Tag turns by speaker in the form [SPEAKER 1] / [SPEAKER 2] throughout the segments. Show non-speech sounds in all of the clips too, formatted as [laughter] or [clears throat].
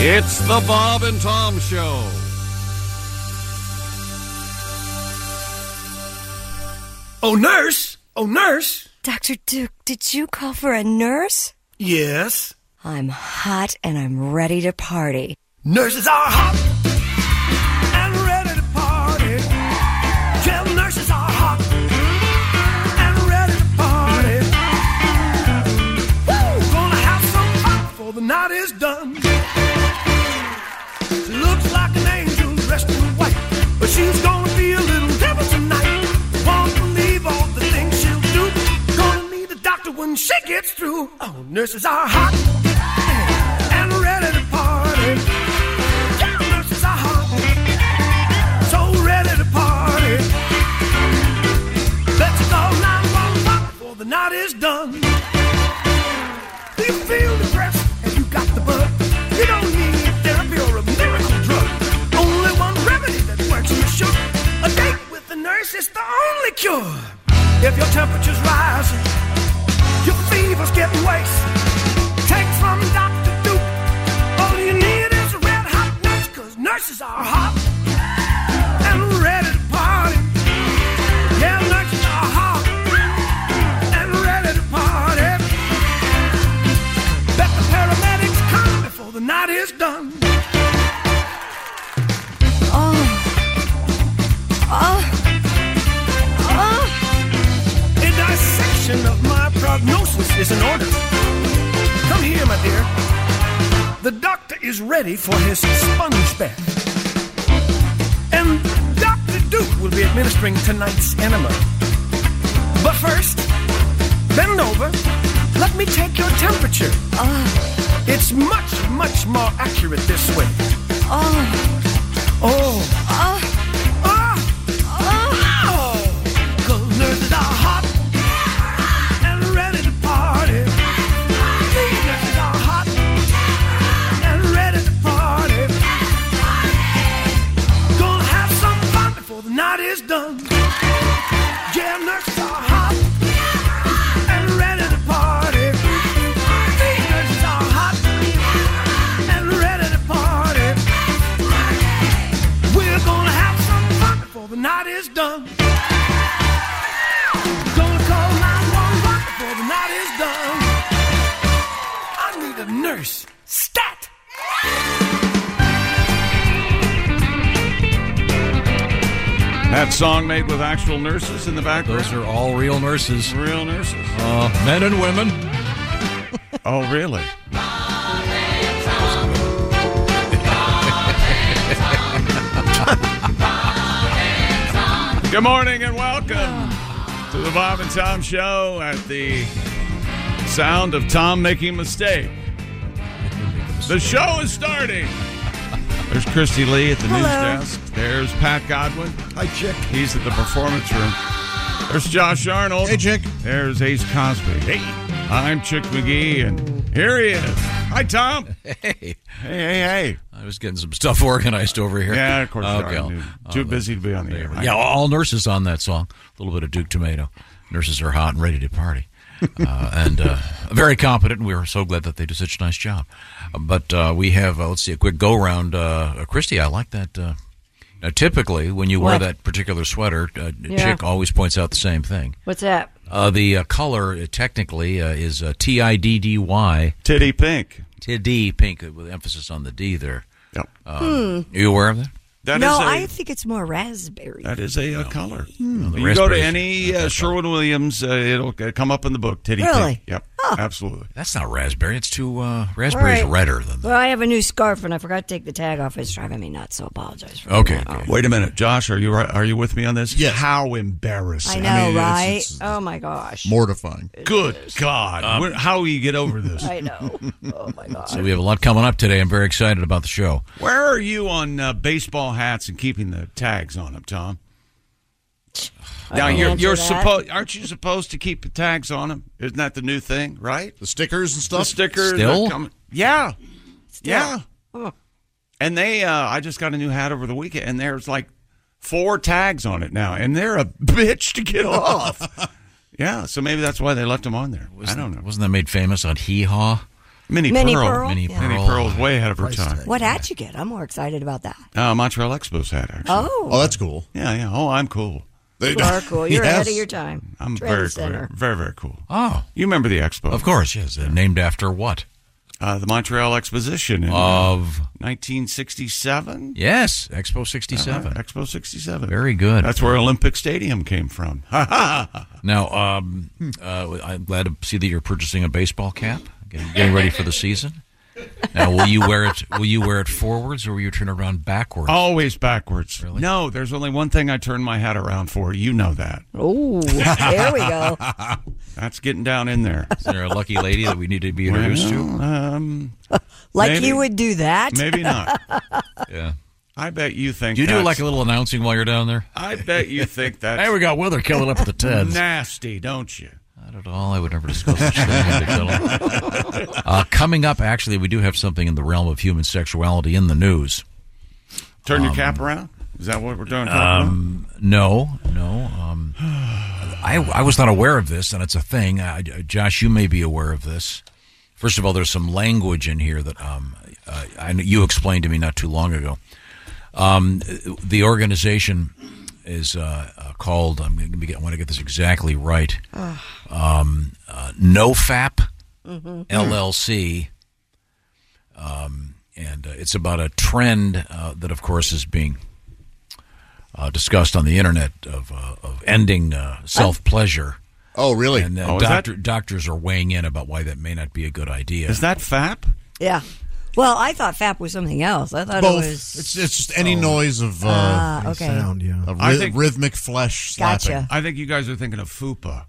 [SPEAKER 1] It's the Bob and Tom Show.
[SPEAKER 2] Oh, nurse! Oh, nurse!
[SPEAKER 3] Dr. Duke, did you call for a nurse?
[SPEAKER 2] Yes.
[SPEAKER 3] I'm hot and I'm ready to party.
[SPEAKER 2] Nurses are hot and ready to party. Twelve nurses are hot and ready to party. Woo! Gonna have some fun before the night is done. She looks like an angel dressed in white, but she's gonna be a little devil tonight. Won't believe all the things she'll do. Gonna need a doctor when she gets through. Oh, nurses are hot and ready to party. Yeah, nurses are hot, so ready to party. Let's go 911 before the night is done. Do you feel depressed? Have you got the bug? You don't need therapy or a miracle drug. Only one remedy that works, you should. A date with the nurse is the only cure. If your temperature's rising, your fever's getting worse. Take from Dr. Duke. All you need is a red hot nurse, cause nurses are hot and ready to party. Yeah, nurses are hot and ready to party. Bet the paramedics come before the night is done.
[SPEAKER 3] Oh. Oh. Oh.
[SPEAKER 2] A dissection of my prognosis is in order. Come here, my dear. The doctor is ready for his sponge bath. And Dr. Duke will be administering tonight's enema. But first, bend over. Let me take your temperature. It's much, much more accurate this way.
[SPEAKER 3] Oh.
[SPEAKER 2] Oh.
[SPEAKER 3] Oh.
[SPEAKER 2] Ah!
[SPEAKER 3] Oh.
[SPEAKER 2] Cause nurses are hot and ready to party. These nurses are hot and ready to party. Gonna have some fun before the night is done. Yeah, nurses are hot and ready to party. These nurses are hot and ready to party. We're gonna have some fun before the night is done. Gonna call 911 before the night is done. I need a nurse. Stat!
[SPEAKER 1] That song made with actual nurses in the background.
[SPEAKER 4] Those are all real nurses,
[SPEAKER 1] real nurses.
[SPEAKER 4] uh, men and women.
[SPEAKER 1] Oh, really? Good morning and welcome to the Bob and Tom Show at the sound of Tom making a mistake. The show is starting. There's Christy Lee at the news desk. There's Pat Godwin.
[SPEAKER 5] Hi, Chick.
[SPEAKER 1] He's at the performance room. There's Josh Arnold.
[SPEAKER 5] Hey, Chick.
[SPEAKER 1] There's Ace Cosby. Hey, I'm Chick McGee, and here he is. Hi, Tom. Hey,
[SPEAKER 4] Hey,
[SPEAKER 1] hey, hey.
[SPEAKER 4] I was getting some stuff [laughs] organized over here.
[SPEAKER 1] Yeah, of course. you
[SPEAKER 4] Okay.
[SPEAKER 1] are, dude. Too busy to be on the air.
[SPEAKER 4] Yeah, all nurses on that song. A little bit of Duke Tomato. Nurses are hot and ready to party. uh, [laughs] and uh, very competent, and we were so glad that they did such a nice job. Uh, But uh, we have, uh, let's see, a quick go round. Uh, uh, Christy, I like that. Uh, now, typically, when you wear
[SPEAKER 6] What?
[SPEAKER 4] that particular sweater, uh,
[SPEAKER 6] Yeah.
[SPEAKER 4] Chick always points out the same thing.
[SPEAKER 6] What's up?
[SPEAKER 4] Uh, the uh, color, uh, technically, uh, is uh, T I D D Y.
[SPEAKER 1] Titty Pink.
[SPEAKER 4] Tiddy pink uh, with emphasis on the D there.
[SPEAKER 1] Yep.
[SPEAKER 4] Um, Are you aware of that?
[SPEAKER 1] That is
[SPEAKER 3] No,
[SPEAKER 1] a-
[SPEAKER 3] I think it's more raspberry.
[SPEAKER 1] That is a, uh color.
[SPEAKER 4] the
[SPEAKER 1] you go to
[SPEAKER 4] raspberries.
[SPEAKER 1] any uh, Sherwin Williams, uh, it'll uh, come up in the book. Titty
[SPEAKER 3] Really?
[SPEAKER 1] Pink. Yep. Absolutely.
[SPEAKER 4] That's not raspberry. It's too uh, raspberry's
[SPEAKER 6] All right.
[SPEAKER 4] redder than the
[SPEAKER 6] Well, I have a new scarf and I forgot to take the tag off. It's driving me nuts, so apologize for
[SPEAKER 4] Okay,
[SPEAKER 6] that.
[SPEAKER 4] okay.
[SPEAKER 1] Wait a minute, Josh. Are you right? Are you with me on this?
[SPEAKER 5] Yes.
[SPEAKER 1] How embarrassing!
[SPEAKER 6] I know,
[SPEAKER 5] mean, it's-
[SPEAKER 6] right?
[SPEAKER 5] it's-
[SPEAKER 6] oh my gosh.
[SPEAKER 5] Mortifying.
[SPEAKER 1] Good God! Where- how will you get over this?
[SPEAKER 6] I know. Oh my gosh.
[SPEAKER 4] Um, So we have a lot coming up today. I'm very excited about the show.
[SPEAKER 1] Where are you on uh, baseball hats and keeping the tags on them, Tom? Now
[SPEAKER 6] can
[SPEAKER 1] you're
[SPEAKER 6] answer
[SPEAKER 1] you're
[SPEAKER 6] that.
[SPEAKER 1] supposed aren't you supposed to keep the tags on them? Isn't that the new thing, right?
[SPEAKER 5] The stickers and
[SPEAKER 1] The
[SPEAKER 5] stuff.
[SPEAKER 1] stickers, they're
[SPEAKER 4] Still?
[SPEAKER 1] coming- yeah, yeah.
[SPEAKER 6] Oh.
[SPEAKER 1] And they, uh, I just got a new hat over the weekend, and there's like four tags on it now, and they're a [laughs] bitch to
[SPEAKER 3] [laughs]
[SPEAKER 1] get off. yeah, so maybe that's why they left them on there. I don't know.
[SPEAKER 4] Wasn't that made famous on Hee Haw?
[SPEAKER 1] Minnie,
[SPEAKER 3] Minnie
[SPEAKER 1] Pearl.
[SPEAKER 3] Pearl?
[SPEAKER 1] Minnie
[SPEAKER 3] Yeah.
[SPEAKER 1] Pearl. Pearl's way ahead of her
[SPEAKER 3] Price
[SPEAKER 1] time.
[SPEAKER 3] What hat you get? I'm more excited about that.
[SPEAKER 1] Uh, Montreal Expo's hat, actually.
[SPEAKER 3] Oh. Oh, that's
[SPEAKER 1] cool. Yeah, yeah. Oh, I'm cool.
[SPEAKER 3] You
[SPEAKER 5] [laughs]
[SPEAKER 3] are cool. You're ahead of your time.
[SPEAKER 1] I'm very,
[SPEAKER 3] Trend
[SPEAKER 1] very,
[SPEAKER 3] setter.
[SPEAKER 1] very, very cool.
[SPEAKER 4] Oh.
[SPEAKER 1] You remember the expo?
[SPEAKER 4] Of course, yes. Uh, Named after what?
[SPEAKER 1] Uh, the Montreal Exposition in, uh,
[SPEAKER 4] Of-
[SPEAKER 1] 1967.
[SPEAKER 4] Yes, Expo 67.
[SPEAKER 1] Expo 67.
[SPEAKER 4] Very good.
[SPEAKER 1] That's where Olympic Stadium came from. [laughs]
[SPEAKER 4] now, um, uh, I'm glad to see that you're purchasing a baseball cap, getting, getting ready for the season. Now, will you wear it? Will you wear it forwards, or will you turn around backwards?
[SPEAKER 1] Always backwards. No, there's only one thing I turn my hat around for. You know that.
[SPEAKER 3] Oh, there we go.
[SPEAKER 1] [laughs] That's getting down in there.
[SPEAKER 4] Is there a lucky lady that we need to be introduced
[SPEAKER 1] to? Um,
[SPEAKER 3] [laughs] Like
[SPEAKER 1] maybe.
[SPEAKER 3] you would do that?
[SPEAKER 1] Maybe not.
[SPEAKER 4] yeah.
[SPEAKER 1] I bet you think.
[SPEAKER 4] Do you do
[SPEAKER 1] that's-
[SPEAKER 4] like a little announcing while you're down there?
[SPEAKER 1] I bet you
[SPEAKER 4] [laughs]
[SPEAKER 1] think that.
[SPEAKER 4] Hey, we got Wither killing up at the Teds.
[SPEAKER 1] Nasty, don't you?
[SPEAKER 4] Not at all. I would never discuss such thing with
[SPEAKER 1] [laughs]
[SPEAKER 4] Dick Little. Uh, coming up, actually, we do have something in the realm of human sexuality in the news.
[SPEAKER 1] Turn your
[SPEAKER 4] Um,
[SPEAKER 1] cap around. Is that what we're doing?
[SPEAKER 4] Um, no, no. Um, I, I was not aware of this, and it's a thing. I, Josh, you may be aware of this. First of all, there's some language in here that um, uh, I, you explained to me not too long ago. Um, the organization is uh, uh, called, I'm gonna be, I want to get this exactly right,
[SPEAKER 5] Ugh.
[SPEAKER 4] um, uh, NoFap
[SPEAKER 5] Mhm.
[SPEAKER 7] Hmm.
[SPEAKER 3] Mm-hmm.
[SPEAKER 4] LLC. Um, and uh, it's about a trend uh, that, of course, is being uh, discussed on the internet of, uh, of ending uh, self pleasure.
[SPEAKER 8] Oh, really?
[SPEAKER 4] And uh,
[SPEAKER 8] Oh, is that-
[SPEAKER 4] doctor, doctors are weighing in about why that may not be a good idea.
[SPEAKER 1] Is that FAP?
[SPEAKER 3] [laughs] Yeah. Well, I thought FAP was something else. I thought
[SPEAKER 8] Both.
[SPEAKER 3] it was.
[SPEAKER 8] It's, it's just any noise of uh,
[SPEAKER 3] Ah, okay.
[SPEAKER 8] sound, yeah. Of
[SPEAKER 1] Oh. I
[SPEAKER 8] ry-
[SPEAKER 1] think-
[SPEAKER 8] rhythmic flesh slapping.
[SPEAKER 1] I think you guys are thinking of FUPA.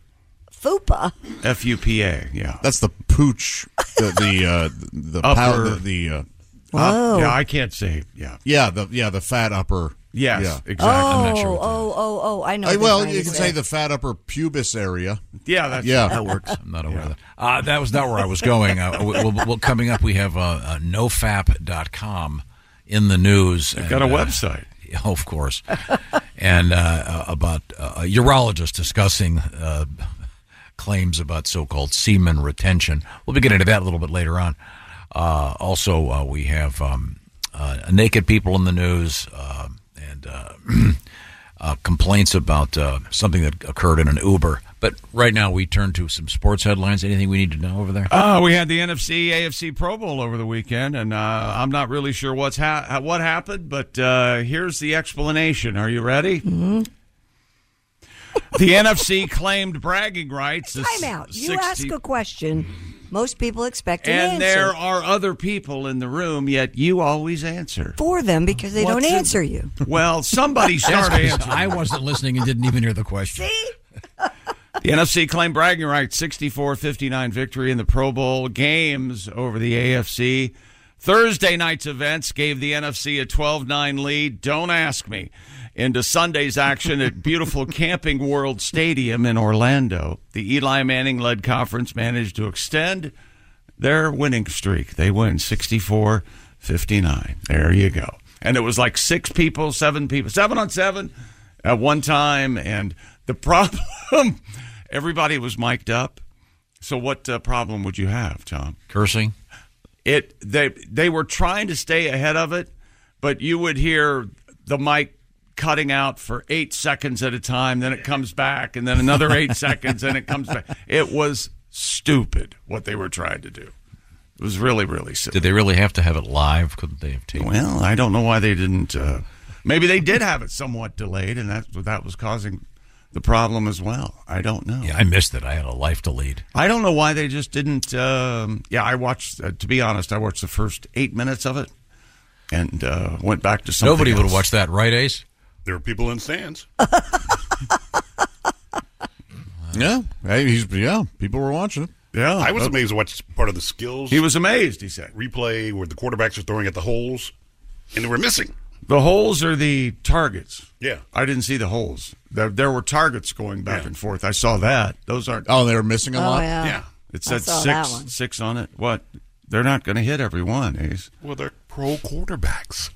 [SPEAKER 3] FUPA.
[SPEAKER 1] F U P A. Yeah.
[SPEAKER 8] That's the pooch,
[SPEAKER 1] [laughs]
[SPEAKER 8] the the uh, the
[SPEAKER 1] Upper-
[SPEAKER 8] power, the, the uh,
[SPEAKER 3] Whoa.
[SPEAKER 1] Yeah, I can't say. Yeah.
[SPEAKER 8] yeah, the yeah, the fat upper.
[SPEAKER 1] Yes,
[SPEAKER 8] yeah.
[SPEAKER 1] exactly. I'm not
[SPEAKER 3] Oh, oh, oh, oh! I know.
[SPEAKER 8] Uh,
[SPEAKER 3] what they're
[SPEAKER 8] well,
[SPEAKER 3] trying
[SPEAKER 8] you
[SPEAKER 3] to
[SPEAKER 8] can say the fat upper pubis area.
[SPEAKER 1] Yeah, that's,
[SPEAKER 8] yeah,
[SPEAKER 4] that works. I'm not aware of that. Uh, that was not where I was going. Uh, we we'll, we'll, coming up, we have uh, uh, nofap.com in the news.
[SPEAKER 1] They've got a website.
[SPEAKER 4] Uh, [laughs] of course. and uh, uh, about uh, a urologist discussing uh, claims about so called semen retention. We'll be getting into that a little bit later on. Uh, also, uh, we have um, uh, naked people in the news uh, and uh, [clears throat] uh, complaints about uh, something that occurred in an Uber. But right now, we turn to some sports headlines. Anything we need to know over there?
[SPEAKER 1] Oh, we had the NFC AFC Pro Bowl over the weekend, and uh, I'm not really sure what's ha- what happened, but uh, here's the explanation. Are you ready?
[SPEAKER 3] Mm-hmm.
[SPEAKER 1] The NFC claimed bragging rights. the
[SPEAKER 3] Time out. You
[SPEAKER 1] 60
[SPEAKER 3] ask a question. Most people expect an
[SPEAKER 1] Hmm. and
[SPEAKER 3] answer
[SPEAKER 1] there are other people in the room, yet you always answer.
[SPEAKER 3] for them because they
[SPEAKER 1] What's
[SPEAKER 3] don't
[SPEAKER 1] in-
[SPEAKER 3] answer you.
[SPEAKER 1] Well, somebody
[SPEAKER 3] [laughs]
[SPEAKER 4] That's
[SPEAKER 1] start
[SPEAKER 4] 'cause
[SPEAKER 1] answering.
[SPEAKER 4] I wasn't listening and didn't even hear the question.
[SPEAKER 1] [laughs] The NFC claimed bragging rights 64 59 victory in the Pro Bowl games over the AFC. Thursday night's events gave the NFC a 12 9 lead. Don't ask me. Into Sunday's action at beautiful Camping World Stadium in Orlando. The Eli Manning led conference managed to extend their winning streak. They win 64 59. There you go. And it was like six people, seven people, seven on seven at one time. And the problem, [laughs] everybody was mic'd up. So what uh, problem would you have, Tom?
[SPEAKER 4] Cursing?
[SPEAKER 1] It they they were trying to stay ahead of it, but you would hear the mic cutting out for 8 seconds at a time, then it comes back and then another 8 seconds and it comes back. It was stupid what they were trying to do. It was really, really silly.
[SPEAKER 4] Did they really have to have it live? Couldn't they have taped it?
[SPEAKER 1] Well, I don't know why they didn't. Uh, maybe they did have it somewhat delayed, and that's what that was causing the problem as well. I don't know.
[SPEAKER 4] Yeah, I missed it. I had a life to lead.
[SPEAKER 1] I don't know why they just didn't. Um, yeah, I watched. Uh, to be honest, I watched the first eight minutes of it, and uh, went back to something.
[SPEAKER 4] Nobody would
[SPEAKER 1] else.
[SPEAKER 4] watch that, right, Ace?
[SPEAKER 9] There are people in stands.
[SPEAKER 8] [laughs] Yeah, hey, he's, yeah, people were watching it.
[SPEAKER 1] Yeah,
[SPEAKER 9] I was amazed at what's part of the skills.
[SPEAKER 1] He was amazed. He said
[SPEAKER 9] replay where the quarterbacks are throwing at the holes, and they were missing.
[SPEAKER 1] the holes are the targets.
[SPEAKER 9] Yeah.
[SPEAKER 1] I didn't see the holes. There, there were targets going back and forth. I saw that. Those aren't.
[SPEAKER 8] Oh, they were missing a Oh, lot?
[SPEAKER 1] Yeah.
[SPEAKER 8] yeah.
[SPEAKER 1] it
[SPEAKER 8] I
[SPEAKER 1] said
[SPEAKER 8] saw that
[SPEAKER 1] six,
[SPEAKER 8] one.
[SPEAKER 1] six on it. What? They're not going to hit every one, Ace.
[SPEAKER 9] Well, they're pro quarterbacks.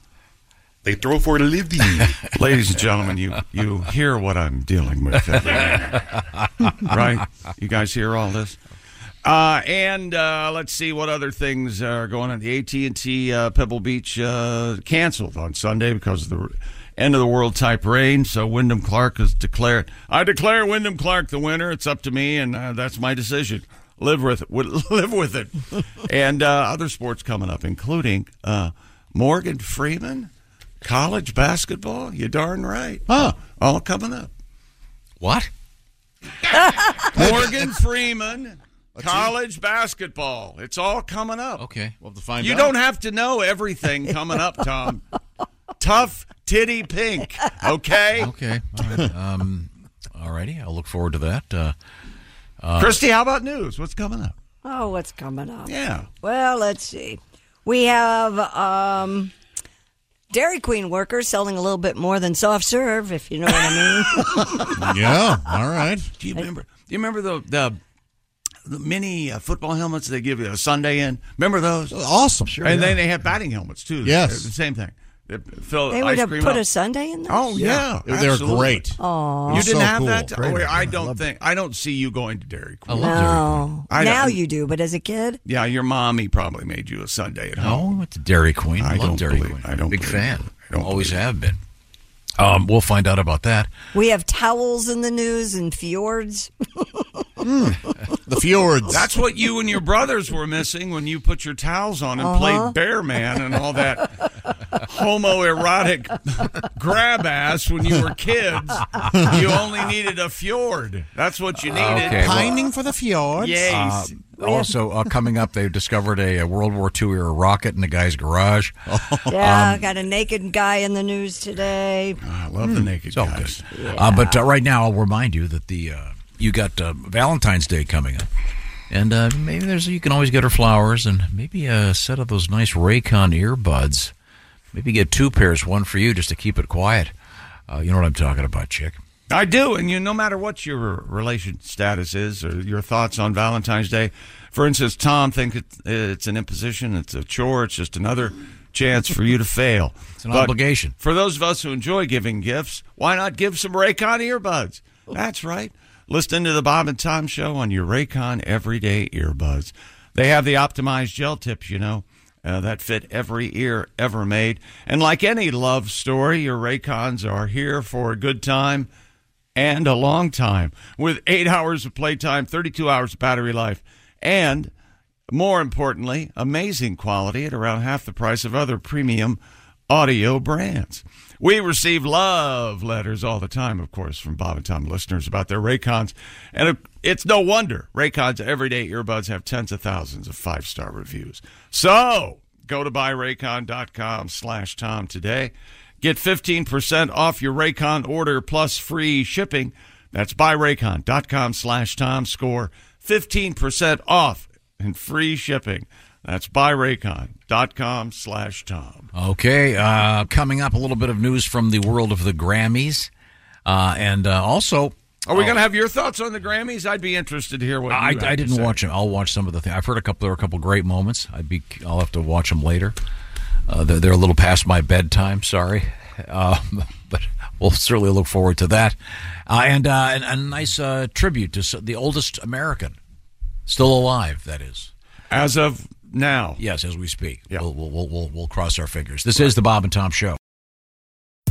[SPEAKER 9] They throw for a
[SPEAKER 1] [laughs]
[SPEAKER 9] living.
[SPEAKER 1] Ladies and gentlemen, you you [laughs] hear what I'm dealing with, every day. right? You guys hear all this? Uh, and uh, let's see what other things are going on. The AT and T uh, Pebble Beach uh, canceled on Sunday because of the end of the world type rain. So Wyndham Clark has declared, I declare Wyndham Clark the winner. It's up to me, and uh, that's my decision. Live with [laughs] it. Live with it. and uh, other sports coming up, including uh, Morgan Freeman, college basketball. You darn right. Huh. All coming up. [laughs]
[SPEAKER 4] What?
[SPEAKER 1] Morgan Freeman, college basketball. It's all coming up.
[SPEAKER 4] Okay, we'll have to find
[SPEAKER 1] You
[SPEAKER 4] out.
[SPEAKER 1] don't have to know everything coming up, Tom. Tough titty pink.
[SPEAKER 8] [laughs]
[SPEAKER 1] Okay.
[SPEAKER 4] Okay. All right. [laughs] Um, alrighty. I'll look forward to that. Uh,
[SPEAKER 1] Christy, how about news? What's coming up?
[SPEAKER 6] Oh, what's coming up?
[SPEAKER 1] Yeah.
[SPEAKER 6] Well, let's see.
[SPEAKER 3] We have um, Dairy Queen workers selling a little bit more than soft serve, if you know
[SPEAKER 1] [laughs]
[SPEAKER 3] what I mean.
[SPEAKER 8] Yeah. All right.
[SPEAKER 1] Do you remember? Do you remember the the, the mini uh, football helmets they give you a Sunday in? Remember those?
[SPEAKER 8] Awesome. Sure.
[SPEAKER 1] and then they have batting helmets too.
[SPEAKER 8] Yes.
[SPEAKER 1] They're the same thing. They fill
[SPEAKER 3] They
[SPEAKER 1] ice
[SPEAKER 3] would have
[SPEAKER 1] cream
[SPEAKER 3] put
[SPEAKER 1] up.
[SPEAKER 3] a Sunday in there.
[SPEAKER 1] Oh yeah,
[SPEAKER 8] They were
[SPEAKER 1] absolutely.
[SPEAKER 8] great.
[SPEAKER 1] You
[SPEAKER 8] so
[SPEAKER 1] didn't have
[SPEAKER 8] cool.
[SPEAKER 1] that?
[SPEAKER 8] Great
[SPEAKER 1] Oh, wait,
[SPEAKER 8] idea.
[SPEAKER 1] I don't think I don't see you going to Dairy
[SPEAKER 4] I
[SPEAKER 1] Queen.
[SPEAKER 4] love
[SPEAKER 3] No.
[SPEAKER 1] I don't-
[SPEAKER 3] Oh, now you do, but as a kid,
[SPEAKER 1] Yeah, your mommy probably made you a Sunday at
[SPEAKER 4] Dairy
[SPEAKER 1] home.
[SPEAKER 4] Queen. No, it's Dairy Queen.
[SPEAKER 1] I
[SPEAKER 4] love
[SPEAKER 1] don't
[SPEAKER 4] Dairy
[SPEAKER 1] believe-
[SPEAKER 4] Queen.
[SPEAKER 1] I don't
[SPEAKER 4] Big
[SPEAKER 1] believe
[SPEAKER 4] fan.
[SPEAKER 1] it. I don't
[SPEAKER 4] Always
[SPEAKER 1] believe
[SPEAKER 4] have been. Um, we'll find out about that.
[SPEAKER 3] we have towels in the news and fjords.
[SPEAKER 8] The fjords.
[SPEAKER 1] That's what you and your brothers were missing when you put your towels on and played Bear Man and all that homoerotic grab ass when you were kids. You only needed a fjord. That's what you needed.
[SPEAKER 4] Okay, well-
[SPEAKER 8] pining for the fjords.
[SPEAKER 1] Yes.
[SPEAKER 4] Uh, Also, uh, coming up, they've discovered a, a World War II era rocket in the guy's garage.
[SPEAKER 1] [laughs]
[SPEAKER 4] Um,
[SPEAKER 3] Yeah, got a naked guy in the news today.
[SPEAKER 1] Um, Ah,
[SPEAKER 3] Hmm.
[SPEAKER 1] I love the naked
[SPEAKER 4] It's all
[SPEAKER 1] guys.
[SPEAKER 4] good. Uh, but uh, right now, I'll remind you that the uh, you got uh, Valentine's Day coming up, and uh, maybe there's you can always get her flowers and maybe a set of those nice Raycon earbuds. Maybe get two pairs, one for you, just to keep it quiet. Uh, you know what I'm talking about, chick.
[SPEAKER 1] I do, and you no matter what your relation status is or your thoughts on Valentine's Day. For instance, Tom thinks it's, it's an imposition, it's a chore, it's just another chance for you to
[SPEAKER 4] [laughs]
[SPEAKER 1] fail. It's
[SPEAKER 4] an obligation.
[SPEAKER 1] For those of us who enjoy giving gifts, why not give some Raycon earbuds? That's right. Listen to the Bob and Tom show on your Raycon everyday earbuds. They have the optimized gel tips, you know, uh, that fit every ear ever made. And like any love story, your Raycons are here for a good time and a long time with eight hours of playtime, 32 hours of battery life, and more importantly, amazing quality at around half the price of other premium audio brands. We receive love letters all the time, of course, from Bob and Tom listeners about their Raycons. And it- it's no wonder Raycon's everyday earbuds have tens of thousands of five star reviews. So go to buyraycon.com slash Tom today. Get 15% off your Raycon order plus free shipping. That's buyraycon.com slash Tom. Score 15% off and free shipping. That's buyraycon.com slash Tom.
[SPEAKER 4] Okay, uh, coming up, a little bit of news from the world of the Grammys, uh, and uh, also.
[SPEAKER 1] Are we going to have your thoughts on the Grammys? I'd be interested to hear what
[SPEAKER 4] I,
[SPEAKER 1] you have
[SPEAKER 4] I
[SPEAKER 1] to
[SPEAKER 4] didn't
[SPEAKER 1] say.
[SPEAKER 4] watch them. I'll watch some of the things. I've heard a couple. There were a couple great moments. I'd be. I'll have to watch them later. Uh, they're, they're a little past my bedtime. Sorry, [laughs] um, but we'll certainly look forward to that. Uh, and, uh, and a nice uh, tribute to s- the oldest American still alive. That is.
[SPEAKER 1] as of now.
[SPEAKER 4] Yes, as we speak.
[SPEAKER 1] Yeah.
[SPEAKER 4] We'll, we'll, we'll, we'll, we'll cross our fingers. This is the Bob and Tom Show.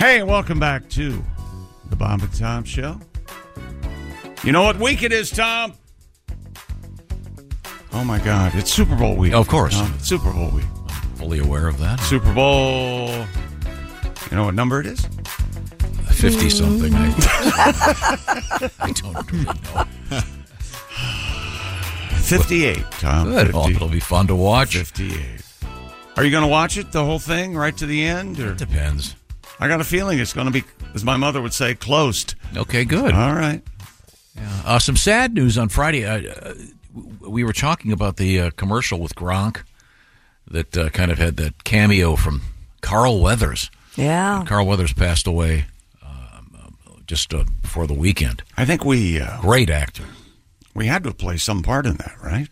[SPEAKER 1] Hey, welcome back to the Bob and Tom Show. You know what week it is, Tom? Oh my God! It's Super Bowl week.
[SPEAKER 4] Of course.
[SPEAKER 1] Tom. It's Super Bowl week.
[SPEAKER 4] Fully aware of that.
[SPEAKER 1] Super Bowl. You know what number it is?
[SPEAKER 4] 50 something.
[SPEAKER 1] [laughs]
[SPEAKER 2] I
[SPEAKER 4] don't really know.
[SPEAKER 1] 58, Tom.
[SPEAKER 4] Good. Oh, it'll be fun to watch.
[SPEAKER 1] 58. Are you going to watch it, the whole thing, right to the end? Or? It
[SPEAKER 4] depends.
[SPEAKER 1] I got a feeling it's going to be, as my mother would say, closed.
[SPEAKER 4] Okay, good.
[SPEAKER 1] All right.
[SPEAKER 4] Yeah. Uh, some sad news on Friday. Uh, uh, we were talking about the uh, commercial with Gronk that uh, kind of had that cameo from Carl Weathers.
[SPEAKER 1] Oh.
[SPEAKER 3] Yeah.
[SPEAKER 4] Carl Weathers passed away um, uh, just uh, before the weekend.
[SPEAKER 1] I think we. Uh,
[SPEAKER 4] Great actor.
[SPEAKER 1] We had to play some part in that, right?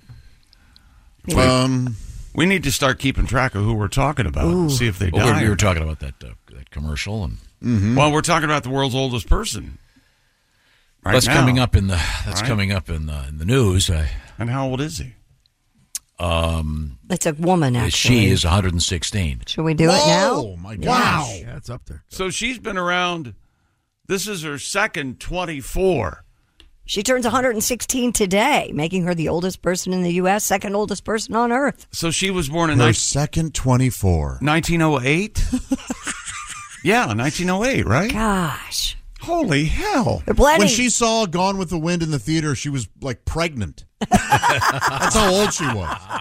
[SPEAKER 3] Yeah.
[SPEAKER 1] Um, we need to start keeping track of who we're talking about and see if they
[SPEAKER 4] Well, Oh, we-
[SPEAKER 1] die.
[SPEAKER 4] we were
[SPEAKER 1] or
[SPEAKER 4] talking
[SPEAKER 1] not.
[SPEAKER 4] about that uh, that commercial and
[SPEAKER 1] Well, we're talking about the world's oldest person. Right
[SPEAKER 4] that's
[SPEAKER 1] now.
[SPEAKER 4] coming up in the that's
[SPEAKER 1] Right?
[SPEAKER 4] coming up in the in the news. I,
[SPEAKER 1] and how old is he?
[SPEAKER 4] Um,
[SPEAKER 3] It's a woman, actually.
[SPEAKER 4] she is 116.
[SPEAKER 3] Should we do it now?
[SPEAKER 8] Oh,
[SPEAKER 1] Whoa,
[SPEAKER 3] my
[SPEAKER 1] Wow.
[SPEAKER 10] Yeah, it's up there.
[SPEAKER 1] So she's been around. This is her second 24.
[SPEAKER 3] She turns 116 today, making her the oldest person in the U.S., second oldest person on Earth.
[SPEAKER 1] So she was born in
[SPEAKER 8] Her
[SPEAKER 1] nine-
[SPEAKER 8] second 24.
[SPEAKER 1] 1908? yeah, 1908, right?
[SPEAKER 3] Gosh.
[SPEAKER 1] Holy hell.
[SPEAKER 8] When she saw Gone with the Wind in the theater, she was like pregnant. [laughs] That's how old she was.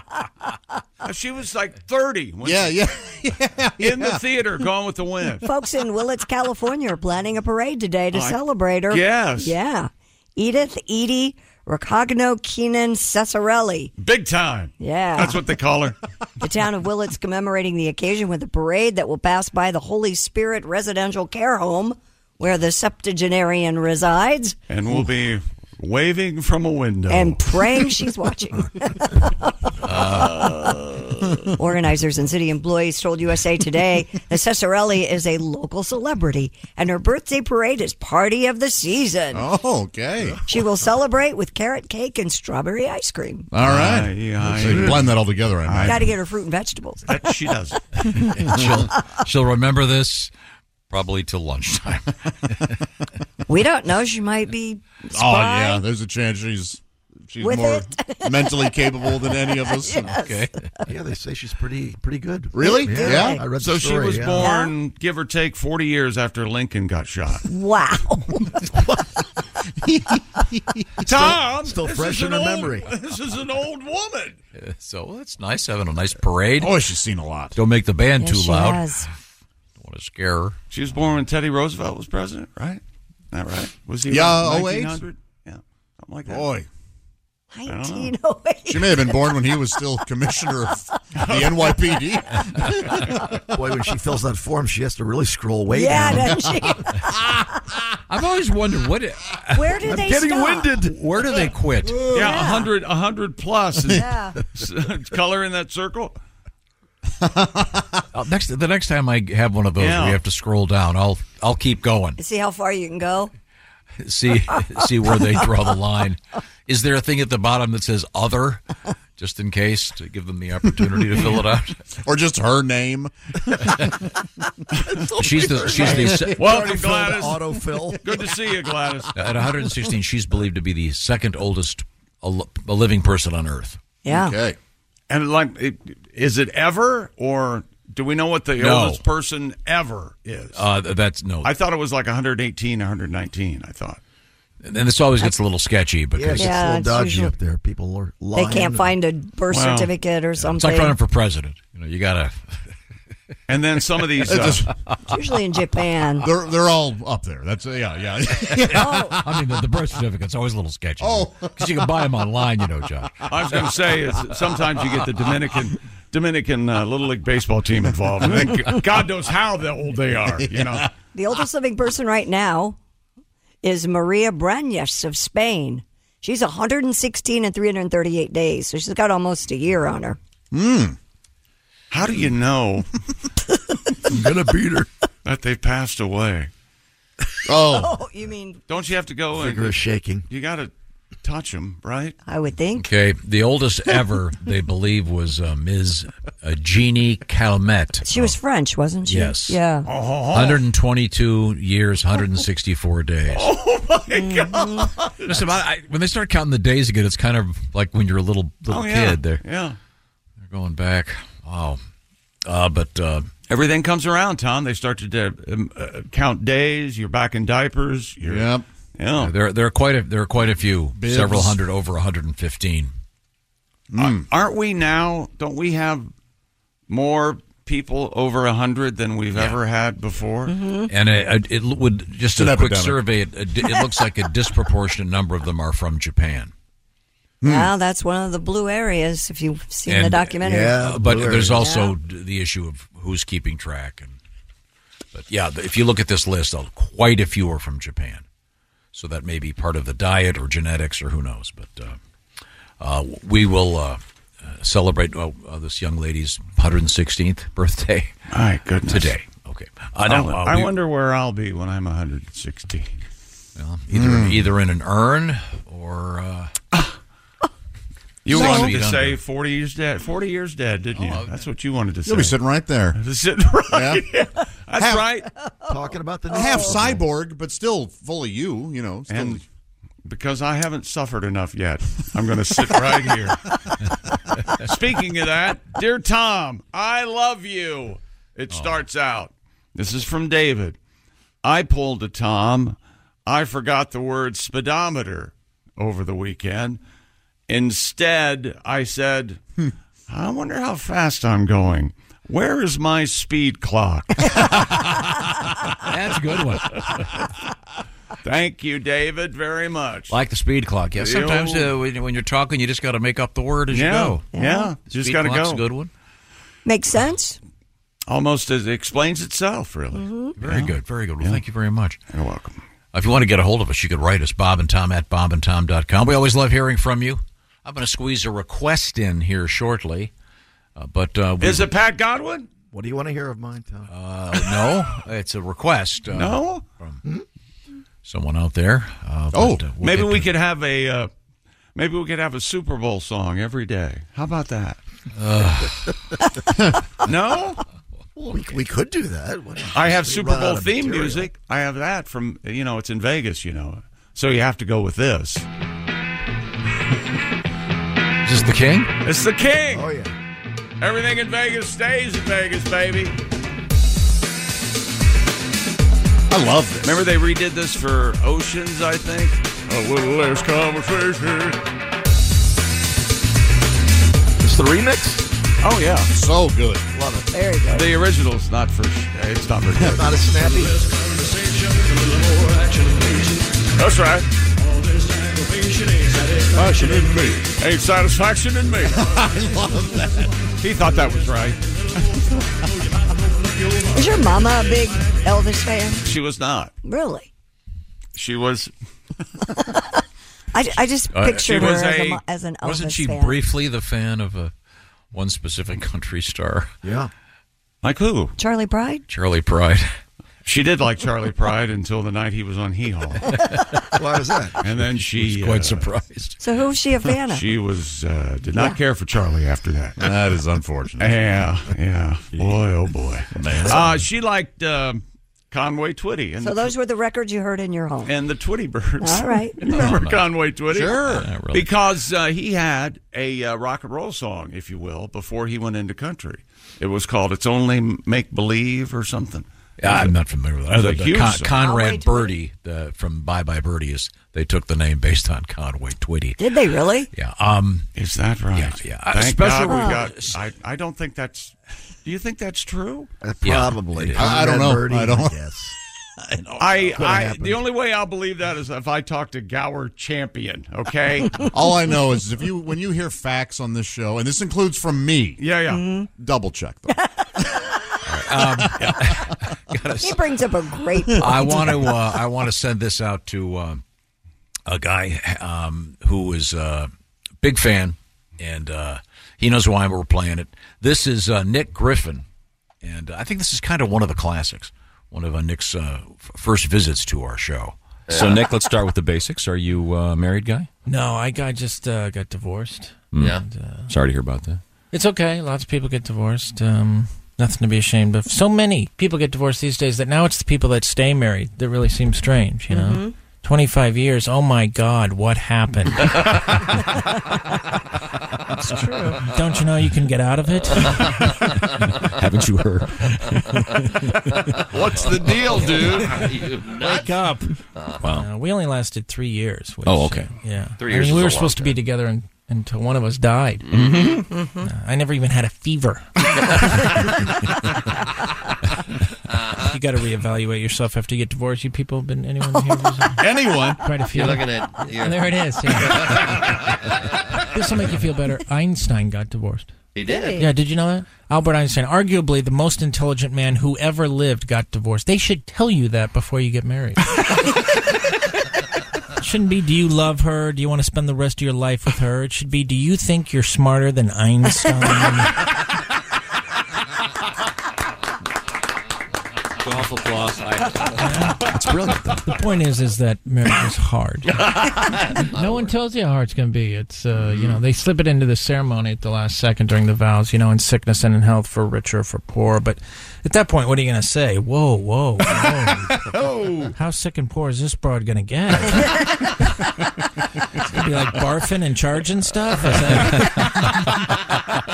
[SPEAKER 1] Uh, She was like 30. When
[SPEAKER 8] Yeah,
[SPEAKER 1] she-
[SPEAKER 8] yeah, [laughs]
[SPEAKER 1] [laughs] In the theater, Gone with the
[SPEAKER 3] [laughs]
[SPEAKER 1] Wind.
[SPEAKER 3] Folks in Willits, California are planning a parade today to
[SPEAKER 1] I
[SPEAKER 3] celebrate her.
[SPEAKER 1] guess.
[SPEAKER 3] Yeah. Edith, Edie, Ricogno, Keenan, Cesarelli.
[SPEAKER 1] Big time.
[SPEAKER 3] Yeah.
[SPEAKER 1] That's what they call her.
[SPEAKER 3] The town of Willits commemorating the occasion with a parade that will pass by the Holy Spirit Residential Care Home, where the septuagenarian resides,
[SPEAKER 1] And we'll be waving from a window.
[SPEAKER 3] and praying she's watching. [laughs]
[SPEAKER 1] Uh,
[SPEAKER 3] Organizers and city employees told USA Today that Cesarelli is a local celebrity and her birthday parade is party of the season.
[SPEAKER 8] Oh, okay.
[SPEAKER 3] She will celebrate with carrot cake and strawberry ice cream.
[SPEAKER 8] All right.
[SPEAKER 1] I-
[SPEAKER 8] So you blend that all together, I imagine.
[SPEAKER 3] Got to get her fruit and vegetables.
[SPEAKER 1] That
[SPEAKER 3] [laughs]
[SPEAKER 1] she does.
[SPEAKER 4] [laughs] she'll, she'll remember this probably till lunchtime.
[SPEAKER 3] We don't know. She might be.
[SPEAKER 8] Oh
[SPEAKER 3] Spy.
[SPEAKER 8] yeah, there's a chance she's she's
[SPEAKER 3] With
[SPEAKER 8] more
[SPEAKER 3] it. [laughs]
[SPEAKER 8] mentally capable than any of us.
[SPEAKER 3] Yes. Okay.
[SPEAKER 10] [laughs] Yeah, they say she's pretty pretty good.
[SPEAKER 8] Really?
[SPEAKER 10] Yeah.
[SPEAKER 8] Yeah.
[SPEAKER 10] I read
[SPEAKER 1] so
[SPEAKER 10] the
[SPEAKER 1] she
[SPEAKER 10] story,
[SPEAKER 1] was
[SPEAKER 10] yeah.
[SPEAKER 1] born, give or take, 40 years after Lincoln got shot.
[SPEAKER 3] Wow.
[SPEAKER 1] Tom!
[SPEAKER 10] Still
[SPEAKER 1] this
[SPEAKER 10] fresh
[SPEAKER 1] is
[SPEAKER 10] in
[SPEAKER 1] an
[SPEAKER 10] her
[SPEAKER 1] old-
[SPEAKER 10] memory.
[SPEAKER 1] [laughs] This is an old woman.
[SPEAKER 4] Uh, [laughs] so it's nice having a nice parade.
[SPEAKER 8] Oh, she's seen a lot.
[SPEAKER 4] Don't make the band
[SPEAKER 1] Yes,
[SPEAKER 4] too
[SPEAKER 1] she
[SPEAKER 4] loud.
[SPEAKER 1] has.
[SPEAKER 4] Don't want to scare her.
[SPEAKER 1] She was born when Teddy Roosevelt was president, right? Not right. Was he?
[SPEAKER 8] Yeah,
[SPEAKER 10] oh
[SPEAKER 1] around
[SPEAKER 8] 08?
[SPEAKER 1] 1900? Yeah, something like that.
[SPEAKER 8] Boy.
[SPEAKER 1] I don't know.
[SPEAKER 8] oh
[SPEAKER 3] oh
[SPEAKER 8] She may have been born when he was still commissioner of the NYPD.
[SPEAKER 10] [laughs] Boy, when she fills that form, she has to really scroll way
[SPEAKER 8] [laughs] Yeah,
[SPEAKER 10] down.
[SPEAKER 8] doesn't
[SPEAKER 10] [laughs]
[SPEAKER 4] I've always wondered what. It,
[SPEAKER 3] Where do
[SPEAKER 10] [laughs] I'm
[SPEAKER 3] they
[SPEAKER 10] getting
[SPEAKER 3] stop?
[SPEAKER 10] winded.
[SPEAKER 4] Where do they quit?
[SPEAKER 1] Yeah, a hundred, a hundred plus. And
[SPEAKER 3] Yeah.
[SPEAKER 1] [laughs] color in that
[SPEAKER 3] [laughs]
[SPEAKER 1] circle.
[SPEAKER 4] [laughs] Uh, next, the next time I have one of those,
[SPEAKER 1] Yeah.
[SPEAKER 4] we have to scroll down. I'll I'll keep going.
[SPEAKER 3] See how far you can go.
[SPEAKER 4] See [laughs] see where they draw the line. Is there a thing at the bottom that says other, just in case to give them the opportunity to fill it out,
[SPEAKER 8] or just her name?
[SPEAKER 4] [laughs] she's the she's the se-
[SPEAKER 1] Welcome, Gladys.
[SPEAKER 10] Autofill.
[SPEAKER 1] Good to see you, Gladys.
[SPEAKER 4] At 116, she's believed to be the second oldest al- a living person on Earth.
[SPEAKER 3] Yeah.
[SPEAKER 8] Okay.
[SPEAKER 1] And like, it, is it ever or do we know what the
[SPEAKER 4] No.
[SPEAKER 1] oldest person ever is?
[SPEAKER 4] Uh, th- that's no,
[SPEAKER 1] I thought it was like 118, 119. I thought.
[SPEAKER 4] and this always gets a little sketchy
[SPEAKER 10] Yeah,
[SPEAKER 4] because
[SPEAKER 10] it's
[SPEAKER 3] Yeah,
[SPEAKER 10] a little
[SPEAKER 3] it's
[SPEAKER 10] dodgy
[SPEAKER 3] usually-
[SPEAKER 10] up there. People are
[SPEAKER 3] They
[SPEAKER 10] lying.
[SPEAKER 3] can't find a birth
[SPEAKER 1] Wow.
[SPEAKER 3] certificate or
[SPEAKER 4] it's
[SPEAKER 3] something.
[SPEAKER 4] like running for president. You know, you gotta.
[SPEAKER 1] [laughs] And then some of
[SPEAKER 4] [laughs]
[SPEAKER 1] these. Uh,
[SPEAKER 3] It's usually in Japan.
[SPEAKER 8] They're they're all up there. That's
[SPEAKER 4] [laughs]
[SPEAKER 8] yeah yeah. Oh.
[SPEAKER 3] Oh.
[SPEAKER 4] I mean, the, the birth certificate's always a little sketchy. [laughs] Oh, because [laughs] you
[SPEAKER 1] [laughs]
[SPEAKER 4] can buy them online, you know, Josh.
[SPEAKER 1] I was going to say is sometimes you get the Dominican Dominican uh, little league baseball team involved, and then God knows how old they are. You know.
[SPEAKER 3] The oldest living person right now is Maria Breñas of Spain. She's 116 and 338 days, so she's got almost a year on her.
[SPEAKER 1] Hmm. How do you know? I'm gonna beat her. That they passed away. [laughs]
[SPEAKER 8] Oh,
[SPEAKER 3] Oh, you mean
[SPEAKER 1] Oh. Don't you have to go and
[SPEAKER 10] vigorous shaking.
[SPEAKER 1] you got to touch him, right?
[SPEAKER 3] I would think.
[SPEAKER 4] Okay, the oldest
[SPEAKER 1] [laughs]
[SPEAKER 4] ever they believe was uh, Ms. Uh, Jeannie Calmette.
[SPEAKER 3] She was French, wasn't she?
[SPEAKER 4] Yes. Uh-huh.
[SPEAKER 3] Yeah.
[SPEAKER 1] Oh.
[SPEAKER 4] 122 years, 164 days.
[SPEAKER 1] Oh.
[SPEAKER 8] Mm-hmm.
[SPEAKER 1] [laughs]
[SPEAKER 4] Listen, I, I, when they start counting the days again, it's kind of like when you're a little little
[SPEAKER 1] Oh,
[SPEAKER 4] kid.
[SPEAKER 1] yeah.
[SPEAKER 4] They're
[SPEAKER 1] Yeah.
[SPEAKER 4] they're going back. Wow. Uh, but uh,
[SPEAKER 1] Everything comes around, Tom. They start to uh, um, uh, count days. You're back in diapers. You're, yep. Yeah.
[SPEAKER 4] There, there are quite a there are quite a few,
[SPEAKER 1] Bibs.
[SPEAKER 4] several hundred Uh, over 115.
[SPEAKER 1] Aren't we now? Don't we have more people over a hundred than we've ever had before?
[SPEAKER 3] Mm-hmm.
[SPEAKER 4] And it, it would just
[SPEAKER 1] It's
[SPEAKER 4] a
[SPEAKER 1] an
[SPEAKER 4] quick
[SPEAKER 1] epidemic.
[SPEAKER 4] survey. It, it, it
[SPEAKER 1] [laughs]
[SPEAKER 4] looks like a disproportionate number of them are from Japan.
[SPEAKER 3] Well, that's one of the blue areas. If you've seen the
[SPEAKER 4] Hmm. And-
[SPEAKER 3] documentary,
[SPEAKER 4] Uh, but there's also
[SPEAKER 3] Yeah.
[SPEAKER 4] d the issue of who's keeping track. And but yeah, th- if you look at this list, uh, quite a few are from Japan. So that may be part of the diet or genetics or who knows. But uh, uh, we will uh, uh, celebrate uh, uh, this young lady's 116th birthday.
[SPEAKER 1] My goodness.
[SPEAKER 4] Today. Okay. Uh,
[SPEAKER 1] I'll-
[SPEAKER 4] now, uh,
[SPEAKER 1] Oh, I
[SPEAKER 4] we-
[SPEAKER 1] wonder where I'll be when I'm 160.
[SPEAKER 4] Well, Either
[SPEAKER 1] Hmm.
[SPEAKER 8] Hmm.
[SPEAKER 4] either in an urn or. Uh,
[SPEAKER 1] [laughs] You
[SPEAKER 4] six
[SPEAKER 1] wanted
[SPEAKER 4] feet
[SPEAKER 1] to
[SPEAKER 4] under. Oh,
[SPEAKER 1] say 40 years dead, 40 years dead, didn't you? That's what you wanted to say.
[SPEAKER 8] You'll be sitting right there.
[SPEAKER 1] [laughs] Sitting right here. That's
[SPEAKER 8] Half-
[SPEAKER 1] right.
[SPEAKER 10] Talking about the
[SPEAKER 1] Oh.
[SPEAKER 8] half
[SPEAKER 10] news.
[SPEAKER 8] cyborg, but still fully you. You know, still
[SPEAKER 1] And because I haven't suffered enough yet, I'm going to
[SPEAKER 8] [laughs]
[SPEAKER 1] sit right here. Speaking of that, dear Tom, I love you. It starts out. This is from David. I pulled a Tom. I forgot the word speedometer over the weekend. Instead, I said, "Hmm, I wonder how fast I'm going. Where is my speed clock? [laughs]
[SPEAKER 4] That's a good one.
[SPEAKER 1] Thank you, David, very much.
[SPEAKER 4] Like the speed clock, yeah.
[SPEAKER 1] The
[SPEAKER 4] Sometimes
[SPEAKER 1] old-
[SPEAKER 4] uh, when, when you're talking, you just got to make up the word as
[SPEAKER 1] Yeah,
[SPEAKER 4] you go.
[SPEAKER 1] yeah. Yeah. Just
[SPEAKER 4] Speed
[SPEAKER 1] gotta
[SPEAKER 4] clock's
[SPEAKER 1] go.
[SPEAKER 4] A good one.
[SPEAKER 3] makes sense.
[SPEAKER 1] Almost as it explains itself, really.
[SPEAKER 4] Mm-hmm. Very
[SPEAKER 1] Yeah.
[SPEAKER 4] good. Very good. Well,
[SPEAKER 1] Yeah.
[SPEAKER 4] thank you very much.
[SPEAKER 1] You're welcome.
[SPEAKER 4] If you want to get a hold of us, you could write us Bob and Tom at bobandtom.com. We always love hearing from you. I'm going to squeeze a request in here shortly, uh, but uh, we-
[SPEAKER 1] Is it Pat Godwin?
[SPEAKER 10] What do you want to hear of mine, Tom?
[SPEAKER 1] [laughs]
[SPEAKER 4] Uh, no, it's a request. Uh,
[SPEAKER 1] No?
[SPEAKER 4] from someone out there. Uh,
[SPEAKER 1] Oh,
[SPEAKER 4] but, uh, we'll
[SPEAKER 1] maybe
[SPEAKER 4] get
[SPEAKER 1] we
[SPEAKER 4] to-
[SPEAKER 1] could have a uh, maybe we could have a Super Bowl song every day. [laughs] How about that? no,
[SPEAKER 10] Well, we, we could do that. What-
[SPEAKER 1] I have
[SPEAKER 10] we
[SPEAKER 1] Super
[SPEAKER 10] run out
[SPEAKER 1] Bowl
[SPEAKER 10] of
[SPEAKER 1] theme
[SPEAKER 10] material.
[SPEAKER 1] music. I have that from you know it's in Vegas, you know, so you have to go with this.
[SPEAKER 4] Is this the king?
[SPEAKER 1] It's the king. Oh yeah. Everything in Vegas stays in Vegas, baby.
[SPEAKER 8] I love this.
[SPEAKER 1] Remember they redid this for Oceans, I think. A little less conversation.
[SPEAKER 10] It's the remix.
[SPEAKER 1] Oh yeah,
[SPEAKER 8] so good.
[SPEAKER 10] Love it.
[SPEAKER 3] There you go.
[SPEAKER 1] The original's not for. It's not
[SPEAKER 10] [laughs]
[SPEAKER 1] for. good.
[SPEAKER 10] [laughs] Not as snappy.
[SPEAKER 1] That's right. Passion in me. Ain't satisfaction
[SPEAKER 10] [laughs]
[SPEAKER 1] in me.
[SPEAKER 8] I love that.
[SPEAKER 1] He thought that was right.
[SPEAKER 3] Is your mama a big Elvis fan?
[SPEAKER 1] She was not.
[SPEAKER 3] Really?
[SPEAKER 1] She was.
[SPEAKER 3] I, I just
[SPEAKER 4] Uh,
[SPEAKER 3] pictured
[SPEAKER 4] she
[SPEAKER 3] her
[SPEAKER 4] was
[SPEAKER 3] as,
[SPEAKER 4] a-
[SPEAKER 3] a, mo- as an Elvis
[SPEAKER 4] Wasn't she
[SPEAKER 3] fan.
[SPEAKER 4] briefly the fan of a one specific country star?
[SPEAKER 10] Yeah.
[SPEAKER 1] Like who?
[SPEAKER 3] Charlie Pride?
[SPEAKER 4] Charlie Pride.
[SPEAKER 1] She did like Charlie Pride until the night he was on Hee Haw.
[SPEAKER 10] Why was that?
[SPEAKER 1] And then she.
[SPEAKER 4] Quite
[SPEAKER 1] uh,
[SPEAKER 4] surprised.
[SPEAKER 3] So who's she a fan of?
[SPEAKER 1] [laughs] She was uh, did not care for Charlie after that.
[SPEAKER 8] That is unfortunate.
[SPEAKER 1] [laughs] Yeah, yeah. Boy, oh [laughs] boy. Uh, she liked um Conway Twitty and
[SPEAKER 3] so
[SPEAKER 1] the,
[SPEAKER 3] those were the records you heard in your
[SPEAKER 1] [laughs]
[SPEAKER 3] home.
[SPEAKER 1] and the Twitty Birds.
[SPEAKER 3] All right.
[SPEAKER 1] [laughs] Remember Conway Twitty?
[SPEAKER 8] Sure.
[SPEAKER 4] Not really.
[SPEAKER 1] Because uh, he had a uh, rock and roll song, if you will, before he went into country. It was called "It's Only Make Believe" or something.
[SPEAKER 4] Yeah, I'm not familiar with
[SPEAKER 1] It's
[SPEAKER 4] that.
[SPEAKER 1] a
[SPEAKER 4] Uh, the
[SPEAKER 1] huge
[SPEAKER 4] Con-
[SPEAKER 1] song.
[SPEAKER 4] Conrad
[SPEAKER 3] Conway Twitty.
[SPEAKER 4] Birdie uh, from Bye Bye Birdie is they took the name based on Conway Twitty.
[SPEAKER 3] Did they really?
[SPEAKER 4] Yeah. Um.
[SPEAKER 1] Is that right?
[SPEAKER 4] Yeah, yeah. Uh,
[SPEAKER 1] Thank
[SPEAKER 4] special-
[SPEAKER 1] God we got. I, I don't think that's. Do you think that's true?
[SPEAKER 10] Uh,
[SPEAKER 4] Yeah,
[SPEAKER 10] Probably.
[SPEAKER 4] it is.
[SPEAKER 8] I- I don't
[SPEAKER 10] Conrad
[SPEAKER 8] know.
[SPEAKER 10] Birdie,
[SPEAKER 8] I don't- [laughs]
[SPEAKER 10] guess.
[SPEAKER 1] I, I
[SPEAKER 10] happened.
[SPEAKER 1] the only way I'll believe that is if I talk to Gower Champion. Okay.
[SPEAKER 8] [laughs] All I know is if you when you hear facts on this show, and this includes from me,
[SPEAKER 1] yeah, yeah.
[SPEAKER 3] Mm-hmm.
[SPEAKER 8] double check [laughs] them.
[SPEAKER 3] He brings up a great point.
[SPEAKER 4] I want to. Uh,
[SPEAKER 3] [laughs]
[SPEAKER 4] I want to send this out to um, a guy um, who is a big fan, and uh, he knows why we're playing it. This is uh, Nick Griffin, and I think this is kind of one of the classics, one of uh, Nick's uh, f- first visits to our show.
[SPEAKER 11] So, Nick, let's start with the basics. Are you uh, married guy?
[SPEAKER 12] No, I got just uh, got divorced.
[SPEAKER 11] Mm.
[SPEAKER 12] And, uh,
[SPEAKER 11] Sorry to hear about that.
[SPEAKER 12] it's okay. Lots of people get divorced. Um, nothing to be ashamed of. So many people get divorced these days that now it's the people that stay married that really seem strange. You know,
[SPEAKER 13] Mhm.
[SPEAKER 12] twenty five years. Oh my God, what happened?
[SPEAKER 13] [laughs] It's true.
[SPEAKER 12] Don't you know you can get out of
[SPEAKER 13] [laughs]
[SPEAKER 12] it?
[SPEAKER 13] Haven't you heard?
[SPEAKER 11] What's the deal, dude?
[SPEAKER 13] You
[SPEAKER 12] Wake up!
[SPEAKER 11] Wow.
[SPEAKER 12] Uh, we only lasted three years. Which,
[SPEAKER 11] Oh, okay.
[SPEAKER 12] uh, yeah,
[SPEAKER 11] Uh-huh. Three
[SPEAKER 12] I
[SPEAKER 11] years
[SPEAKER 12] mean,
[SPEAKER 11] is
[SPEAKER 12] we
[SPEAKER 11] a
[SPEAKER 12] were
[SPEAKER 11] long
[SPEAKER 12] supposed to be together un until one of us died.
[SPEAKER 11] Mhm.
[SPEAKER 12] Uh, I never even had
[SPEAKER 11] [laughs]
[SPEAKER 12] a fever. Uh-huh. you got to reevaluate yourself after you get divorced. You people have been anyone
[SPEAKER 11] [laughs]
[SPEAKER 12] here?
[SPEAKER 1] Anyone?
[SPEAKER 12] Quite a few.
[SPEAKER 1] You're looking at- yeah.
[SPEAKER 12] And there it is. this will make you feel better. Einstein got divorced.
[SPEAKER 14] He did? Did he?
[SPEAKER 12] Yeah, did you know that? Albert Einstein, arguably the most intelligent man who ever lived, got divorced. They should tell you that before you get married. It shouldn't be, do you love her? Do you want to spend the rest of your life with her? It should be, do you think you're smarter than
[SPEAKER 14] [laughs]
[SPEAKER 12] Einstein?
[SPEAKER 11] Golf applause.
[SPEAKER 12] [laughs] It's brilliant. The point is, is that marriage is hard. [laughs] no one tells you how hard it's going to be. It's uh, you know they slip it into the ceremony at the last second during the vows. You know, in sickness and in health, for rich or for poor. But at that point, what are you going to say? Whoa, whoa, [laughs] whoa! how sick and poor is this broad going to [laughs] get? it's going to be like barfing and charging stuff. Is [laughs] that-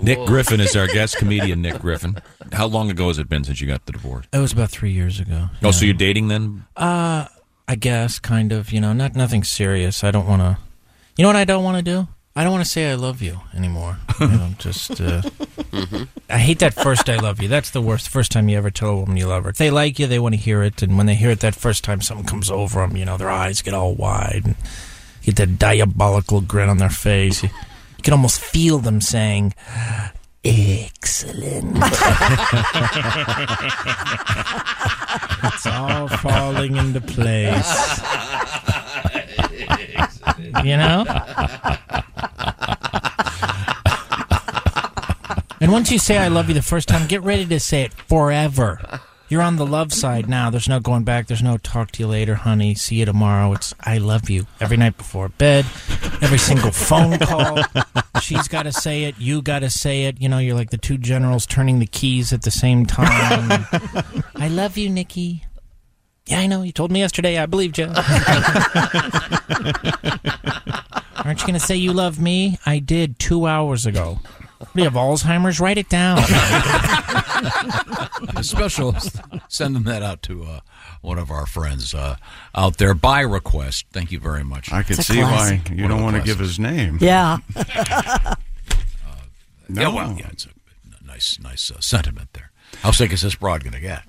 [SPEAKER 11] Nick
[SPEAKER 12] Whoa.
[SPEAKER 11] Griffin is our
[SPEAKER 12] [laughs]
[SPEAKER 11] guest comedian. Nick Griffin. How long ago has it been since you got the divorce?
[SPEAKER 12] It was about three years ago.
[SPEAKER 11] Oh, so you're dating then?
[SPEAKER 12] Uh, I guess kind of. You know, not nothing serious. I don't want to. You know what I don't want to do? I don't want to say I love you anymore. You know, just uh, I hate that first I love you. That's the worst. First time you ever tell a woman you love her. If they like you, they want to hear it, and when they hear it that first time, something comes over them. You know, their eyes get all wide and get that diabolical grin on their face. You, you can almost feel them saying, "Excellent." it's all falling into place. you know? and once you say I love you the first time, get ready to say it forever. You're on the love side now. There's no going back. There's no talk to you later, honey. See you tomorrow. It's I love you every night before bed, every single phone call. She's got to say it. You got to say it. You know, you're like the two generals turning the keys at the same time. I love you, Nikki. Yeah, I know. You told me yesterday. I believed you. [laughs] Aren't you going to say you love me? I did two hours ago. We have Alzheimer's. Write it down.
[SPEAKER 4] [laughs] Special. Sending that out to uh, one of our friends uh, out there by request. Thank you very much.
[SPEAKER 1] I can see why you don't want to give his name.
[SPEAKER 4] No. Yeah, well, yeah, it's a n- nice, nice uh, sentiment there. How sick is this broad going to get?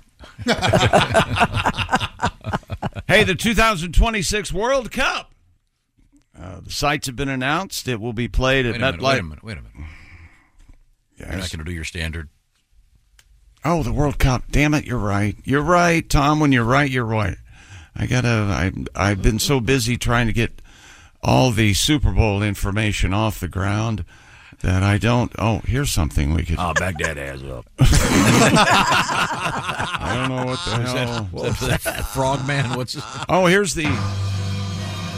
[SPEAKER 1] hey, the 2026 World Cup. Uh, the sites have been announced. It will be played at
[SPEAKER 4] Wait a minute,
[SPEAKER 1] MetLife.
[SPEAKER 4] wait a minute, wait a minute. You're not going to do your standard.
[SPEAKER 1] Oh, the World Cup. Damn it, you're right. You're right, Tom. When you're right, you're right. I gotta. I I've been so busy trying to get all the Super Bowl information off the ground that I don't. Oh, here's something we could.
[SPEAKER 4] Oh, back that
[SPEAKER 1] [laughs]
[SPEAKER 4] ass up.
[SPEAKER 1] I don't know what the
[SPEAKER 4] Is that-
[SPEAKER 1] hell.
[SPEAKER 4] what was that? Frogman? What's his-
[SPEAKER 1] Oh, here's the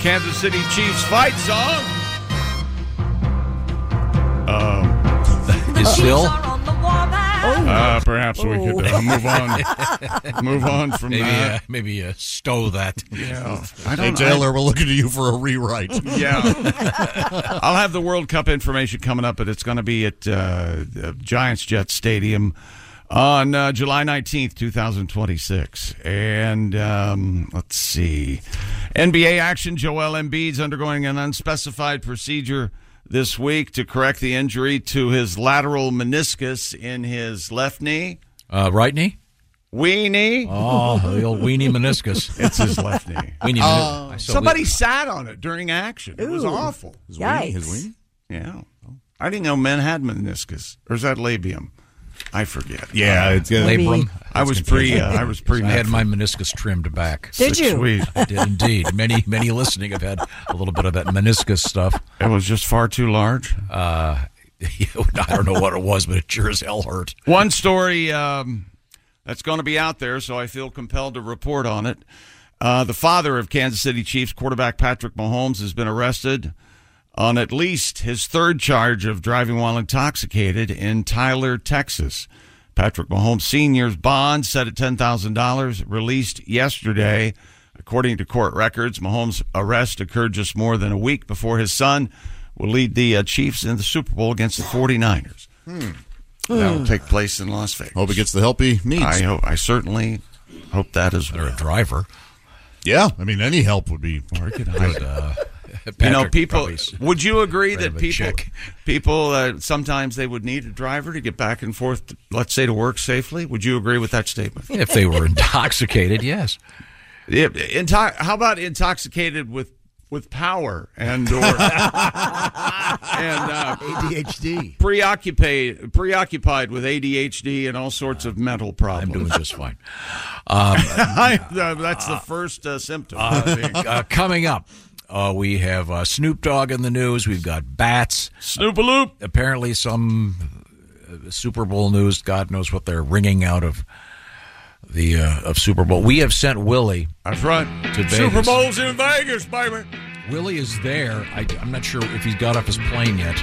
[SPEAKER 1] Kansas City Chiefs fight song. Um,
[SPEAKER 13] Is Phil?
[SPEAKER 1] [laughs] Uh, perhaps we could uh, move
[SPEAKER 4] [laughs]
[SPEAKER 1] on. [laughs] Move on from
[SPEAKER 4] maybe,
[SPEAKER 1] that.
[SPEAKER 4] Uh, maybe uh, stow that.
[SPEAKER 1] [laughs]
[SPEAKER 4] Oh,
[SPEAKER 1] Yeah. [laughs] Yeah.
[SPEAKER 4] Yeah.
[SPEAKER 1] I'll have the World Cup information coming up, but it's going to be at uh, the Giants Jet Stadium on uh, July 19th, 2026. And um, let's see. NBA action Joel Embiid's undergoing an unspecified procedure this week to correct the injury to his lateral meniscus in his left knee.
[SPEAKER 4] Uh, right knee?
[SPEAKER 1] Weenie.
[SPEAKER 4] Oh, the old weenie meniscus.
[SPEAKER 1] [laughs] It's his left knee.
[SPEAKER 4] [laughs] Weenie
[SPEAKER 1] Oh.
[SPEAKER 4] meniscus. I saw
[SPEAKER 1] Somebody sat [laughs] on it during action. It was
[SPEAKER 8] Ooh.
[SPEAKER 1] awful.
[SPEAKER 8] His weenie- his Yikes. weenie?
[SPEAKER 1] Yeah. I didn't know men had meniscus, or is that labium? I forget.
[SPEAKER 4] Yeah, it's- yeah. Uh, Labrum.
[SPEAKER 1] I was
[SPEAKER 4] That's
[SPEAKER 1] pre.
[SPEAKER 4] confusing.
[SPEAKER 1] Uh, I was pre.
[SPEAKER 4] [laughs] I had my meniscus trimmed back.
[SPEAKER 1] Did Six you? weeks.
[SPEAKER 4] I did indeed. Many, many listening have had a little bit of that meniscus stuff.
[SPEAKER 1] It was just far too large.
[SPEAKER 4] [laughs] Uh, I don't know what it was, but it sure as hell hurt.
[SPEAKER 1] One story um, that's going to be out there, so I feel compelled to report on it. Uh, the father of Kansas City Chiefs quarterback Patrick Mahomes has been arrested on at least his third charge of driving while intoxicated in Tyler, Texas. Patrick Mahomes Sr.'s bond set at $10,000, released yesterday. According to court records, Mahomes' arrest occurred just more than a week before his son will lead the uh, Chiefs in the Super Bowl against the 49ers. Hmm.
[SPEAKER 3] Hmm.
[SPEAKER 1] That will take place in Las Vegas.
[SPEAKER 8] Mm. Hope he gets the help he needs.
[SPEAKER 1] I hope. I certainly
[SPEAKER 8] um,
[SPEAKER 1] hope that is. They're a driver.
[SPEAKER 8] Yeah, I mean, any help would be
[SPEAKER 1] good.
[SPEAKER 8] uh,
[SPEAKER 1] you know,
[SPEAKER 8] Patrick
[SPEAKER 1] people.
[SPEAKER 8] probably s-
[SPEAKER 1] Would you agree
[SPEAKER 8] ran
[SPEAKER 1] that
[SPEAKER 8] him a
[SPEAKER 1] people,
[SPEAKER 8] check.
[SPEAKER 1] people uh, sometimes they would need a driver to get back and forth, let's say, to work safely? Would you agree with that statement?
[SPEAKER 4] If they were intoxicated, yes.
[SPEAKER 1] Yeah, inti- how about intoxicated with with power and or and uh, ADHD preoccupied preoccupied with ADHD and all sorts of mental problems. I'm doing
[SPEAKER 4] just fine.
[SPEAKER 1] [laughs]
[SPEAKER 4] Um,
[SPEAKER 1] that's the first uh, symptom.
[SPEAKER 4] Uh,
[SPEAKER 1] [laughs]
[SPEAKER 4] uh, coming up, uh, we have uh, Snoop Dogg in the news. We've got bats.
[SPEAKER 1] Snoopaloop.
[SPEAKER 4] apparently, some uh, Super Bowl news. God knows what they're wringing out of the uh, of Super Bowl. We have sent Willie.
[SPEAKER 1] That's right.
[SPEAKER 4] To Vegas.
[SPEAKER 1] Super Bowl's in Vegas, baby.
[SPEAKER 4] Willie is there. I, I'm not sure if he's got off his plane yet.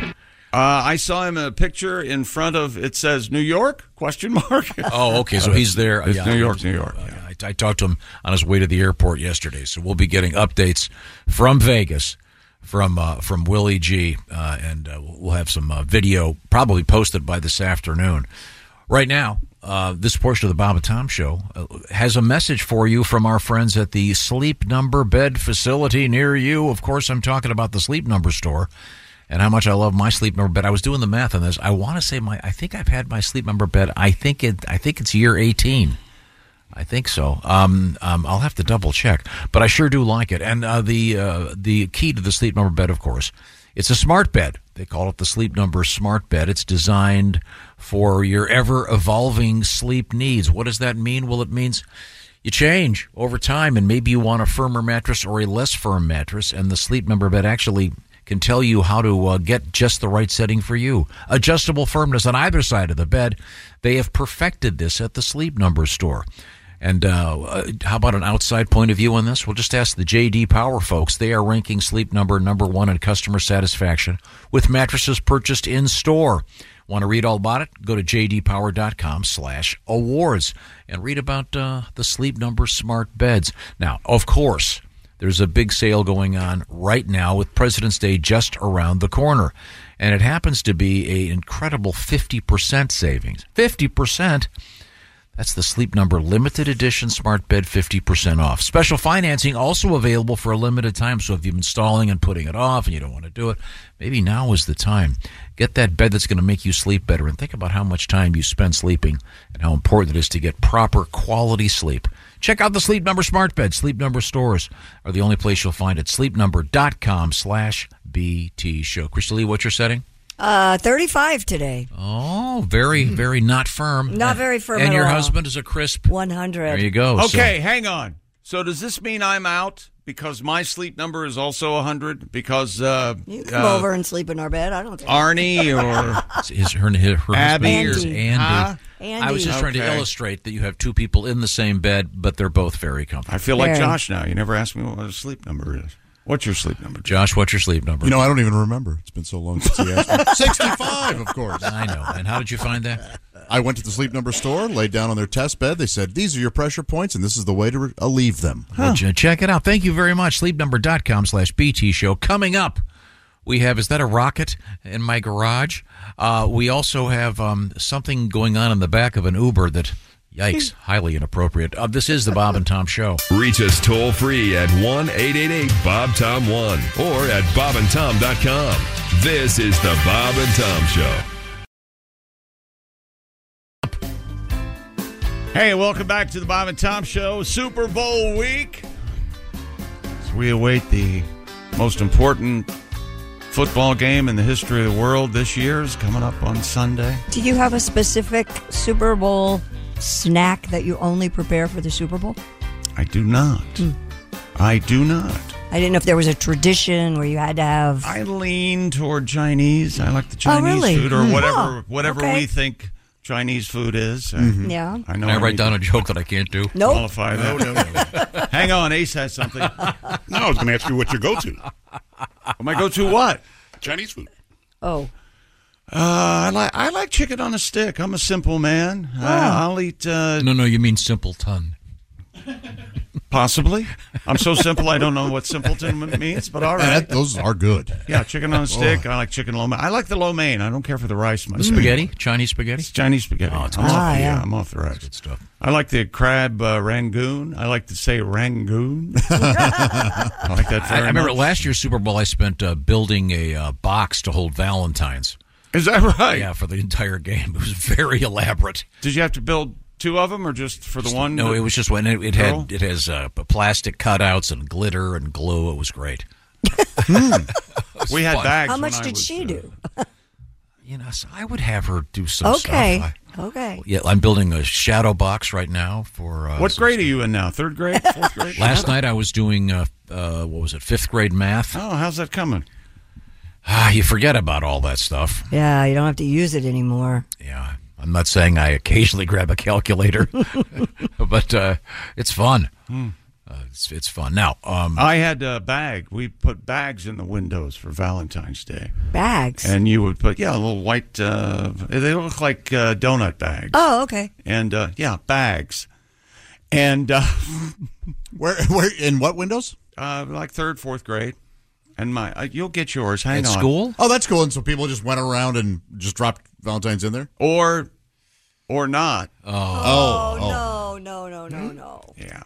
[SPEAKER 1] Uh, I saw him in a picture in front of it says New York question mark.
[SPEAKER 4] [laughs] Oh, okay. So he's there.
[SPEAKER 1] It's
[SPEAKER 4] Yeah.
[SPEAKER 1] New York, New York.
[SPEAKER 4] Uh, I, I talked to him on his way to the airport yesterday, so we'll be getting updates from Vegas from uh, from Willie G, uh, and uh, we'll we'll have some uh, video probably posted by this afternoon. Right now, uh, this portion of the Bob and Tom Show uh, has a message for you from our friends at the Sleep Number Bed Facility near you. Of course, I'm talking about the Sleep Number store and how much I love my sleep number bed. I was doing the math on this. I want to say my I think I've had my sleep number bed. I think it I think it's year 18. I think so. Um, um, I'll have to double check, but I sure do like it. And uh, the uh, the key to the sleep number bed, of course, it's a smart bed. They call it the Sleep Number Smart Bed. It's designed for your ever evolving sleep needs. What does that mean? Well, it means you change over time, and maybe you want a firmer mattress or a less firm mattress. And the Sleep Number bed actually can tell you how to uh, get just the right setting for you. Adjustable firmness on either side of the bed. They have perfected this at the Sleep Number store. And uh, uh, how about an outside point of view on this? We'll just ask the JD Power folks. They are ranking Sleep Number number one in customer satisfaction with mattresses purchased in store. Want to read all about it? Go to jdpower.com/awards and read about uh, the Sleep Number smart beds. Now, of course, there's a big sale going on right now with President's Day just around the corner. And it happens to be an incredible 50% savings. 50%? That's the Sleep Number limited edition smart bed 50% off. Special financing also available for a limited time. So if you've been stalling and putting it off and you don't want to do it, maybe now is the time. Get that bed that's going to make you sleep better and think about how much time you spend sleeping and how important it is to get proper quality sleep. Check out the Sleep Number smart bed. Sleep Number stores are the only place you'll find it. Sleepnumber.com slash BT show. Crystal Lee, what's your setting?
[SPEAKER 3] Uh, 35 today.
[SPEAKER 4] Oh, very, very not firm.
[SPEAKER 3] Not very firm.
[SPEAKER 4] And
[SPEAKER 3] at
[SPEAKER 4] your
[SPEAKER 3] all.
[SPEAKER 4] husband is a crisp
[SPEAKER 3] 100.
[SPEAKER 4] There you go. So-
[SPEAKER 1] Okay, hang on. So does this mean I'm out because my sleep number is also 100 because uh,
[SPEAKER 3] You can come
[SPEAKER 1] uh,
[SPEAKER 3] over and sleep in our bed. I don't care. [laughs]
[SPEAKER 1] Arnie or
[SPEAKER 4] his her, her, her
[SPEAKER 1] Abby
[SPEAKER 4] husband is
[SPEAKER 1] or-
[SPEAKER 4] Andy.
[SPEAKER 1] Huh?
[SPEAKER 4] I was just trying to
[SPEAKER 1] Okay.
[SPEAKER 4] illustrate that you have two people in the same bed, but they're both very comfortable.
[SPEAKER 1] I feel like Josh now. You never asked me what his sleep number is. What's your sleep number?
[SPEAKER 4] Josh, what's your sleep number?
[SPEAKER 8] You know, I don't even remember. It's been so long since
[SPEAKER 4] [laughs]
[SPEAKER 8] he asked me. 65, of course.
[SPEAKER 4] I know. And how did you find that?
[SPEAKER 8] I went to the sleep number store, laid down on their test bed. They said, these are your pressure points, and this is the way to re- alleviate them.
[SPEAKER 4] Well, ch- check it out. Thank you very much. Sleepnumber.com slash BT show. Coming up, we have Is That a Rocket in My Garage? Uh, we also have um, something going on in the back of an Uber that,
[SPEAKER 1] [laughs]
[SPEAKER 4] yikes, highly inappropriate. Uh, this is the Bob and Tom Show.
[SPEAKER 14] Reach us toll free at 1 888 Bob Tom 1 or at bobandtom.com. This is the Bob and Tom Show.
[SPEAKER 1] Hey, welcome back to the Bob and Tom Show. Super Bowl week. As we await the most important football game in the history of the world this year is coming up on Sunday.
[SPEAKER 3] Do you have a specific Super Bowl snack that you only prepare for the Super Bowl?
[SPEAKER 1] I do not.
[SPEAKER 3] Hmm.
[SPEAKER 1] I do not.
[SPEAKER 3] I didn't know if there was a tradition where you had to have.
[SPEAKER 1] I lean toward Chinese. I like the Chinese
[SPEAKER 9] Oh,
[SPEAKER 3] really?
[SPEAKER 1] food or
[SPEAKER 3] Hmm.
[SPEAKER 1] whatever
[SPEAKER 3] Huh.
[SPEAKER 1] whatever
[SPEAKER 3] Okay.
[SPEAKER 1] we think Chinese food is. I-
[SPEAKER 9] Mm-hmm.
[SPEAKER 3] Mhm. Yeah.
[SPEAKER 1] I know.
[SPEAKER 4] Can I write
[SPEAKER 1] need
[SPEAKER 4] down
[SPEAKER 1] to
[SPEAKER 4] a joke that I can't do?
[SPEAKER 3] Nope.
[SPEAKER 1] [laughs] Qualify that.
[SPEAKER 3] No,
[SPEAKER 1] [laughs] Hang on, Ace has something.
[SPEAKER 9] [laughs] No, I was going to ask you what your go-to.
[SPEAKER 1] My go-to what?
[SPEAKER 9] Chinese food.
[SPEAKER 3] Oh.
[SPEAKER 1] Uh, I like I like chicken on a stick. I'm a simple man. Uh,
[SPEAKER 3] Oh.
[SPEAKER 4] Wow.
[SPEAKER 1] I'll eat uh,
[SPEAKER 4] No, no, you mean simpleton.
[SPEAKER 1] possibly. I'm so simple I don't know what simpleton means, but all right.
[SPEAKER 8] That- those are good. Oh.
[SPEAKER 1] Yeah, chicken on a stick. I like chicken lo mein. I like the lo mein. I don't care for the rice much.
[SPEAKER 4] The spaghetti? Chinese spaghetti?
[SPEAKER 1] It's Chinese spaghetti.
[SPEAKER 4] Oh, it's
[SPEAKER 1] I'm
[SPEAKER 4] good.
[SPEAKER 1] off
[SPEAKER 4] Ah,
[SPEAKER 1] the-
[SPEAKER 4] yeah.
[SPEAKER 1] I'm off the rice.
[SPEAKER 4] It's good stuff.
[SPEAKER 1] I like the crab uh, rangoon. I like to say
[SPEAKER 4] [laughs]
[SPEAKER 1] rangoon. I like that.
[SPEAKER 4] I, I
[SPEAKER 1] very
[SPEAKER 4] remember
[SPEAKER 1] much.
[SPEAKER 4] last year's Super Bowl, I spent uh, building a uh, box to hold Valentine's.
[SPEAKER 1] Is that right?
[SPEAKER 4] Yeah, for the entire game. It was very elaborate.
[SPEAKER 1] Did you have to build two of them, or just for the one?
[SPEAKER 4] No, it was just when it, it
[SPEAKER 1] Girl?
[SPEAKER 4] had it has uh, plastic cutouts and glitter and glue. It was great.
[SPEAKER 1] Hmm.
[SPEAKER 4] [laughs]
[SPEAKER 1] [laughs] We had
[SPEAKER 4] fun.
[SPEAKER 1] bags.
[SPEAKER 3] How
[SPEAKER 1] when
[SPEAKER 3] much
[SPEAKER 1] I
[SPEAKER 3] did
[SPEAKER 1] was,
[SPEAKER 3] she
[SPEAKER 1] uh,
[SPEAKER 3] do?
[SPEAKER 1] [laughs]
[SPEAKER 4] You know, so I would have her do some
[SPEAKER 3] Okay.
[SPEAKER 4] stuff.
[SPEAKER 3] Okay.
[SPEAKER 4] I, yeah, I'm building a shadow box right now for. Uh,
[SPEAKER 1] What grade are you in now? Third grade, [laughs] [laughs] fourth grade?
[SPEAKER 4] Last night I was doing uh, uh, what was it? Fifth grade math.
[SPEAKER 1] Oh, how's that coming?
[SPEAKER 4] Ah, you forget about all that stuff.
[SPEAKER 3] Yeah, you don't have to use it anymore.
[SPEAKER 4] Yeah. I'm not saying I occasionally grab a calculator, [laughs] but uh, it's fun.
[SPEAKER 1] Hmm.
[SPEAKER 4] Uh, it's, it's fun. Now, um,
[SPEAKER 1] I had a bag. We put bags in the windows for Valentine's Day.
[SPEAKER 3] Bags?
[SPEAKER 1] And you would put, yeah, a little white, uh, they look like uh, donut bags.
[SPEAKER 3] Oh, okay.
[SPEAKER 1] And uh, yeah, bags. And uh, [laughs]
[SPEAKER 8] where, where, in what windows?
[SPEAKER 1] Uh, like third, fourth grade. And my, uh, you'll get yours. Hang on.
[SPEAKER 8] Oh, that's cool. And so people just went around and just dropped Valentine's in there?
[SPEAKER 1] Or or not.
[SPEAKER 4] Oh,
[SPEAKER 8] oh.
[SPEAKER 3] no, no, no, no, no.
[SPEAKER 1] Yeah.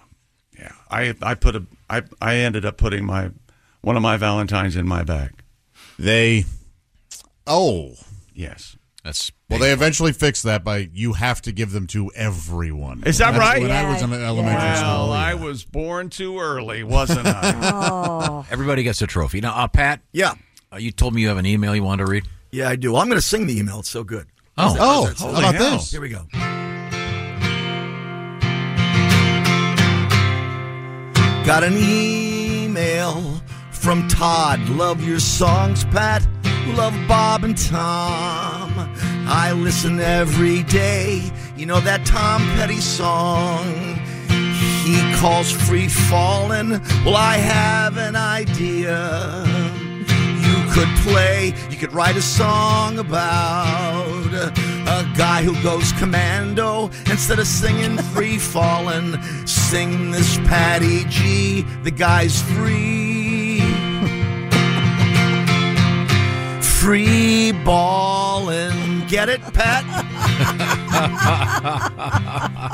[SPEAKER 1] Yeah. I I put a I I ended up putting my one of my valentines in my bag.
[SPEAKER 8] They Oh.
[SPEAKER 1] Yes.
[SPEAKER 4] That's
[SPEAKER 8] Well, they eventually fixed that by you have to give them to everyone.
[SPEAKER 1] Is that
[SPEAKER 8] That's
[SPEAKER 1] right?
[SPEAKER 8] When I was in elementary
[SPEAKER 1] Well,
[SPEAKER 8] school.
[SPEAKER 1] I was born too early, wasn't I?
[SPEAKER 3] [laughs] Oh.
[SPEAKER 4] Everybody gets a trophy. Now, uh, Pat.
[SPEAKER 10] Yeah.
[SPEAKER 4] Uh, you told me you have an email you wanted to read.
[SPEAKER 10] Yeah, I do. Well, I'm going to sing the email. It's so good.
[SPEAKER 4] Oh.
[SPEAKER 10] How's that? How's that?
[SPEAKER 4] Oh,
[SPEAKER 10] How's
[SPEAKER 4] how
[SPEAKER 10] that?
[SPEAKER 4] about this?
[SPEAKER 10] Here we go. Got an email from Todd. Love your songs, Pat. Love Bob and Tom. I listen every day. You know that Tom Petty song he calls free falling. Well, I have an idea. You could play, you could write a song about a guy who goes commando instead of singing free falling. Sing this Patty G, the guy's free free ballin'. Get it, Pat?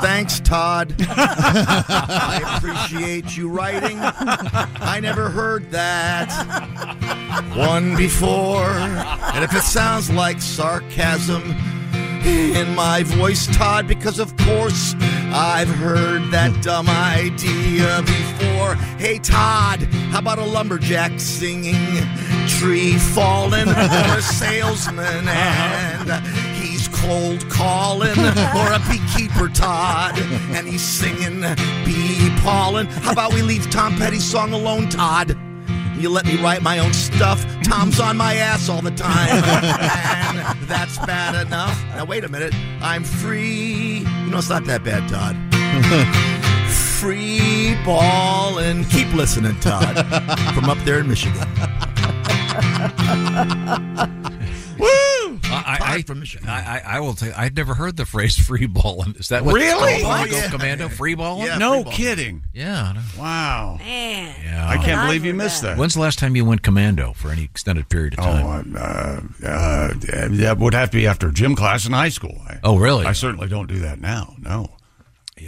[SPEAKER 10] [laughs] Thanks, Todd. I appreciate you writing. I never heard that one before. And if it sounds like sarcasm in my voice, Todd, because of course I've heard that dumb idea before. Hey, Todd, how about a lumberjack singing tree falling or a salesman and he's cold calling or a beekeeper Todd and he's singing bee pollen. How about we leave Tom Petty's song alone, Todd? You let me write my own stuff. Tom's on my ass all the time. and that's bad enough. Now, wait a minute. I'm free. You know, it's not that bad, Todd. free ball and keep listening, Todd, from up there in Michigan.
[SPEAKER 1] Woo!
[SPEAKER 4] I, I, I, I, I- I will tell you, I'd never heard the phrase [laughs] free balling. Is that what it's
[SPEAKER 1] Really?
[SPEAKER 4] called?
[SPEAKER 1] Oh,
[SPEAKER 4] Go
[SPEAKER 1] yeah.
[SPEAKER 4] Commando free balling?
[SPEAKER 1] no kidding.
[SPEAKER 4] Yeah.
[SPEAKER 1] Wow.
[SPEAKER 3] Man.
[SPEAKER 4] Yeah.
[SPEAKER 1] I can't believe you missed that.
[SPEAKER 4] When's the last time you went commando for any extended period of time?
[SPEAKER 1] uh, uh, that would have to be after gym class in high school. I,
[SPEAKER 4] oh, really?
[SPEAKER 1] I certainly don't do that now. No,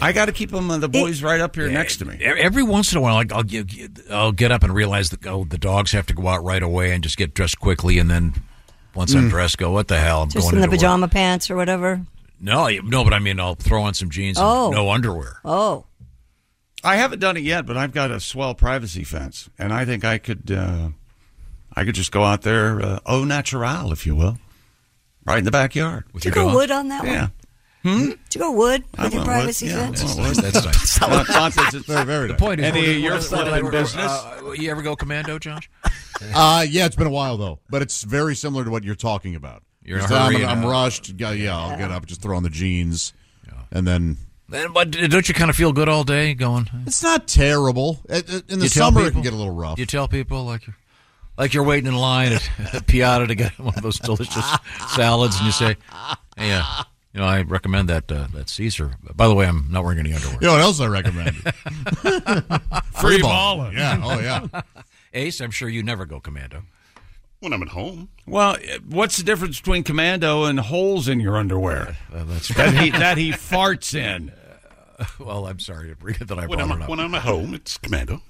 [SPEAKER 1] I got to keep them uh, the boys right up here next to me.
[SPEAKER 4] E- Every once in a while, like, I'll get, I'll get up and realize that oh, the dogs have to go out right away and just get dressed quickly, and then once I'm
[SPEAKER 3] Mm.
[SPEAKER 4] dressed, go what the hell? I'm
[SPEAKER 3] Just
[SPEAKER 4] going
[SPEAKER 3] in the
[SPEAKER 4] into work."
[SPEAKER 3] pajama pants or whatever.
[SPEAKER 4] No, I- no, but I mean, I'll throw on some jeans and
[SPEAKER 3] Oh. [laughs]
[SPEAKER 4] no underwear.
[SPEAKER 3] Oh.
[SPEAKER 1] I haven't done it yet, but I've got a swell privacy fence, and I think I could, uh, I could just go out there uh, au natural, if you will, right in the backyard.
[SPEAKER 3] Did you go wood on that
[SPEAKER 1] Yeah.
[SPEAKER 3] one? Hmm? Did you go wood
[SPEAKER 1] I
[SPEAKER 3] with your
[SPEAKER 1] went wood,
[SPEAKER 3] privacy
[SPEAKER 1] yeah, I
[SPEAKER 3] fence?
[SPEAKER 1] went wood. That's nice. Not- not that it's- Very, very
[SPEAKER 4] The point is,
[SPEAKER 1] nice. Eddie, you're still in
[SPEAKER 4] uh,
[SPEAKER 1] business?
[SPEAKER 4] uh,
[SPEAKER 3] [laughs]
[SPEAKER 4] you ever go commando, Josh? Uh,
[SPEAKER 8] Uh, yeah, it's been a while though, but it's very similar to what you're talking about.
[SPEAKER 4] You're in a
[SPEAKER 8] Just, I'm-
[SPEAKER 4] hurry,
[SPEAKER 8] I'm,
[SPEAKER 4] uh,
[SPEAKER 8] rushed. Yeah, yeah, I'll get up, just throw on the jeans, and then.
[SPEAKER 4] Then, but don't you kind of feel good all day going? uh?
[SPEAKER 8] It's not terrible.
[SPEAKER 1] Uh,
[SPEAKER 8] It- it- in the
[SPEAKER 4] You tell
[SPEAKER 8] summer, it
[SPEAKER 4] people-
[SPEAKER 8] can get a little rough.
[SPEAKER 4] You tell people like you're like you're waiting in line at, [laughs] at Piata to get [laughs] one of those delicious salads, and you say, "Hey, uh, you know, I recommend that uh, that Caesar." By the way, I'm not wearing any underwear.
[SPEAKER 8] You know what else
[SPEAKER 4] [laughs]
[SPEAKER 8] I recommend?
[SPEAKER 9] Free balling.
[SPEAKER 8] Yeah. Oh yeah.
[SPEAKER 4] [laughs] Ace, I'm sure you never go commando.
[SPEAKER 9] When I'm at home.
[SPEAKER 1] Well, what's the difference between commando and holes in your underwear?
[SPEAKER 4] Uh, that's Uh,
[SPEAKER 1] that he that he farts
[SPEAKER 4] [laughs]
[SPEAKER 1] in.
[SPEAKER 4] Well, I'm sorry to bring it that I
[SPEAKER 9] When
[SPEAKER 4] brought
[SPEAKER 9] I'm-
[SPEAKER 4] it up.
[SPEAKER 9] when I'm at home, it's commando.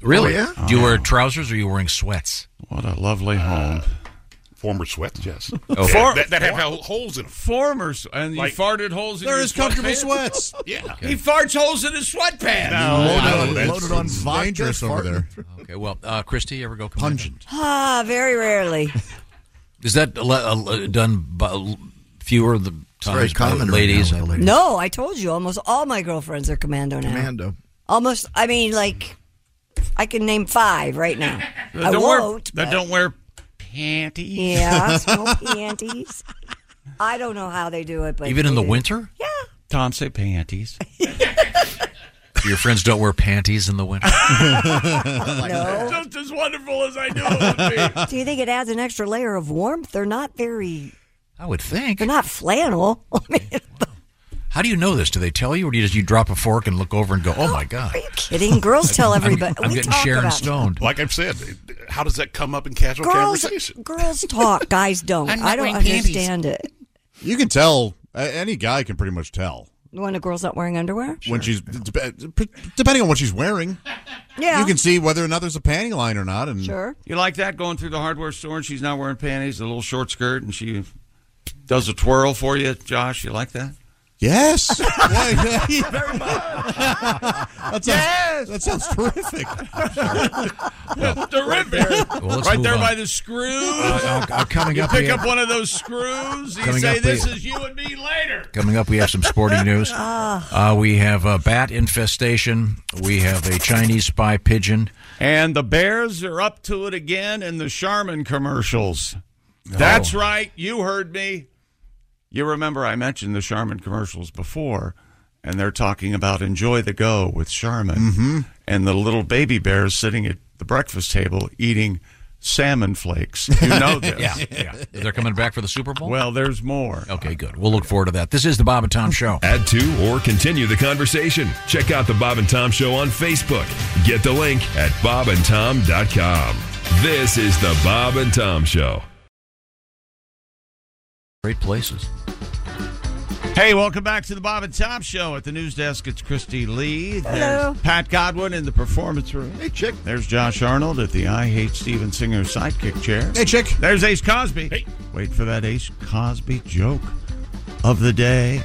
[SPEAKER 4] Really?
[SPEAKER 9] Oh, yeah?
[SPEAKER 4] Do you wear trousers or are you wearing sweats?
[SPEAKER 1] What a lovely home.
[SPEAKER 9] Uh, Former sweats,
[SPEAKER 8] [laughs]
[SPEAKER 9] yes.
[SPEAKER 4] Oh,
[SPEAKER 9] Yeah, that, that have hol- holes in them.
[SPEAKER 1] Former, s- and you
[SPEAKER 9] Like-
[SPEAKER 1] farted holes in
[SPEAKER 9] They're
[SPEAKER 1] your
[SPEAKER 9] his comfortable
[SPEAKER 1] sweatpants?
[SPEAKER 9] sweats. [laughs] Yeah.
[SPEAKER 1] He farts holes in his sweatpants.
[SPEAKER 8] dangerous over there.
[SPEAKER 4] Okay. Well, uh, Christy, you ever go commando? pungent?
[SPEAKER 3] [laughs] Ah, very
[SPEAKER 1] [laughs]
[SPEAKER 3] rarely.
[SPEAKER 4] Is that le- uh, done by l- fewer of the times?
[SPEAKER 10] very
[SPEAKER 4] by
[SPEAKER 10] common right
[SPEAKER 4] ladies.
[SPEAKER 10] now with the ladies.
[SPEAKER 3] No, I told you, almost all my girlfriends are commando now.
[SPEAKER 10] Commando.
[SPEAKER 3] Almost, I mean, like, I can name five right now.
[SPEAKER 1] That
[SPEAKER 3] I
[SPEAKER 1] [laughs] don't
[SPEAKER 3] won't.
[SPEAKER 1] wear,
[SPEAKER 3] but-
[SPEAKER 1] that don't wear panties. [laughs]
[SPEAKER 3] Yeah, no panties. I don't know how they do it, but
[SPEAKER 4] Even in
[SPEAKER 3] they
[SPEAKER 4] the
[SPEAKER 3] do.
[SPEAKER 4] winter?
[SPEAKER 3] Yeah.
[SPEAKER 1] Tom say panties.
[SPEAKER 4] [laughs] Your friends don't wear panties in the winter.
[SPEAKER 3] No.
[SPEAKER 1] Just as wonderful as I knew it would be.
[SPEAKER 3] [laughs] Do you think it adds an extra layer of warmth? They're not very.
[SPEAKER 4] I would think.
[SPEAKER 3] They're not flannel. I mean,
[SPEAKER 4] How do you know this? Do they tell you, or do you just you drop a fork and look over and go, "Oh my god"? Are you
[SPEAKER 3] kidding? Girls tell
[SPEAKER 4] [laughs]
[SPEAKER 3] everybody.
[SPEAKER 4] I'm,
[SPEAKER 3] We
[SPEAKER 4] getting
[SPEAKER 3] talk
[SPEAKER 4] Sharon
[SPEAKER 3] about-
[SPEAKER 4] stoned.
[SPEAKER 9] Like I've said, it- how does that come up in casual
[SPEAKER 3] girls,
[SPEAKER 9] conversation?
[SPEAKER 3] girls talk. Guys don't.
[SPEAKER 9] I'm not
[SPEAKER 3] I don't
[SPEAKER 9] wearing panties.
[SPEAKER 3] understand it.
[SPEAKER 8] You can tell. a- Any guy can pretty much tell
[SPEAKER 3] When a girl's not wearing underwear?
[SPEAKER 8] when she's dep- depending on what she's wearing.
[SPEAKER 3] Yeah.
[SPEAKER 8] You can see whether or not there's a panty line or not. And
[SPEAKER 1] You like that going through the hardware store and she's not wearing panties, a little short skirt, and she does a twirl for you, Josh. You like that?
[SPEAKER 4] [laughs]
[SPEAKER 8] Yes.
[SPEAKER 2] Very much.
[SPEAKER 8] That sounds, that sounds
[SPEAKER 2] [laughs]
[SPEAKER 8] terrific.
[SPEAKER 1] Terrific. Right
[SPEAKER 2] Well,
[SPEAKER 1] there,
[SPEAKER 2] let's move on.
[SPEAKER 1] by the screws.
[SPEAKER 4] Uh, uh, uh, coming
[SPEAKER 1] you
[SPEAKER 4] up,
[SPEAKER 1] pick
[SPEAKER 4] we-
[SPEAKER 1] up one of those screws. You
[SPEAKER 4] Coming
[SPEAKER 1] say,
[SPEAKER 4] up, we-
[SPEAKER 1] "This is you and me later."
[SPEAKER 4] Coming up, we have some sporting news. Uh, we have a bat infestation. We have a Chinese spy pigeon.
[SPEAKER 1] And the Bears are up to it again in the Charmin commercials. That's right. You heard me. You remember I mentioned the Charmin commercials before, and they're talking about enjoy the go with Charmin
[SPEAKER 8] Mhm.
[SPEAKER 1] and the little baby bears sitting at the breakfast table eating salmon flakes. You know this.
[SPEAKER 4] Yeah, yeah. They're coming back for the Super Bowl.
[SPEAKER 1] Well, there's more.
[SPEAKER 4] Okay, good. We'll look forward to that. This is the Bob and Tom Show.
[SPEAKER 14] Add to or continue the conversation. Check out the Bob and Tom Show on Facebook. Get the link at bobandtom.com. This is the Bob and Tom Show.
[SPEAKER 4] Great places.
[SPEAKER 1] Hey, welcome back to the Bob and Tom Show. At the news desk, it's Christy Lee.
[SPEAKER 2] Hello.
[SPEAKER 1] There's Pat Godwin in the performance room. Hey, chick. There's Josh Arnold at the I Hate Steven Singer sidekick chair. Hey,
[SPEAKER 8] chick.
[SPEAKER 1] There's Ace Cosby. Hey. Wait for that Ace Cosby joke of the day.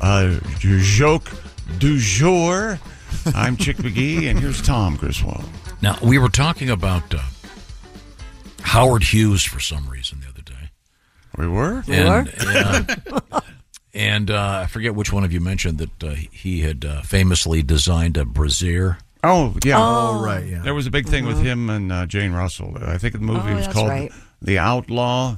[SPEAKER 1] Uh, joke du
[SPEAKER 4] [laughs]
[SPEAKER 1] jour. I'm Chick McGee, and here's Tom Griswold.
[SPEAKER 4] Now we were talking about uh, Howard Hughes for some reason the other day.
[SPEAKER 1] We were.
[SPEAKER 2] We
[SPEAKER 4] And, uh, and, uh, I forget which one of you mentioned that uh, he had uh, famously designed a brassiere.
[SPEAKER 1] Oh yeah,
[SPEAKER 4] Oh. Oh, right, yeah. Mm-hmm.
[SPEAKER 1] There was a big thing with him and uh, Jane Russell. I think the movie
[SPEAKER 4] Oh,
[SPEAKER 1] was
[SPEAKER 4] that's
[SPEAKER 1] called
[SPEAKER 4] right.
[SPEAKER 1] "The Outlaw,"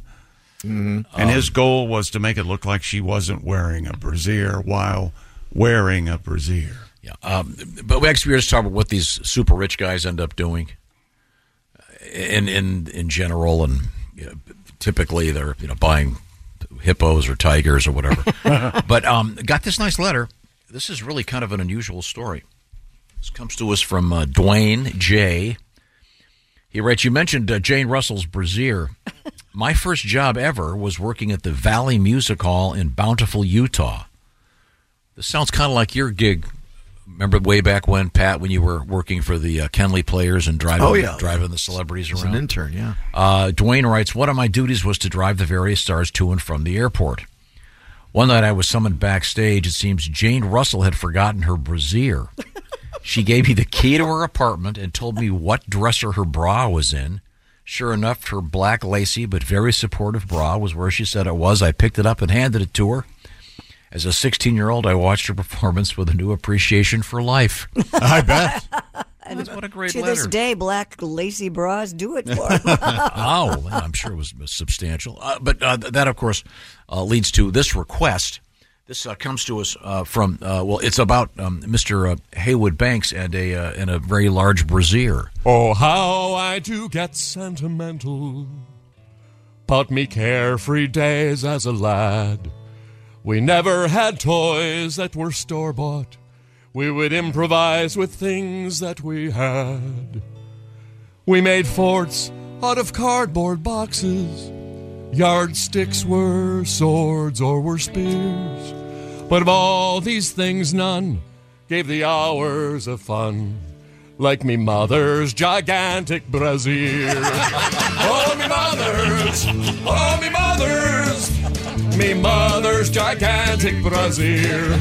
[SPEAKER 4] Mm-hmm.
[SPEAKER 1] and his
[SPEAKER 4] Um,
[SPEAKER 1] goal was to make it look like she wasn't wearing a brassiere while wearing a brassiere.
[SPEAKER 4] Yeah, um, but we actually were just talking about what these super rich guys end up doing, uh, in in in general, and you know, typically they're you know buying hippos or tigers or whatever. but um, got this nice letter. This is really kind of an unusual story. This comes to us from uh, Dwayne J. He writes, "You mentioned uh, Jane Russell's brassiere. My first job ever was working at the Valley Music Hall in Bountiful, Utah. This sounds kind of like your gig. Remember way back when, Pat, when you were working for the uh, Kenley Players and driving,
[SPEAKER 13] Oh, yeah.
[SPEAKER 4] driving the celebrities
[SPEAKER 13] As an
[SPEAKER 4] around?
[SPEAKER 13] intern, yeah.
[SPEAKER 4] Uh, Dwayne writes, One of my duties was to drive the various stars to and from the airport. One night I was summoned backstage. It seems Jane Russell had forgotten her brassiere. She gave me the key to her apartment and told me what dresser her bra was in. Sure enough, her black, lacy, but very supportive bra was where she said it was. I picked it up and handed it to her. As a [laughs] 16 year old, I watched her performance with a new appreciation for life.
[SPEAKER 8] I bet.
[SPEAKER 3] And
[SPEAKER 11] That's- what a great
[SPEAKER 3] To this
[SPEAKER 11] letter.
[SPEAKER 3] day, black lacy bras do it
[SPEAKER 4] [laughs]
[SPEAKER 3] for
[SPEAKER 4] oh, well, I'm sure it was substantial. Uh, but uh, th- that, of course, uh, leads to this request. This uh, comes to us uh, from uh, well, it's about um, Mr. Uh, Haywood Banks and a uh, and a very large brassiere.
[SPEAKER 15] Oh, how I do get sentimental about me carefree days as a lad. We never had toys that were store bought. We would improvise with things that we had. We made forts out of cardboard boxes. Yardsticks were swords or were spears. But of all these things, none gave the hours of fun like me mother's gigantic brazier. oh, me mother's, oh, me mother's, me mother's gigantic brazier.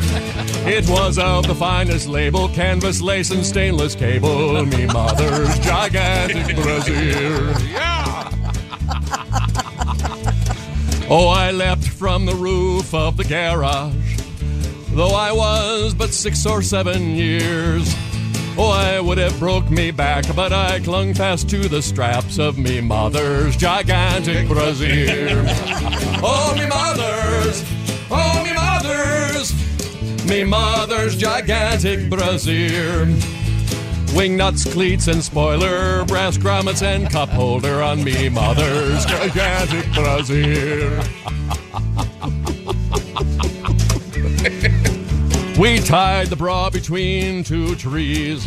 [SPEAKER 15] It was of the finest label, canvas, lace, and stainless cable. Me mother's gigantic brazier. Oh, I leapt from the roof of the garage, though I was but six or seven years. Oh, I would have broke me back, but I clung fast to the straps of me mother's gigantic brassiere. oh, me mother's, oh, me mother's, me mother's gigantic brassiere. Wing nuts, cleats, and spoiler, brass grommets, and cup holder on me mother's gigantic brassiere. [laughs] We tied the bra between two trees.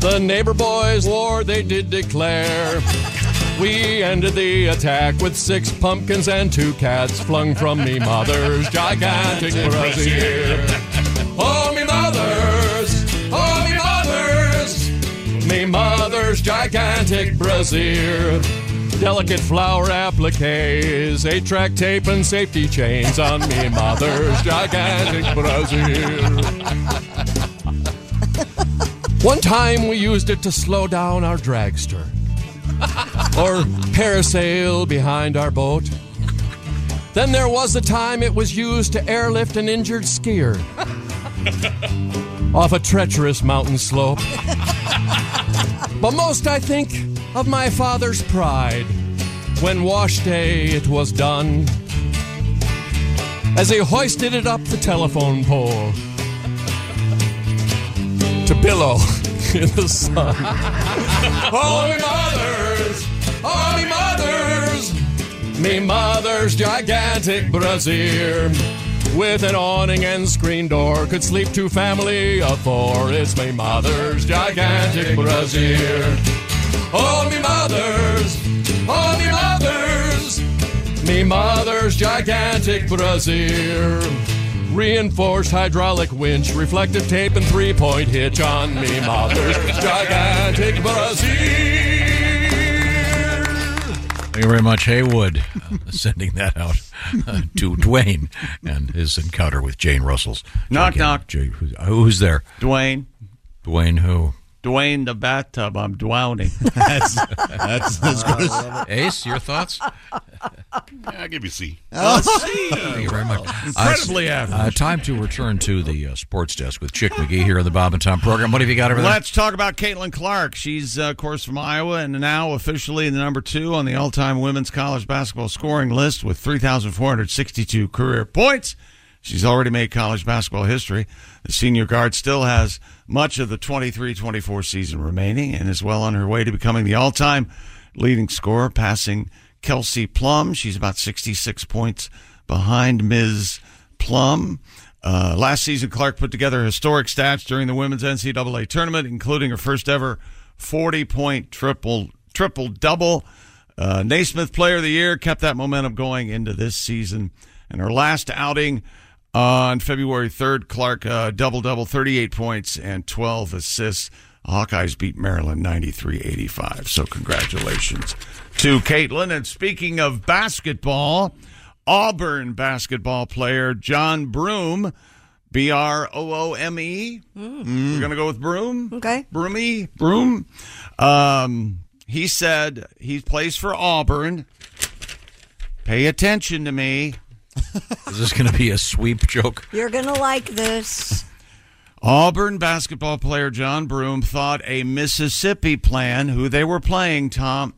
[SPEAKER 15] The neighbor boys war they did declare. We ended the attack with six pumpkins and two cats flung from me mother's gigantic brassiere. Oh, me mother's, oh, me mother's, me mother's gigantic brassiere. Delicate flower appliques, eight track tape and safety chains on me mother's gigantic brassiere. One time we used it to slow down our dragster or parasail behind our boat. Then there was the time it was used to airlift an injured skier
[SPEAKER 1] [laughs]
[SPEAKER 15] off a treacherous mountain slope. But most I think of my father's pride when wash day it was done. As he hoisted it up the telephone pole to billow [laughs] in the sun. Holy mothers, holy mothers, me mother's gigantic brassiere. With an awning and screen door, could sleep two family of four. It's me mother's gigantic brassiere. Oh, me mother's, oh, me mother's, me mother's gigantic brassiere. Reinforced hydraulic winch, reflective tape, and three point hitch on me mother's gigantic brassiere.
[SPEAKER 4] Thank you very much, Haywood, uh, [laughs] sending that out uh, to Dwayne and his encounter with Jane Russell's.
[SPEAKER 1] Knock,
[SPEAKER 4] knock. who's, uh, who's there?
[SPEAKER 1] Dwayne.
[SPEAKER 4] Dwayne who?
[SPEAKER 1] Dwayne the bathtub. I'm drowning.
[SPEAKER 4] [laughs] That's- that's- that's good. Ace, your thoughts?
[SPEAKER 9] I'll give you C.
[SPEAKER 1] Oh, C.
[SPEAKER 4] Thank you very much.
[SPEAKER 1] Incredibly
[SPEAKER 4] uh,
[SPEAKER 1] average.
[SPEAKER 4] Uh, time to return to the uh, sports desk with Chick McGee here on the Bob and Tom program. What have you got over there?
[SPEAKER 1] Let's talk about Caitlin Clark. She's, uh, of course, from Iowa and now officially the number two on the all time women's college basketball scoring list with 3,462 career points. She's already made college basketball history. The senior guard still has much of the 23 24 season remaining and is well on her way to becoming the all time leading scorer, passing Kelsey Plum. She's about 66 points behind Ms. Plum. Uh, last season, Clark put together historic stats during the women's NCAA tournament, including her first ever 40 point triple triple double. Uh, Naismith Player of the Year kept that momentum going into this season. And her last outing on February 3rd, Clark uh, double double, 38 points and 12 assists. Hawkeyes beat Maryland 93 85. So, congratulations to Caitlin. And speaking of basketball, Auburn basketball player John Broom, B R O O M E. We're going to go with Broom. Okay. Broomy. Broom. Um, he said he plays for Auburn. Pay attention to
[SPEAKER 4] [laughs]
[SPEAKER 1] me.
[SPEAKER 4] Is this going to be a sweep joke?
[SPEAKER 3] You're going to like this.
[SPEAKER 1] Auburn basketball player John Broom thought a Mississippi plan, who they were playing, Tom.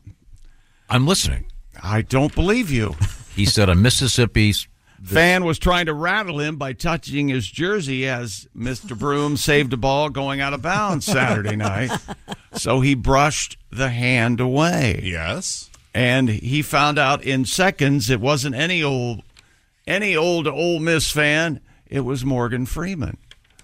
[SPEAKER 4] I'm listening.
[SPEAKER 1] I don't believe you.
[SPEAKER 4] He said a Mississippi
[SPEAKER 1] Fan was trying to rattle him by touching his jersey as Mr. Broom saved a ball going out of bounds Saturday night. So he brushed the hand away.
[SPEAKER 16] Yes.
[SPEAKER 1] And he found out in seconds it wasn't any old any old Ole Miss fan, it was Morgan Freeman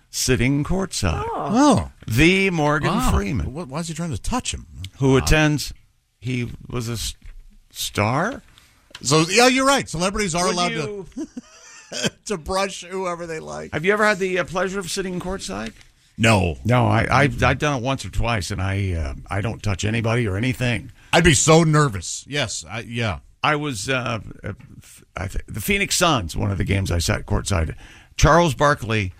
[SPEAKER 1] sitting courtside.
[SPEAKER 8] Oh.
[SPEAKER 1] The Morgan
[SPEAKER 8] Wow.
[SPEAKER 1] Freeman.
[SPEAKER 8] Wh- Why is he trying to touch him?
[SPEAKER 1] Who attends he was a s- star?
[SPEAKER 8] So yeah, you're right. Celebrities are
[SPEAKER 1] Would
[SPEAKER 8] allowed
[SPEAKER 1] you-
[SPEAKER 8] to [laughs] to brush whoever they like.
[SPEAKER 1] Have you ever had the uh, pleasure of sitting courtside?
[SPEAKER 8] No,
[SPEAKER 1] no, I, I I've done it once or twice, and I uh, I don't touch anybody or anything.
[SPEAKER 8] I'd be so nervous. Yes, I, yeah.
[SPEAKER 1] I was uh, uh, I th- the Phoenix Suns. One of the games I sat courtside. Charles Barkley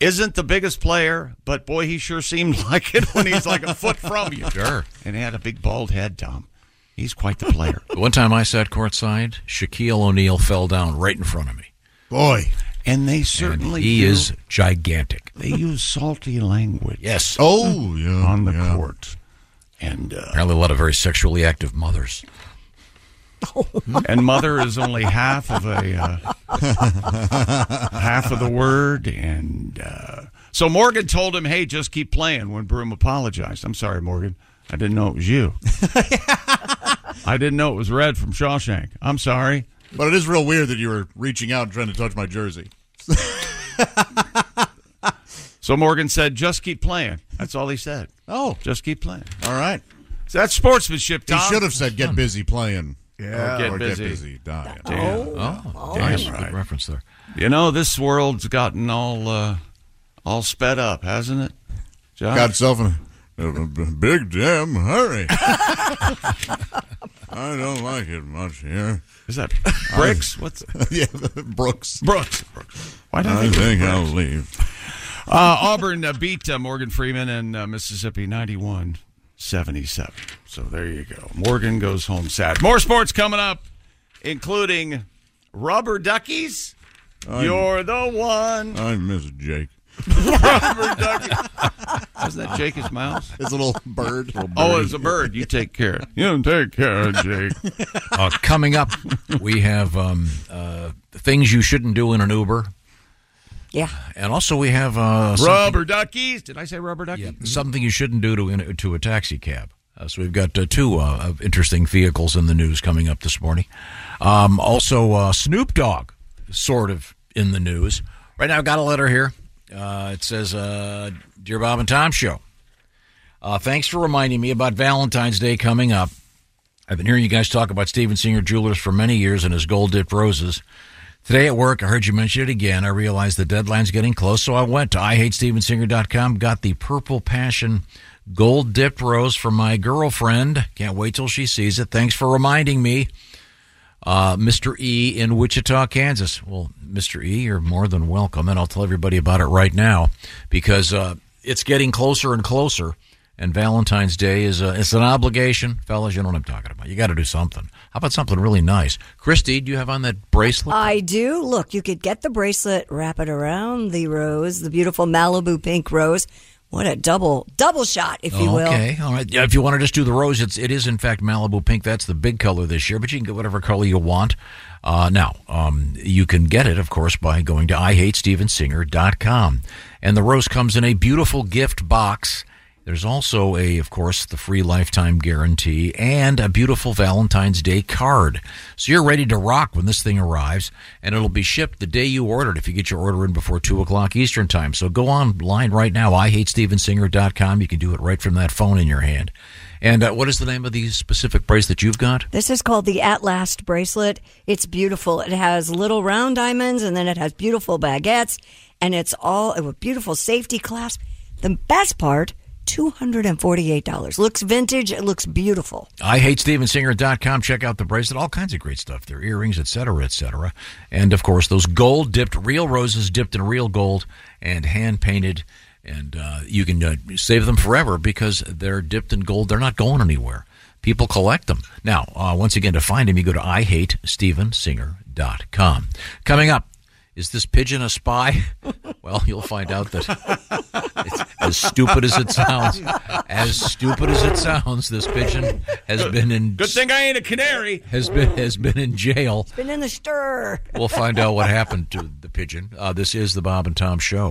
[SPEAKER 1] isn't the biggest player, but boy, he sure seemed [laughs] like it when he's like a foot from
[SPEAKER 8] [laughs]
[SPEAKER 1] you.
[SPEAKER 4] Sure.
[SPEAKER 1] and he had a big bald head, Tom. He's quite the player.
[SPEAKER 4] [laughs] One time I sat courtside, Shaquille O'Neal fell down right in front of me.
[SPEAKER 8] Boy.
[SPEAKER 1] And they certainly
[SPEAKER 4] he
[SPEAKER 1] do-
[SPEAKER 4] is gigantic.
[SPEAKER 1] They use salty language.
[SPEAKER 4] Yes.
[SPEAKER 8] Oh, yeah.
[SPEAKER 1] On the court. And uh,
[SPEAKER 4] apparently a lot of very sexually active mothers.
[SPEAKER 1] [laughs] and mother is only half of a uh, half of the word and uh, so morgan told him hey just keep playing when broom apologized i'm sorry morgan i didn't know it was you i didn't know it was red from shawshank i'm sorry
[SPEAKER 8] But it is real weird that you were reaching out and trying to touch my jersey.
[SPEAKER 1] [laughs] so morgan said just keep playing that's all he said
[SPEAKER 8] oh
[SPEAKER 1] just keep playing
[SPEAKER 8] all right
[SPEAKER 1] so that's sportsmanship
[SPEAKER 8] He
[SPEAKER 1] Tom.
[SPEAKER 8] should have said, "Get busy playing."
[SPEAKER 1] Or get
[SPEAKER 8] or
[SPEAKER 1] busy.
[SPEAKER 8] get busy dying.
[SPEAKER 4] Oh,
[SPEAKER 1] Damn
[SPEAKER 4] nice.
[SPEAKER 1] right.
[SPEAKER 4] Good reference there.
[SPEAKER 1] You know, this world's gotten all uh, all sped up, hasn't it? John?
[SPEAKER 8] Got himself in a, a- a big damn hurry. I don't like it much here.
[SPEAKER 1] Is that Bricks? What's
[SPEAKER 8] [laughs] yeah, Brooks?
[SPEAKER 1] Brooks. Brooks. Why do I
[SPEAKER 8] I
[SPEAKER 1] think it was
[SPEAKER 8] think
[SPEAKER 1] Brooks?
[SPEAKER 8] I'll leave.
[SPEAKER 1] Uh, Auburn uh, beat uh, Morgan Freeman and uh, Mississippi 91 77. So there you go. Morgan goes home sad. More sports coming up, including rubber duckies.
[SPEAKER 8] I'm-
[SPEAKER 1] You're the one.
[SPEAKER 8] [laughs] I miss Jake.
[SPEAKER 1] rubber duckies. Wasn't that Jake his mouse?
[SPEAKER 8] It's a little bird.
[SPEAKER 1] Oh, it's a bird. You take care. You take care, Jake.
[SPEAKER 4] [laughs] Uh, coming up, we have um, uh, things you shouldn't do in an Uber.
[SPEAKER 3] Yeah.
[SPEAKER 4] And also we have uh, something,
[SPEAKER 1] rubber duckies. Did I say rubber duckies?
[SPEAKER 4] Mm-hmm. something you shouldn't do to, in, to a taxi cab. Uh, so we've got uh, two uh, of interesting vehicles in the news coming up this morning. Um, also, uh, Snoop Dogg, sort of in the news. Right now, I've got a letter here. Uh, it says, uh, Dear Bob and Tom Show, uh, thanks for reminding me about Valentine's Day coming up. I've been hearing you guys talk about Steven Singer Jewelers for many years and his gold dipped roses. Today at work, I heard you mention it again. I realized the deadline's getting close, so I went to IHateStevensinger.com, got the Purple Passion gold dipped rose for my girlfriend. Can't wait till she sees it. Thanks for reminding me. Uh, Mr. E in Wichita, Kansas. Well, Mr. E, you're more than welcome, and I'll tell everybody about it right now because uh, it's getting closer and closer. And Valentine's Day is a, it's an obligation, fellas. You know what I'm talking about. You got to do something. How about something really nice, Christy? Do you have on that bracelet?
[SPEAKER 3] I do. Look, you could get the bracelet, wrap it around the rose, the beautiful Malibu pink rose. What a double double shot, if you will.
[SPEAKER 4] Oh, Okay, all right. Yeah, if you want to just do the rose, it's it is in fact Malibu pink. That's the big color this year, but you can get whatever color you want. Uh, now, um, you can get it, of course, by going to IHateStevensinger.com. And the rose comes in a beautiful gift box. There's also a, of course, the free lifetime guarantee and a beautiful Valentine's Day card. So you're ready to rock when this thing arrives, and it'll be shipped the day you ordered if you get your order in before 2 o'clock Eastern Time. So go online right now, IHateStevensinger.com. You can do it right from that phone in your hand. And uh, what is the name of the specific bracelet you've got?
[SPEAKER 3] This is called the At Last bracelet. It's beautiful. It has little round diamonds and then it has beautiful baguettes and it's all a beautiful safety clasp. The best part, $248. Looks vintage, it looks beautiful.
[SPEAKER 4] IHateStevensinger.com. Check out the bracelet, all kinds of great stuff there, earrings, etc., etc. And of course, those gold dipped, real roses dipped in real gold and hand painted. And uh, you can uh, save them forever because they're dipped in gold. They're not going anywhere. People collect them. Now, uh, once again, to find them, you go to IHateStevensinger.com. Coming up, Is this pigeon
[SPEAKER 1] [laughs]
[SPEAKER 4] a spy? Well, you'll find out that it's as stupid as it sounds. As stupid as it sounds, this pigeon has been in
[SPEAKER 1] Good thing I ain't a canary.
[SPEAKER 4] has been has been in jail.
[SPEAKER 3] Been in the stir.
[SPEAKER 4] We'll find out what happened to the pigeon. Uh, this is the Bob and Tom Show.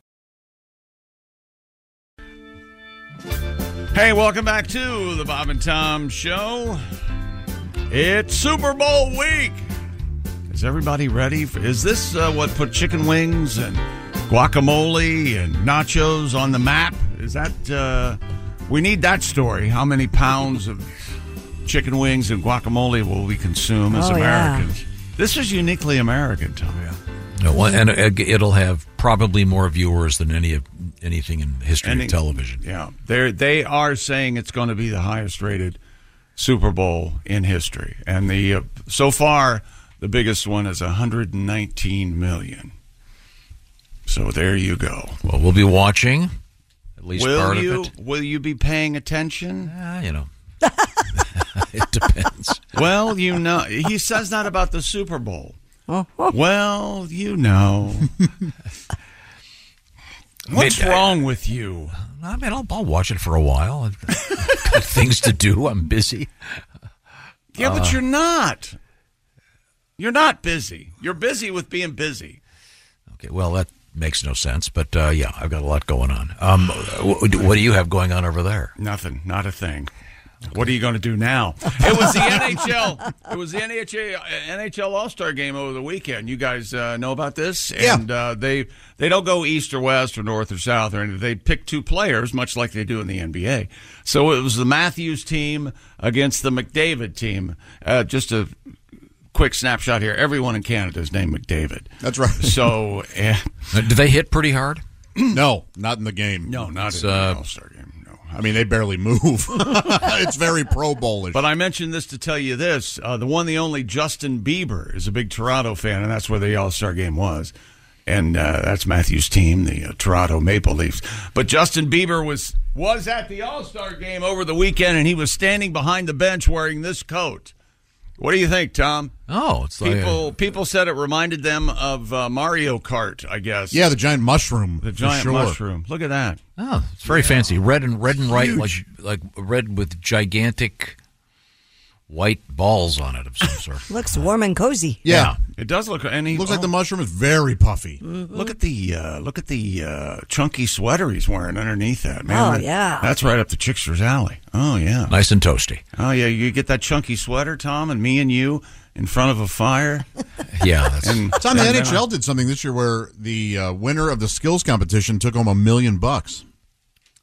[SPEAKER 1] Hey, welcome back to the Bob and Tom Show. It's Super Bowl week. Is everybody ready? For, is this uh, what put chicken wings and guacamole and nachos on the map? Is that uh, we need that story? How many pounds of chicken wings and guacamole will we consume as
[SPEAKER 4] Oh, yeah.
[SPEAKER 1] Americans? This is uniquely American, Tom.
[SPEAKER 4] No, well, and uh, it'll have probably more viewers than any of anything in the history
[SPEAKER 1] Any-
[SPEAKER 4] of television.
[SPEAKER 1] Yeah, they they are saying it's going to be the highest rated Super Bowl in history, and the uh, so far the biggest one is 119 million. So there you go.
[SPEAKER 4] Well, we'll be watching at least
[SPEAKER 1] will
[SPEAKER 4] part [laughs]
[SPEAKER 1] you
[SPEAKER 4] of it.
[SPEAKER 1] will you be paying attention?
[SPEAKER 4] Ah, you know, it depends.
[SPEAKER 1] Well, you know, he says that about the Super Bowl. [laughs] Well, you know. What's
[SPEAKER 4] Maybe I-
[SPEAKER 1] wrong with you?
[SPEAKER 4] I mean, I'll, I'll watch it for a while. I've got things to do. I'm busy.
[SPEAKER 1] Yeah, but
[SPEAKER 4] Uh,
[SPEAKER 1] you're not. You're not busy. You're busy with being busy.
[SPEAKER 4] Okay, well, that makes no sense. But uh, yeah, I've got a lot going on. Um, what, what do you have going on over there?
[SPEAKER 1] Nothing. Not a thing. What are you going to do now? It was the NHL. It was the NHL NHL All Star Game over the weekend. You guys uh, know about this, and uh, they they don't go east or west or north or south or anything. They pick two players, much like they do in the NBA. So it was the Matthews team against the McDavid team. Uh, just a quick snapshot here. Everyone in Canada is named McDavid. That's right. So eh,
[SPEAKER 4] do they hit pretty hard?
[SPEAKER 8] no, not in the game.
[SPEAKER 1] No, not
[SPEAKER 8] It's,
[SPEAKER 1] in the
[SPEAKER 8] uh,
[SPEAKER 1] All-Star game. No,
[SPEAKER 8] I mean they barely move. [laughs] it's very Pro Bowlish.
[SPEAKER 1] But I mentioned this to tell you this: uh, the one, the only Justin Bieber is a big Toronto fan, and that's where the All Star game was. And uh, that's Matthew's team, the uh, Toronto Maple Leafs. But Justin Bieber was was at the All Star game over the weekend, and he was standing behind the bench wearing this coat. What do you think, Tom?
[SPEAKER 4] Oh, it's like a-
[SPEAKER 1] people. people said it reminded them of uh, Mario Kart. I guess.
[SPEAKER 8] Yeah, the giant mushroom.
[SPEAKER 1] The giant
[SPEAKER 4] sure.
[SPEAKER 1] mushroom. Look at that.
[SPEAKER 4] [laughs] Oh, It's very fancy. Red and red and white, like
[SPEAKER 1] Huge.
[SPEAKER 4] like red with gigantic white balls on it of some sort.
[SPEAKER 3] Looks warm and cozy.
[SPEAKER 1] it does look. And he oh.
[SPEAKER 8] looks like the mushroom is very puffy.
[SPEAKER 3] Mm-hmm.
[SPEAKER 1] Look at the uh, look at the uh, chunky sweater he's wearing underneath that man.
[SPEAKER 8] Oh,
[SPEAKER 1] That-
[SPEAKER 8] yeah.
[SPEAKER 1] that's right up the Chickster's alley. [laughs] Oh yeah,
[SPEAKER 4] nice and toasty.
[SPEAKER 1] Oh yeah, you get that chunky sweater, Tom, and me and you in front of a fire. uh,
[SPEAKER 4] yeah,
[SPEAKER 8] [laughs] And Tom, the NHL did something this year where the uh, winner of the skills competition took home a million bucks.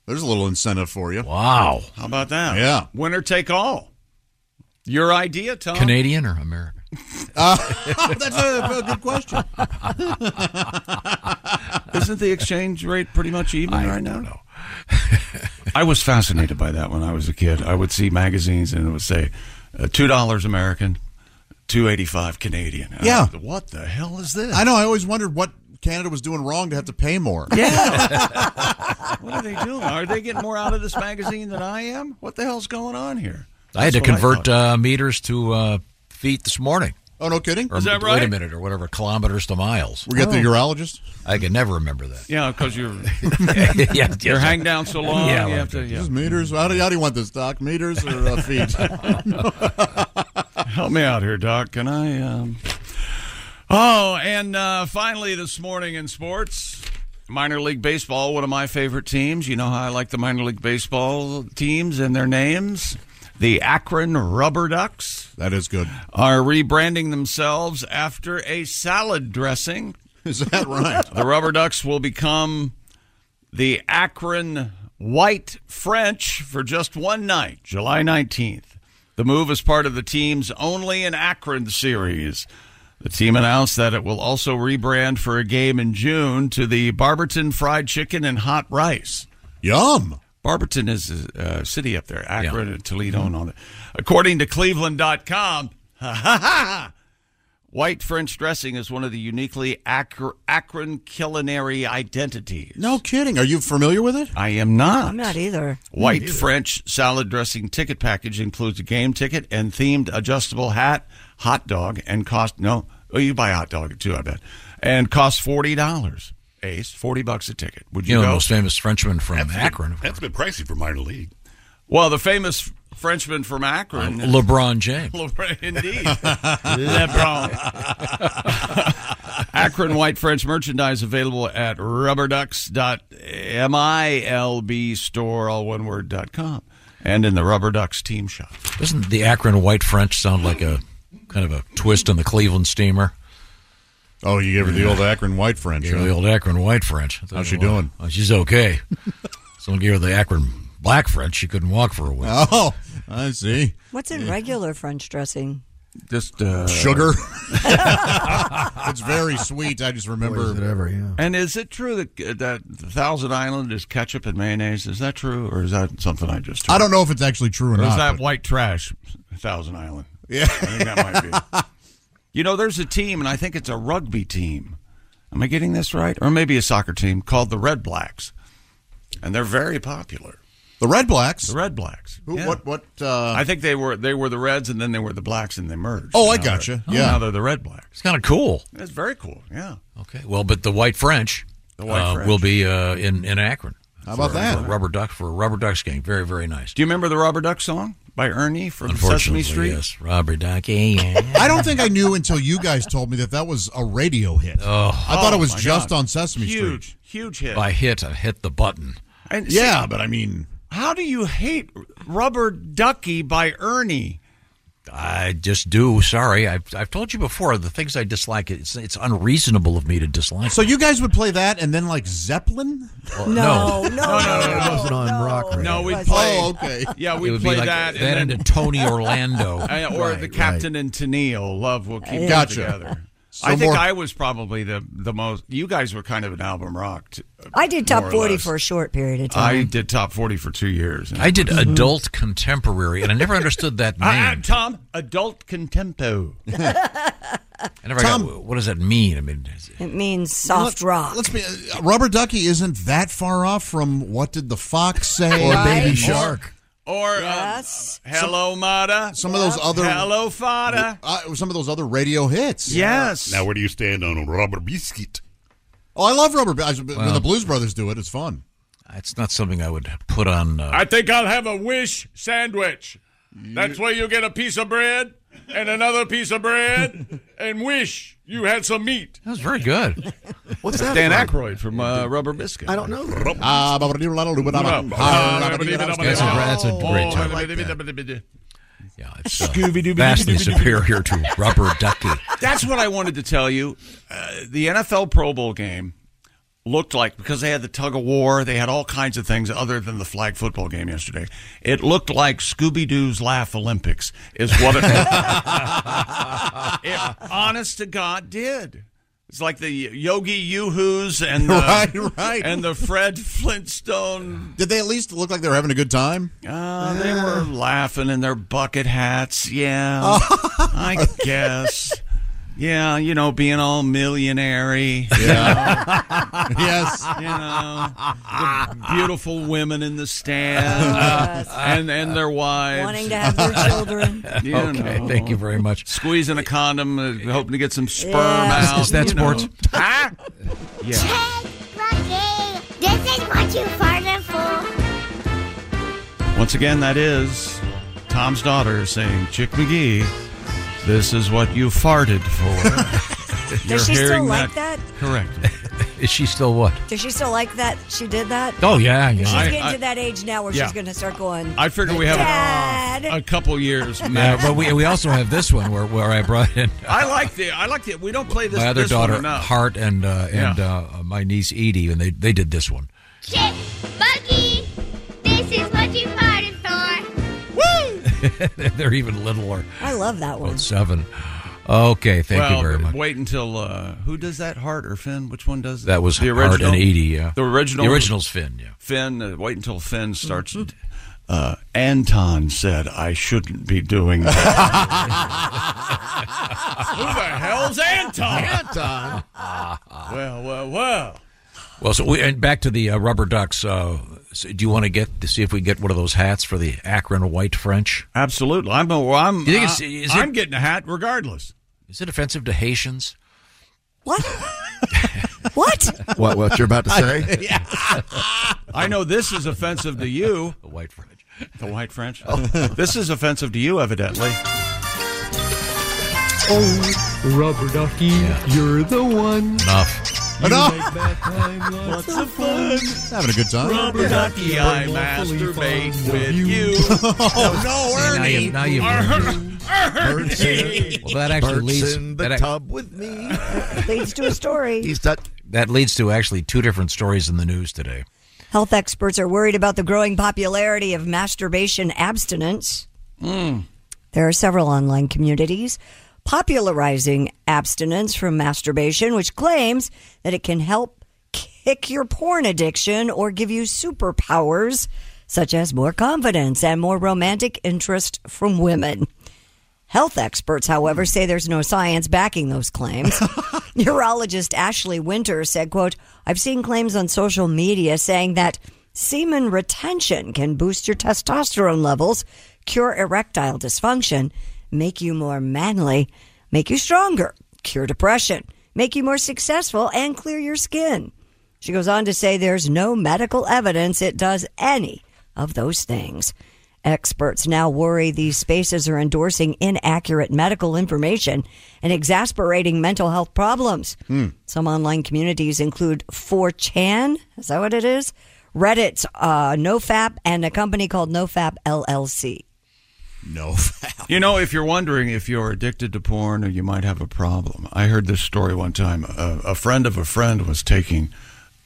[SPEAKER 8] There's a little incentive for you.
[SPEAKER 4] Wow.
[SPEAKER 1] How about that?
[SPEAKER 8] Yeah.
[SPEAKER 1] winner take all. Your idea, Tom.
[SPEAKER 4] Canadian or
[SPEAKER 1] [laughs]
[SPEAKER 4] American? [laughs]
[SPEAKER 8] Uh, that's a, a good question.
[SPEAKER 1] Isn't the exchange rate pretty much even right now? I was fascinated by that when I was a kid. I would see magazines and it would say uh, two dollars American, two eighty five Canadian. And I
[SPEAKER 8] Yeah.
[SPEAKER 1] thought, what the [laughs] hell is this?
[SPEAKER 8] I know. I always wondered what Canada was doing wrong to have to
[SPEAKER 4] [laughs]
[SPEAKER 8] pay more.
[SPEAKER 1] Yeah. what are they doing? Are they getting more out of this magazine than I am? What the hell's going on here?
[SPEAKER 4] I had to
[SPEAKER 1] That's what
[SPEAKER 4] convert
[SPEAKER 1] thought.
[SPEAKER 4] uh, meters to uh, feet this morning.
[SPEAKER 8] Oh, no kidding?
[SPEAKER 4] Or,
[SPEAKER 1] Is that right?
[SPEAKER 4] Wait a minute, or whatever, kilometers to miles.
[SPEAKER 8] We got the Oh. urologist?
[SPEAKER 4] I can never remember that.
[SPEAKER 1] yeah, because
[SPEAKER 4] [laughs]
[SPEAKER 1] you're
[SPEAKER 4] Yeah, yeah.
[SPEAKER 1] you're hang down so long.
[SPEAKER 4] Yeah,
[SPEAKER 1] you
[SPEAKER 4] well,
[SPEAKER 1] have to.
[SPEAKER 8] This
[SPEAKER 1] Yeah.
[SPEAKER 8] is meters. How do, how do you want this, Doc? Meters or
[SPEAKER 4] [laughs]
[SPEAKER 8] uh, [laughs] feet?
[SPEAKER 1] Help me out here, Doc. Can I? Um... Oh, and uh, finally, this morning in sports, minor league baseball, one of my favorite teams. You know how I like the minor league baseball teams and their names? The Akron Rubber Ducks.
[SPEAKER 8] That is good.
[SPEAKER 1] Are rebranding themselves after a salad dressing.
[SPEAKER 8] Is that right?
[SPEAKER 1] the Rubber Ducks will become the Akron White French for just one night, July 19th. The move is part of the team's Only in Akron series. The team announced that it will also rebrand for a game in June to the Barberton Fried Chicken and Hot Rice.
[SPEAKER 8] Yum.
[SPEAKER 1] Barberton is a uh, city up there, Akron and Toledo and all that. According to Cleveland.com, [laughs] ha ha ha! White French dressing is one of the uniquely Akron, Akron culinary identities.
[SPEAKER 8] No kidding. Are you familiar with it?
[SPEAKER 1] I am not.
[SPEAKER 3] I'm not either.
[SPEAKER 1] White French salad dressing ticket package includes a game ticket and themed adjustable hat, hot dog, and cost no. Oh, you buy a hot dog too, I bet. and costs forty dollars. Ace, forty bucks a ticket. Would you
[SPEAKER 4] You know,
[SPEAKER 1] go?
[SPEAKER 4] the most famous Frenchman from
[SPEAKER 1] That's been-
[SPEAKER 4] Akron.
[SPEAKER 1] that's been pricey for minor league. Well, the famous Frenchman from Akron,
[SPEAKER 4] Uh, LeBron
[SPEAKER 1] [laughs]
[SPEAKER 4] James.
[SPEAKER 1] LeBron,
[SPEAKER 8] [laughs]
[SPEAKER 1] indeed, LeBron. Akron White French merchandise available at rubberducks.milb store, all one word, dot com, and in the Rubber Ducks team shop.
[SPEAKER 4] Doesn't the Akron White French sound like a kind of a twist on the Cleveland steamer?
[SPEAKER 8] Oh, you gave her the old Akron White French.
[SPEAKER 4] Gave her
[SPEAKER 8] huh?
[SPEAKER 4] the old Akron White French. I thought,
[SPEAKER 8] How's she
[SPEAKER 4] well,
[SPEAKER 8] doing?
[SPEAKER 4] oh, she's
[SPEAKER 8] [laughs]
[SPEAKER 4] okay. Someone gave her the Akron Black French. She couldn't walk for a week.
[SPEAKER 8] Oh, I see.
[SPEAKER 3] What's in regular French dressing?
[SPEAKER 1] Just [laughs] uh,
[SPEAKER 8] Sugar. [laughs] it's very sweet. I just remember.
[SPEAKER 1] And is it true that uh, that Thousand Island is ketchup and mayonnaise? Is that true, or is that something I just?
[SPEAKER 8] I don't know if it's actually true or
[SPEAKER 1] Or Is
[SPEAKER 8] not.
[SPEAKER 1] that
[SPEAKER 8] but-
[SPEAKER 1] white trash, Thousand Island?
[SPEAKER 8] Yeah.
[SPEAKER 1] I think that
[SPEAKER 8] [laughs]
[SPEAKER 1] might be. You know, there's a team, and I think it's a rugby team. Am I getting this right? Or maybe a soccer team called the Red Blacks, and they're very popular.
[SPEAKER 8] The Red Blacks.
[SPEAKER 1] The Red Blacks.
[SPEAKER 8] Who?
[SPEAKER 1] yeah.
[SPEAKER 8] What? What? Uh,
[SPEAKER 1] I think they were they were the Reds, and then they were the Blacks, and they merged.
[SPEAKER 8] Oh, I
[SPEAKER 1] Now
[SPEAKER 8] gotcha.
[SPEAKER 1] they're-
[SPEAKER 8] Yeah.
[SPEAKER 1] now they're the Red Blacks.
[SPEAKER 4] It's kind of cool.
[SPEAKER 1] That's very cool. Yeah.
[SPEAKER 4] Okay. Well, but the White French,
[SPEAKER 1] The White
[SPEAKER 4] uh,
[SPEAKER 1] French.
[SPEAKER 4] will be uh, in in Akron.
[SPEAKER 1] How about
[SPEAKER 4] for,
[SPEAKER 1] that?
[SPEAKER 4] for rubber duck for a rubber ducks game. Very very nice.
[SPEAKER 1] Do you remember the Rubber Duck song by Ernie from
[SPEAKER 4] Unfortunately,
[SPEAKER 1] Sesame Street?
[SPEAKER 4] yes. Rubber
[SPEAKER 1] [laughs]
[SPEAKER 4] ducky. Yeah.
[SPEAKER 8] I don't think I knew until you guys told me that that was a radio hit.
[SPEAKER 4] Oh.
[SPEAKER 8] I thought it was
[SPEAKER 4] Oh, my
[SPEAKER 8] just
[SPEAKER 4] God.
[SPEAKER 8] on Sesame Street.
[SPEAKER 1] Huge, huge hit.
[SPEAKER 4] By hit, I hit the button.
[SPEAKER 1] And
[SPEAKER 8] Yeah,
[SPEAKER 1] see,
[SPEAKER 8] but I mean,
[SPEAKER 1] how do you hate Rubber Ducky by Ernie?
[SPEAKER 4] I just do. Sorry, I've, I've told you before the things I dislike. It's it's unreasonable of me to dislike.
[SPEAKER 8] so you guys would play that and then like Zeppelin?
[SPEAKER 4] Well, No, [laughs] no. no,
[SPEAKER 8] no, It wasn't on rock.
[SPEAKER 1] No, we play.
[SPEAKER 8] Oh, okay.
[SPEAKER 1] [laughs] Yeah,
[SPEAKER 4] It
[SPEAKER 1] we
[SPEAKER 4] would
[SPEAKER 1] play
[SPEAKER 4] be like
[SPEAKER 1] that.
[SPEAKER 4] that
[SPEAKER 1] and then,
[SPEAKER 4] into Tony
[SPEAKER 1] [laughs]
[SPEAKER 4] Orlando.
[SPEAKER 1] Uh, or
[SPEAKER 4] Right,
[SPEAKER 1] the Captain and Tennille. Love will keep them
[SPEAKER 8] Gotcha.
[SPEAKER 1] together.
[SPEAKER 8] So
[SPEAKER 1] I think
[SPEAKER 8] more-
[SPEAKER 1] I was probably the the most. You guys were kind of an album rock. t-
[SPEAKER 3] I did
[SPEAKER 1] more
[SPEAKER 3] top
[SPEAKER 1] or
[SPEAKER 3] 40
[SPEAKER 1] less.
[SPEAKER 3] for a short period of time.
[SPEAKER 1] I did top forty for two years. Mm-hmm.
[SPEAKER 4] I did adult contemporary, and I never understood that
[SPEAKER 1] [laughs]
[SPEAKER 4] name.
[SPEAKER 1] I, am Tom, adult contempo.
[SPEAKER 4] I never got what does that mean. I mean, is it-
[SPEAKER 3] [laughs] It means soft rock.
[SPEAKER 8] Let's be uh, Rubber Ducky isn't that far off from what did the fox say?
[SPEAKER 3] Or Baby Right. Shark.
[SPEAKER 1] Or um,
[SPEAKER 3] yes.
[SPEAKER 1] Hello, Mata. Uh,
[SPEAKER 8] Some of those other
[SPEAKER 1] Hello, Fada.
[SPEAKER 8] Uh, some of those other radio hits.
[SPEAKER 1] Yes.
[SPEAKER 9] Now, where do you stand on rubber biscuit?
[SPEAKER 8] Oh, I love Rubber. I- When
[SPEAKER 4] Well.
[SPEAKER 8] the Blues Brothers do it, it's fun.
[SPEAKER 4] it's not something I would put on. Uh,
[SPEAKER 1] I think I'll have a wish sandwich. That's where you get a piece of bread and another piece of [laughs] bread and wish you had some meat.
[SPEAKER 4] that was very good.
[SPEAKER 1] What's that? Dan Aykroyd from uh, Rubber Biscuit. I don't know.
[SPEAKER 8] Ah, ba- ba- dee- la- la- la- la- la- la- la-
[SPEAKER 4] That's a- that's a great title. Yeah, it's uh, vastly superior to Rubber Ducky.
[SPEAKER 1] That's what I wanted to tell you. Uh, the NFL Pro Bowl game looked like because they had the tug of war, they had all kinds of things other than the flag football game yesterday. It looked like Scooby Doo's Laugh Olympics is what it, it honest to God did. It's like the Yogi Yoo-Hoos and
[SPEAKER 4] [laughs]
[SPEAKER 1] the,
[SPEAKER 8] Right, right.
[SPEAKER 1] and the Fred Flintstone.
[SPEAKER 8] Did they at least look like they were having a good time?
[SPEAKER 1] Uh, they were laughing in their bucket hats. Yeah,
[SPEAKER 4] Oh.
[SPEAKER 1] I guess. Yeah, you know, being all millionaire. [laughs]
[SPEAKER 8] Yeah. Yes.
[SPEAKER 1] You know, the beautiful women in the stands
[SPEAKER 3] Yes.
[SPEAKER 1] and and their wives
[SPEAKER 3] Wanting to have their children.
[SPEAKER 1] [laughs] You
[SPEAKER 4] okay,
[SPEAKER 1] know.
[SPEAKER 4] thank you very much.
[SPEAKER 1] Squeezing a condom, uh, hoping to get some sperm
[SPEAKER 4] Is-
[SPEAKER 1] out.
[SPEAKER 4] is that
[SPEAKER 1] you know.
[SPEAKER 4] sports?
[SPEAKER 1] Huh? Yeah.
[SPEAKER 16] This is what you farted for.
[SPEAKER 1] Once again, that is Tom's daughter saying, Chick McGee, this is what you farted
[SPEAKER 4] [laughs]
[SPEAKER 1] for. You're
[SPEAKER 3] Does she still
[SPEAKER 1] hearing
[SPEAKER 3] like
[SPEAKER 1] Correct.
[SPEAKER 4] Is she still what?
[SPEAKER 3] Does she still like that? She did that?
[SPEAKER 4] Oh, yeah, yeah.
[SPEAKER 3] She's
[SPEAKER 1] I-
[SPEAKER 3] getting
[SPEAKER 1] I-
[SPEAKER 3] to that age now where
[SPEAKER 1] Yeah.
[SPEAKER 3] she's going to start
[SPEAKER 1] [laughs]
[SPEAKER 3] going.
[SPEAKER 1] I figure we have
[SPEAKER 3] Dad.
[SPEAKER 1] a, a couple years.
[SPEAKER 4] Yeah,
[SPEAKER 1] max.
[SPEAKER 4] but we, we also have this one where, where I brought in
[SPEAKER 1] I like the. I like the. We don't play this.
[SPEAKER 4] my other
[SPEAKER 1] this one
[SPEAKER 4] daughter
[SPEAKER 1] enough.
[SPEAKER 4] Hart and uh,
[SPEAKER 1] Yeah.
[SPEAKER 4] and uh, my niece Edie, and they they did this one. [laughs]
[SPEAKER 16] Chip Buggy, this is what you farted for. Woo!
[SPEAKER 4] They're even littler.
[SPEAKER 3] I love that one.
[SPEAKER 4] About seven. Okay, thank
[SPEAKER 1] well,
[SPEAKER 4] you very much.
[SPEAKER 1] Wait until uh, who does that? Hart or Finn? Which one does
[SPEAKER 4] That was
[SPEAKER 1] the
[SPEAKER 4] Hart
[SPEAKER 1] original?
[SPEAKER 4] and Edie, yeah.
[SPEAKER 1] The original.
[SPEAKER 4] The original's Finn, yeah.
[SPEAKER 1] Finn. Uh, wait until Finn starts. Uh, Anton said, "I shouldn't be doing that." Who the hell's Anton? Anton. [laughs] well, well, well.
[SPEAKER 4] Well, so we and back to the uh, rubber ducks. Uh, so do you want to get to see if we get one of those hats for the Akron White French?
[SPEAKER 1] Absolutely. I'm. A, well, I'm.
[SPEAKER 4] You think it's-
[SPEAKER 1] I-
[SPEAKER 4] is
[SPEAKER 1] I'm
[SPEAKER 4] it-
[SPEAKER 1] getting a hat regardless.
[SPEAKER 4] Is it offensive to Haitians?
[SPEAKER 3] What? What?
[SPEAKER 10] [laughs] What? What you're about to say?
[SPEAKER 1] [laughs] yeah. I know this is offensive to you. The white French. The white French.
[SPEAKER 10] Oh. [laughs]
[SPEAKER 1] this is offensive to you, evidently.
[SPEAKER 2] Oh, rubber ducky, you're the one.
[SPEAKER 4] Enough.
[SPEAKER 2] You
[SPEAKER 8] Enough.
[SPEAKER 2] make that time lots of fun.
[SPEAKER 8] Having a good time.
[SPEAKER 2] Rubber ducky, I
[SPEAKER 1] masturbate with you.
[SPEAKER 10] [laughs]
[SPEAKER 1] [laughs]
[SPEAKER 2] Oh,
[SPEAKER 4] Now
[SPEAKER 2] no, Ernie.
[SPEAKER 4] you've- now you've-
[SPEAKER 10] Birds in-
[SPEAKER 4] Well, that actually
[SPEAKER 10] birds
[SPEAKER 4] leads-
[SPEAKER 10] in the
[SPEAKER 4] that ac-
[SPEAKER 10] tub with me.
[SPEAKER 3] Leads to a story.
[SPEAKER 10] He's done.
[SPEAKER 4] That leads to actually two different stories in the news today.
[SPEAKER 3] Health experts are worried about the growing popularity of masturbation abstinence. There are several online communities popularizing abstinence from masturbation, which claims that it can help kick your porn addiction or give you superpowers such as more confidence and more romantic interest from women. Health experts, however, say there's no science backing those claims. Urologist Ashley Winter said, quote, I've seen claims on social media saying that semen retention can boost your testosterone levels, cure erectile dysfunction, make you more manly, make you stronger, cure depression, make you more successful, and clear your skin. She goes on to say there's no medical evidence it does any of those things. Experts now worry these spaces are endorsing inaccurate medical information and exasperating mental health problems. Some online communities include 4chan, is that what it is? Reddit's uh, NoFap and a company called NoFap LLC.
[SPEAKER 1] No. You know, if you're wondering if you're addicted to porn or you might have a problem, I heard this story one time. A, a friend of a friend was taking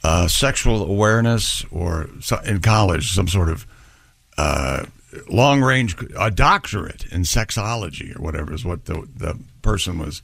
[SPEAKER 1] uh, sexual awareness or so- in college, some sort of uh, long range, a doctorate in sexology or whatever is what the, the person was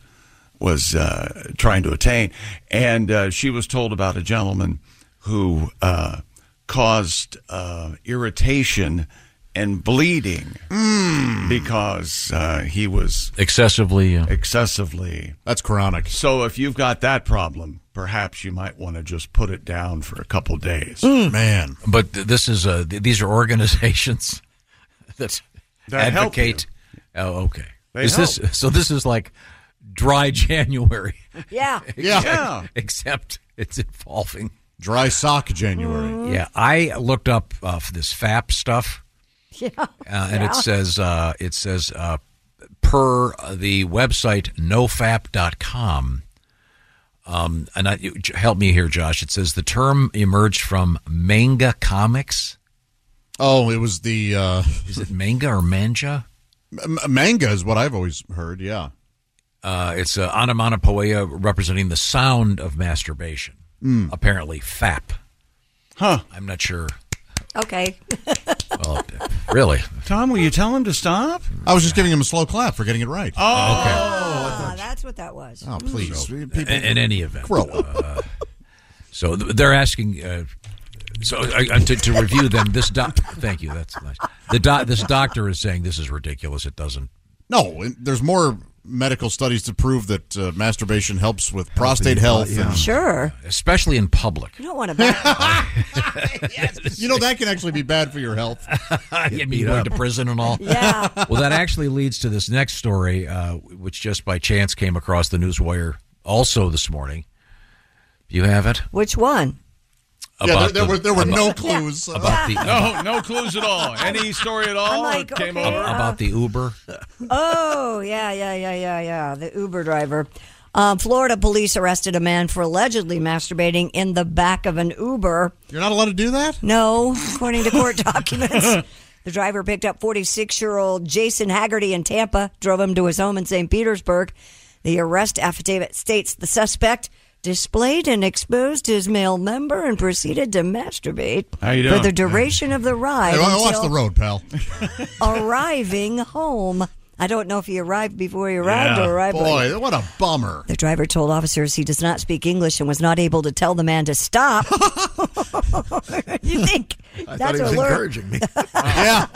[SPEAKER 1] was uh, trying to attain. And uh, she was told about a gentleman who uh, caused uh, irritation and bleeding
[SPEAKER 4] Hmm.
[SPEAKER 1] because uh, he was
[SPEAKER 4] Excessively. Uh,
[SPEAKER 1] excessively.
[SPEAKER 8] That's chronic.
[SPEAKER 1] So if you've got that problem, perhaps you might want to just put it down for a couple days.
[SPEAKER 8] Man.
[SPEAKER 4] But th- this is uh, th- these are organizations [laughs] that,
[SPEAKER 1] That help
[SPEAKER 4] advocate. Oh, okay.
[SPEAKER 1] They
[SPEAKER 4] is this so? This is like dry [laughs] January. [laughs]
[SPEAKER 3] Yeah.
[SPEAKER 4] Except-
[SPEAKER 8] Yeah.
[SPEAKER 4] Except it's involving
[SPEAKER 8] Dry sock January.
[SPEAKER 4] Yeah, I looked up uh, for this FAP stuff,
[SPEAKER 3] [laughs] Yeah.
[SPEAKER 4] uh, and
[SPEAKER 3] Yeah.
[SPEAKER 4] it says uh, it says uh, per the website nofap.com. Um, and I, you- j- help me here, Josh. It says the term emerged from manga comics.
[SPEAKER 8] Oh, it was the. Uh,
[SPEAKER 4] is it manga or manja?
[SPEAKER 8] M- manga is what I've always heard. Yeah.
[SPEAKER 4] Uh, it's uh, onomatopoeia representing the sound of masturbation.
[SPEAKER 8] Mm.
[SPEAKER 4] Apparently, fap.
[SPEAKER 1] Huh.
[SPEAKER 4] I'm not sure.
[SPEAKER 3] Okay.
[SPEAKER 4] Well, really?
[SPEAKER 1] Tom, will you tell him to stop?
[SPEAKER 8] I was just giving him a slow clap for getting it right.
[SPEAKER 1] Oh,
[SPEAKER 3] Ah, that's what that was.
[SPEAKER 8] Oh, please.
[SPEAKER 4] So,
[SPEAKER 8] People-
[SPEAKER 4] in, in any event,
[SPEAKER 8] Grow
[SPEAKER 4] uh, so th- they're asking. Uh, so I, I, to, to review them, this doc. Thank you. That's nice. The doc. This doctor is saying this is ridiculous. It doesn't.
[SPEAKER 8] No, and there's more medical studies to prove that uh, masturbation helps with prostate
[SPEAKER 4] you,
[SPEAKER 8] health.
[SPEAKER 4] yeah.
[SPEAKER 1] [laughs]
[SPEAKER 8] and-
[SPEAKER 3] Sure.
[SPEAKER 4] Especially in public.
[SPEAKER 3] You don't want to back.
[SPEAKER 8] [laughs] You know, that can actually be bad for
[SPEAKER 1] [laughs]
[SPEAKER 8] your health.
[SPEAKER 4] I mean, going to prison and all.
[SPEAKER 8] Yeah.
[SPEAKER 4] Well, that actually leads to this next story, uh, which just by chance came across the newswire also this morning. You have it.
[SPEAKER 3] Which one?
[SPEAKER 8] Yeah, there- there
[SPEAKER 4] the-
[SPEAKER 8] were- there were no
[SPEAKER 4] about- [laughs]
[SPEAKER 8] clues.
[SPEAKER 4] about
[SPEAKER 1] [laughs]
[SPEAKER 4] the
[SPEAKER 1] no, no clues at all. Any story at all
[SPEAKER 3] I'm like,
[SPEAKER 1] came
[SPEAKER 3] okay,
[SPEAKER 1] over?
[SPEAKER 3] uh,
[SPEAKER 4] about the Uber.
[SPEAKER 3] Oh, yeah, yeah, yeah, yeah, yeah. The Uber driver. Um, Florida police arrested a man for allegedly masturbating in the back of an Uber.
[SPEAKER 8] You're not allowed to do that?
[SPEAKER 3] No, according to court [laughs] documents. The driver picked up 46 year old Jason Haggerty in Tampa, drove him to his home in St. Petersburg. The arrest affidavit states the suspect displayed and exposed his male member and proceeded to masturbate
[SPEAKER 8] How you
[SPEAKER 3] for
[SPEAKER 8] doing?
[SPEAKER 3] the duration of the ride.
[SPEAKER 8] Hey, wa- watch
[SPEAKER 3] until-
[SPEAKER 8] the road, pal.
[SPEAKER 3] arriving home. I don't know if he arrived before he arrived
[SPEAKER 8] Yeah.
[SPEAKER 3] or arrived.
[SPEAKER 8] Boy,
[SPEAKER 3] late.
[SPEAKER 8] what a bummer.
[SPEAKER 3] The driver told officers he does not speak English and was not able to tell the man to stop. you think
[SPEAKER 1] I thought
[SPEAKER 3] that's
[SPEAKER 1] he was
[SPEAKER 3] alert. [laughs]
[SPEAKER 1] encouraging me. yeah.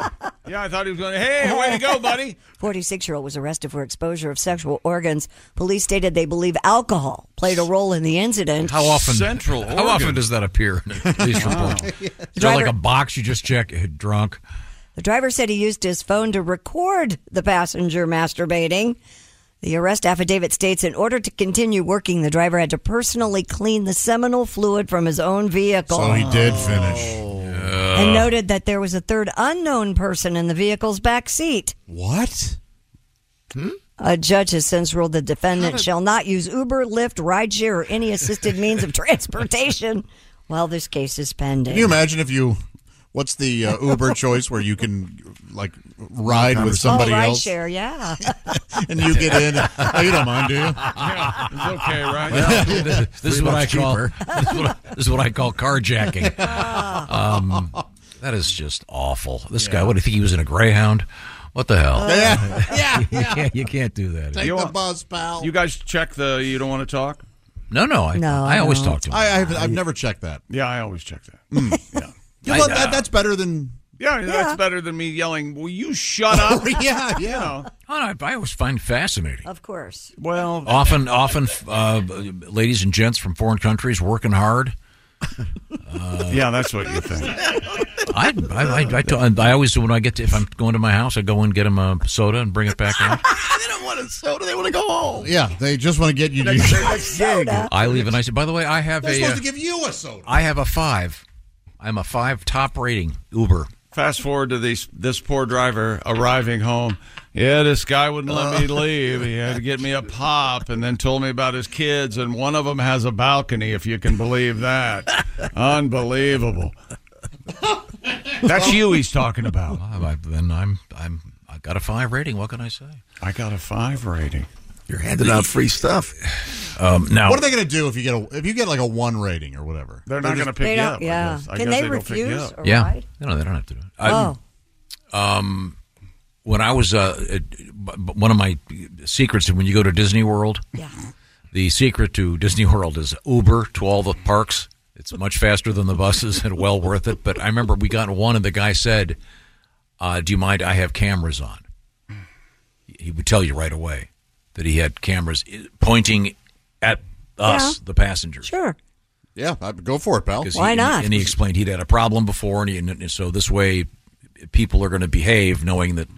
[SPEAKER 1] Yeah, I thought he was going to, hey, way to go, buddy.
[SPEAKER 3] 46 year old was arrested for exposure of sexual organs. Police stated they believe alcohol played a role in the incident.
[SPEAKER 4] How often?
[SPEAKER 1] Central
[SPEAKER 4] How
[SPEAKER 1] Oregon.
[SPEAKER 4] often does that appear in
[SPEAKER 1] [laughs]
[SPEAKER 4] a police report? Is there like a box you just check? eh, Drunk.
[SPEAKER 3] The driver said he used his phone to record the passenger masturbating. The arrest affidavit states in order to continue working, the driver had to personally clean the seminal fluid from his own vehicle.
[SPEAKER 8] So he did finish. Uh.
[SPEAKER 3] And noted that there was a third unknown person in the vehicle's back seat.
[SPEAKER 17] What?
[SPEAKER 3] A judge has since ruled the defendant shall not use Uber, Lyft, rideshare, or any assisted means of [laughs] transportation while this case is pending.
[SPEAKER 8] Can you imagine if you? What's the uh,
[SPEAKER 1] [laughs]
[SPEAKER 8] Uber choice where you can like ride with somebody
[SPEAKER 3] oh,
[SPEAKER 8] else
[SPEAKER 3] Rideshare, yeah.
[SPEAKER 8] [laughs] and you get
[SPEAKER 1] [laughs]
[SPEAKER 8] in? Oh, you don't mind, do you?
[SPEAKER 10] [laughs]
[SPEAKER 1] Yeah, [laughs] it's okay, right?
[SPEAKER 4] Well, this is what I call [laughs] this is what, I- this is what I
[SPEAKER 1] [laughs]
[SPEAKER 4] call carjacking.
[SPEAKER 1] Ah.
[SPEAKER 4] Um, that is just awful. This guy, what do you think he was in a Greyhound? What the hell?
[SPEAKER 8] Yeah.
[SPEAKER 4] [laughs]
[SPEAKER 8] Yeah,
[SPEAKER 4] you,
[SPEAKER 8] yeah.
[SPEAKER 4] can't, you [laughs] can't do that.
[SPEAKER 8] Take the buzz, pal.
[SPEAKER 1] You guys check the you don't want to talk?
[SPEAKER 4] No, no, I- No, I always no. talk to him.
[SPEAKER 8] I, I have, I've never checked that.
[SPEAKER 1] Yeah, I always check that.
[SPEAKER 8] You know what? that, that's better than
[SPEAKER 1] Yeah, that's better than me yelling, Will you shut up?
[SPEAKER 8] [laughs] yeah, yeah.
[SPEAKER 4] Oh, no, I always find fascinating.
[SPEAKER 3] Of course.
[SPEAKER 1] Well,
[SPEAKER 4] Often, often, uh, ladies and gents from foreign countries working
[SPEAKER 8] [laughs]
[SPEAKER 4] hard. Uh,
[SPEAKER 1] yeah, that's what you think.
[SPEAKER 4] I, I, I, I, t- I always do when I get to, if I'm going to my house, I go and get them a soda and bring it back out.
[SPEAKER 8] they don't want a soda. They want to go home. [laughs] Yeah, they just want to get you. to-
[SPEAKER 4] [laughs] I leave and I say, by the way, I have
[SPEAKER 8] They're
[SPEAKER 4] a,
[SPEAKER 8] supposed
[SPEAKER 4] uh,
[SPEAKER 8] to give you a soda.
[SPEAKER 4] I have a five. I'm a five top rating Uber.
[SPEAKER 1] Fast forward to this this poor driver arriving home. Yeah, this guy wouldn't let me leave. He had to get me a pop, and then told me about his kids, and one of them has a balcony, if you can believe that. Unbelievable. That's you he's talking
[SPEAKER 4] [laughs]
[SPEAKER 1] about.
[SPEAKER 4] I, then I'm I'm I got a five rating. What can I say?
[SPEAKER 1] I got a five rating.
[SPEAKER 4] You're
[SPEAKER 8] handing out free
[SPEAKER 4] stuff. Um, now,
[SPEAKER 8] what are they going to do if you get a if you get like a one rating or whatever?
[SPEAKER 1] They're not
[SPEAKER 8] just-
[SPEAKER 1] gonna pick They you don't- up, I yeah. guess. I Can guess they they don't pick you refuse up. or
[SPEAKER 4] yeah,
[SPEAKER 1] ride?
[SPEAKER 4] no, they don't have to do it.
[SPEAKER 1] Oh.
[SPEAKER 4] um, when I was uh, uh, b- b- one of my secrets when you go to Disney World, yeah. the secret to Disney World is Uber to all the parks. It's much faster than the buses and well worth it. But I remember we got one and the guy said, uh, "Do you mind? I have cameras on." He would tell you right away that he had cameras i- pointing at us,
[SPEAKER 3] Yeah.
[SPEAKER 4] the passengers.
[SPEAKER 3] Sure.
[SPEAKER 8] Yeah, I'd go for it, pal.
[SPEAKER 4] 'Cause
[SPEAKER 3] Why
[SPEAKER 4] he,
[SPEAKER 3] not?
[SPEAKER 4] And he explained he'd had a problem before, and, he, and so this way, people are going to behave knowing that.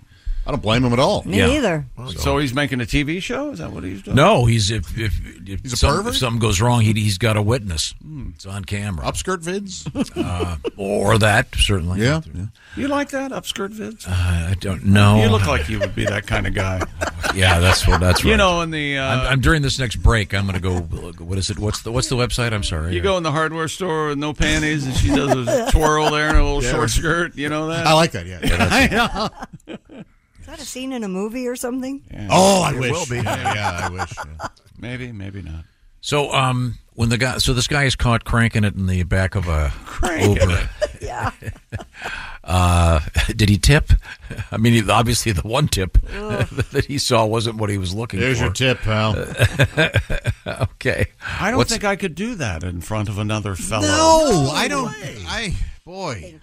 [SPEAKER 8] I don't blame him at all.
[SPEAKER 1] Me
[SPEAKER 3] neither.
[SPEAKER 1] So. he's making a TV show? Is that what he's doing?
[SPEAKER 4] No, he's if if, if,
[SPEAKER 1] He's a
[SPEAKER 4] some-
[SPEAKER 1] pervert?
[SPEAKER 4] if something goes wrong, he he's got a witness. It's on camera.
[SPEAKER 8] Upskirt vids,
[SPEAKER 4] uh, or that certainly. Uh,
[SPEAKER 8] Yeah,
[SPEAKER 1] You like that upskirt vids?
[SPEAKER 4] I don't know.
[SPEAKER 1] You look like you would be that kind of guy.
[SPEAKER 4] Yeah, that's what that's.
[SPEAKER 1] You
[SPEAKER 4] right.
[SPEAKER 1] know, in the, uh,
[SPEAKER 4] I'm, I'm during this next break. I'm going to go. What is it? What's the what's the website? I'm sorry.
[SPEAKER 1] You go in the hardware store with no panties, and she does a twirl there in a little
[SPEAKER 4] Yeah.
[SPEAKER 1] short skirt. You know that?
[SPEAKER 4] I like that, yeah. Yeah, that's
[SPEAKER 1] [laughs]
[SPEAKER 4] it.
[SPEAKER 3] Is that a scene in a movie or something?
[SPEAKER 8] Oh,
[SPEAKER 1] Oh,
[SPEAKER 8] [laughs]
[SPEAKER 1] Maybe, maybe not.
[SPEAKER 4] So um, when the guy, so this guy is caught cranking it in the back of a
[SPEAKER 1] Cranking
[SPEAKER 4] Uber. [laughs]
[SPEAKER 3] yeah.
[SPEAKER 4] Uh, did he tip? I mean, he- obviously the one tip
[SPEAKER 1] Ugh.
[SPEAKER 4] [laughs] that he saw wasn't what he was looking
[SPEAKER 8] There's
[SPEAKER 4] for.
[SPEAKER 8] your tip, pal.
[SPEAKER 4] [laughs] okay.
[SPEAKER 1] I don't
[SPEAKER 4] What's-
[SPEAKER 1] think I could do that in front of another fellow.
[SPEAKER 8] No, I don't. I boy.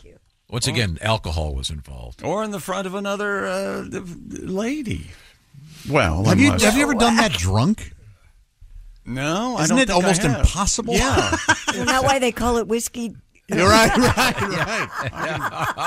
[SPEAKER 4] Once again, alcohol was involved.
[SPEAKER 1] Or in the front of another uh, lady. Well,
[SPEAKER 8] have you
[SPEAKER 1] unless-
[SPEAKER 8] have you ever done that drunk?
[SPEAKER 1] No, I
[SPEAKER 8] Isn't
[SPEAKER 1] don't
[SPEAKER 8] it
[SPEAKER 1] think
[SPEAKER 8] almost
[SPEAKER 1] I have.
[SPEAKER 3] [laughs]
[SPEAKER 8] impossible? [laughs]
[SPEAKER 1] Yeah.
[SPEAKER 3] Isn't that why they call it whiskey?
[SPEAKER 8] You're right,
[SPEAKER 1] [laughs]
[SPEAKER 8] right,
[SPEAKER 1] right.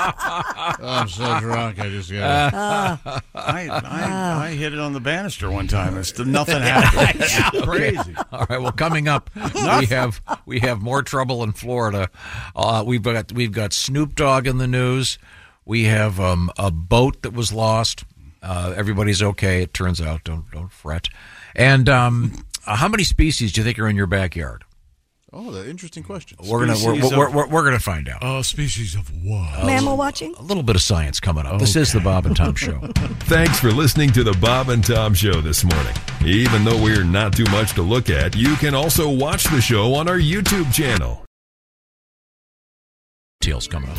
[SPEAKER 1] [laughs]
[SPEAKER 8] I'm so drunk, I just
[SPEAKER 1] got.
[SPEAKER 8] gotta-
[SPEAKER 1] Uh, I, I, I hit it on the banister one time. It's nothing [laughs] happened. It's
[SPEAKER 4] [laughs] Okay.
[SPEAKER 1] crazy.
[SPEAKER 4] All right. Well,
[SPEAKER 1] [laughs]
[SPEAKER 4] coming up, we have we have more trouble in Florida. Uh, we've got we've got Snoop Dogg in the news. We have um, a boat that was lost. Uh, everybody's okay. It turns out. Don't don't fret. And um, uh, how many species do you think are in your backyard?
[SPEAKER 8] Oh, the interesting question.
[SPEAKER 4] We're gonna we're,
[SPEAKER 8] Species
[SPEAKER 4] we're,
[SPEAKER 8] of-
[SPEAKER 4] we're, we're gonna find out.
[SPEAKER 7] Uh,
[SPEAKER 1] Oh, species of what?
[SPEAKER 3] Mammal watching?
[SPEAKER 4] uh, A little bit of science coming up. This is the Bob and Tom Show.
[SPEAKER 14] Thanks for listening to the Bob and Tom Show this morning. Even though we're not too much to look at, you can also watch the show on our YouTube channel.
[SPEAKER 4] Tails coming up.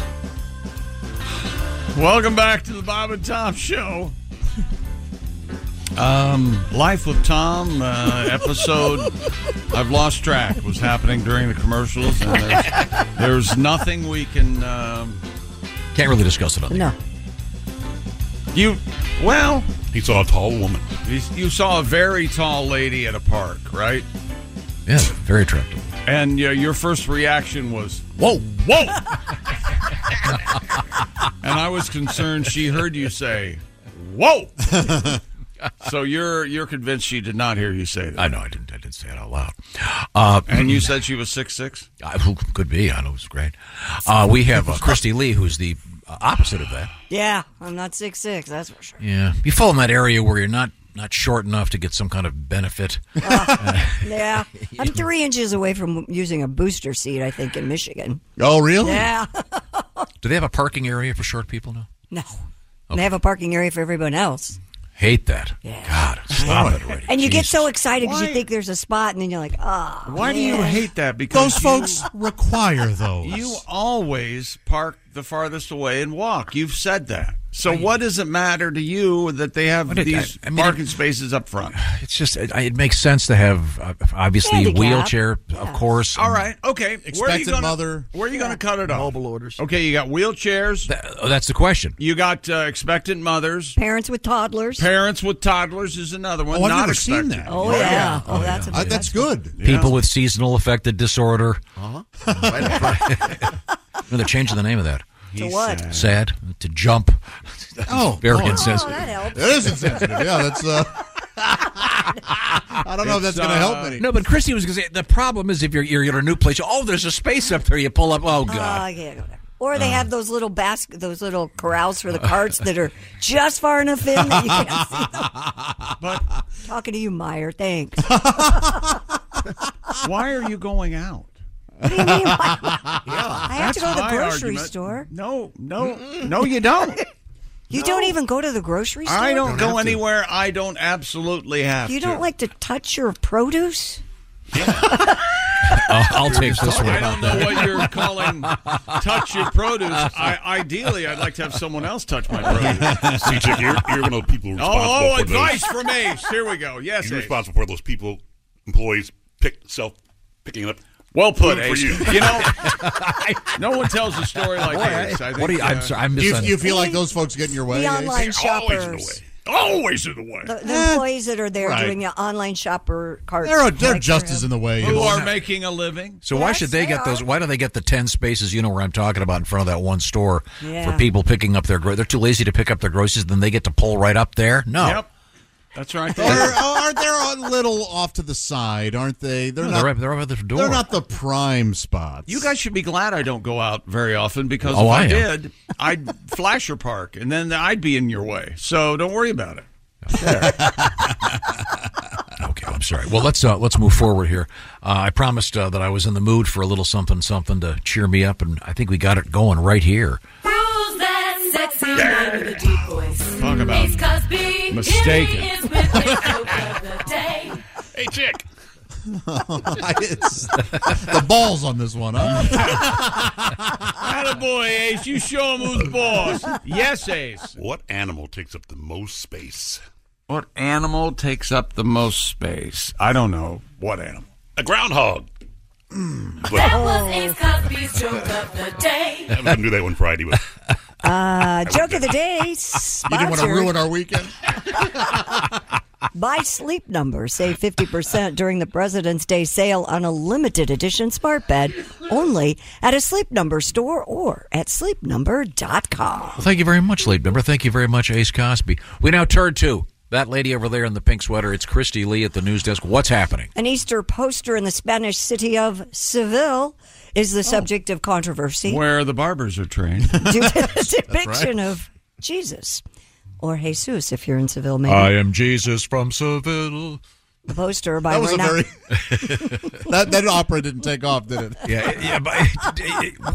[SPEAKER 1] Welcome back to the Bob and Tom Show. Um, Life with Tom uh, episode. I've lost track. Was happening during the commercials, and there's, there's nothing we can. Um,
[SPEAKER 4] Can't really discuss it on.
[SPEAKER 3] No.
[SPEAKER 1] You well,
[SPEAKER 9] he saw a tall woman.
[SPEAKER 1] You, you saw a very tall lady at a park, right?
[SPEAKER 4] Yeah, very attractive.
[SPEAKER 1] And uh, your first reaction was, "Whoa, whoa!" [laughs]
[SPEAKER 4] [laughs]
[SPEAKER 1] and I was concerned she heard you say, "Whoa." So you're you're convinced she did not hear you say that?
[SPEAKER 4] I know I didn't. I didn't say it out loud. Uh,
[SPEAKER 1] and you said she was six six.
[SPEAKER 4] I, who could be? I know it was great. Uh, we have uh, Christy Lee, who's the uh, opposite of that.
[SPEAKER 3] Yeah, I'm not six six. That's for sure.
[SPEAKER 4] Yeah, you fall in that area where you're not not short enough to get some kind of benefit.
[SPEAKER 3] Yeah,
[SPEAKER 8] [laughs]
[SPEAKER 3] I'm three inches away from using a booster seat. I think in Michigan.
[SPEAKER 4] Oh, really?
[SPEAKER 3] Yeah. [laughs]
[SPEAKER 4] Do they have a parking area for short people now?
[SPEAKER 3] No. And They have a parking area for everyone else.
[SPEAKER 4] Hate that. God, stop it already.
[SPEAKER 3] And you get so excited because you think there's a spot, and then you're like, ah.
[SPEAKER 1] Why do you hate that?
[SPEAKER 3] Because
[SPEAKER 1] Those folks require
[SPEAKER 4] Oh,
[SPEAKER 1] those. You always park the farthest away and walk. You've said that. So what does it matter to you that they have
[SPEAKER 4] What did
[SPEAKER 1] these
[SPEAKER 4] I- I mean,
[SPEAKER 1] parking spaces up front?
[SPEAKER 4] It's just it, it makes sense to have uh, obviously
[SPEAKER 1] Handicap.
[SPEAKER 4] wheelchair, of course.
[SPEAKER 1] All right. Okay. where are you
[SPEAKER 8] Expectant
[SPEAKER 1] gonna,
[SPEAKER 8] mother.
[SPEAKER 1] Where are you going to cut it off? Mobile orders. Okay. You got wheelchairs.
[SPEAKER 4] oh, that's the question.
[SPEAKER 1] You got uh, expectant mothers.
[SPEAKER 3] Parents with toddlers.
[SPEAKER 1] Parents with toddlers is another one.
[SPEAKER 8] Oh, I've
[SPEAKER 1] Not
[SPEAKER 8] never seen
[SPEAKER 1] expectant.
[SPEAKER 8] that. Oh, Oh, yeah. yeah. Oh, Oh, that's yeah. a- Uh, that's good.
[SPEAKER 1] Yeah.
[SPEAKER 4] People with seasonal affective disorder. [laughs]
[SPEAKER 1] Uh-huh.
[SPEAKER 4] No, they're changing the name of that.
[SPEAKER 8] To He's what? sad.
[SPEAKER 4] Sad. To jump.
[SPEAKER 8] Oh,
[SPEAKER 4] very
[SPEAKER 8] boy.
[SPEAKER 4] insensitive.
[SPEAKER 8] Oh, that helps. That is insensitive. Yeah, that's, uh, I don't know if that's gonna
[SPEAKER 1] uh,
[SPEAKER 8] help any.
[SPEAKER 4] uh, No, but Christy was going to say the problem is if you're, you're at a new place. Oh, there's a space up there. You pull up. Oh
[SPEAKER 8] Uh,
[SPEAKER 3] Ah, I
[SPEAKER 4] God.
[SPEAKER 3] can't go there. Or they have those little basket, those little corrals for the carts that are just far enough in that you can't see them. Talking to you, Meyer. Thanks.
[SPEAKER 1] [laughs] Why are you going out?
[SPEAKER 3] What do you
[SPEAKER 7] [laughs]
[SPEAKER 3] mean? Why? I have
[SPEAKER 1] That's
[SPEAKER 3] to go to the
[SPEAKER 1] my
[SPEAKER 3] grocery
[SPEAKER 1] argument.
[SPEAKER 3] store.
[SPEAKER 1] No, no, no, you don't.
[SPEAKER 3] [laughs] You don't even go to the grocery store.
[SPEAKER 1] I don't, go anywhere. I don't absolutely have
[SPEAKER 3] You
[SPEAKER 1] to.
[SPEAKER 3] don't like to touch your produce.
[SPEAKER 4] I'll, I'll take this one.
[SPEAKER 1] I don't know what you're calling touch your produce. I, ideally, I'd like to have someone else touch my
[SPEAKER 9] [laughs]
[SPEAKER 1] produce.
[SPEAKER 9] See, Chick, you're, you're one of the people responsible
[SPEAKER 1] Oh, oh,
[SPEAKER 9] for
[SPEAKER 1] advice
[SPEAKER 9] those.
[SPEAKER 1] from Ace. Here we go. Yes,
[SPEAKER 9] you're
[SPEAKER 1] Ace.
[SPEAKER 9] responsible for those people, employees, pick self picking up.
[SPEAKER 1] Well put,
[SPEAKER 9] food for
[SPEAKER 1] Ace.
[SPEAKER 9] you.
[SPEAKER 1] You know,
[SPEAKER 9] [laughs]
[SPEAKER 1] no one tells a story like
[SPEAKER 9] Boy,
[SPEAKER 1] this. I think, uh,
[SPEAKER 4] what do you- I'm sorry, I
[SPEAKER 8] Do you,
[SPEAKER 4] misunderstood.
[SPEAKER 8] do you feel like those folks get in your way?
[SPEAKER 3] The
[SPEAKER 8] Ace?
[SPEAKER 3] online shoppers.
[SPEAKER 9] Always in the way.
[SPEAKER 3] [laughs] The, the
[SPEAKER 1] Eh.
[SPEAKER 3] employees that are there
[SPEAKER 8] right.
[SPEAKER 3] doing the online shopper carts.
[SPEAKER 8] They're, they're
[SPEAKER 3] like
[SPEAKER 8] just
[SPEAKER 3] for
[SPEAKER 8] as
[SPEAKER 3] him.
[SPEAKER 8] in the way.
[SPEAKER 1] who
[SPEAKER 8] as-
[SPEAKER 1] are making a living.
[SPEAKER 4] So why should they get those? Why don't they get the ten spaces? You know where I'm talking about in front of that one store
[SPEAKER 1] Yeah.
[SPEAKER 4] for people picking up their groceries. They're too lazy to pick up their groceries. Then they get to pull right up there. No,
[SPEAKER 1] Yep. That's right.
[SPEAKER 8] Or, oh, aren't they a little off to the side? Aren't they? They're
[SPEAKER 4] No,
[SPEAKER 8] not.
[SPEAKER 4] they're up- they're up at the door.
[SPEAKER 8] They're not the prime
[SPEAKER 4] [laughs]
[SPEAKER 8] spots.
[SPEAKER 1] You guys should be glad I don't go out very often because
[SPEAKER 4] Oh,
[SPEAKER 1] if I,
[SPEAKER 4] I am.
[SPEAKER 1] did, I'd [laughs] flasher park and then I'd be in your way. So don't worry about it.
[SPEAKER 4] I'm sorry. Well, let's uh, let's move forward here. Uh, I promised uh, that I was in the mood for a little something something to cheer me up, and I think we got it going right here.
[SPEAKER 17] Rules that sexy man with a deep voice.
[SPEAKER 4] Talk about
[SPEAKER 17] Ace Cosby.
[SPEAKER 4] mistaken.
[SPEAKER 17] Here he is
[SPEAKER 1] [laughs]
[SPEAKER 17] with his joke of the day.
[SPEAKER 9] Hey, chick.
[SPEAKER 8] [laughs] It's- the balls on this one, huh?
[SPEAKER 1] Attaboy, Ace. You show 'em who's boss. Yes, Ace.
[SPEAKER 9] What animal takes up the most space?
[SPEAKER 1] [laughs] What animal takes up the most space? I don't know. What animal?
[SPEAKER 9] A groundhog.
[SPEAKER 1] Hmm.
[SPEAKER 17] That was Ace Cosby's joke of the day.
[SPEAKER 9] I was going to do that one Friday, but
[SPEAKER 3] Uh, joke of the day.
[SPEAKER 8] [laughs] You didn't want to
[SPEAKER 3] sponsored
[SPEAKER 8] ruin our weekend.
[SPEAKER 3] [laughs] Buy sleep number. Save 50% during the President's Day sale on a limited edition smart bed only at a sleep number store or at sleepnumber.com.
[SPEAKER 4] Well, thank you very much, late member. Thank you very much, Ace Cosby. We now turn to that lady over there in the pink sweater. It's Christy Lee at the news desk. What's happening?
[SPEAKER 3] An Easter poster in the Spanish city of Seville is
[SPEAKER 8] Oh.
[SPEAKER 3] the subject of controversy.
[SPEAKER 1] Where the barbers are
[SPEAKER 4] [laughs]
[SPEAKER 1] trained.
[SPEAKER 3] Due to the depiction of Jesus or Jesus, if you're in Seville, maybe.
[SPEAKER 4] am Jesus from Seville.
[SPEAKER 3] the poster by
[SPEAKER 8] That was a
[SPEAKER 3] Renato-
[SPEAKER 8] very [laughs] that that opera didn't take off, did it?
[SPEAKER 4] Yeah, yeah, but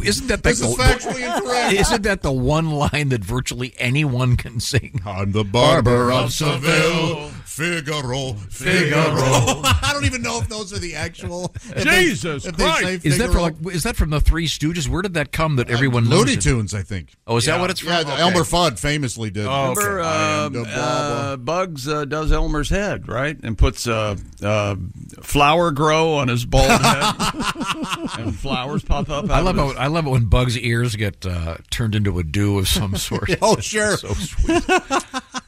[SPEAKER 4] isn't that
[SPEAKER 8] this is factually incorrect?
[SPEAKER 4] Isn't that the one line that virtually anyone can sing?
[SPEAKER 8] I'm the
[SPEAKER 4] barber
[SPEAKER 8] of Seville, Figaro, Figaro. [laughs] I don't even know if those are the actual. if they- if they say
[SPEAKER 4] Is that
[SPEAKER 8] Figaro.
[SPEAKER 4] from like? Is that from the Three Stooges? Where did that come? That everyone knows
[SPEAKER 8] Looney
[SPEAKER 4] it?
[SPEAKER 8] Tunes, I think.
[SPEAKER 4] Oh, is
[SPEAKER 8] Yeah.
[SPEAKER 4] that what it's from?
[SPEAKER 8] Yeah,
[SPEAKER 4] Okay.
[SPEAKER 8] Elmer Fudd famously did.
[SPEAKER 1] Oh, Remember,
[SPEAKER 8] I
[SPEAKER 1] uh,
[SPEAKER 8] am the barber.
[SPEAKER 1] uh, Bugs uh, does Elmer's head, right? And puts uh, uh, flower grow on his bald head.
[SPEAKER 8] [laughs]
[SPEAKER 1] and flowers pop up. Out
[SPEAKER 4] I love
[SPEAKER 1] of his-
[SPEAKER 4] it. I love it when Bug's ears get uh, turned into a dew of
[SPEAKER 8] [laughs]
[SPEAKER 4] some sort.
[SPEAKER 8] Oh, sure.
[SPEAKER 4] So, sweet.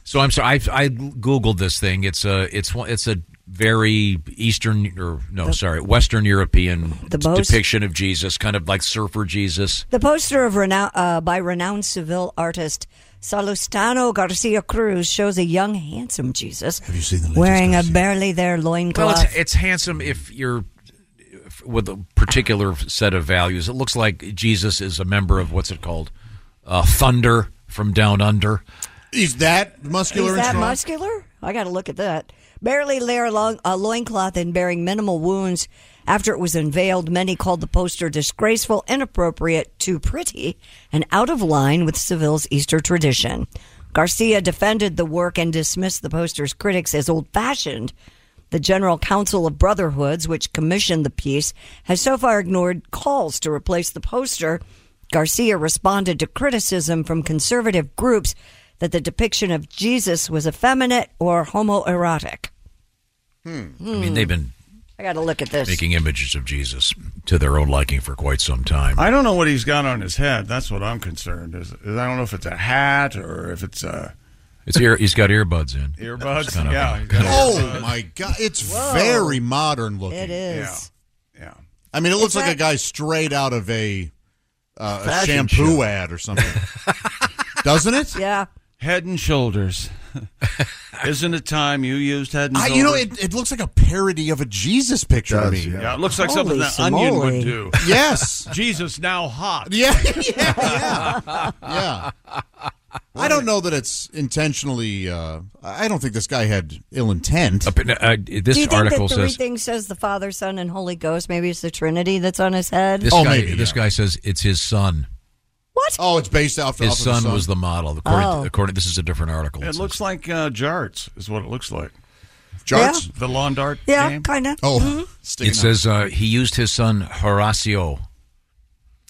[SPEAKER 4] So I'm sorry. I, I googled this thing. It's a it's one- it's a very Eastern or no, sorry, Western European
[SPEAKER 3] The
[SPEAKER 4] d-
[SPEAKER 3] bows?
[SPEAKER 4] depiction of Jesus, kind of like surfer Jesus.
[SPEAKER 3] The poster of renou- uh, by renowned Seville artist Salustano Garcia Cruz shows a young, handsome Jesus Have you seen the wearing a barely there
[SPEAKER 4] Well,
[SPEAKER 3] loincloth.
[SPEAKER 4] it's, it's handsome if you're if- with a particular set of values. It looks like Jesus is a member of what's it called, uh, Thunder from Down Under.
[SPEAKER 8] He's that muscular
[SPEAKER 3] Is
[SPEAKER 8] and
[SPEAKER 3] that
[SPEAKER 8] strong.
[SPEAKER 3] muscular? I got to look at that. Barely there long, a loincloth and bearing minimal wounds. After it was unveiled, many called the poster disgraceful, inappropriate, too pretty, and out of line with Seville's Easter tradition. Garcia defended the work and dismissed the poster's critics as old fashioned. The General Council of Brotherhoods, which commissioned the piece, has so far ignored calls to replace the poster. Garcia responded to criticism from conservative groups that the depiction of Jesus was effeminate or homoerotic.
[SPEAKER 4] Hmm. I
[SPEAKER 8] Hmm.
[SPEAKER 4] mean, they've been
[SPEAKER 3] I got to look at this.
[SPEAKER 4] making images of Jesus to their own liking for quite some time.
[SPEAKER 1] I don't know what he's got on his head. That's what I'm concerned. Is, is I don't know if it's a hat or if it's uh, a
[SPEAKER 4] It's ear, he's got earbuds in.
[SPEAKER 1] earbuds.
[SPEAKER 4] It's kind of-
[SPEAKER 1] yeah. he's got
[SPEAKER 8] Oh
[SPEAKER 1] earbuds.
[SPEAKER 8] my god, it's
[SPEAKER 1] Whoa.
[SPEAKER 8] very modern looking.
[SPEAKER 3] It is.
[SPEAKER 1] Yeah.
[SPEAKER 8] I mean, it
[SPEAKER 3] Is
[SPEAKER 8] looks like
[SPEAKER 3] that-
[SPEAKER 8] a guy straight out of a, uh, a
[SPEAKER 1] Fashion
[SPEAKER 8] shampoo
[SPEAKER 1] show.
[SPEAKER 8] ad or something,
[SPEAKER 1] [laughs]
[SPEAKER 8] doesn't it?
[SPEAKER 3] Yeah.
[SPEAKER 1] Head and
[SPEAKER 8] [laughs]
[SPEAKER 1] shoulders. Isn't it time you used head and
[SPEAKER 8] I,
[SPEAKER 1] shoulders?
[SPEAKER 8] you know, it, it looks like a parody of a Jesus picture to me.
[SPEAKER 1] Yeah, it looks like something that Onion would do.
[SPEAKER 8] [laughs] Yes.
[SPEAKER 1] Jesus now hot.
[SPEAKER 8] Yeah, [laughs] yeah, yeah. Yeah. I don't know that it's intentionally. Uh, I don't think this guy had ill intent.
[SPEAKER 1] uh,
[SPEAKER 4] this
[SPEAKER 3] Do you think that three things says the Father, Son, and Holy Ghost? Maybe it's the Trinity that's on his head.
[SPEAKER 4] This guy, [laughs] this guy says it's his son.
[SPEAKER 3] What?
[SPEAKER 8] Oh, it's based off
[SPEAKER 4] His
[SPEAKER 1] off of the
[SPEAKER 4] son,
[SPEAKER 1] son.
[SPEAKER 4] was the model. According,
[SPEAKER 1] Oh.
[SPEAKER 4] according, this is a different article.
[SPEAKER 1] It looks like uh, jarts is what it looks like.
[SPEAKER 4] Jarts?
[SPEAKER 1] The lawn dart
[SPEAKER 3] Yeah,
[SPEAKER 1] game?
[SPEAKER 3] kind of.
[SPEAKER 4] Mm-hmm. it says uh, he used his son Horacio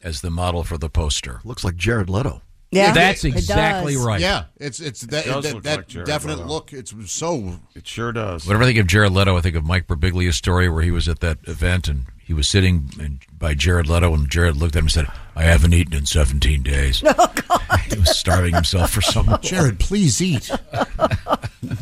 [SPEAKER 4] as the model for the poster.
[SPEAKER 18] Looks like Jared Leto.
[SPEAKER 3] Yeah,
[SPEAKER 4] that's
[SPEAKER 3] it
[SPEAKER 4] exactly
[SPEAKER 3] does.
[SPEAKER 4] right.
[SPEAKER 8] Yeah, it's it's that
[SPEAKER 1] does
[SPEAKER 8] that,
[SPEAKER 1] look
[SPEAKER 8] that
[SPEAKER 1] like Jared
[SPEAKER 8] definite
[SPEAKER 1] Leto.
[SPEAKER 8] look. It's so.
[SPEAKER 1] It sure does.
[SPEAKER 4] Whenever I think of Jared Leto, I think of Mike Birbiglia's story where he was at that event and he was sitting in- by Jared Leto, and Jared looked at him and said, "I haven't eaten in
[SPEAKER 1] [laughs]
[SPEAKER 4] 17 days." No,
[SPEAKER 1] Oh,
[SPEAKER 4] God. [laughs] he was starving himself for some.
[SPEAKER 8] Jared, please eat.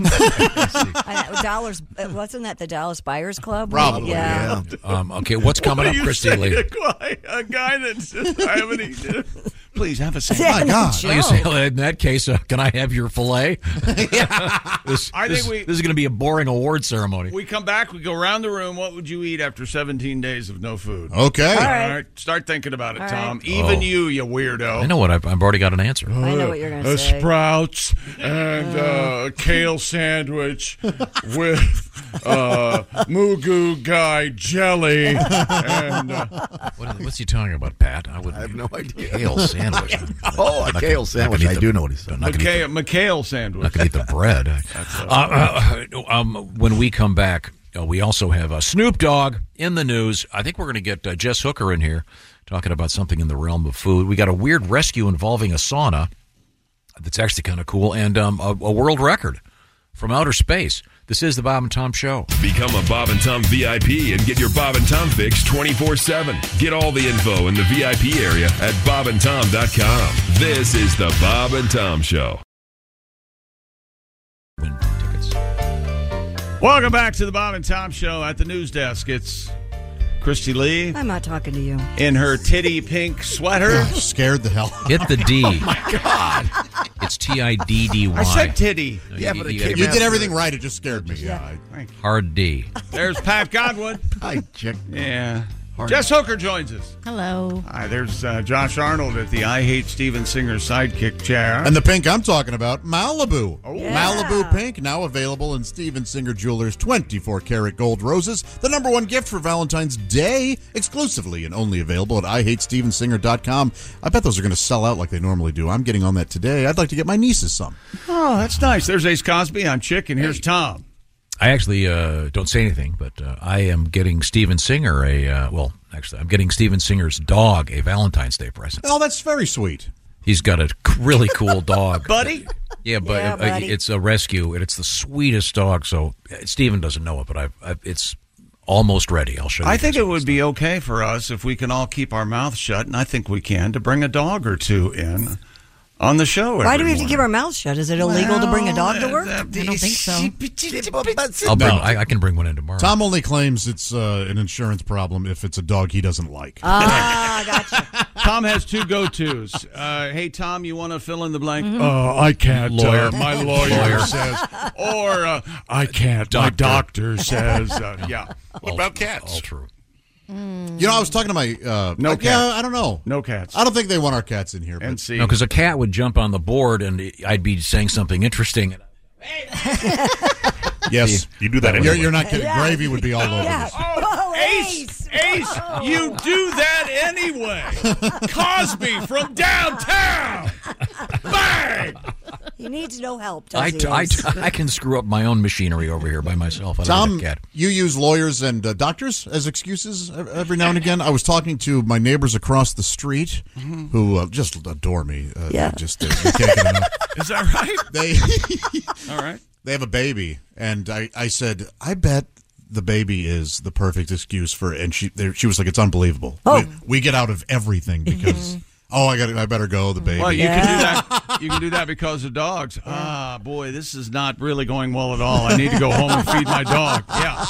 [SPEAKER 3] I know, Dollars uh, wasn't that the Dallas Buyers Club?
[SPEAKER 4] Probably,
[SPEAKER 3] Yeah.
[SPEAKER 4] Um, okay, what's coming
[SPEAKER 1] What do [laughs]
[SPEAKER 4] up,
[SPEAKER 1] you
[SPEAKER 4] Christy
[SPEAKER 1] say [laughs]
[SPEAKER 4] Lee?
[SPEAKER 1] to guy- A guy that's just, I haven't eaten it. Please have a sandwich.
[SPEAKER 4] My God. Like you say, in that case, uh, can I have
[SPEAKER 1] [laughs]
[SPEAKER 4] your filet? [laughs] this,
[SPEAKER 1] I think
[SPEAKER 4] this-
[SPEAKER 1] we-
[SPEAKER 4] this is going to be a boring award ceremony.
[SPEAKER 1] We come back, we go around the room. What would you eat after 17 days of no food?
[SPEAKER 4] Okay. All right.
[SPEAKER 1] Start thinking about it,
[SPEAKER 4] All right.
[SPEAKER 1] Tom. Even
[SPEAKER 4] Oh.
[SPEAKER 1] you, you weirdo.
[SPEAKER 4] I know what I've, I've already got an answer.
[SPEAKER 1] I know what
[SPEAKER 3] you're going
[SPEAKER 1] Uh, sprouts and uh, a kale [laughs] sandwich with uh, Mugu guy [laughs] jelly. And, uh,
[SPEAKER 4] What- what's he talking about, Pat? I would. I have no idea.
[SPEAKER 1] [laughs]
[SPEAKER 4] Kale sandwich.
[SPEAKER 1] Oh, a
[SPEAKER 4] I'm not
[SPEAKER 1] kale
[SPEAKER 4] gonna-
[SPEAKER 1] sandwich.
[SPEAKER 4] not gonna
[SPEAKER 1] I
[SPEAKER 4] eat
[SPEAKER 1] do
[SPEAKER 4] the-
[SPEAKER 1] know what he's
[SPEAKER 4] I'm not gonna eat
[SPEAKER 1] McHale, McHale
[SPEAKER 4] the- not
[SPEAKER 1] sandwich.
[SPEAKER 4] gonna eat the
[SPEAKER 1] [laughs]
[SPEAKER 4] bread.
[SPEAKER 1] That's, uh,
[SPEAKER 4] Uh, uh, um, when we come back, uh, we also have uh, Snoop Dogg in the news. I think we're going to get uh, Jess Hooker in here talking about something in the realm of food. We got a weird rescue involving a sauna that's actually kind of cool and um, a, a world record from outer space. This is the Bob and Tom Show.
[SPEAKER 14] Become a Bob and Tom VIP and get your Bob and Tom fix 24 7. Get all the info in the VIP area at bobandtom.com. This is the Bob and Tom Show.
[SPEAKER 1] Welcome back to the Bob and Tom Show at the news desk. It's Christy Lee
[SPEAKER 3] I'm not talking to you.
[SPEAKER 1] in her titty pink sweater.
[SPEAKER 8] scared the hell.
[SPEAKER 4] Hit the D.
[SPEAKER 1] Oh, my
[SPEAKER 4] God. It's T I D D Y.
[SPEAKER 1] I said [laughs] titty.
[SPEAKER 4] No,
[SPEAKER 8] Yeah, but it
[SPEAKER 4] you
[SPEAKER 8] came
[SPEAKER 4] gotta-
[SPEAKER 8] You did after everything it. right, it just scared me. Yeah, I-
[SPEAKER 1] Thank
[SPEAKER 4] Hard D.
[SPEAKER 1] There's Pat
[SPEAKER 4] [laughs]
[SPEAKER 1] Godwin. Hi,
[SPEAKER 18] Chick.
[SPEAKER 1] Yeah. Jess Hooker joins us.
[SPEAKER 19] Hello.
[SPEAKER 1] Hi, there's uh, Josh Arnold at the I Hate Steven Singer sidekick chair.
[SPEAKER 8] And the pink I'm talking about, Malibu.
[SPEAKER 1] Yeah.
[SPEAKER 8] Oh. Malibu pink, now available in Steven Singer Jewelers 24 karat gold roses, the number one gift for Valentine's Day, exclusively and only available at IHateStevenSinger.com. I bet those are going to sell out like they normally do. I'm getting on that today. I'd like to get my nieces some.
[SPEAKER 1] Oh, that's nice. There's Ace Cosby. I'm Chick, and here's Tom.
[SPEAKER 4] I actually uh, don't say anything, but uh, I am getting Steven Singer a uh, well. Actually, I'm getting Steven Singer's dog a Valentine's Day present.
[SPEAKER 8] Oh, that's very sweet.
[SPEAKER 4] He's got a c- really cool dog,
[SPEAKER 1] buddy.
[SPEAKER 4] Yeah, but
[SPEAKER 1] Yeah,
[SPEAKER 4] uh,
[SPEAKER 1] buddy.
[SPEAKER 4] it's a rescue, and it's the sweetest dog. So uh, Steven doesn't know it, but I've, I've it's almost ready. I'll show you.
[SPEAKER 1] I think it would be okay for us if we can all keep our mouths shut, and I think we can, to bring a dog or two in on the show.
[SPEAKER 3] Why do we have to
[SPEAKER 1] every
[SPEAKER 3] keep our mouths shut? Is it illegal to bring a dog to work?
[SPEAKER 1] I
[SPEAKER 3] don't think so.
[SPEAKER 4] I'll bring, I, I can bring one in tomorrow.
[SPEAKER 8] Tom only claims it's uh, an insurance problem if it's a dog he doesn't like.
[SPEAKER 3] Ah,
[SPEAKER 1] [laughs] Tom has two go tos. Uh, hey, Tom, you want to fill in the blank?
[SPEAKER 3] Mm-hmm.
[SPEAKER 8] Uh, I can't.
[SPEAKER 1] Lawyer.
[SPEAKER 8] uh, my [laughs] lawyer,
[SPEAKER 1] Lawyer.
[SPEAKER 8] says,
[SPEAKER 1] or uh,
[SPEAKER 8] I can't. My doctor
[SPEAKER 1] [laughs]
[SPEAKER 8] says, uh, yeah.
[SPEAKER 1] What about cats? All
[SPEAKER 4] true.
[SPEAKER 8] [laughs]
[SPEAKER 1] Mm.
[SPEAKER 8] You know, I was talking to my uh,
[SPEAKER 4] No
[SPEAKER 8] like, Yeah,
[SPEAKER 4] cats.
[SPEAKER 8] I don't know.
[SPEAKER 1] No cats.
[SPEAKER 8] I don't think they want our cats in here.
[SPEAKER 1] And see,
[SPEAKER 4] No, because a cat would jump on the board and I'd be saying something interesting.
[SPEAKER 8] Yes.
[SPEAKER 4] you do
[SPEAKER 8] You're, you're not
[SPEAKER 4] [laughs]
[SPEAKER 8] kidding. Gravy would be all over.
[SPEAKER 1] Yeah. Oh, Ace, Oh. Ace, you do that anyway. Cosby from downtown. Bang!
[SPEAKER 3] He needs no help. Does
[SPEAKER 4] I,
[SPEAKER 3] he?
[SPEAKER 4] t- I, t-
[SPEAKER 8] [laughs]
[SPEAKER 4] I can screw up my own machinery over here by myself. I don't
[SPEAKER 8] Tom,
[SPEAKER 4] need a cat.
[SPEAKER 8] you use lawyers and uh, doctors as excuses ev- every now and again. I was talking to my neighbors across the street,
[SPEAKER 1] Mhm.
[SPEAKER 8] who uh, just adore me. Uh,
[SPEAKER 1] Yeah.
[SPEAKER 8] just uh, they can't get enough.
[SPEAKER 1] [laughs] Is that right? [laughs]
[SPEAKER 8] They.
[SPEAKER 1] All right.
[SPEAKER 8] They have a baby, and I, I said, I bet the baby is the perfect excuse for. And she there, she was like, it's unbelievable.
[SPEAKER 1] Oh. Mm-hmm.
[SPEAKER 8] we, we get out of everything because oh, I got I better go. The baby.
[SPEAKER 1] Well, you can
[SPEAKER 8] [laughs]
[SPEAKER 1] do that. You can do that because of dogs. Ah, boy, this is not really going well at all. I need to go home and feed my dog. Yeah.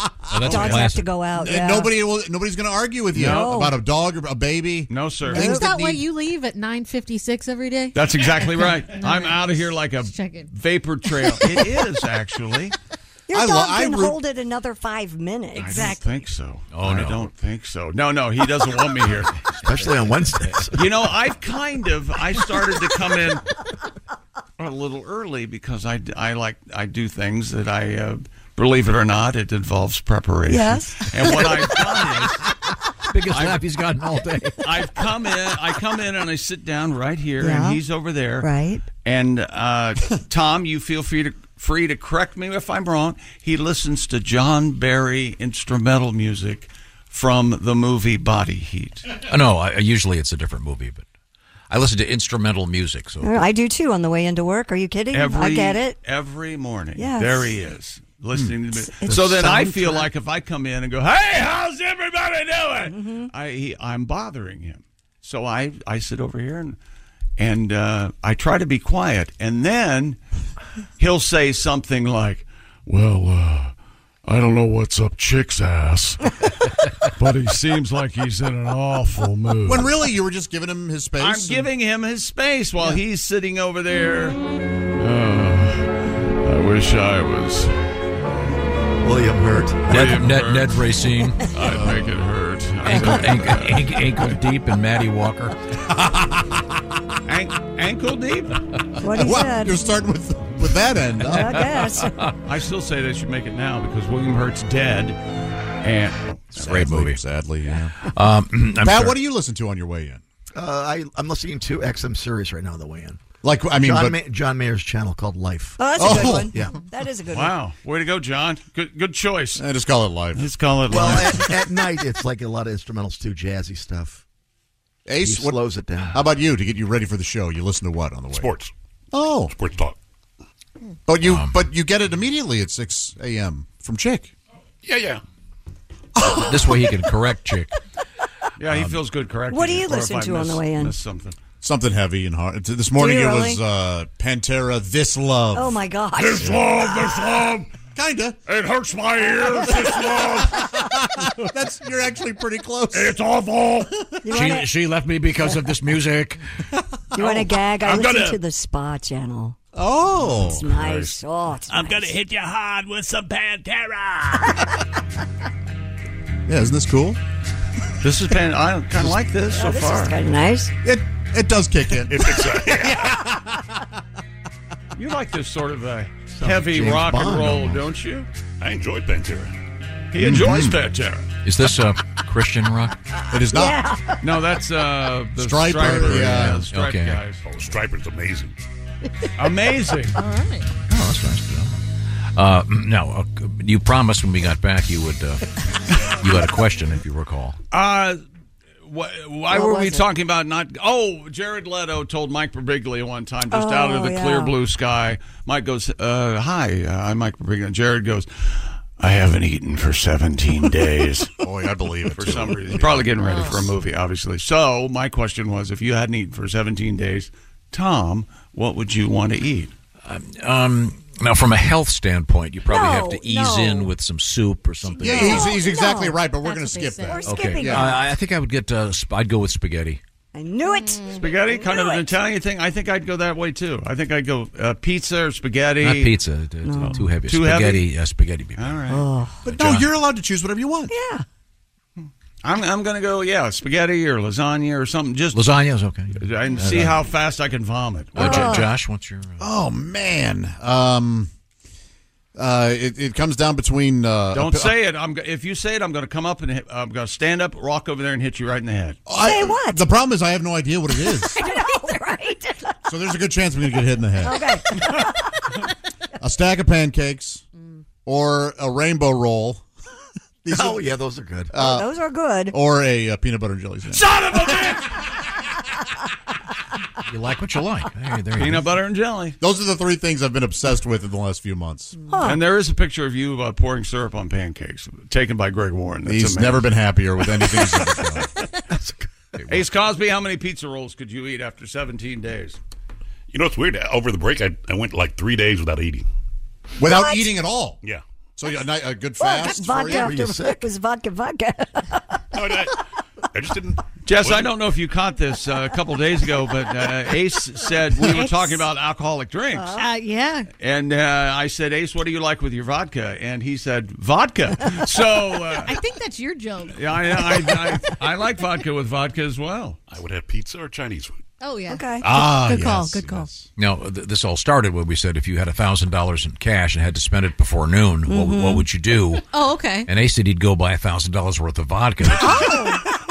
[SPEAKER 3] Dogs have to go out.
[SPEAKER 8] And
[SPEAKER 3] Yeah.
[SPEAKER 8] nobody will, nobody's going to argue with you
[SPEAKER 1] No.
[SPEAKER 8] about a dog or a baby.
[SPEAKER 1] No, sir.
[SPEAKER 18] Is that why you leave at 9.56 every day?
[SPEAKER 1] That's exactly
[SPEAKER 18] [laughs]
[SPEAKER 1] right.
[SPEAKER 8] [laughs]
[SPEAKER 18] All
[SPEAKER 1] I'm out of here like a
[SPEAKER 18] checking.
[SPEAKER 1] vapor trail. It is actually.
[SPEAKER 3] Your
[SPEAKER 1] I
[SPEAKER 3] dog
[SPEAKER 1] lo- I
[SPEAKER 3] can
[SPEAKER 1] root-
[SPEAKER 3] hold it another five minutes.
[SPEAKER 1] I don't think so.
[SPEAKER 11] Oh,
[SPEAKER 1] I
[SPEAKER 11] no.
[SPEAKER 1] don't think so. No, no, he doesn't want me here.
[SPEAKER 11] [laughs] Especially on Wednesdays.
[SPEAKER 1] [laughs] You know, I've kind of I started to come in a little early because I, I like I do things that I uh, believe it or not it involves preparation.
[SPEAKER 2] Yes.
[SPEAKER 1] And what I've done is
[SPEAKER 4] Biggest
[SPEAKER 1] I've-
[SPEAKER 4] lap he's gotten all
[SPEAKER 1] [laughs]
[SPEAKER 4] day.
[SPEAKER 1] I've come in. I come in and I sit down right here,
[SPEAKER 4] Yeah.
[SPEAKER 1] and he's over there.
[SPEAKER 4] Right.
[SPEAKER 1] And uh, Tom, you feel free to free to correct me if I'm wrong. He listens to John Barry instrumental music from the movie Body Heat.
[SPEAKER 4] Uh, no, I, usually it's a different movie, but I listen to instrumental music. So
[SPEAKER 3] Oh, I do too on the way into work. Are you kidding?
[SPEAKER 1] Every,
[SPEAKER 3] I get it.
[SPEAKER 1] Every morning,
[SPEAKER 3] Yes. Hmm.
[SPEAKER 1] there he is listening to me.
[SPEAKER 3] it's
[SPEAKER 1] so then I
[SPEAKER 3] soundtrack.
[SPEAKER 1] feel like if I come in and go, "Hey, how's everybody doing?" I he, I'm bothering him. So I I sit over here and and uh, I try to be quiet, and then he'll say something like,
[SPEAKER 19] Well, uh, I don't know what's up Chick's
[SPEAKER 1] [laughs]
[SPEAKER 19] ass, but he seems like he's in an awful mood.
[SPEAKER 8] When really you were just giving him his space.
[SPEAKER 1] "I'm giving him his space while he's sitting over there."
[SPEAKER 19] Uh, I wish I was William Hurt.
[SPEAKER 4] Ned, Ned, Ned Racine.
[SPEAKER 19] I'd make it hurt.
[SPEAKER 4] ankle, ankle, ankle, ankle deep and Maddie Walker.
[SPEAKER 1] An- ankle deep.
[SPEAKER 3] What he
[SPEAKER 8] Well,
[SPEAKER 3] said.
[SPEAKER 8] You're starting with with that end. huh?
[SPEAKER 1] [laughs] I still say they should make it now because William Hurt's dead. And
[SPEAKER 4] it's a great movie.
[SPEAKER 8] Sadly, yeah.
[SPEAKER 4] Um, [clears throat] I'm
[SPEAKER 8] Pat,
[SPEAKER 4] sure-
[SPEAKER 8] what do you listen to on your way in?
[SPEAKER 20] Uh, I, I'm listening to XM series right now on the way in.
[SPEAKER 8] Like, I mean,
[SPEAKER 20] John,
[SPEAKER 8] but-
[SPEAKER 20] Ma- John Mayer's channel called Life.
[SPEAKER 3] Oh, that's a good one.
[SPEAKER 20] Yeah.
[SPEAKER 3] That is a good one.
[SPEAKER 1] Wow, way to go, John. Good, good choice.
[SPEAKER 8] just call it live.
[SPEAKER 1] Just call it
[SPEAKER 20] Well,
[SPEAKER 1] live.
[SPEAKER 20] at, at night it's like a lot of instrumentals too, jazzy stuff.
[SPEAKER 8] Ace,
[SPEAKER 20] He
[SPEAKER 8] what-
[SPEAKER 20] slows it down.
[SPEAKER 8] How about you to get you ready for the show? You listen to what on the way?
[SPEAKER 20] Sports.
[SPEAKER 8] Oh,
[SPEAKER 20] sports talk.
[SPEAKER 8] But you, but you get it immediately at six a.m. from Chick.
[SPEAKER 1] Yeah, yeah.
[SPEAKER 4] This way he can correct Chick.
[SPEAKER 1] Yeah, he feels good correcting.
[SPEAKER 3] what do you
[SPEAKER 1] it, or if
[SPEAKER 3] listen
[SPEAKER 1] I
[SPEAKER 3] to on the
[SPEAKER 1] miss-
[SPEAKER 3] way in?
[SPEAKER 1] miss something.
[SPEAKER 8] Something heavy and hard. This morning
[SPEAKER 3] Do
[SPEAKER 8] it
[SPEAKER 3] you
[SPEAKER 8] was
[SPEAKER 3] really?
[SPEAKER 8] uh, Pantera. This love.
[SPEAKER 3] Oh my gosh.
[SPEAKER 8] This love, this love. Kinda.
[SPEAKER 19] It hurts my ears. This love.
[SPEAKER 8] [laughs] That's you're actually pretty close.
[SPEAKER 19] It's awful.
[SPEAKER 4] She, she left me because of this music.
[SPEAKER 3] You
[SPEAKER 7] Oh,
[SPEAKER 3] want to gag? I
[SPEAKER 4] I'm
[SPEAKER 3] listen
[SPEAKER 4] gonna-
[SPEAKER 3] to the Spa Channel.
[SPEAKER 8] Oh,
[SPEAKER 3] it's nice. Oh, it's
[SPEAKER 2] I'm
[SPEAKER 3] nice.
[SPEAKER 2] gonna hit you hard with some Pantera.
[SPEAKER 8] Yeah, isn't this cool?
[SPEAKER 1] This has been. I kind of like this so far.
[SPEAKER 3] nice.
[SPEAKER 8] It it does kick in. [laughs]
[SPEAKER 1] You like this sort of uh,
[SPEAKER 9] Sounds
[SPEAKER 1] heavy
[SPEAKER 9] like James
[SPEAKER 1] rock and
[SPEAKER 9] Bond
[SPEAKER 1] roll,
[SPEAKER 9] almost.
[SPEAKER 1] don't you?
[SPEAKER 9] I enjoyed Pantera.
[SPEAKER 1] He enjoys
[SPEAKER 9] Mhm.
[SPEAKER 1] Pantera.
[SPEAKER 4] Is this uh, Christian rock?
[SPEAKER 8] It is
[SPEAKER 1] not. No, that's uh, the Striper. yeah, the Stripe
[SPEAKER 4] okay.
[SPEAKER 1] guys.
[SPEAKER 9] Oh, Striper's amazing.
[SPEAKER 1] Amazing. All
[SPEAKER 18] right.
[SPEAKER 4] Oh, that's nice to know. Uh, [clears throat] no, uh, you promised when we got back you would. Uh, you had a question, if you recall.
[SPEAKER 1] Uh, wh- why
[SPEAKER 4] What
[SPEAKER 1] were we
[SPEAKER 4] was it?
[SPEAKER 1] talking about not? Oh, Jared Leto told Mike Birbiglia one time, just out of
[SPEAKER 2] Oh,
[SPEAKER 1] the
[SPEAKER 2] yeah.
[SPEAKER 1] clear blue sky. Mike goes, uh, "Hi, uh, I'm Mike Birbiglia." And Jared goes, "I haven't eaten for 17 days."
[SPEAKER 8] Boy, I believe it
[SPEAKER 1] for
[SPEAKER 8] too.
[SPEAKER 1] some reason.
[SPEAKER 8] Yeah.
[SPEAKER 1] Probably getting ready for a movie, obviously. So my question was, if you hadn't eaten for 17 days, Tom, what would you want to eat?
[SPEAKER 4] Um, now, from a health standpoint, you probably have
[SPEAKER 1] No,
[SPEAKER 4] to ease
[SPEAKER 1] no.
[SPEAKER 4] in with some soup or something.
[SPEAKER 8] Yeah, he's, he's exactly right, but we're going to skip that.
[SPEAKER 4] okay. I, I think I would get. Uh, sp- I'd go with spaghetti.
[SPEAKER 3] I knew it.
[SPEAKER 1] Spaghetti, kind of an Italian thing. I think I'd go that way too. I think I'd go uh, pizza or spaghetti.
[SPEAKER 4] Not pizza. T- t-
[SPEAKER 1] No.
[SPEAKER 4] Too heavy.
[SPEAKER 1] Too heavy?
[SPEAKER 4] spaghetti. Uh, spaghetti. Be
[SPEAKER 1] All right.
[SPEAKER 8] But no, you're allowed to choose whatever you want.
[SPEAKER 3] Yeah.
[SPEAKER 1] I'm, I'm going to go, yeah, spaghetti or lasagna or something. Just
[SPEAKER 4] Lasagna is okay.
[SPEAKER 1] And see how fast I can vomit.
[SPEAKER 4] Uh, Jo- Josh, what's your?
[SPEAKER 8] Oh man, um, uh, it, it comes down between. Uh,
[SPEAKER 1] Don't
[SPEAKER 8] a-
[SPEAKER 1] say it. I'm. go- If you say it, I'm going to come up and hit, I'm going to stand up, walk over there, and hit you right in the head.
[SPEAKER 8] say what? The problem is I have no idea what it is. so there's a good chance I'm going to get hit in the
[SPEAKER 3] [laughs]
[SPEAKER 8] head. [laughs]
[SPEAKER 3] Okay.
[SPEAKER 8] A stack of pancakes or a rainbow roll. [laughs]
[SPEAKER 20] Oh, yeah, those are good.
[SPEAKER 8] Uh,
[SPEAKER 3] Those are good.
[SPEAKER 8] Or a uh, peanut butter and jelly sandwich.
[SPEAKER 1] Son
[SPEAKER 7] [laughs]
[SPEAKER 1] of a bitch!
[SPEAKER 8] You like what you like.
[SPEAKER 1] there you Peanut go. butter and jelly.
[SPEAKER 8] Those are the three things I've been obsessed with in the last few months.
[SPEAKER 1] Huh. And there is a picture of you uh, pouring syrup on pancakes, taken by Greg Warren. That's
[SPEAKER 8] He's
[SPEAKER 1] amazing.
[SPEAKER 8] never been happier with anything. he's
[SPEAKER 1] [laughs]
[SPEAKER 8] ever done.
[SPEAKER 1] Ace Cosby, how many pizza rolls could you eat after 17 days?
[SPEAKER 9] You know, it's weird. Over the break, I, I went like three days without eating.
[SPEAKER 8] Without eating at all.
[SPEAKER 9] Yeah.
[SPEAKER 8] Oh, So a, night- a good
[SPEAKER 3] Well,
[SPEAKER 8] fast. for
[SPEAKER 3] vodka
[SPEAKER 8] you?
[SPEAKER 3] after [laughs] it was vodka, vodka.
[SPEAKER 9] I just didn't.
[SPEAKER 1] Jess, I don't know if you caught this uh, a couple days ago, but uh, Ace said we were talking about alcoholic drinks.
[SPEAKER 7] Uh-huh.
[SPEAKER 18] Uh, yeah.
[SPEAKER 1] And uh, I said, Ace, what do you like with your vodka? And he said, vodka. [laughs] So uh,
[SPEAKER 18] I think that's your joke.
[SPEAKER 1] yeah, I, I, I, I like vodka with vodka as well.
[SPEAKER 9] I would have pizza or Chinese food.
[SPEAKER 18] Oh yeah.
[SPEAKER 3] Okay.
[SPEAKER 4] Ah,
[SPEAKER 18] Good call.
[SPEAKER 4] yes,
[SPEAKER 18] Good call.
[SPEAKER 4] Now, th- this all started when we said if you had thousand dollars in cash and had to spend it before noon, what, would- what
[SPEAKER 18] Mhm.
[SPEAKER 4] would you do?
[SPEAKER 18] Oh, okay.
[SPEAKER 4] And Ace said he'd go buy thousand dollars worth of vodka,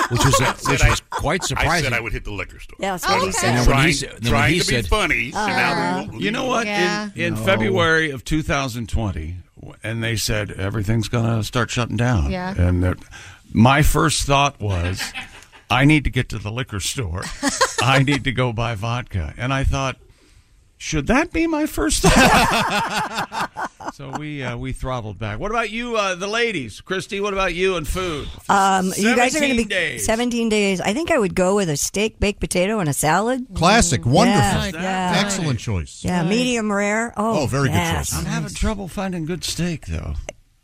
[SPEAKER 4] which was uh,
[SPEAKER 9] Said
[SPEAKER 4] which
[SPEAKER 9] I-
[SPEAKER 4] was quite surprising.
[SPEAKER 9] I said I would hit the liquor store.
[SPEAKER 3] Yes,
[SPEAKER 9] what he said.
[SPEAKER 4] And when he
[SPEAKER 9] Trying-
[SPEAKER 4] said- then when
[SPEAKER 9] trying
[SPEAKER 4] he
[SPEAKER 9] to be
[SPEAKER 4] said-
[SPEAKER 9] funny,
[SPEAKER 3] Uh,
[SPEAKER 9] so now we won't-
[SPEAKER 1] You know what?
[SPEAKER 9] Yeah.
[SPEAKER 1] In, in
[SPEAKER 9] No.
[SPEAKER 1] February of 2020, and they said everything's going to start shutting down.
[SPEAKER 18] Yeah.
[SPEAKER 1] And that, my first thought was, I need to get to the liquor store. I need to go buy vodka. And I thought, should that be my first thought? [laughs] so we uh, we throttled back. What about you, uh, the ladies? Christy, what about you and food?
[SPEAKER 3] Um, you guys are going to
[SPEAKER 1] 17
[SPEAKER 3] be
[SPEAKER 1] days.
[SPEAKER 3] 17 days. I think I would go with a steak, baked potato, and a salad.
[SPEAKER 8] Classic,
[SPEAKER 3] Yeah,
[SPEAKER 8] wonderful,
[SPEAKER 3] Yeah,
[SPEAKER 8] excellent choice.
[SPEAKER 3] Yeah, medium rare. Oh, yes.
[SPEAKER 1] I'm having trouble finding good steak, though.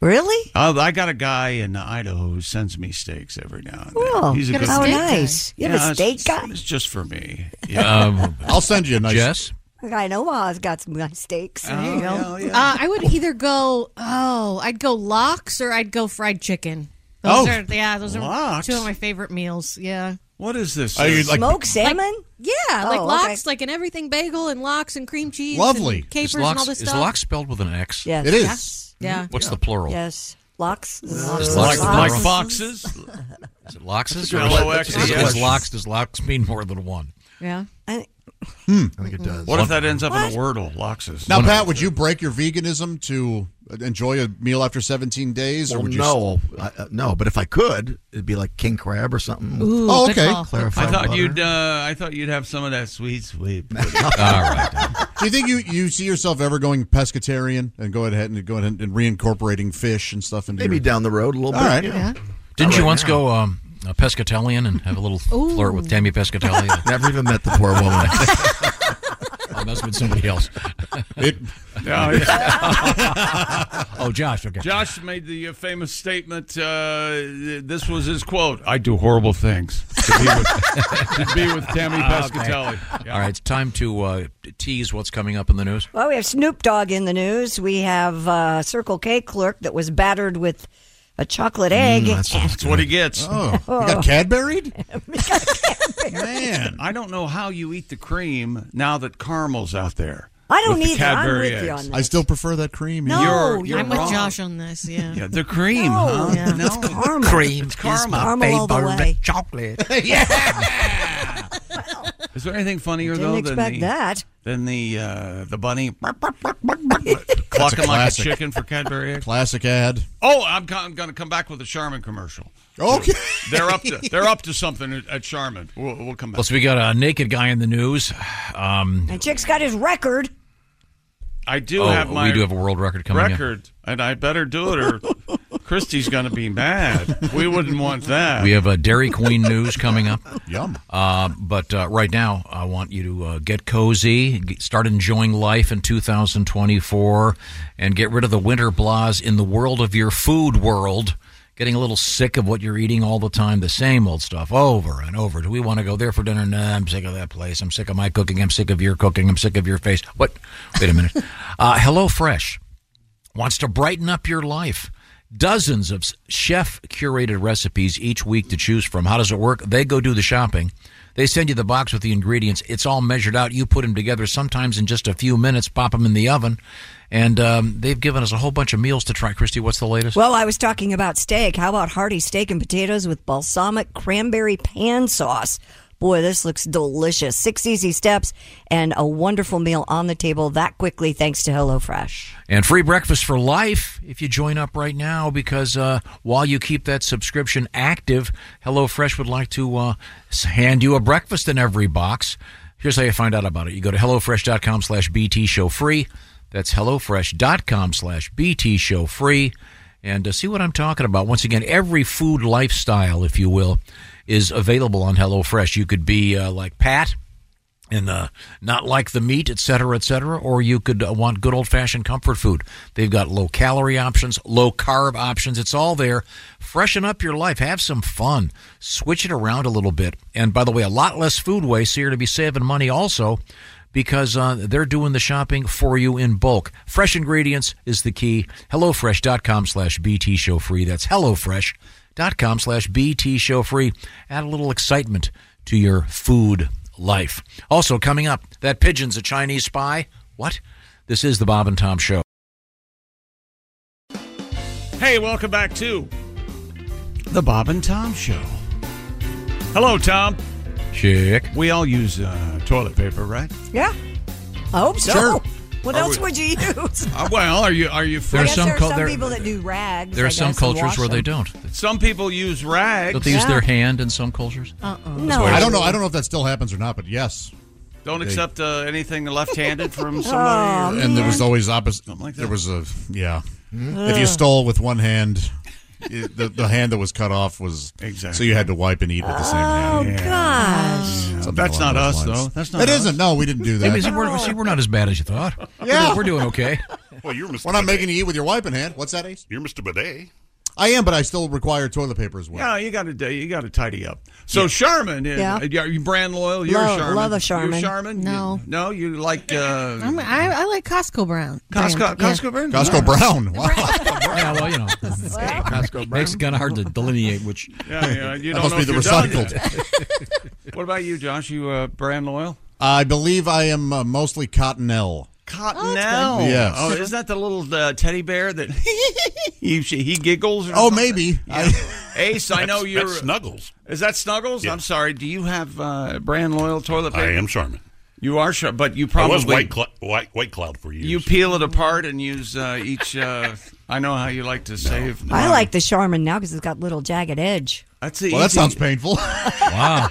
[SPEAKER 3] Really?
[SPEAKER 1] Uh, I got a guy in Idaho who sends me steaks every now and then.
[SPEAKER 3] Oh,
[SPEAKER 1] He's a good
[SPEAKER 3] how
[SPEAKER 1] guy.
[SPEAKER 3] nice. You have
[SPEAKER 1] Yeah,
[SPEAKER 3] a
[SPEAKER 1] it's-
[SPEAKER 3] steak guy?
[SPEAKER 1] It's just
[SPEAKER 3] [laughs]
[SPEAKER 1] for me.
[SPEAKER 4] Um,
[SPEAKER 8] I'll send you a nice.
[SPEAKER 4] Jess?
[SPEAKER 3] The guy in Omaha's got some nice steaks.
[SPEAKER 1] Oh,
[SPEAKER 3] you know?
[SPEAKER 18] Uh, I would either go. Oh, I'd go lox or I'd go fried chicken. Those
[SPEAKER 1] Oh,
[SPEAKER 18] are yeah. Those are
[SPEAKER 1] lox.
[SPEAKER 18] two of my favorite meals. Yeah.
[SPEAKER 1] What is this?
[SPEAKER 8] Are you, like- Smoked
[SPEAKER 3] salmon?
[SPEAKER 18] Yeah,
[SPEAKER 3] Oh, okay.
[SPEAKER 18] like lox, like an everything bagel and lox and cream cheese. And capers
[SPEAKER 4] is lox,
[SPEAKER 18] and all this
[SPEAKER 4] is
[SPEAKER 18] stuff.
[SPEAKER 4] lox spelled with an X?
[SPEAKER 3] Yes. It is. Yes.
[SPEAKER 18] Yeah.
[SPEAKER 4] What's the plural?
[SPEAKER 3] Yes. Locks.
[SPEAKER 4] Is
[SPEAKER 1] Like-
[SPEAKER 4] the plural?
[SPEAKER 1] like foxes?
[SPEAKER 4] Is it loxes?
[SPEAKER 1] Or
[SPEAKER 4] is,
[SPEAKER 1] LOX?
[SPEAKER 4] is- is
[SPEAKER 1] Yes.
[SPEAKER 4] lox, does lox mean more than one?
[SPEAKER 18] Yeah.
[SPEAKER 3] I,
[SPEAKER 8] I think it does.
[SPEAKER 1] What if that ends up in a Wordle? Loxes.
[SPEAKER 8] Now, Pat, would you break your veganism to enjoy a meal after 17 days, or
[SPEAKER 20] Well,
[SPEAKER 8] would you?
[SPEAKER 20] no, I, uh, no. But if I could, it'd be like king crab or something. with-
[SPEAKER 8] Ooh, Oh, good okay. call.
[SPEAKER 1] I
[SPEAKER 20] Clarified
[SPEAKER 1] thought
[SPEAKER 20] butter.
[SPEAKER 1] you'd. Uh, I thought you'd have some of that sweet, [laughs] sweet.
[SPEAKER 8] [laughs] Do you think you, you see yourself ever going pescatarian and go ahead and go ahead and reincorporating fish and stuff into
[SPEAKER 20] Maybe
[SPEAKER 8] your...
[SPEAKER 20] down the road a little
[SPEAKER 8] All
[SPEAKER 20] bit,
[SPEAKER 8] right.
[SPEAKER 20] yeah.
[SPEAKER 4] Didn't
[SPEAKER 20] Not
[SPEAKER 4] you
[SPEAKER 20] right
[SPEAKER 4] once
[SPEAKER 20] now.
[SPEAKER 4] go
[SPEAKER 1] uh,
[SPEAKER 4] um, a pescatarian and have a
[SPEAKER 18] [laughs]
[SPEAKER 4] little
[SPEAKER 20] Ooh.
[SPEAKER 4] flirt with Tammy Pescatelli?
[SPEAKER 20] Never even met the poor woman.
[SPEAKER 4] [laughs] oh, that's been somebody else.
[SPEAKER 1] [laughs]
[SPEAKER 8] It-
[SPEAKER 1] No, Oh, [laughs] yeah.
[SPEAKER 4] [laughs] oh, Josh. Okay.
[SPEAKER 1] Josh made the uh, famous statement. Uh, th- this was his quote: [laughs] "I do horrible things to be with, to be with
[SPEAKER 4] [laughs]
[SPEAKER 1] Tammy
[SPEAKER 4] Ah,
[SPEAKER 1] Pescatelli."
[SPEAKER 4] okay. All right, it's time to uh, tease what's coming up in the news.
[SPEAKER 3] Well, we have Snoop Dogg in the news. We have uh, Circle K clerk that was battered with a chocolate egg.
[SPEAKER 1] That's what he gets.
[SPEAKER 3] Oh, [laughs] you got
[SPEAKER 8] Cadburied?
[SPEAKER 1] Man, I don't know how you eat the cream now that caramel's out there.
[SPEAKER 3] I don't
[SPEAKER 1] With the
[SPEAKER 3] either. I'm
[SPEAKER 1] Cadbury
[SPEAKER 3] with you on
[SPEAKER 1] eggs.
[SPEAKER 3] that.
[SPEAKER 8] I still prefer that cream.
[SPEAKER 1] No, You're-
[SPEAKER 18] I'm with Josh on this. Yeah.
[SPEAKER 1] [laughs] Yeah, the cream,
[SPEAKER 18] No.
[SPEAKER 1] huh?
[SPEAKER 18] Yeah.
[SPEAKER 1] No,
[SPEAKER 18] It's
[SPEAKER 1] [laughs] caramel.
[SPEAKER 18] Cream
[SPEAKER 1] It's
[SPEAKER 18] is
[SPEAKER 1] caramel.
[SPEAKER 18] my Caramel all the favorite way.
[SPEAKER 7] [laughs]
[SPEAKER 1] chocolate. Is there anything funnier
[SPEAKER 3] Didn't
[SPEAKER 1] though than
[SPEAKER 3] expect
[SPEAKER 1] the,
[SPEAKER 3] that.
[SPEAKER 1] than the uh, the bunny
[SPEAKER 3] [laughs]
[SPEAKER 8] That's a
[SPEAKER 1] clucking like a [laughs]
[SPEAKER 8] classic.
[SPEAKER 1] chicken for Cadbury eggs?
[SPEAKER 8] Classic ad.
[SPEAKER 1] Oh, I'm, co- I'm going to come back with a Charmin commercial.
[SPEAKER 8] Okay,
[SPEAKER 1] they're up to they're up to something at, at Charmin. We'll, we'll come back.
[SPEAKER 4] Plus, we got a naked guy in the news. Um,
[SPEAKER 3] And Chick's got his record.
[SPEAKER 1] I do
[SPEAKER 4] Oh,
[SPEAKER 1] have my
[SPEAKER 4] we do have a world record coming up.
[SPEAKER 1] record, and I better do it or Christy's going to be mad. We wouldn't want that.
[SPEAKER 4] We have a Dairy Queen news coming up.
[SPEAKER 1] Yum.
[SPEAKER 4] Uh, but uh, right now, I want you to uh, get cozy, get, start enjoying life in 2024, and get rid of the winter blahs in the world of your food world. Getting a little sick of what you're eating all the time, the same old stuff over and over. Do we want to go there for dinner? Nah, I'm sick of that place. I'm sick of my cooking. I'm sick of your cooking. I'm sick of your face. What? Wait a minute. Uh, Hello Fresh wants to brighten up your life. Dozens of chef curated recipes each week to choose from. How does it work? They go do the shopping. They send you the box with the ingredients. It's all measured out. You put them together sometimes in just a few minutes, pop them in the oven. And um, they've given us a whole bunch of meals to try. Christy, what's the latest?
[SPEAKER 3] Well, I was talking about steak. How about hearty steak and potatoes with balsamic cranberry pan sauce? Boy, this looks delicious. Six easy steps and a wonderful meal on the table that quickly thanks to HelloFresh.
[SPEAKER 4] And free breakfast for life if you join up right now, because uh, while you keep that subscription active, HelloFresh would like to uh, s- hand you a breakfast in every box. Here's how you find out about it. You go to HelloFresh.com slash BT Show Free. That's HelloFresh.com slash BT Show Free. And uh, see what I'm talking about. Once again, every food lifestyle, if you will, is available on HelloFresh. You could be uh, like Pat and uh, not like the meat, et cetera, et cetera. Or you could uh, want good old fashioned comfort food. They've got low calorie options, low carb options. It's all there. Freshen up your life. Have some fun. Switch it around a little bit. And by the way, a lot less food waste. So you're to be saving money also because uh, they're doing the shopping for you in bulk. Fresh ingredients is the key. HelloFresh.com slash BT show free. That's HelloFresh.com slash BT show free. Add a little excitement to your food life. Also, coming up, that pigeon's a Chinese spy. What? This is the Bob and Tom Show.
[SPEAKER 1] Hey, welcome back to the Bob and Tom Show. Hello, Tom.
[SPEAKER 4] Chick.
[SPEAKER 1] We all use uh, toilet paper, right?
[SPEAKER 3] Yeah. I hope so.
[SPEAKER 1] Sure.
[SPEAKER 3] What
[SPEAKER 1] Are
[SPEAKER 3] else
[SPEAKER 1] we-
[SPEAKER 3] would you use?
[SPEAKER 1] Uh,
[SPEAKER 4] Oh,
[SPEAKER 1] well, are you are you?
[SPEAKER 3] I guess there are
[SPEAKER 4] cul-
[SPEAKER 3] some
[SPEAKER 4] there-
[SPEAKER 3] people that do rags.
[SPEAKER 4] There
[SPEAKER 3] I
[SPEAKER 4] are some
[SPEAKER 3] guess, and
[SPEAKER 4] cultures
[SPEAKER 3] wash
[SPEAKER 4] where they
[SPEAKER 3] them.
[SPEAKER 4] don't.
[SPEAKER 1] Some people use rags.
[SPEAKER 4] Don't they use their hand in some cultures?
[SPEAKER 3] Uh-uh.
[SPEAKER 1] No.
[SPEAKER 8] I don't know. I don't know if that still happens or not, but yes.
[SPEAKER 1] Don't
[SPEAKER 8] They-
[SPEAKER 1] accept uh, anything left-handed from somebody. or-
[SPEAKER 8] and there was always opposite.
[SPEAKER 1] Something like that.
[SPEAKER 8] There was a yeah.
[SPEAKER 1] Mhm.
[SPEAKER 8] If you
[SPEAKER 1] Ugh.
[SPEAKER 8] stole with one hand, it, the the hand that was cut off was exactly. So you had to wipe and eat with the same hand.
[SPEAKER 1] Oh, gosh. That's not us, though. That's not
[SPEAKER 8] It
[SPEAKER 1] us.
[SPEAKER 8] not No, we didn't do that.
[SPEAKER 4] Maybe see, we're, see, we're not as bad as you thought. We're
[SPEAKER 8] Yeah.
[SPEAKER 4] doing- we're doing okay.
[SPEAKER 8] Well, you're We're not making you eat with your wiping hand. What's that, Ace?
[SPEAKER 9] You're Mr. Bidet.
[SPEAKER 8] I am, but I still require toilet paper as well.
[SPEAKER 1] Yeah, Oh, you got to you got to tidy up. So Charmin, is,
[SPEAKER 8] Yeah.
[SPEAKER 1] yeah. are you brand loyal? You're
[SPEAKER 8] Love-
[SPEAKER 1] a Charmin.
[SPEAKER 8] love a
[SPEAKER 1] You're
[SPEAKER 8] Charmin.
[SPEAKER 1] Charmin. You-
[SPEAKER 18] No.
[SPEAKER 1] no, you like uh,
[SPEAKER 18] I'm, I, I like Costco Brown.
[SPEAKER 1] Costco.
[SPEAKER 18] brand. Yeah.
[SPEAKER 1] Costco Brown. [laughs]
[SPEAKER 18] [laughs]
[SPEAKER 8] Costco Brown. Wow.
[SPEAKER 4] [laughs] yeah, well, you know,
[SPEAKER 1] Costco
[SPEAKER 4] makes it kind of hard to delineate which.
[SPEAKER 1] [laughs] Yeah, yeah. You
[SPEAKER 8] That
[SPEAKER 1] don't
[SPEAKER 8] must
[SPEAKER 1] know
[SPEAKER 8] be
[SPEAKER 1] if
[SPEAKER 8] the
[SPEAKER 1] you're done yet. [laughs]
[SPEAKER 8] recycled.
[SPEAKER 1] what about you, Josh? You uh, brand loyal?
[SPEAKER 8] I believe I am uh, mostly Cottonelle.
[SPEAKER 1] Cottonelle.
[SPEAKER 8] good. Yes.
[SPEAKER 1] Oh, isn't that the little uh, teddy bear that he, he giggles? Or
[SPEAKER 8] Oh,
[SPEAKER 1] something?
[SPEAKER 8] maybe.
[SPEAKER 1] Yeah. Ace, I know
[SPEAKER 9] That's-
[SPEAKER 1] you're
[SPEAKER 9] that's Snuggles.
[SPEAKER 1] Is that Snuggles? I'm sorry. Do you have uh, brand loyal toilet paper?
[SPEAKER 9] I am Charmin.
[SPEAKER 1] You are Charmin, but you
[SPEAKER 9] I
[SPEAKER 1] probably
[SPEAKER 9] was white, Cl- white, white Cloud for you.
[SPEAKER 1] You peel it apart and use uh, each. Uh, I know how you like to save.
[SPEAKER 3] I like the Charmin now because it's got little jagged edge.
[SPEAKER 1] That's the
[SPEAKER 8] Well, that
[SPEAKER 1] easy-
[SPEAKER 3] [laughs]
[SPEAKER 1] [laughs]
[SPEAKER 8] sounds painful.
[SPEAKER 4] Wow.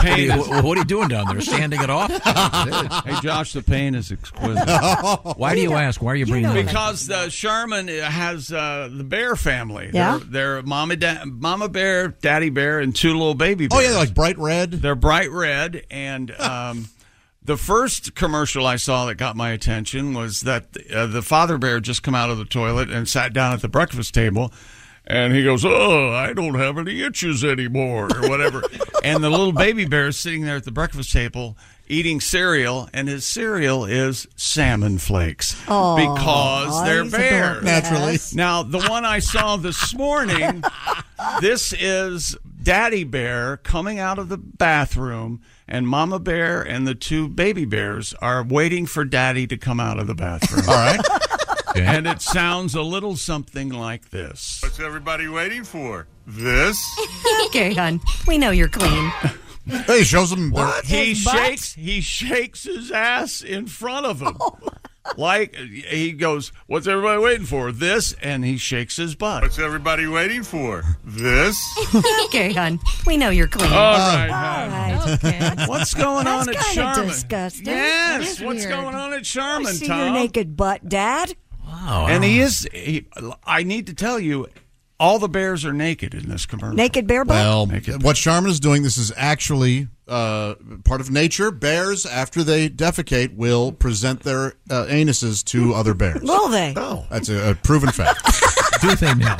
[SPEAKER 1] Pain
[SPEAKER 4] [laughs] Hey,
[SPEAKER 1] is-
[SPEAKER 4] wh- what are you doing
[SPEAKER 1] [laughs]
[SPEAKER 4] down there? Standing it off?
[SPEAKER 1] hey, Josh, the pain is exquisite.
[SPEAKER 4] [laughs]
[SPEAKER 7] [laughs]
[SPEAKER 4] Why do you ask? Why are you bringing that? up?
[SPEAKER 1] Because uh, Sherman has uh, the bear family.
[SPEAKER 4] Yeah?
[SPEAKER 1] They're, they're mama, da- mama bear, daddy bear, and two little baby
[SPEAKER 8] Oh
[SPEAKER 1] bears.
[SPEAKER 8] yeah, they're like bright red.
[SPEAKER 1] They're bright red.
[SPEAKER 8] [laughs]
[SPEAKER 1] And um, the first commercial I saw that got my attention was that uh, the father bear just come out of the toilet and sat down at the breakfast table. And he goes, Oh, I don't have any itches anymore, or
[SPEAKER 8] [laughs]
[SPEAKER 1] whatever. and the little baby bear is sitting there at the breakfast table eating cereal, and his cereal is salmon flakes
[SPEAKER 2] Aw, oh,
[SPEAKER 1] because they're
[SPEAKER 2] he's
[SPEAKER 1] bears.
[SPEAKER 2] adorable. Naturally.
[SPEAKER 1] Now, the one I saw this morning, this is Daddy Bear coming out of the bathroom, and Mama Bear and the two baby bears are waiting for Daddy to come out of the bathroom. All
[SPEAKER 8] right.
[SPEAKER 1] And it sounds a little something like this.
[SPEAKER 5] What's everybody waiting for? This?
[SPEAKER 6] okay, hon. We know you're
[SPEAKER 1] [laughs]
[SPEAKER 6] clean.
[SPEAKER 8] Hey, shows them.
[SPEAKER 1] What? He
[SPEAKER 6] His butt?
[SPEAKER 1] shakes. He shakes his ass in front of him. Like he goes, "What's everybody waiting for?" This, and he shakes his butt. What's
[SPEAKER 5] everybody waiting for? This?
[SPEAKER 1] [laughs]
[SPEAKER 6] okay, hon. We know
[SPEAKER 7] Oh,
[SPEAKER 6] you're clean.
[SPEAKER 1] All right,
[SPEAKER 6] All right.
[SPEAKER 1] What's going on at
[SPEAKER 3] That's kinda
[SPEAKER 1] Charmin?
[SPEAKER 3] disgusting. That
[SPEAKER 1] Yes,
[SPEAKER 3] is
[SPEAKER 1] what's
[SPEAKER 3] weird.
[SPEAKER 1] going on at
[SPEAKER 3] I
[SPEAKER 1] Charmin,
[SPEAKER 3] see your
[SPEAKER 1] Tom?
[SPEAKER 3] naked butt, Dad.
[SPEAKER 4] Wow.
[SPEAKER 1] And he is. He, I need to tell you, all the bears are naked in this commercial.
[SPEAKER 3] Naked bear butt?
[SPEAKER 8] Well, what Charmin is doing, this is actually uh, part of nature. Bears, after they defecate, will present their uh, anuses to other bears.
[SPEAKER 3] Will they?
[SPEAKER 8] Oh. That's a, a proven
[SPEAKER 3] [laughs]
[SPEAKER 8] fact.
[SPEAKER 4] Do they now?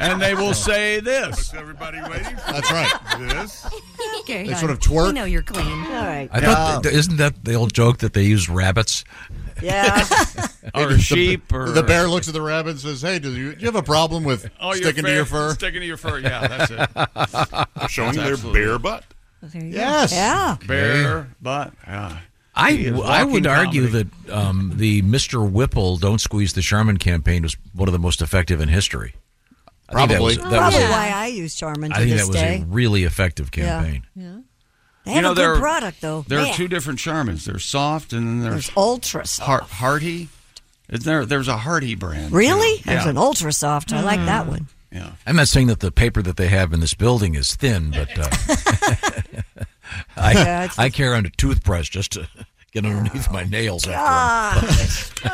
[SPEAKER 1] and they will say this.
[SPEAKER 5] everybody waiting for?
[SPEAKER 8] That's right.
[SPEAKER 5] This?
[SPEAKER 3] Oh,
[SPEAKER 6] Okay,
[SPEAKER 4] They
[SPEAKER 6] hon.
[SPEAKER 4] sort of twerk.
[SPEAKER 6] We know you're clean. All
[SPEAKER 3] right.
[SPEAKER 4] I thought, isn't that the old joke that they use rabbits? [laughs]
[SPEAKER 3] Yeah.
[SPEAKER 1] [laughs] Or
[SPEAKER 8] The-
[SPEAKER 1] sheep,
[SPEAKER 8] The,
[SPEAKER 1] or-
[SPEAKER 8] bear looks at the rabbit and says, "Hey, do you, do you have a problem with
[SPEAKER 1] Oh, your
[SPEAKER 8] sticking to
[SPEAKER 1] fur-
[SPEAKER 8] your fur?
[SPEAKER 1] sticking to your fur, yeah, that's
[SPEAKER 7] [laughs]
[SPEAKER 1] it. They're showing their bare butt.
[SPEAKER 8] Yes.
[SPEAKER 3] Yeah.
[SPEAKER 1] Bear butt. Yeah. He
[SPEAKER 4] I,
[SPEAKER 1] is
[SPEAKER 4] I
[SPEAKER 1] walking
[SPEAKER 4] would argue
[SPEAKER 1] comedy.
[SPEAKER 4] that um, the Mr. Whipple Don't Squeeze the Charmin campaign was one of the most effective in history. I think that was- that was
[SPEAKER 3] Probably
[SPEAKER 4] a-
[SPEAKER 3] why I use Charmin to
[SPEAKER 4] I think
[SPEAKER 3] this
[SPEAKER 4] that was
[SPEAKER 3] day.
[SPEAKER 4] a really effective
[SPEAKER 7] uh,
[SPEAKER 4] campaign.
[SPEAKER 3] Yeah. yeah. They have a good product, though.
[SPEAKER 1] There
[SPEAKER 3] Man.
[SPEAKER 1] are two different Charmins. There's soft and then there's,
[SPEAKER 3] There's ultra soft.
[SPEAKER 1] Heart, hearty. Is there? There's a hearty brand. too.
[SPEAKER 3] Really?
[SPEAKER 1] Yeah.
[SPEAKER 3] There's an ultra soft. I like that one.
[SPEAKER 4] I'm not saying that the paper that they have in this building is thin,
[SPEAKER 3] [laughs]
[SPEAKER 4] but uh, I,
[SPEAKER 3] Yeah, it's- Oh,
[SPEAKER 4] I carry on a toothbrush just to get underneath my nails. After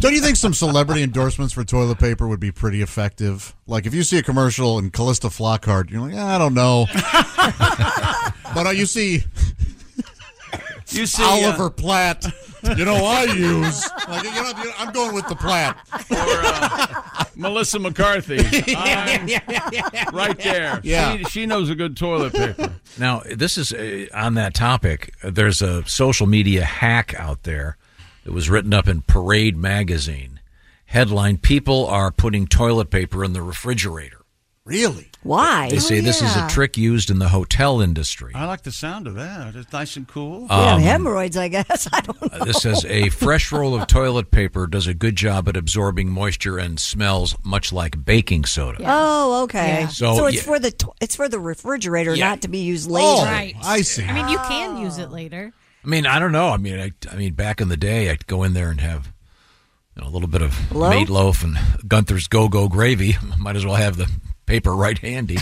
[SPEAKER 8] Don't you think some celebrity endorsements for toilet paper would be pretty effective? Like if you see a commercial and Callista Flockhart, you're like, I
[SPEAKER 1] [laughs]
[SPEAKER 8] don't know. but uh, you see,
[SPEAKER 1] you see uh,
[SPEAKER 8] Oliver Platt. You know I use. [laughs] Like, you know, you know, I'm going with
[SPEAKER 1] [laughs]
[SPEAKER 8] the Platt.
[SPEAKER 1] uh, Melissa
[SPEAKER 8] [laughs]
[SPEAKER 1] McCarthy. I'm right there.
[SPEAKER 4] Yeah.
[SPEAKER 1] She, she knows a good toilet paper.
[SPEAKER 4] Now, this is uh, on that topic. uh, There's a social media hack out there that was written up in Parade magazine. Headline: People are putting toilet paper in the refrigerator.
[SPEAKER 8] [laughs] Really?
[SPEAKER 3] Why?
[SPEAKER 4] They say this is a trick used in the hotel industry.
[SPEAKER 1] I like the sound of that. It's nice and cool.
[SPEAKER 3] We have
[SPEAKER 4] Um,
[SPEAKER 3] hemorrhoids, I guess. [laughs] I don't know.
[SPEAKER 4] Uh, This says a fresh roll of toilet paper does a good job at absorbing moisture and smells much like baking soda.
[SPEAKER 3] Oh, okay.
[SPEAKER 4] Yeah.
[SPEAKER 3] So,
[SPEAKER 4] So,
[SPEAKER 3] it's
[SPEAKER 4] yeah.
[SPEAKER 3] for the to- it's for the refrigerator,
[SPEAKER 4] Yeah.
[SPEAKER 3] not to be
[SPEAKER 1] Oh,
[SPEAKER 3] used later.
[SPEAKER 18] Oh.
[SPEAKER 8] I see.
[SPEAKER 21] I mean, you can use it later.
[SPEAKER 4] I mean, I don't know. I mean, I, I mean, back in the day, I'd go in there and have you know, a little bit of
[SPEAKER 21] Loaf?
[SPEAKER 4] mate loaf and Gunther's Go Go gravy. [laughs] Might as well have the paper right handy.
[SPEAKER 1] [laughs]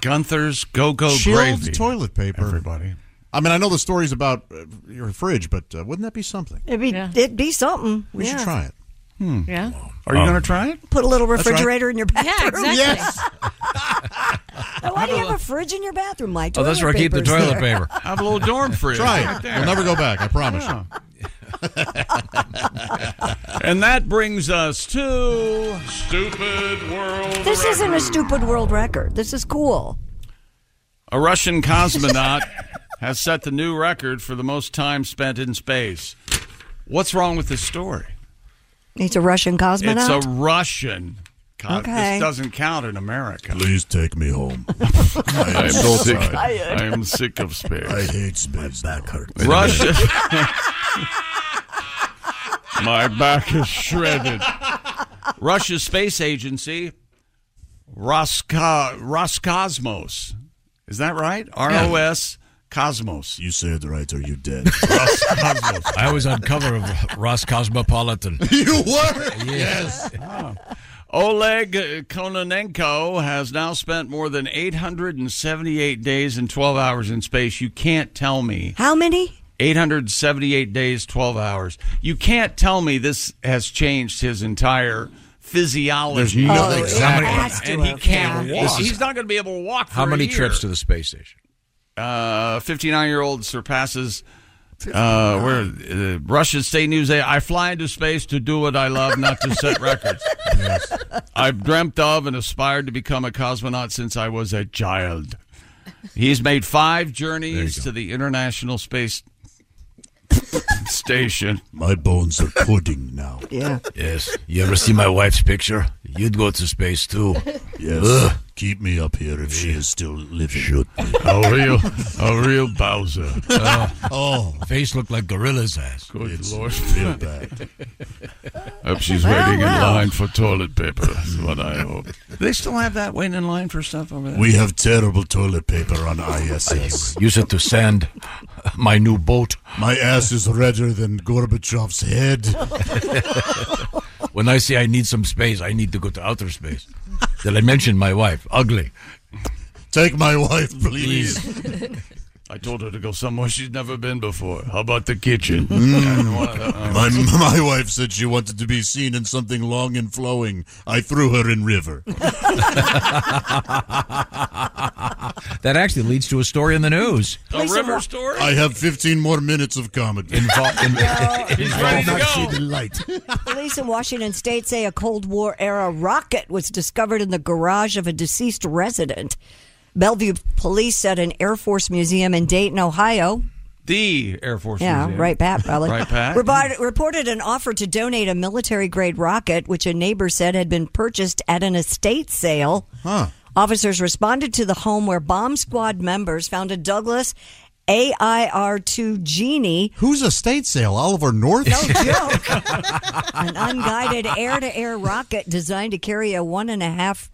[SPEAKER 1] Gunther's Go Go
[SPEAKER 8] Chilled toilet paper. Everybody. I mean, I know the stories about uh, your fridge, but uh, wouldn't that be something?
[SPEAKER 3] It'd be it'd be something.
[SPEAKER 8] We should
[SPEAKER 3] Yeah.
[SPEAKER 8] try it. Hmm.
[SPEAKER 3] Yeah.
[SPEAKER 1] Are you going to try it?
[SPEAKER 3] Put a little
[SPEAKER 8] That's right.
[SPEAKER 3] refrigerator in your bathroom.
[SPEAKER 8] exactly. Yes.
[SPEAKER 3] [laughs] Now, why do you have a fridge in your bathroom, Mike?
[SPEAKER 4] Oh, that's where I keep the toilet paper.
[SPEAKER 1] I [laughs] have a little dorm fridge.
[SPEAKER 8] Try
[SPEAKER 1] Right
[SPEAKER 8] it.
[SPEAKER 1] there.
[SPEAKER 8] You'll never go back. I promise
[SPEAKER 1] Yeah.
[SPEAKER 8] you.
[SPEAKER 1] [laughs] And that brings us to Stupid World.
[SPEAKER 3] This isn't a
[SPEAKER 1] Record.
[SPEAKER 3] stupid world record. This is cool.
[SPEAKER 1] A Russian cosmonaut has set the new record for the most time spent in space. What's wrong with this story?
[SPEAKER 3] He's a Russian
[SPEAKER 1] It's
[SPEAKER 3] cosmonaut.
[SPEAKER 1] a Russian. Co-
[SPEAKER 3] Okay.
[SPEAKER 1] This doesn't count in America.
[SPEAKER 8] Please take me home.
[SPEAKER 1] I am
[SPEAKER 8] so
[SPEAKER 1] sick.
[SPEAKER 8] tired.
[SPEAKER 1] I am sick of space.
[SPEAKER 8] I hate space. My back hurts.
[SPEAKER 1] Russia.
[SPEAKER 8] [laughs]
[SPEAKER 1] [laughs] My back is shredded. Russia's space agency, Rosco- Roscosmos. Is that right? R O S Cosmos.
[SPEAKER 8] You said right, or you
[SPEAKER 1] [laughs]
[SPEAKER 8] dead.
[SPEAKER 1] Roscosmos.
[SPEAKER 4] I was on cover of Ross [laughs] Cosmopolitan.
[SPEAKER 1] [laughs]
[SPEAKER 8] You were?
[SPEAKER 4] Yes.
[SPEAKER 1] Wow. Oleg Kononenko has now spent more than 878 days and 12 hours in space. You can't tell me.
[SPEAKER 3] How many?
[SPEAKER 1] 878 days, 12 hours. You can't tell me this has changed his entire physiology.
[SPEAKER 4] There's no- Oh, it exactly. has to
[SPEAKER 1] And he
[SPEAKER 4] have,
[SPEAKER 1] can't
[SPEAKER 4] yeah.
[SPEAKER 1] walk.
[SPEAKER 4] This is-
[SPEAKER 1] He's not going to be able to walk for
[SPEAKER 4] How
[SPEAKER 1] a
[SPEAKER 4] many
[SPEAKER 1] year.
[SPEAKER 4] trips to the space station?
[SPEAKER 1] Uh, 59 year old surpasses uh, where uh, Russian state news. They, I fly into space to do what I love, not to set records. [laughs] I've dreamt of and aspired to become a cosmonaut since I was a child. He's made five journeys to the International Space
[SPEAKER 8] [laughs]
[SPEAKER 1] Station.
[SPEAKER 8] My bones are pudding now.
[SPEAKER 3] Yeah.
[SPEAKER 4] Yes. You ever see my wife's picture? You'd go to space too.
[SPEAKER 8] [laughs] Yes. Keep me up here if she is still living. Shoot me.
[SPEAKER 1] A real, a real Bowser.
[SPEAKER 8] [laughs]
[SPEAKER 4] oh, face looked like gorilla's ass.
[SPEAKER 1] Good
[SPEAKER 4] lord,
[SPEAKER 1] real [laughs] bad. Hope she's
[SPEAKER 4] Well,
[SPEAKER 1] waiting in
[SPEAKER 4] well.
[SPEAKER 1] line for toilet paper. That's what I [laughs] hope. They still have that waiting in line for stuff over there.
[SPEAKER 8] [laughs] terrible toilet paper on ISS.
[SPEAKER 4] Use it to sand my new boat.
[SPEAKER 8] My ass is redder than Gorbachev's head.
[SPEAKER 4] [laughs] [laughs] When I say I need some space, I need to go to outer space. Did I mention my wife? Ugly.
[SPEAKER 8] Take my wife,
[SPEAKER 4] please.
[SPEAKER 1] [laughs] I told her to go somewhere she's never been before. How about the kitchen? [laughs] And one of the- uh,
[SPEAKER 8] Mm. My, my wife said she wanted to be seen in something long and flowing. I threw her in river.
[SPEAKER 4] [laughs] That actually leads to a story in the news.
[SPEAKER 1] A river story?
[SPEAKER 8] I have 15 more minutes of comedy.
[SPEAKER 4] Invol- [laughs] in-
[SPEAKER 8] He's
[SPEAKER 4] ready to
[SPEAKER 8] go. See
[SPEAKER 4] [laughs]
[SPEAKER 8] the light.
[SPEAKER 3] Police in Washington state say a Cold War era rocket was discovered in the garage of a deceased resident. Bellevue police said an Air Force museum in Dayton, Ohio.
[SPEAKER 1] the Air Force.
[SPEAKER 3] yeah,
[SPEAKER 1] Museum.
[SPEAKER 3] right, Pat, probably.
[SPEAKER 1] right, Pat.
[SPEAKER 3] Report, reported an offer to donate a military grade rocket, which a neighbor said had been purchased at an estate sale. Officers responded to the home where bomb squad members found a Douglas AIR 2 Genie
[SPEAKER 8] Who's a state sale? Oliver North?
[SPEAKER 3] No joke. an unguided air-to-air rocket designed to carry a one and a half,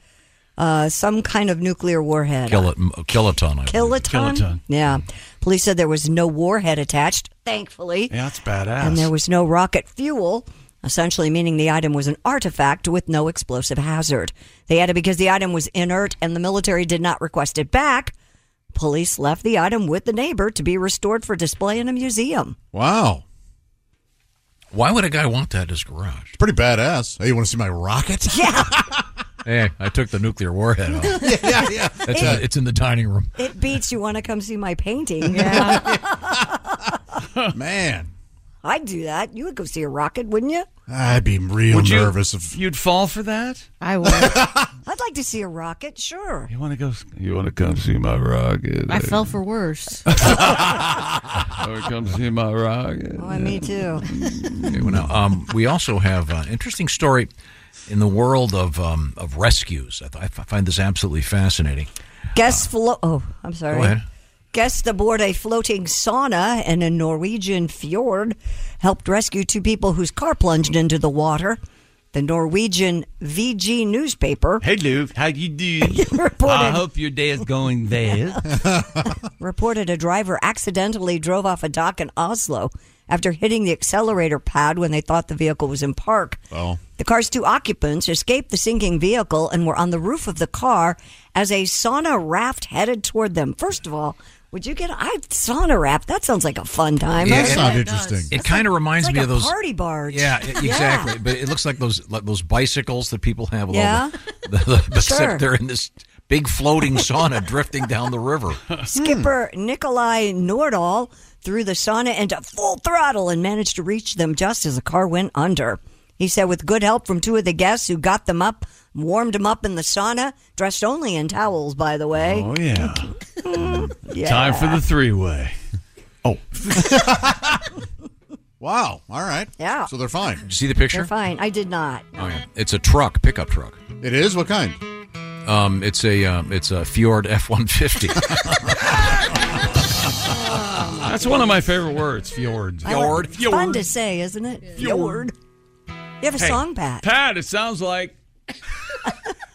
[SPEAKER 3] uh, some kind of nuclear warhead.
[SPEAKER 4] Kilo- kiloton. I believe.
[SPEAKER 3] Kiloton? Yeah. Police said there was no warhead attached, thankfully.
[SPEAKER 1] Yeah, that's badass.
[SPEAKER 3] And there was no rocket fuel, essentially meaning the item was an artifact with no explosive hazard. They added because the item was inert and the military did not request it back. Police left the item with the neighbor to be restored for display in a museum.
[SPEAKER 8] Wow.
[SPEAKER 4] Why would a guy want that in his garage?
[SPEAKER 8] Pretty badass. Hey, you want to see my rocket?
[SPEAKER 3] Yeah.
[SPEAKER 4] Hey, I took the
[SPEAKER 3] [laughs]
[SPEAKER 4] nuclear warhead off.
[SPEAKER 3] Yeah, yeah, yeah.
[SPEAKER 4] It's, in- it's in the dining room.
[SPEAKER 3] It beats you want to come see my painting.
[SPEAKER 22] [laughs]
[SPEAKER 8] Man.
[SPEAKER 3] I'd do that. You would go see a rocket,
[SPEAKER 22] [laughs]
[SPEAKER 3] wouldn't you?
[SPEAKER 8] I'd be real
[SPEAKER 1] Would you-
[SPEAKER 8] nervous if
[SPEAKER 1] You'd fall for that?
[SPEAKER 3] I would. I'd like to see a rocket, sure.
[SPEAKER 1] You want to go? You want to come see my rocket?
[SPEAKER 7] I fell
[SPEAKER 1] [laughs]
[SPEAKER 7] for worse.
[SPEAKER 1] Or come see my rocket?
[SPEAKER 3] Why, Oh, me too.
[SPEAKER 4] Okay, well, now, um, we also have an interesting story in the world of um, of rescues. I, th- I f- find this absolutely fascinating.
[SPEAKER 3] Guess flo- Oh, I'm sorry.
[SPEAKER 4] Go ahead.
[SPEAKER 3] Guests aboard a floating sauna in a Norwegian fjord helped rescue two people whose car plunged into the water. The Norwegian VG newspaper
[SPEAKER 22] Hey, Lou, how you
[SPEAKER 3] [laughs]
[SPEAKER 22] do? I hope your day is going
[SPEAKER 18] [laughs]
[SPEAKER 22] well.
[SPEAKER 3] reported a driver accidentally drove off a dock in Oslo after hitting the accelerator pad when they thought the vehicle was in park.
[SPEAKER 18] [laughs]
[SPEAKER 8] Oh.
[SPEAKER 3] The car's two occupants escaped the sinking vehicle and were on the roof of the car as a sauna raft headed toward them. First of all, would you get I sauna raft? That sounds like a fun time.
[SPEAKER 4] Yeah, That it- sounds it does. interesting. It
[SPEAKER 3] It's
[SPEAKER 4] kinda
[SPEAKER 3] like-
[SPEAKER 4] reminds
[SPEAKER 3] it's
[SPEAKER 4] me
[SPEAKER 3] like
[SPEAKER 4] of
[SPEAKER 3] a
[SPEAKER 4] those-
[SPEAKER 3] party barge.
[SPEAKER 4] Yeah, e- exactly. But it looks like those like those bicycles that people have. With all the, [laughs] the, the,
[SPEAKER 3] Sure.
[SPEAKER 4] Except they're in this big floating sauna [laughs] drifting down the river.
[SPEAKER 3] Skipper Nikolai Nordahl threw the sauna into full throttle and managed to reach them just as the car went under. He said, with good help from two of the guests who got them up, warmed them up in the sauna, dressed only in towels, by the way.
[SPEAKER 1] Oh yeah.
[SPEAKER 3] Yeah.
[SPEAKER 1] Time for the three-way. Oh,
[SPEAKER 8] Wow. All right.
[SPEAKER 3] Yeah.
[SPEAKER 8] So they're fine.
[SPEAKER 4] you see the picture?
[SPEAKER 3] They're fine. I did not.
[SPEAKER 4] Oh, yeah. It's a truck, pickup truck.
[SPEAKER 8] It is. What kind?
[SPEAKER 4] Um, it's a um, it's a Fjord F
[SPEAKER 3] [laughs]
[SPEAKER 4] one fifty. [laughs]
[SPEAKER 1] that's one of my favorite words. Fjord.
[SPEAKER 3] I like- it's Fun to say, isn't it? Fjord. You have a
[SPEAKER 1] Hey,
[SPEAKER 3] song, Pat.
[SPEAKER 1] Pat, it sounds like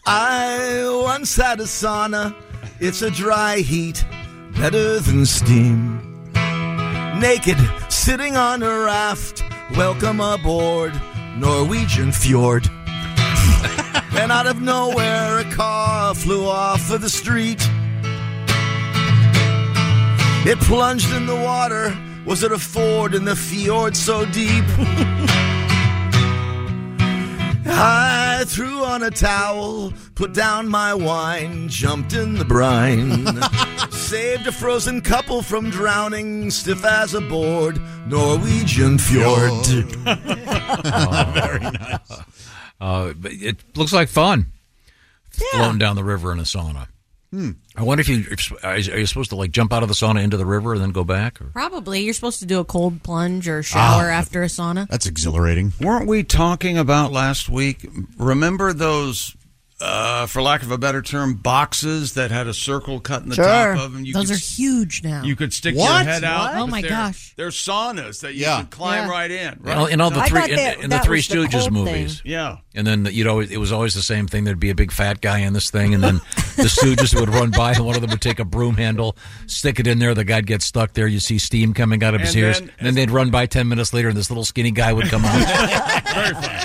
[SPEAKER 10] I once had a sauna. It's a dry heat, better than steam. Naked, sitting on a raft. Welcome aboard, Norwegian fjord. and out of nowhere, a car flew off of the street. It plunged in the water. Was it a ford in the fjord so deep? [laughs] I threw on a towel, put down my wine, jumped in the [laughs] brine, saved a frozen couple from drowning, stiff as a board, Norwegian fjord. [laughs]
[SPEAKER 4] [laughs]
[SPEAKER 8] [laughs]
[SPEAKER 10] Oh,
[SPEAKER 4] Very
[SPEAKER 10] nice.
[SPEAKER 4] Uh, but it looks like fun. Floating down the river in a sauna.
[SPEAKER 18] Hmm.
[SPEAKER 4] I wonder if you if, are you supposed to like jump out of the sauna into the river and then go back? Or?
[SPEAKER 18] Probably you're supposed to do a cold plunge or shower
[SPEAKER 8] Ah.
[SPEAKER 18] after a sauna.
[SPEAKER 8] That's exhilarating.
[SPEAKER 1] Weren't we talking about last week? Remember those, uh, for lack of a better term, boxes that had a circle cut in the top of them?
[SPEAKER 18] Those
[SPEAKER 1] could
[SPEAKER 18] are huge now.
[SPEAKER 1] You could stick your
[SPEAKER 18] What?
[SPEAKER 1] head out.
[SPEAKER 18] What? Oh,
[SPEAKER 1] but
[SPEAKER 18] my
[SPEAKER 1] they're-
[SPEAKER 18] gosh.
[SPEAKER 1] They're saunas that you
[SPEAKER 18] Yeah.
[SPEAKER 1] could climb
[SPEAKER 18] Yeah.
[SPEAKER 1] right in. Right?
[SPEAKER 4] In all, in all the
[SPEAKER 1] I
[SPEAKER 4] three
[SPEAKER 1] thought
[SPEAKER 4] in,
[SPEAKER 1] that-
[SPEAKER 4] in the
[SPEAKER 1] that
[SPEAKER 4] Three
[SPEAKER 1] was the
[SPEAKER 4] Stooges
[SPEAKER 1] cold
[SPEAKER 4] movies,
[SPEAKER 1] thing. Yeah.
[SPEAKER 4] and then you know it was always the same thing. There'd be a big fat guy in this thing, and then the Stooges would run by, and one of them would take a broom handle, stick it in there. The guy'd get stuck there. You see steam coming out of his
[SPEAKER 1] And
[SPEAKER 4] ears,
[SPEAKER 1] then-
[SPEAKER 4] and then they'd run by ten minutes later, and this little skinny guy would come out.
[SPEAKER 1] [laughs]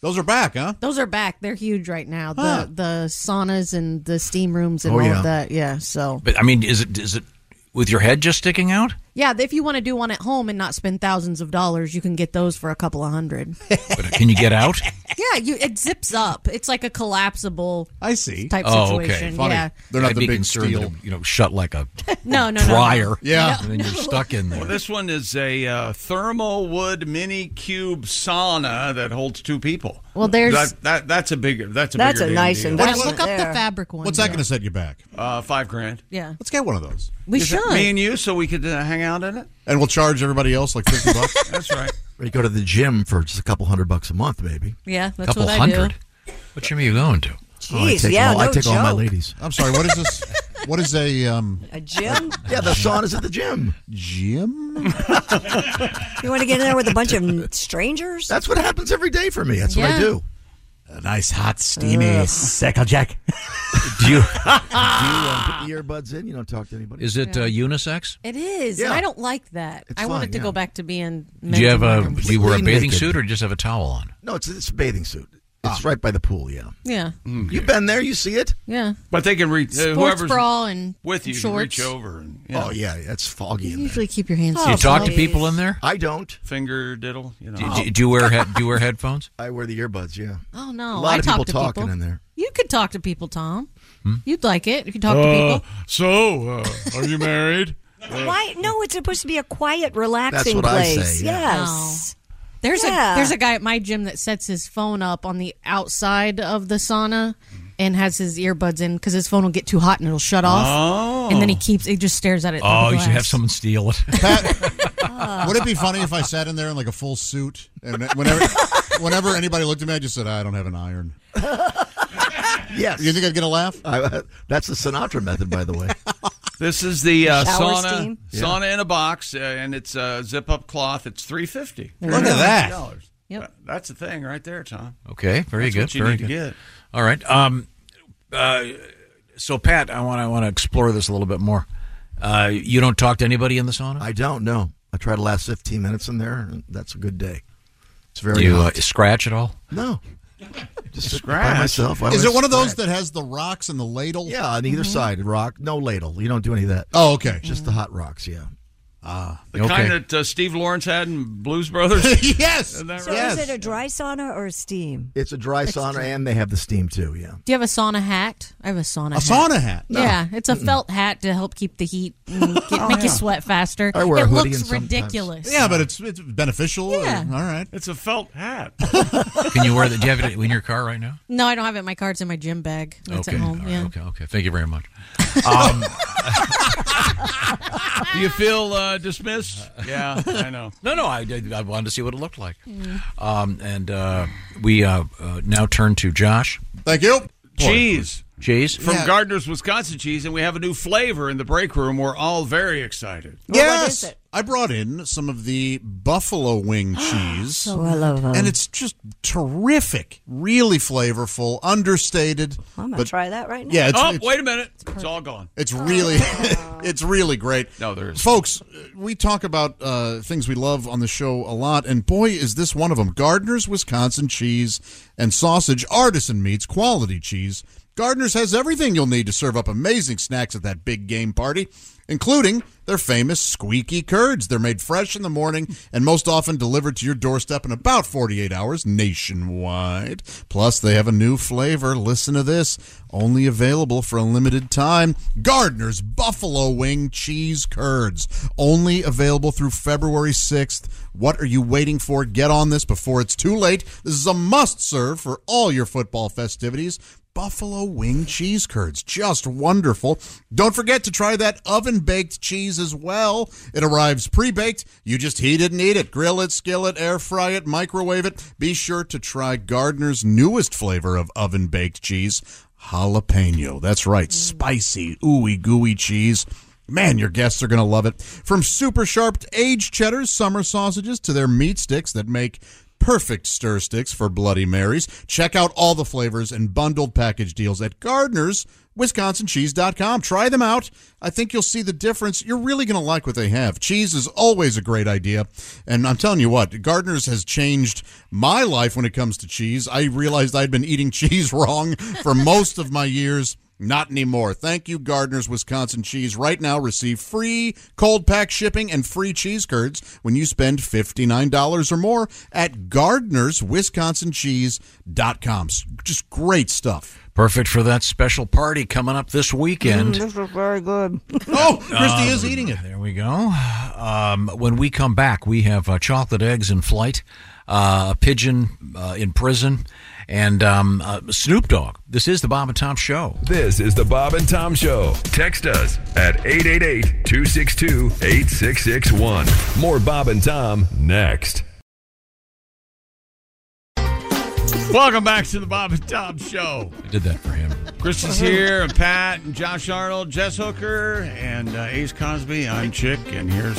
[SPEAKER 8] Those are back, huh?
[SPEAKER 18] Those are back. They're huge right now. The
[SPEAKER 8] Huh.
[SPEAKER 18] the saunas and the steam rooms and
[SPEAKER 4] Oh,
[SPEAKER 18] all
[SPEAKER 4] yeah.
[SPEAKER 18] of that. Yeah. So
[SPEAKER 4] But I mean, is it is it with your head just sticking out.
[SPEAKER 18] Yeah, if you want to do one at home and not spend thousands of dollars, you can get those for a couple of hundred.
[SPEAKER 4] But can you
[SPEAKER 1] [laughs]
[SPEAKER 4] get out?
[SPEAKER 18] yeah, you it zips up. It's like a collapsible.
[SPEAKER 8] I see
[SPEAKER 18] type
[SPEAKER 4] oh,
[SPEAKER 18] situation.
[SPEAKER 4] okay.
[SPEAKER 18] Yeah,
[SPEAKER 4] I'd be concerned that it, you know, shut
[SPEAKER 1] [laughs]
[SPEAKER 4] like a
[SPEAKER 18] No, no, no.
[SPEAKER 4] dryer.
[SPEAKER 18] Yeah.
[SPEAKER 4] and then you're stuck in there.
[SPEAKER 1] Well, this one is a uh, thermal wood mini cube sauna that holds two people.
[SPEAKER 18] Well, there's-
[SPEAKER 1] that, that that's a bigger that's a
[SPEAKER 18] That's
[SPEAKER 1] bigger
[SPEAKER 18] a nice
[SPEAKER 1] deal.
[SPEAKER 18] investment Yeah, look up the there. fabric one.
[SPEAKER 8] What's that going to set you back?
[SPEAKER 1] Uh, five grand.
[SPEAKER 18] Yeah.
[SPEAKER 8] Let's get one of those.
[SPEAKER 18] We
[SPEAKER 1] Is it
[SPEAKER 18] should.
[SPEAKER 1] Me and you, so we could uh, hang out in it.
[SPEAKER 8] And we'll charge everybody else like 50 bucks.
[SPEAKER 1] That's right.
[SPEAKER 10] Or you go to the gym for just a couple hundred bucks a month, maybe.
[SPEAKER 18] Yeah, that's
[SPEAKER 4] Couple
[SPEAKER 18] what I
[SPEAKER 4] hundred.
[SPEAKER 18] do.
[SPEAKER 4] What gym are you going to?
[SPEAKER 10] Oh, I take all, I take all my ladies.
[SPEAKER 8] I'm
[SPEAKER 18] [laughs]
[SPEAKER 8] sorry. What is this? What is a um?
[SPEAKER 3] A
[SPEAKER 1] [laughs]
[SPEAKER 3] gym?
[SPEAKER 10] yeah, the sauna's at the gym.
[SPEAKER 8] Gym?
[SPEAKER 3] You want to get in there with a bunch of strangers?
[SPEAKER 10] That's what happens every day for me. That's what I
[SPEAKER 3] Yeah.
[SPEAKER 10] do.
[SPEAKER 8] A nice hot steamy
[SPEAKER 10] Ugh. [laughs]
[SPEAKER 8] cycle jack.
[SPEAKER 4] Do you?
[SPEAKER 10] do you uh, put the earbuds in? You don't talk to anybody.
[SPEAKER 4] Is it uh, unisex?
[SPEAKER 18] It is.
[SPEAKER 10] Yeah.
[SPEAKER 18] And I don't like that. I want
[SPEAKER 10] fine,
[SPEAKER 18] it to go back to being.
[SPEAKER 4] Do you have a?
[SPEAKER 10] Completely
[SPEAKER 4] Do you wear a bathing
[SPEAKER 10] naked.
[SPEAKER 4] suit or just have a towel on? Oh.
[SPEAKER 10] No, it's it's a bathing suit. It's right by the pool. Yeah.
[SPEAKER 18] Yeah.
[SPEAKER 4] Hmm.
[SPEAKER 10] You've been there. You see it.
[SPEAKER 18] Yeah.
[SPEAKER 1] But they can reach uh,
[SPEAKER 18] Sports
[SPEAKER 1] whoever's
[SPEAKER 18] bra and
[SPEAKER 1] with you. Can
[SPEAKER 18] shorts.
[SPEAKER 1] reach over and
[SPEAKER 10] Oh yeah, that's foggy. in
[SPEAKER 18] Usually keep your hands.
[SPEAKER 4] Do you talk to people in there?
[SPEAKER 10] I don't.
[SPEAKER 1] finger diddle. You know.
[SPEAKER 4] Do, do, do you wear [laughs] head, do you wear
[SPEAKER 18] [laughs]
[SPEAKER 4] headphones?
[SPEAKER 10] I wear the earbuds. Yeah.
[SPEAKER 18] Oh no!
[SPEAKER 10] A lot
[SPEAKER 18] I
[SPEAKER 10] of
[SPEAKER 18] talk
[SPEAKER 10] people
[SPEAKER 18] to
[SPEAKER 10] talking
[SPEAKER 18] people.
[SPEAKER 10] in there.
[SPEAKER 18] You could talk to people, Tom. You'd like it. You could talk
[SPEAKER 19] Uh,
[SPEAKER 18] to people.
[SPEAKER 19] So, uh, are you
[SPEAKER 18] [laughs]
[SPEAKER 19] married? Uh,
[SPEAKER 3] Why? No, it's supposed to be a quiet, relaxing
[SPEAKER 19] what I say,
[SPEAKER 3] place.
[SPEAKER 19] yeah.
[SPEAKER 3] Yes.
[SPEAKER 18] Oh. There's
[SPEAKER 3] Yeah.
[SPEAKER 18] a there's a guy at my gym that sets his phone up on the outside of the sauna and has his earbuds in because his phone will get too hot and it'll shut off.
[SPEAKER 4] Oh.
[SPEAKER 18] And then he keeps he just stares at it. through the
[SPEAKER 4] Oh, you should
[SPEAKER 18] glass.
[SPEAKER 4] have someone steal
[SPEAKER 18] [laughs]
[SPEAKER 4] it.
[SPEAKER 8] Would it be funny if I sat in there in like a full suit and whenever whenever anybody looked at me, I just said, "I don't have an iron."
[SPEAKER 10] Yes.
[SPEAKER 8] You think I'd get a laugh?
[SPEAKER 10] uh, that's the Sinatra method, by the
[SPEAKER 4] [laughs]
[SPEAKER 10] way.
[SPEAKER 1] This is the uh,
[SPEAKER 10] Shower
[SPEAKER 1] sauna
[SPEAKER 10] steam? Yeah.
[SPEAKER 1] sauna in a box, uh, and it's uh, zip up cloth. It's three fifty.
[SPEAKER 4] Look at that.
[SPEAKER 1] Yep. That's the thing right there, Tom.
[SPEAKER 4] Okay, very
[SPEAKER 1] That's
[SPEAKER 4] good.
[SPEAKER 1] What you
[SPEAKER 4] very
[SPEAKER 1] need
[SPEAKER 4] good.
[SPEAKER 1] to get.
[SPEAKER 4] All right. Um, uh, so Pat, I want I want to explore this a little bit more. Uh, you don't talk to anybody in the sauna.
[SPEAKER 10] I don't know. I try to last 15 minutes in there, and that's a good day. It's very
[SPEAKER 4] Do you uh,
[SPEAKER 10] hot.
[SPEAKER 4] scratch at all?
[SPEAKER 10] No. Just sit
[SPEAKER 4] Scratch.
[SPEAKER 10] by myself. I always
[SPEAKER 8] Is it one of [laughs] those
[SPEAKER 10] scratch.
[SPEAKER 8] that has the rocks and the ladle? Mm-hmm.
[SPEAKER 10] Yeah, on either side, rock. No ladle. You don't do any of that.
[SPEAKER 8] Oh, okay.
[SPEAKER 10] Just the hot rocks. Yeah. Ah.
[SPEAKER 1] The kind that uh, Steve Lawrence had in Blues
[SPEAKER 10] [laughs]
[SPEAKER 1] Brothers.
[SPEAKER 4] [laughs]
[SPEAKER 8] yes.
[SPEAKER 1] Isn't that
[SPEAKER 3] So
[SPEAKER 1] right?
[SPEAKER 3] is it a dry sauna or a steam?
[SPEAKER 10] It's a dry
[SPEAKER 3] It's
[SPEAKER 10] sauna,
[SPEAKER 3] dry.
[SPEAKER 10] and they have the steam too. Yeah.
[SPEAKER 18] Do you have a sauna hat? I have a sauna.
[SPEAKER 10] A
[SPEAKER 18] hat.
[SPEAKER 10] sauna hat? No.
[SPEAKER 18] Yeah, it's a
[SPEAKER 10] Mm-mm.
[SPEAKER 18] felt hat to help keep the heat, and get,
[SPEAKER 10] Oh,
[SPEAKER 18] make you
[SPEAKER 10] yeah.
[SPEAKER 18] sweat faster.
[SPEAKER 10] I wear a
[SPEAKER 18] it
[SPEAKER 10] hoodie
[SPEAKER 18] looks
[SPEAKER 10] and sometimes-
[SPEAKER 18] ridiculous.
[SPEAKER 8] Yeah, but it's it's beneficial.
[SPEAKER 18] Yeah.
[SPEAKER 8] All right.
[SPEAKER 1] It's a felt hat.
[SPEAKER 4] Can you wear that? Do you have it in your car right now?
[SPEAKER 18] no, I don't have it. in My card's in my gym bag. It's
[SPEAKER 4] okay.
[SPEAKER 18] at home.
[SPEAKER 4] all right,
[SPEAKER 18] yeah.
[SPEAKER 4] Okay. Okay. Thank you very
[SPEAKER 18] [laughs]
[SPEAKER 4] much. Um,
[SPEAKER 1] [laughs] Do you feel uh, dismissed? yeah, I
[SPEAKER 4] [laughs]
[SPEAKER 1] know.
[SPEAKER 4] No, no. I, I wanted to see what it looked like.
[SPEAKER 18] Mm.
[SPEAKER 4] Um, and uh, we uh, uh, now turn to Josh.
[SPEAKER 8] Thank you.
[SPEAKER 1] Cheese.
[SPEAKER 4] Cheese
[SPEAKER 1] From Gardner's Wisconsin cheese, and we have a new flavor in the break room. We're all very excited.
[SPEAKER 8] yes. I brought in some of the buffalo wing [gasps] cheese.
[SPEAKER 3] So I love them.
[SPEAKER 8] And it's just terrific. Really flavorful, understated.
[SPEAKER 3] I'm gonna
[SPEAKER 8] but-
[SPEAKER 3] try that right now.
[SPEAKER 8] Yeah, it's,
[SPEAKER 1] oh,
[SPEAKER 8] it's,
[SPEAKER 1] wait a minute. It's, all gone.
[SPEAKER 8] It's really, [laughs] it's really great.
[SPEAKER 1] No, there is.
[SPEAKER 8] Folks, we talk about uh, things we love on the show a lot, and boy, is this one of them. Gardner's Wisconsin cheese and sausage artisan meats, quality cheese. Gardner's has everything you'll need to serve up amazing snacks at that big game party, including their famous squeaky curds. They're made fresh in the morning and most often delivered to your doorstep in about 48 hours nationwide. Plus, they have a new flavor. Listen to this. Only available for a limited time. Gardner's Buffalo Wing Cheese Curds. Only available through February 6th. What are you waiting for? Get on this before it's too late. This is a must serve for all your football festivities. Buffalo wing cheese curds. Just wonderful. Don't forget to try that oven baked cheese as well. It arrives pre baked. You just heat it and eat it. Grill it, skillet, air fry it, microwave it. Be sure to try Gardner's newest flavor of oven baked cheese jalapeno. That's right. Spicy, ooey gooey cheese. Man, your guests are going to love it. From super sharp aged cheddars, summer sausages, to their meat sticks that make perfect stir sticks for Bloody Marys. Check out all the flavors and bundled package deals at Gardner's wisconsincheese.com try them out i think you'll see the difference you're really going to like what they have cheese is always a great idea and i'm telling you what gardeners has changed my [laughs] life when it comes to cheese i realized i'd been eating cheese wrong for most of my years Not anymore. Thank you, Gardner's Wisconsin Cheese. Right now, receive free cold pack shipping and free cheese curds when you spend $59 or more at gardnerswisconsincheese.com. S- Just great stuff.
[SPEAKER 4] Perfect for that special party coming up this
[SPEAKER 3] [laughs]
[SPEAKER 4] weekend.
[SPEAKER 3] this is very
[SPEAKER 1] [laughs]
[SPEAKER 3] good.
[SPEAKER 8] Oh, Christy is
[SPEAKER 4] Um,
[SPEAKER 8] eating it.
[SPEAKER 4] There we go. Um, when we come back, we have uh, chocolate eggs in flight, uh, a pigeon uh, in prison, and um, uh, Snoop Dogg. This is the Bob and Tom Show.
[SPEAKER 14] This is the Bob and Tom Show. Text us at 888 262 8661. More Bob and Tom next.
[SPEAKER 1] Welcome back to the Bob and Tom Show.
[SPEAKER 4] I did that for him.
[SPEAKER 1] Chris is here, and Pat, and Josh Arnold, Jess Hooker, and uh, Ace Cosby. I'm Chick, and here's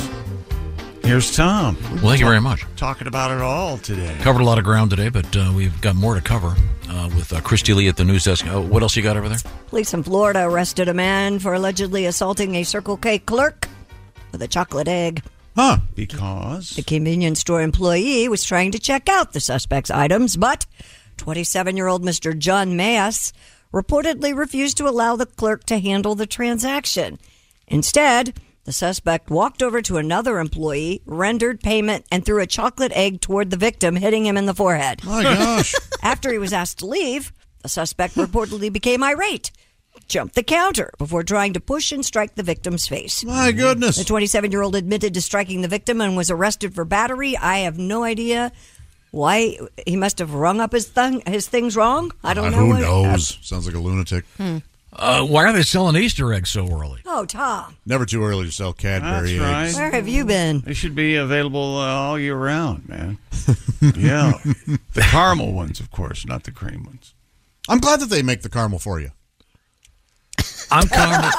[SPEAKER 1] here's Tom.
[SPEAKER 4] Well, thank you very much.
[SPEAKER 1] Talking about it all today.
[SPEAKER 4] Covered a lot of ground today, but uh, we've got more to cover uh, with uh, Christy Lee at the news desk. Oh, what else you got over there?
[SPEAKER 3] Police in Florida arrested a man for allegedly assaulting a Circle K clerk with a chocolate egg.
[SPEAKER 1] Huh. Because? The
[SPEAKER 3] convenience store employee was trying to check out the suspect's items, but 27 year old Mr. John Mayas reportedly refused to allow the clerk to handle the transaction. Instead, the suspect walked over to another employee, rendered payment, and threw a chocolate egg toward the victim, hitting him in the forehead.
[SPEAKER 8] My gosh.
[SPEAKER 3] [laughs] After he was asked to leave, the suspect reportedly became irate, jumped the counter before trying to push and strike the victim's face.
[SPEAKER 8] My goodness.
[SPEAKER 3] The 27 year old admitted to striking the victim and was arrested for battery. I have no idea why he must have rung up his, thung, his things wrong. I don't know.
[SPEAKER 8] Uh, Who
[SPEAKER 3] what- Uh,
[SPEAKER 8] knows? Sounds like a lunatic.
[SPEAKER 3] Hmm.
[SPEAKER 4] Uh, why are they selling Easter eggs so early?
[SPEAKER 3] Oh, Tom,
[SPEAKER 8] Never too early to sell Cadbury
[SPEAKER 1] That's right.
[SPEAKER 8] [laughs] eggs.
[SPEAKER 3] where have you been?
[SPEAKER 1] They should be available uh, all year round, man. yeah. The caramel ones, of course, not the cream ones.
[SPEAKER 8] I'm glad that they make the caramel for you. [laughs]
[SPEAKER 4] I'm caramel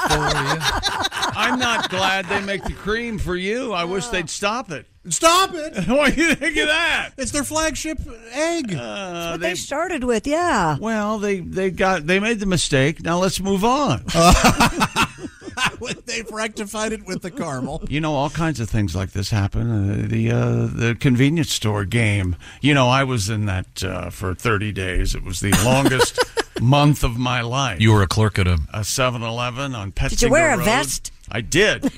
[SPEAKER 1] I'm not glad they make the cream for you. I wish they'd stop it.
[SPEAKER 8] Stop
[SPEAKER 1] [laughs]
[SPEAKER 8] it!
[SPEAKER 1] what do you think of that?
[SPEAKER 8] It's their flagship egg.
[SPEAKER 1] Uh,
[SPEAKER 3] What they, started with, yeah.
[SPEAKER 1] Well, they they got they made the mistake. Now let's move
[SPEAKER 8] [laughs]
[SPEAKER 1] on.
[SPEAKER 8] [laughs] Uh, They've rectified it with the caramel.
[SPEAKER 1] you know, all kinds of things like this happen. Uh, the uh, the convenience store game. You know, I was in that uh, for 30 days. It was the
[SPEAKER 8] [laughs]
[SPEAKER 1] longest month of my life.
[SPEAKER 4] You were a clerk at a.
[SPEAKER 1] a 7-Eleven on Petzinga
[SPEAKER 3] Did you wear a
[SPEAKER 1] Road.
[SPEAKER 3] vest?
[SPEAKER 1] I
[SPEAKER 4] [laughs]
[SPEAKER 1] did.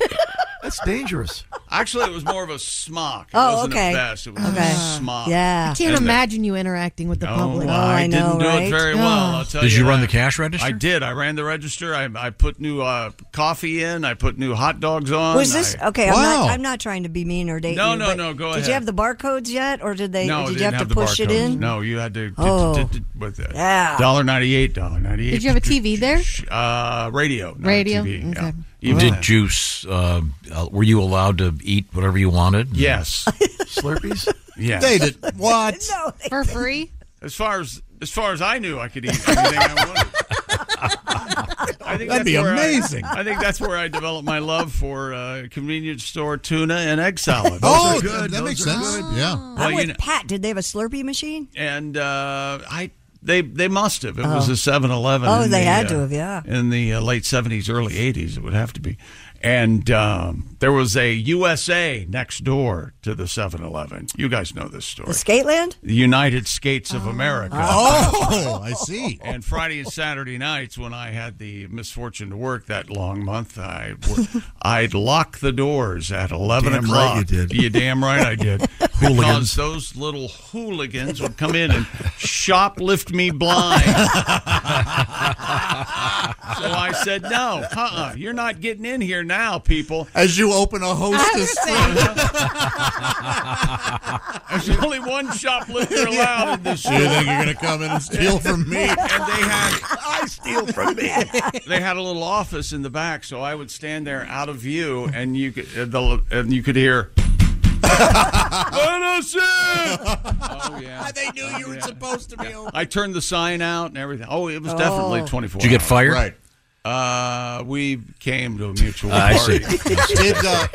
[SPEAKER 10] That's dangerous.
[SPEAKER 1] Actually, it was more of a smock. It
[SPEAKER 18] Oh,
[SPEAKER 1] wasn't
[SPEAKER 18] okay.
[SPEAKER 1] a vest. It was
[SPEAKER 18] Okay.
[SPEAKER 1] a smock.
[SPEAKER 18] I can't
[SPEAKER 1] And the-
[SPEAKER 18] imagine you interacting with the
[SPEAKER 1] No,
[SPEAKER 18] public.
[SPEAKER 1] Oh, I, didn't do it very well. I'll tell
[SPEAKER 4] Did you run
[SPEAKER 1] that.
[SPEAKER 4] the cash register?
[SPEAKER 1] I did. I ran the register. I, I put new uh, coffee in. I put new hot dogs on.
[SPEAKER 3] Was this
[SPEAKER 1] I-
[SPEAKER 3] okay? I'm, not, I'm not trying to be mean or date
[SPEAKER 1] No,
[SPEAKER 3] you,
[SPEAKER 1] no,
[SPEAKER 3] but
[SPEAKER 1] no, go
[SPEAKER 3] Did
[SPEAKER 1] ahead.
[SPEAKER 3] you have the barcodes yet, or did they?
[SPEAKER 1] no,
[SPEAKER 3] did
[SPEAKER 1] didn't
[SPEAKER 3] you have to push it
[SPEAKER 1] barcodes.
[SPEAKER 3] in?
[SPEAKER 1] No, you had to.
[SPEAKER 3] Oh.
[SPEAKER 1] with that.
[SPEAKER 3] Yeah.
[SPEAKER 1] Dollar ninety eight. Dollar ninety eight.
[SPEAKER 18] Did you have a TV there?
[SPEAKER 1] uh, radio? not
[SPEAKER 18] Radio?
[SPEAKER 1] TV, yeah.
[SPEAKER 18] Okay.
[SPEAKER 1] Even
[SPEAKER 4] did
[SPEAKER 1] then.
[SPEAKER 4] you? s- Uh, uh, were you allowed to eat whatever you wanted?
[SPEAKER 1] Yes.
[SPEAKER 10] Slurpees?
[SPEAKER 1] Yeah.
[SPEAKER 8] They did what?
[SPEAKER 3] no,
[SPEAKER 18] for free.
[SPEAKER 1] As far as as far as I knew, I could
[SPEAKER 8] [laughs]
[SPEAKER 1] eat anything I wanted. I think
[SPEAKER 8] That'd
[SPEAKER 1] that's
[SPEAKER 8] be
[SPEAKER 1] where I-
[SPEAKER 8] amazing.
[SPEAKER 1] I, think that's where I developed my love for uh, convenience store tuna and egg salad.
[SPEAKER 8] Oh, Those are good. that Those makes are sense. good. Yeah.
[SPEAKER 1] Well,
[SPEAKER 3] I'm
[SPEAKER 1] you
[SPEAKER 3] with
[SPEAKER 1] know,
[SPEAKER 3] Pat. Did they have a Slurpee machine?
[SPEAKER 1] and uh, I they they must have. It was
[SPEAKER 3] Oh.
[SPEAKER 1] a 7-Eleven.
[SPEAKER 3] Oh,
[SPEAKER 1] in
[SPEAKER 3] they
[SPEAKER 1] the,
[SPEAKER 3] had to
[SPEAKER 1] uh,
[SPEAKER 3] have, yeah.
[SPEAKER 1] In the uh, late seventies, early eighties, it would have to be. And um, there was a USA next door to the 7-Eleven. You guys know this story.
[SPEAKER 3] The Skateland?
[SPEAKER 1] The United Skates of America.
[SPEAKER 8] Oh, I see.
[SPEAKER 1] And Friday and Saturday nights, when I had the misfortune to work that long month, I wor- I'd lock the doors at [laughs] eleven
[SPEAKER 10] Damn
[SPEAKER 1] o'clock.
[SPEAKER 10] right you did.
[SPEAKER 1] You damn right I did. [laughs]
[SPEAKER 10] Hooligans.
[SPEAKER 1] Because those little hooligans would come in and shoplift me blind. so I said, "No, uh-uh, you're not getting in here now, people."
[SPEAKER 8] As you open a hostess.
[SPEAKER 1] There's only one [laughs] shoplifter allowed in this.
[SPEAKER 8] You think [laughs] you're gonna come in and steal from me?
[SPEAKER 1] And they had
[SPEAKER 10] I steal
[SPEAKER 8] [laughs]
[SPEAKER 10] from me.
[SPEAKER 1] they had a little office in the back, so I would stand there out of view, and you could uh, the, and you could hear.
[SPEAKER 8] [laughs]
[SPEAKER 1] Innocent! oh yeah.
[SPEAKER 8] They knew you were supposed to be over.
[SPEAKER 1] I turned the sign out and everything. Oh, it was definitely
[SPEAKER 8] Oh.
[SPEAKER 1] 24.
[SPEAKER 4] Did you get
[SPEAKER 1] hours.
[SPEAKER 4] fired? Right.
[SPEAKER 1] Uh, we came to a mutual
[SPEAKER 4] [laughs] I
[SPEAKER 1] party.
[SPEAKER 4] see.
[SPEAKER 8] did,
[SPEAKER 1] [laughs]
[SPEAKER 8] uh,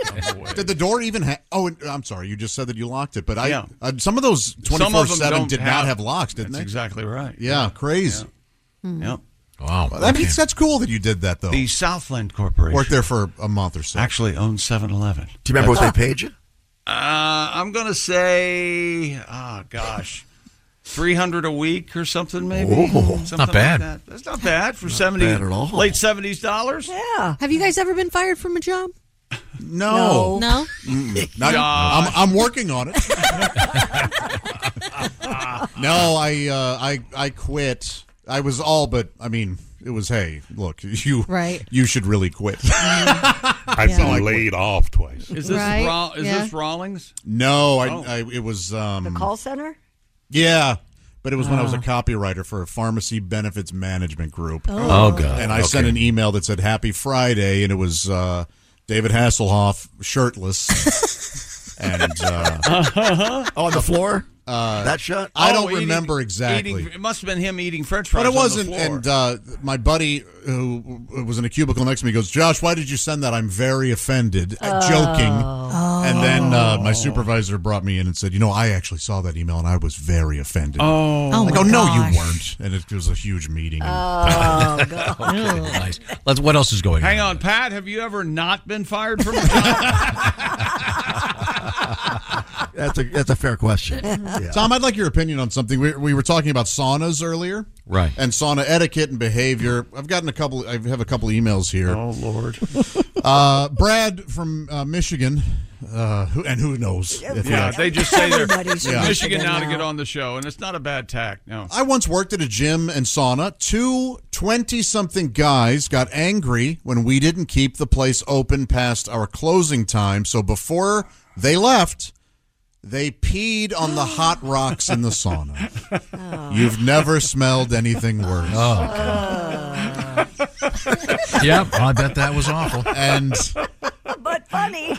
[SPEAKER 8] did the door even have? Oh, and- I'm sorry. You just said that you locked it, but I
[SPEAKER 1] Yeah.
[SPEAKER 8] uh, some of those
[SPEAKER 1] Some of them
[SPEAKER 8] 24 seven
[SPEAKER 1] don't
[SPEAKER 8] did not have locks, didn't
[SPEAKER 1] That's
[SPEAKER 8] they?
[SPEAKER 1] exactly right.
[SPEAKER 8] Yeah, crazy.
[SPEAKER 1] Yep.
[SPEAKER 4] Wow.
[SPEAKER 8] Well, that means that's cool that you did
[SPEAKER 1] [laughs]
[SPEAKER 8] that though.
[SPEAKER 1] The Southland Corporation.
[SPEAKER 8] Worked there for a month or so.
[SPEAKER 1] Actually owned 7-Eleven.
[SPEAKER 10] Do you remember
[SPEAKER 1] [laughs]
[SPEAKER 10] what they paid you?
[SPEAKER 1] Uh, I'm going to say, oh, ah, gosh. three hundred a week or something, maybe.
[SPEAKER 4] Oh,
[SPEAKER 1] something
[SPEAKER 4] not bad.
[SPEAKER 1] Like that. That's not bad for seventy
[SPEAKER 4] bad at all.
[SPEAKER 1] late seventies dollars.
[SPEAKER 3] Yeah.
[SPEAKER 18] Have you guys ever been fired from
[SPEAKER 1] [laughs]
[SPEAKER 18] a job?
[SPEAKER 8] No.
[SPEAKER 18] No.
[SPEAKER 8] Mm, not- I'm, I'm working on
[SPEAKER 1] [laughs]
[SPEAKER 8] it. [laughs] no, I, uh, I, I quit. I was all but. I mean, it was. Hey, look, [laughs] you,
[SPEAKER 18] Right.
[SPEAKER 8] You should really quit. [laughs]
[SPEAKER 18] I've Yeah. been
[SPEAKER 8] laid off twice.
[SPEAKER 1] Is this
[SPEAKER 18] Right,
[SPEAKER 1] Ra- is
[SPEAKER 18] yeah.
[SPEAKER 1] this Rawlings?
[SPEAKER 8] No, I,
[SPEAKER 1] Oh.
[SPEAKER 8] I it was um,
[SPEAKER 3] Call center?
[SPEAKER 8] Yeah, but it was when I was a
[SPEAKER 3] Ah.
[SPEAKER 8] copywriter for a pharmacy benefits management group.
[SPEAKER 3] Oh.
[SPEAKER 4] Oh, God.
[SPEAKER 8] And I sent an email that said "Happy Friday," and it was uh, David Hasselhoff
[SPEAKER 3] [laughs]
[SPEAKER 8] shirtless and
[SPEAKER 1] [laughs]
[SPEAKER 8] uh,
[SPEAKER 10] oh, on the floor.
[SPEAKER 8] Uh,
[SPEAKER 10] That shot?
[SPEAKER 8] I don't
[SPEAKER 1] Oh, eating-
[SPEAKER 8] remember exactly.
[SPEAKER 1] eating- it must have been him eating French fries.
[SPEAKER 8] But it
[SPEAKER 1] on the
[SPEAKER 8] wasn't.
[SPEAKER 1] floor.
[SPEAKER 8] And uh, my buddy who was in a cubicle next to me goes, Josh, why did you send that? I'm very offended. Uh,
[SPEAKER 1] Oh.
[SPEAKER 8] Joking. And then uh, my supervisor brought me in and said, You know, I actually saw that email and I was very offended.
[SPEAKER 1] Oh. Oh,
[SPEAKER 8] I
[SPEAKER 1] my
[SPEAKER 8] go, No,
[SPEAKER 1] gosh. Oh,
[SPEAKER 8] you weren't. And it was a huge meeting.
[SPEAKER 1] [laughs]
[SPEAKER 8] [laughs]
[SPEAKER 3] Oh,
[SPEAKER 4] God. Okay, nice. Let's, what else is going
[SPEAKER 1] Hang on, Pat. Have you ever not been fired from a
[SPEAKER 8] [laughs]
[SPEAKER 1] job?
[SPEAKER 10] That's a that's a fair question.
[SPEAKER 8] Tom, I'd like your opinion on something. We, we were talking about saunas earlier,
[SPEAKER 4] Right.
[SPEAKER 8] And sauna etiquette and behavior. I've gotten a couple. I have a couple emails here. Oh Lord, uh, Brad from uh, Michigan, uh, who, and who knows? if
[SPEAKER 1] yeah,
[SPEAKER 8] he-
[SPEAKER 1] they just say they're
[SPEAKER 8] Everybody's
[SPEAKER 1] Michigan,
[SPEAKER 8] from
[SPEAKER 1] Michigan
[SPEAKER 8] Michigan
[SPEAKER 1] now to
[SPEAKER 8] now.
[SPEAKER 1] get on the show, and it's not a bad tack. No,
[SPEAKER 8] I once worked at a gym and sauna. Two 20 something guys got angry when we didn't keep the place open past our closing time. So before they left, they peed
[SPEAKER 3] [gasps]
[SPEAKER 8] on the hot rocks in the sauna.
[SPEAKER 3] Oh.
[SPEAKER 8] You've never smelled anything worse. Oh,
[SPEAKER 4] [laughs] yep, I bet that was awful.
[SPEAKER 8] And
[SPEAKER 3] but
[SPEAKER 8] [laughs]
[SPEAKER 3] funny.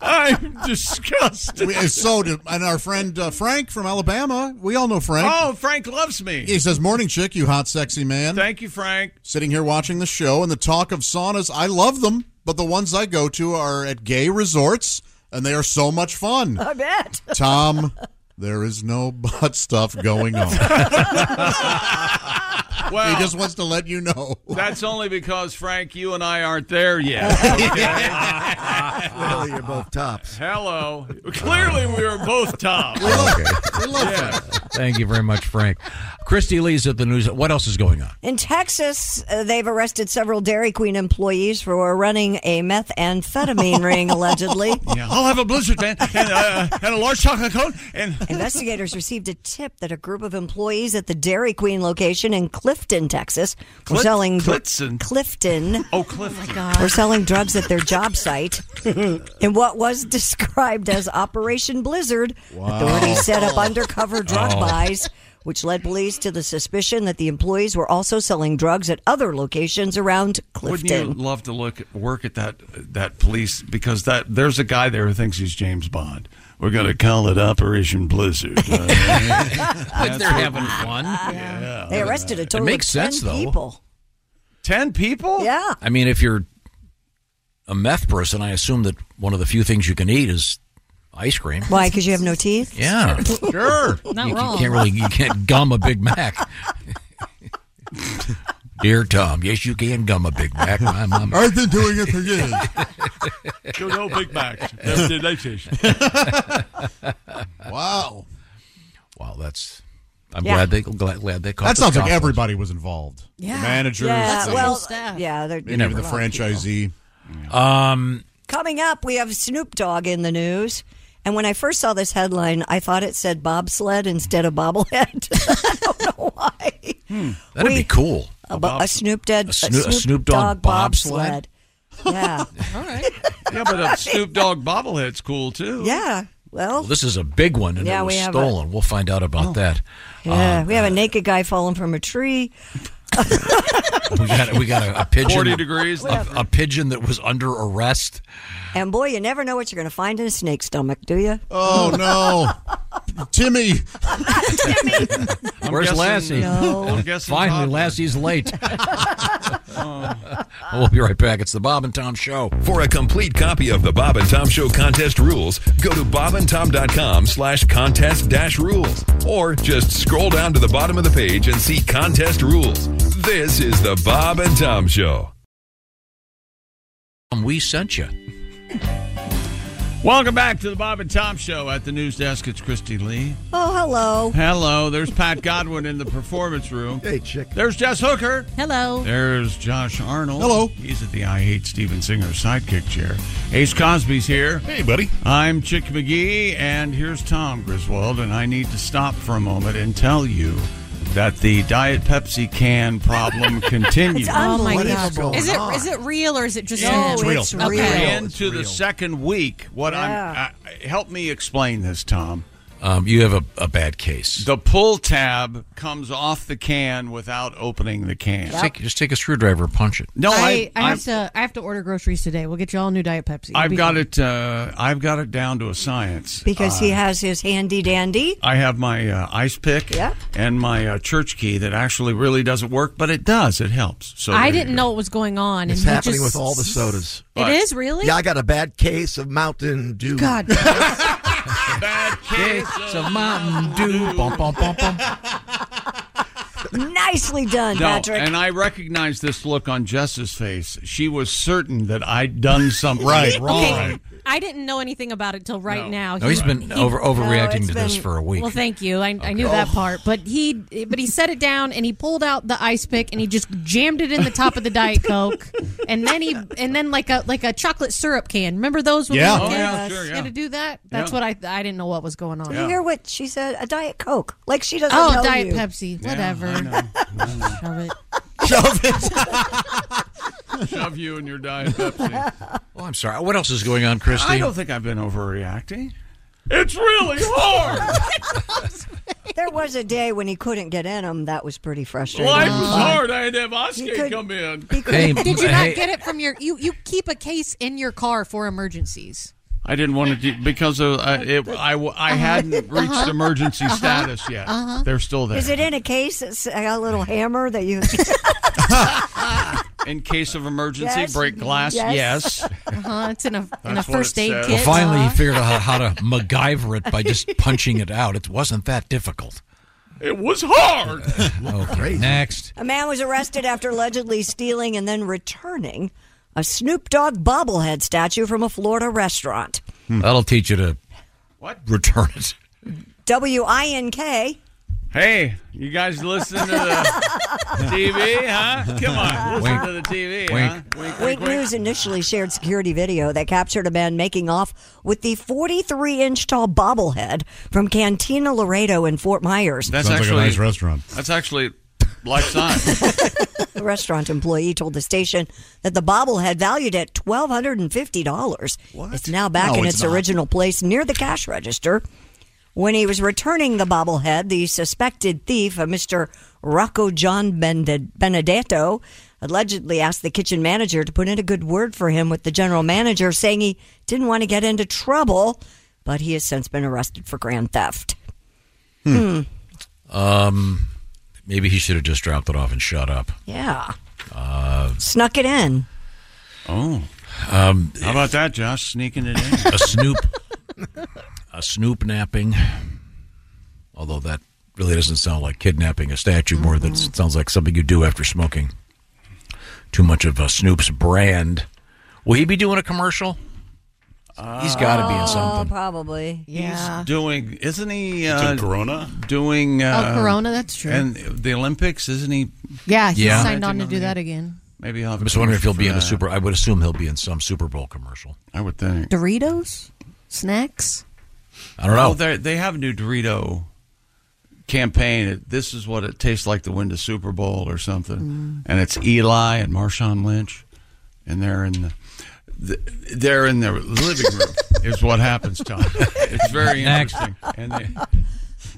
[SPEAKER 1] I'm disgusted.
[SPEAKER 8] we, so did, and our friend uh, Frank from Alabama. We all know Frank.
[SPEAKER 1] Oh, Frank loves me.
[SPEAKER 8] He says, "Morning, chick, you hot, sexy man."
[SPEAKER 1] Thank you, Frank.
[SPEAKER 8] Sitting here watching the show and the talk of saunas. I love them, but the ones I go to are at gay resorts, and they are so much fun.
[SPEAKER 3] I bet.
[SPEAKER 8] Tom, there is no butt stuff going on.
[SPEAKER 1] Well,
[SPEAKER 8] [laughs] he just wants to let you know.
[SPEAKER 1] That's only because Frank, you and I aren't there
[SPEAKER 8] [laughs]
[SPEAKER 1] yet. Okay?
[SPEAKER 10] Clearly, you're both tops.
[SPEAKER 1] Hello. Clearly, we are
[SPEAKER 8] [laughs]
[SPEAKER 1] both tops. Yeah.
[SPEAKER 4] Thank you very much, Frank. Christy Lee's at the news. What else is going on?
[SPEAKER 3] In Texas, uh, they've arrested several Dairy Queen employees for running a
[SPEAKER 1] [laughs]
[SPEAKER 3] methamphetamine ring, allegedly.
[SPEAKER 1] Yeah, I'll have a blizzard, man, and, uh, and a large chocolate cone. And [laughs]
[SPEAKER 3] Investigators received a tip that a group of employees at the Dairy Queen location in Clifton, Texas, were
[SPEAKER 1] Clit-
[SPEAKER 3] selling
[SPEAKER 1] Clitson.
[SPEAKER 3] Clifton.
[SPEAKER 1] Oh, Clifton.
[SPEAKER 3] were selling drugs at their job site in what was described as Operation Blizzard.
[SPEAKER 23] Wow.
[SPEAKER 3] Authorities set up undercover drug
[SPEAKER 23] Oh.
[SPEAKER 3] buys, which led police to the suspicion that the employees were also selling drugs at other locations around Clifton.
[SPEAKER 1] Wouldn't you love to look at, work at that that police because that there's a guy there who thinks he's James Bond. We're gonna call it Operation Blizzard.
[SPEAKER 3] [laughs]
[SPEAKER 4] [laughs] Like they're having fun.
[SPEAKER 3] They arrested a
[SPEAKER 4] It
[SPEAKER 3] total
[SPEAKER 4] makes
[SPEAKER 3] of
[SPEAKER 4] sense,
[SPEAKER 3] 10
[SPEAKER 4] though.
[SPEAKER 3] people.
[SPEAKER 1] Ten people?
[SPEAKER 3] Yeah.
[SPEAKER 4] I mean, if you're a meth person, I assume that one of the few things you can eat is ice cream.
[SPEAKER 3] Why? Because you have no teeth?
[SPEAKER 4] Yeah.
[SPEAKER 1] Sure.
[SPEAKER 4] you, You can't really you can't gum a Big Mac. Dear Tom, yes, you can gum a Big Mac. My mom.
[SPEAKER 8] [laughs] I've been doing it for years.
[SPEAKER 1] Good old Big Macs. They're delicious.
[SPEAKER 8] [laughs] Wow.
[SPEAKER 4] Wow, that's. [laughs] I'm
[SPEAKER 3] Yeah.
[SPEAKER 4] glad they glad, glad they caught.
[SPEAKER 8] That
[SPEAKER 4] the
[SPEAKER 8] sounds like
[SPEAKER 4] scofflaws.
[SPEAKER 8] everybody was involved. The managers,
[SPEAKER 3] Yeah,
[SPEAKER 8] the-
[SPEAKER 3] well, yeah, they're-
[SPEAKER 8] maybe the
[SPEAKER 4] a lot of
[SPEAKER 8] franchisee.
[SPEAKER 4] Um,
[SPEAKER 3] Coming up, we have Snoop Dogg in the news. And when I first saw this headline, I thought it said bobsled instead of bobblehead. [laughs]
[SPEAKER 4] Hmm. That'd
[SPEAKER 3] We-
[SPEAKER 4] be cool.
[SPEAKER 3] a, bo- a Snoop Dogg,
[SPEAKER 4] a Snoop, a Snoop Dogg bobsled. [laughs]
[SPEAKER 3] Yeah.
[SPEAKER 4] All right.
[SPEAKER 1] Yeah, but a Snoop Dogg bobblehead's cool too.
[SPEAKER 3] Yeah. Well,
[SPEAKER 4] Well, this is a big one, and
[SPEAKER 3] Yeah,
[SPEAKER 4] it was
[SPEAKER 3] we have a- Oh.
[SPEAKER 4] stolen. we'll find out about that.
[SPEAKER 3] yeah. we have
[SPEAKER 4] uh,
[SPEAKER 3] a naked guy falling from a tree.
[SPEAKER 4] We got we got
[SPEAKER 1] [laughs]
[SPEAKER 4] a, a pigeon.
[SPEAKER 1] 40 degrees.
[SPEAKER 4] A, a pigeon that was under arrest.
[SPEAKER 3] And boy, you never know what you're going to find in a snake's stomach, do you?
[SPEAKER 8] Oh
[SPEAKER 3] [laughs]
[SPEAKER 8] no, Timmy!
[SPEAKER 1] I'm
[SPEAKER 4] Where's
[SPEAKER 1] guessing-
[SPEAKER 4] Lassie?
[SPEAKER 1] No. I'm guessing
[SPEAKER 4] Finally,
[SPEAKER 1] Bob-
[SPEAKER 4] Lassie's
[SPEAKER 1] [laughs]
[SPEAKER 4] [laughs] late.
[SPEAKER 1] Oh,
[SPEAKER 4] We'll be right back. It's the Bob and Tom Show.
[SPEAKER 14] For a complete copy of the Bob and Tom Show contest rules, go to bobandtom.com slash contest dash rules. Or just scroll down to the bottom of the page and see contest rules. This is the Bob and Tom Show.
[SPEAKER 4] Um, We sent you.
[SPEAKER 1] Welcome back to the Bob and Tom Show at the news desk. It's Christy Lee.
[SPEAKER 3] Oh, hello.
[SPEAKER 1] Hello. There's Pat Godwin in the performance room. Hey, chick. There's Jess Hooker.
[SPEAKER 18] Hello.
[SPEAKER 1] There's Josh Arnold. Hello. He's at the I Hate Steven Singer sidekick chair. Ace Cosby's here. Hey, buddy. I'm Chick McGee, and here's Tom Griswold. And I need to stop for a moment and tell you that the Diet Pepsi can problem continues.
[SPEAKER 18] oh my god! Is it is it real or is it just? an ad? Okay.
[SPEAKER 1] Into the second week. What
[SPEAKER 18] Yeah.
[SPEAKER 1] I'm uh, help me explain this, Tom.
[SPEAKER 4] Um, you have a, a bad case.
[SPEAKER 1] The pull tab comes off the can without opening the can.
[SPEAKER 4] Just, take, just take a screwdriver and punch it.
[SPEAKER 1] No,
[SPEAKER 18] I,
[SPEAKER 1] I,
[SPEAKER 18] I have
[SPEAKER 1] I've,
[SPEAKER 18] to I have to order groceries today. We'll get you all new diet Pepsi. It'll
[SPEAKER 1] I've
[SPEAKER 18] be
[SPEAKER 1] got
[SPEAKER 18] fun.
[SPEAKER 1] it. Uh, I've got it down to a science
[SPEAKER 3] Because he
[SPEAKER 1] Uh,
[SPEAKER 3] has his handy
[SPEAKER 4] [laughs]
[SPEAKER 3] dandy.
[SPEAKER 1] I have my uh, ice pick
[SPEAKER 3] Yeah.
[SPEAKER 1] and my uh, church key that actually really doesn't work, but it does. It helps. So
[SPEAKER 18] I
[SPEAKER 1] there you
[SPEAKER 18] didn't know what was going on.
[SPEAKER 10] It's
[SPEAKER 18] and he
[SPEAKER 10] happening
[SPEAKER 18] just-
[SPEAKER 10] with all the sodas.
[SPEAKER 18] It is really.
[SPEAKER 10] Yeah, I got a bad case of Mountain Dew.
[SPEAKER 18] God.
[SPEAKER 1] bad
[SPEAKER 10] case of Mountain Dew. Bum, bum, bum, bum.
[SPEAKER 3] Nicely done,
[SPEAKER 1] No,
[SPEAKER 3] Patrick.
[SPEAKER 1] and I recognize this look on Jess's face. She was certain that I'd done
[SPEAKER 4] [laughs]
[SPEAKER 1] something wrong.
[SPEAKER 18] Okay, I didn't know anything about it till right now. Oh,
[SPEAKER 4] No, he's been over- overreacting to this for a week.
[SPEAKER 18] Well, thank you. I, I knew that part, but he but he set it down and he pulled out the ice pick and he just jammed it in the top of the diet coke, and then he and then like a like a chocolate syrup can. Remember those? When
[SPEAKER 3] Yeah.
[SPEAKER 18] we
[SPEAKER 3] Oh,
[SPEAKER 18] were kids?
[SPEAKER 3] yeah, sure,
[SPEAKER 18] You
[SPEAKER 3] yeah.
[SPEAKER 18] had to do that. That's
[SPEAKER 3] Yeah.
[SPEAKER 18] what I I didn't know what was going on.
[SPEAKER 3] Did you hear what she said? A Diet Coke. Like she doesn't
[SPEAKER 18] Oh,
[SPEAKER 3] know
[SPEAKER 18] Diet
[SPEAKER 3] you.
[SPEAKER 18] Pepsi.
[SPEAKER 3] Yeah,
[SPEAKER 18] Whatever.
[SPEAKER 3] I
[SPEAKER 18] [laughs] Shove it.
[SPEAKER 1] [laughs] Shove you and your
[SPEAKER 18] [laughs]
[SPEAKER 1] diet Pepsi.
[SPEAKER 4] Well, Oh, I'm sorry. What else is going on, Christy?
[SPEAKER 1] I don't think I've been overreacting. It's [laughs] really hard.
[SPEAKER 3] There was a day when he couldn't get in them. That was pretty frustrating.
[SPEAKER 1] Life was
[SPEAKER 3] But-
[SPEAKER 1] hard. I had to have
[SPEAKER 3] He
[SPEAKER 1] Oscar
[SPEAKER 3] could-
[SPEAKER 1] come in.
[SPEAKER 4] Hey,
[SPEAKER 18] Did you not
[SPEAKER 4] hey,
[SPEAKER 18] get it from your? You you keep a case in your car for emergencies.
[SPEAKER 1] I didn't want to do, because of, uh, it, I, w- I hadn't reached
[SPEAKER 18] Uh-huh.
[SPEAKER 1] emergency
[SPEAKER 18] Uh-huh.
[SPEAKER 1] status yet.
[SPEAKER 18] Uh-huh.
[SPEAKER 1] They're still there.
[SPEAKER 3] Is it in a case that's got a little hammer that you?
[SPEAKER 1] in case of emergency,
[SPEAKER 3] Yes.
[SPEAKER 1] break glass. Yes.
[SPEAKER 18] Uh-huh. It's in a in a
[SPEAKER 1] That's what it
[SPEAKER 18] first aid
[SPEAKER 1] says.
[SPEAKER 18] kit.
[SPEAKER 1] Well,
[SPEAKER 4] Finally,
[SPEAKER 18] Uh-huh.
[SPEAKER 4] he figured out how to MacGyver it by just punching it out. It wasn't that difficult.
[SPEAKER 1] It was hard.
[SPEAKER 4] Okay, next.
[SPEAKER 3] a man was arrested after allegedly stealing and then returning a Snoop Dogg bobblehead statue from a Florida restaurant.
[SPEAKER 1] Hmm.
[SPEAKER 4] That'll teach you to what? return it.
[SPEAKER 3] W I N K.
[SPEAKER 1] Hey, you guys listen to the TV, huh? Come on, listen
[SPEAKER 3] Wink.
[SPEAKER 1] to the TV, huh?
[SPEAKER 3] Wink. Wink
[SPEAKER 1] Wink,
[SPEAKER 3] News initially shared security video that captured a man making off with the 43 inch tall bobblehead from Cantina Laredo in Fort Myers.
[SPEAKER 1] That's actually That's actually life
[SPEAKER 4] [laughs]
[SPEAKER 1] size.
[SPEAKER 3] A restaurant employee told the station that the bobblehead valued at twelve hundred and fifty dollars. It's now back
[SPEAKER 23] No,
[SPEAKER 3] in
[SPEAKER 23] it's
[SPEAKER 3] its,
[SPEAKER 23] not.
[SPEAKER 3] original place near the cash register. When he was returning the bobblehead, the suspected thief, a Mr. Rocco John Bende- Benedetto, allegedly asked the kitchen manager to put in a good word for him with the general manager, saying he didn't want to get into trouble, but he has since been arrested for grand theft. Hmm.
[SPEAKER 4] Um, maybe he should have just dropped it off and shut up.
[SPEAKER 3] Yeah.
[SPEAKER 4] Uh,
[SPEAKER 3] Snuck it in.
[SPEAKER 1] Oh,
[SPEAKER 4] um,
[SPEAKER 1] How about that, Josh? Sneaking it in.
[SPEAKER 4] a snoop, a snoop napping. Although that really doesn't sound like kidnapping a statue, more than it sounds like something you do after smoking too much of a Snoop's brand. Will he be doing a commercial? He's got to be in
[SPEAKER 3] Oh,
[SPEAKER 4] something.
[SPEAKER 3] probably. Yeah.
[SPEAKER 1] doing isn't he
[SPEAKER 4] It's
[SPEAKER 1] uh,
[SPEAKER 4] in Corona?
[SPEAKER 1] doing uh,
[SPEAKER 18] Oh, Corona, that's true.
[SPEAKER 1] and the Olympics isn't he
[SPEAKER 18] Yeah, he signed on to do that again.
[SPEAKER 1] maybe I'll
[SPEAKER 4] I'm
[SPEAKER 1] have
[SPEAKER 4] just wondering if he'll
[SPEAKER 1] for uh,
[SPEAKER 4] be in a
[SPEAKER 1] that.
[SPEAKER 4] super. I would assume he'll be in some Super Bowl commercial.
[SPEAKER 1] I would think.
[SPEAKER 18] Doritos, snacks.
[SPEAKER 4] I don't know.
[SPEAKER 1] Oh, they they have a new Dorito campaign. It- This is what it tastes like to win the Super Bowl or something.
[SPEAKER 12] Mm.
[SPEAKER 1] And it's Eli and Marshawn Lynch, and they're in the. th- They're in their living
[SPEAKER 18] [laughs]
[SPEAKER 1] room. is what happens, Tom. It's very
[SPEAKER 4] Next.
[SPEAKER 1] interesting. And they,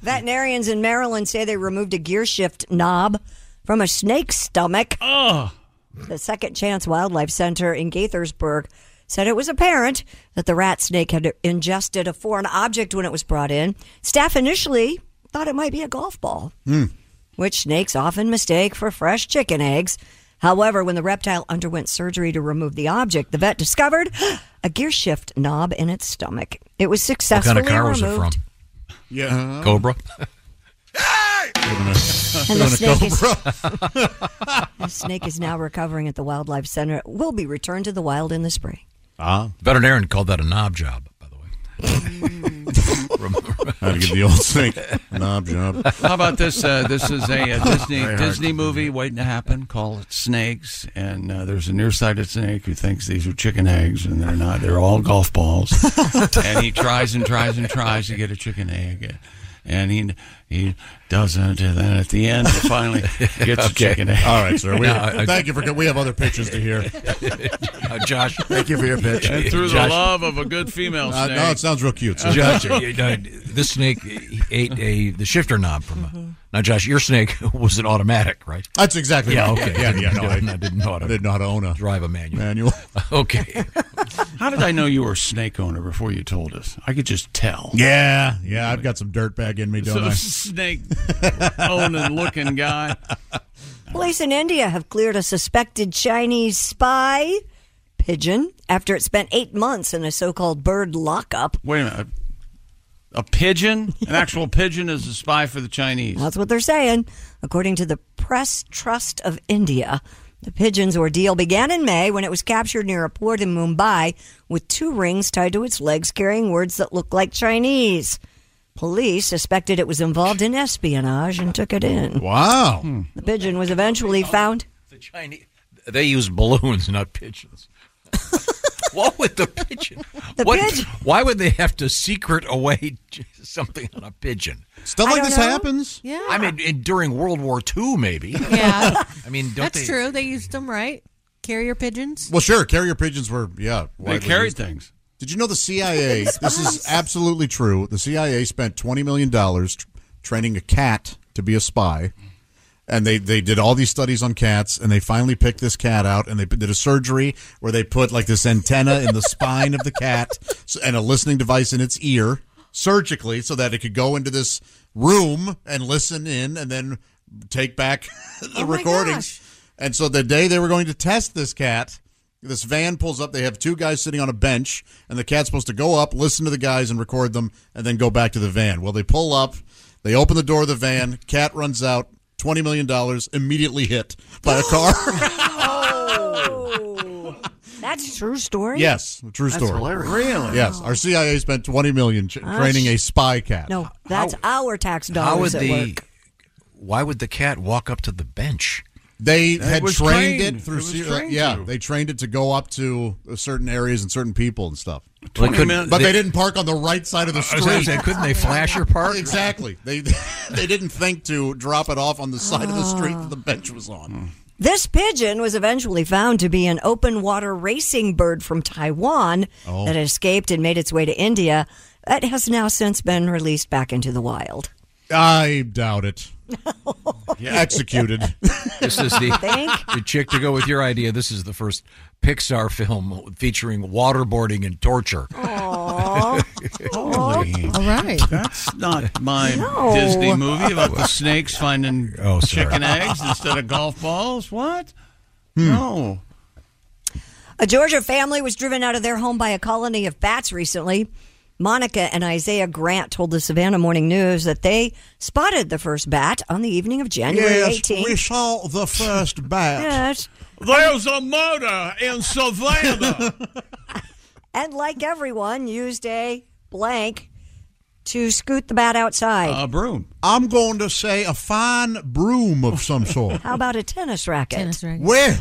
[SPEAKER 3] Veterinarians in Maryland say they removed a gear shift knob from a snake's stomach.
[SPEAKER 1] Oh.
[SPEAKER 3] The Second Chance Wildlife Center in Gaithersburg said it was apparent that the rat snake had ingested a foreign object when it was brought in. Staff initially thought it might be a golf ball,
[SPEAKER 8] Hmm.
[SPEAKER 3] which snakes often mistake for fresh chicken eggs. However, when the reptile underwent surgery to remove the object, the vet discovered [gasps] a gear shift knob in its stomach. It was
[SPEAKER 4] what
[SPEAKER 3] successfully
[SPEAKER 4] kind of car was it
[SPEAKER 3] removed.
[SPEAKER 4] from?
[SPEAKER 8] Yeah.
[SPEAKER 4] Cobra.
[SPEAKER 3] [laughs] And the snake, is,
[SPEAKER 4] [laughs]
[SPEAKER 7] [laughs]
[SPEAKER 8] Cobra. [laughs]
[SPEAKER 3] the snake is now recovering at the wildlife center. It will be returned to the wild in the spring.
[SPEAKER 4] Ah, Veterinarian called that a knob job. By the way,
[SPEAKER 8] How to get the old sink knob job.
[SPEAKER 7] How about this? Uh, this is a, uh Disney
[SPEAKER 1] Very hard
[SPEAKER 7] Disney movie waiting to happen called Snakes, and uh, there's a nearsighted snake who thinks these are chicken eggs, and they're not. They're all
[SPEAKER 18] [laughs]
[SPEAKER 7] golf balls, and he tries and tries and tries to get a chicken egg, and he he doesn't. And then at the end,
[SPEAKER 8] [laughs]
[SPEAKER 7] he finally gets a
[SPEAKER 8] Okay.
[SPEAKER 7] chicken egg.
[SPEAKER 8] [laughs] All right,
[SPEAKER 4] [laughs]
[SPEAKER 8] sir. We, thank you for. We have other pitches to hear.
[SPEAKER 4] Uh, Josh,
[SPEAKER 8] thank you for your pitch.
[SPEAKER 1] And through the
[SPEAKER 4] Josh-
[SPEAKER 1] love of a good female
[SPEAKER 8] Uh,
[SPEAKER 1] snake.
[SPEAKER 8] no, it sounds real cute. sir.
[SPEAKER 4] Josh, you know, this snake he ate a the shifter knob from. A,
[SPEAKER 18] Mm-hmm.
[SPEAKER 4] now, Josh, your snake [laughs] was an automatic, right?
[SPEAKER 8] That's exactly
[SPEAKER 4] Yeah.
[SPEAKER 8] right.
[SPEAKER 4] Okay.
[SPEAKER 8] Yeah, yeah, no,
[SPEAKER 4] I,
[SPEAKER 8] I-
[SPEAKER 4] didn't know how to.
[SPEAKER 8] I didn't know how to own a
[SPEAKER 4] drive a manual.
[SPEAKER 7] [laughs]
[SPEAKER 8] Manual.
[SPEAKER 4] Okay.
[SPEAKER 7] How did I know you were a snake owner before you told us? I could just tell.
[SPEAKER 8] Yeah, yeah. I've got some dirt bag in me, don't
[SPEAKER 7] So
[SPEAKER 8] I?
[SPEAKER 7] [laughs] snake owning looking guy.
[SPEAKER 3] Police in India have cleared a suspected Chinese spy pigeon after it spent eight months in a so called bird lockup.
[SPEAKER 7] Wait a minute. A pigeon? An actual pigeon is a spy for the Chinese.
[SPEAKER 3] That's what they're saying. According to the Press Trust of India, the pigeon's ordeal began in May when it was captured near a port in Mumbai with two rings tied to its legs carrying words that looked like Chinese. Police suspected it was involved in espionage and took it in.
[SPEAKER 8] Wow.
[SPEAKER 18] Hmm.
[SPEAKER 3] The pigeon was eventually found.
[SPEAKER 4] The Chinese they use balloons, not pigeons. what with the pigeon?
[SPEAKER 3] The
[SPEAKER 4] What-
[SPEAKER 3] pigeon-
[SPEAKER 4] Why would they have to secret away [laughs] something on a pigeon?
[SPEAKER 8] Stuff
[SPEAKER 18] I like don't this know.
[SPEAKER 8] happens.
[SPEAKER 18] Yeah. [laughs]
[SPEAKER 4] I mean, in, during World War II, maybe.
[SPEAKER 18] Yeah.
[SPEAKER 4] I mean, don't
[SPEAKER 18] That's
[SPEAKER 4] they?
[SPEAKER 18] true. They used them, right? Carrier pigeons?
[SPEAKER 8] Well, sure. Carrier pigeons were, yeah.
[SPEAKER 18] They
[SPEAKER 8] widely
[SPEAKER 18] carried
[SPEAKER 8] used.
[SPEAKER 7] things.
[SPEAKER 8] Did you know the
[SPEAKER 18] [laughs]
[SPEAKER 8] CIA? this is absolutely true. The CIA spent $20 million tr- training a cat to be a spy. And they, they did all these studies on cats, and they finally picked this cat out, and they p- did a surgery where they put like this antenna in the spine of the cat so- and a listening device in its ear surgically so that it could go into this room and listen in and then take back [laughs] the
[SPEAKER 18] Oh my
[SPEAKER 8] recordings. And so the day they were going to test this cat, this van pulls up. They have two guys sitting on a bench, and the cat's supposed to go up, listen to the guys, and record them, and then go back to the van. Well, they pull up, they open the door of the van, cat runs out. Twenty million dollars immediately hit by a car.
[SPEAKER 3] Oh! That's a true story?
[SPEAKER 8] yes, a true
[SPEAKER 3] That's
[SPEAKER 8] story.
[SPEAKER 3] hilarious. Really?
[SPEAKER 8] Yes, our CIA spent twenty million ch-
[SPEAKER 3] Gosh.
[SPEAKER 8] training a spy cat.
[SPEAKER 3] No, that's our tax dollars
[SPEAKER 4] How would
[SPEAKER 3] at
[SPEAKER 4] the?
[SPEAKER 3] work.
[SPEAKER 4] Why would the cat walk up to the bench?
[SPEAKER 8] They
[SPEAKER 4] It
[SPEAKER 8] had
[SPEAKER 4] was
[SPEAKER 8] trained,
[SPEAKER 4] trained.
[SPEAKER 8] it through.
[SPEAKER 4] It was
[SPEAKER 8] se-
[SPEAKER 4] trained
[SPEAKER 8] yeah,
[SPEAKER 4] to.
[SPEAKER 8] they trained it to go up to certain areas and certain people and stuff.
[SPEAKER 4] Well, they couldn't-
[SPEAKER 8] but they,
[SPEAKER 4] they-
[SPEAKER 8] didn't park on the right side of the
[SPEAKER 4] I was gonna
[SPEAKER 8] street.
[SPEAKER 4] say, couldn't they
[SPEAKER 8] [laughs]
[SPEAKER 4] flash your park?
[SPEAKER 8] Exactly. They [laughs] they didn't think to drop it off on the side of the street that the bench was on.
[SPEAKER 3] This pigeon was eventually found to be an open water racing bird from Taiwan
[SPEAKER 8] Oh.
[SPEAKER 3] that escaped and made its way to India. That has now since been released back into the wild.
[SPEAKER 8] I doubt it. Executed.
[SPEAKER 4] [laughs] This is the,
[SPEAKER 3] Think?
[SPEAKER 4] the chick to go with your idea. This is the first Pixar film featuring waterboarding and torture. [laughs]
[SPEAKER 7] Holy.
[SPEAKER 18] All
[SPEAKER 1] [laughs]
[SPEAKER 18] right.
[SPEAKER 7] That's not my
[SPEAKER 18] No.
[SPEAKER 7] Disney movie about the snakes finding
[SPEAKER 4] Oh, sorry.
[SPEAKER 7] chicken eggs
[SPEAKER 8] [laughs]
[SPEAKER 7] instead of golf balls. What?
[SPEAKER 8] Hmm.
[SPEAKER 7] No.
[SPEAKER 3] A Georgia family was driven out of their home by a colony of bats recently. Monica and Isaiah Grant told the Savannah Morning News that they spotted the first bat on the evening of January 18th.
[SPEAKER 8] saw the first bat.
[SPEAKER 3] Yes.
[SPEAKER 1] There's a murder in Savannah.
[SPEAKER 3] [laughs] And like everyone, used a blank to scoot the bat outside.
[SPEAKER 7] A broom.
[SPEAKER 8] I'm going to say a fine broom of some sort.
[SPEAKER 3] How about a tennis racket? Tennis racket.
[SPEAKER 8] Well,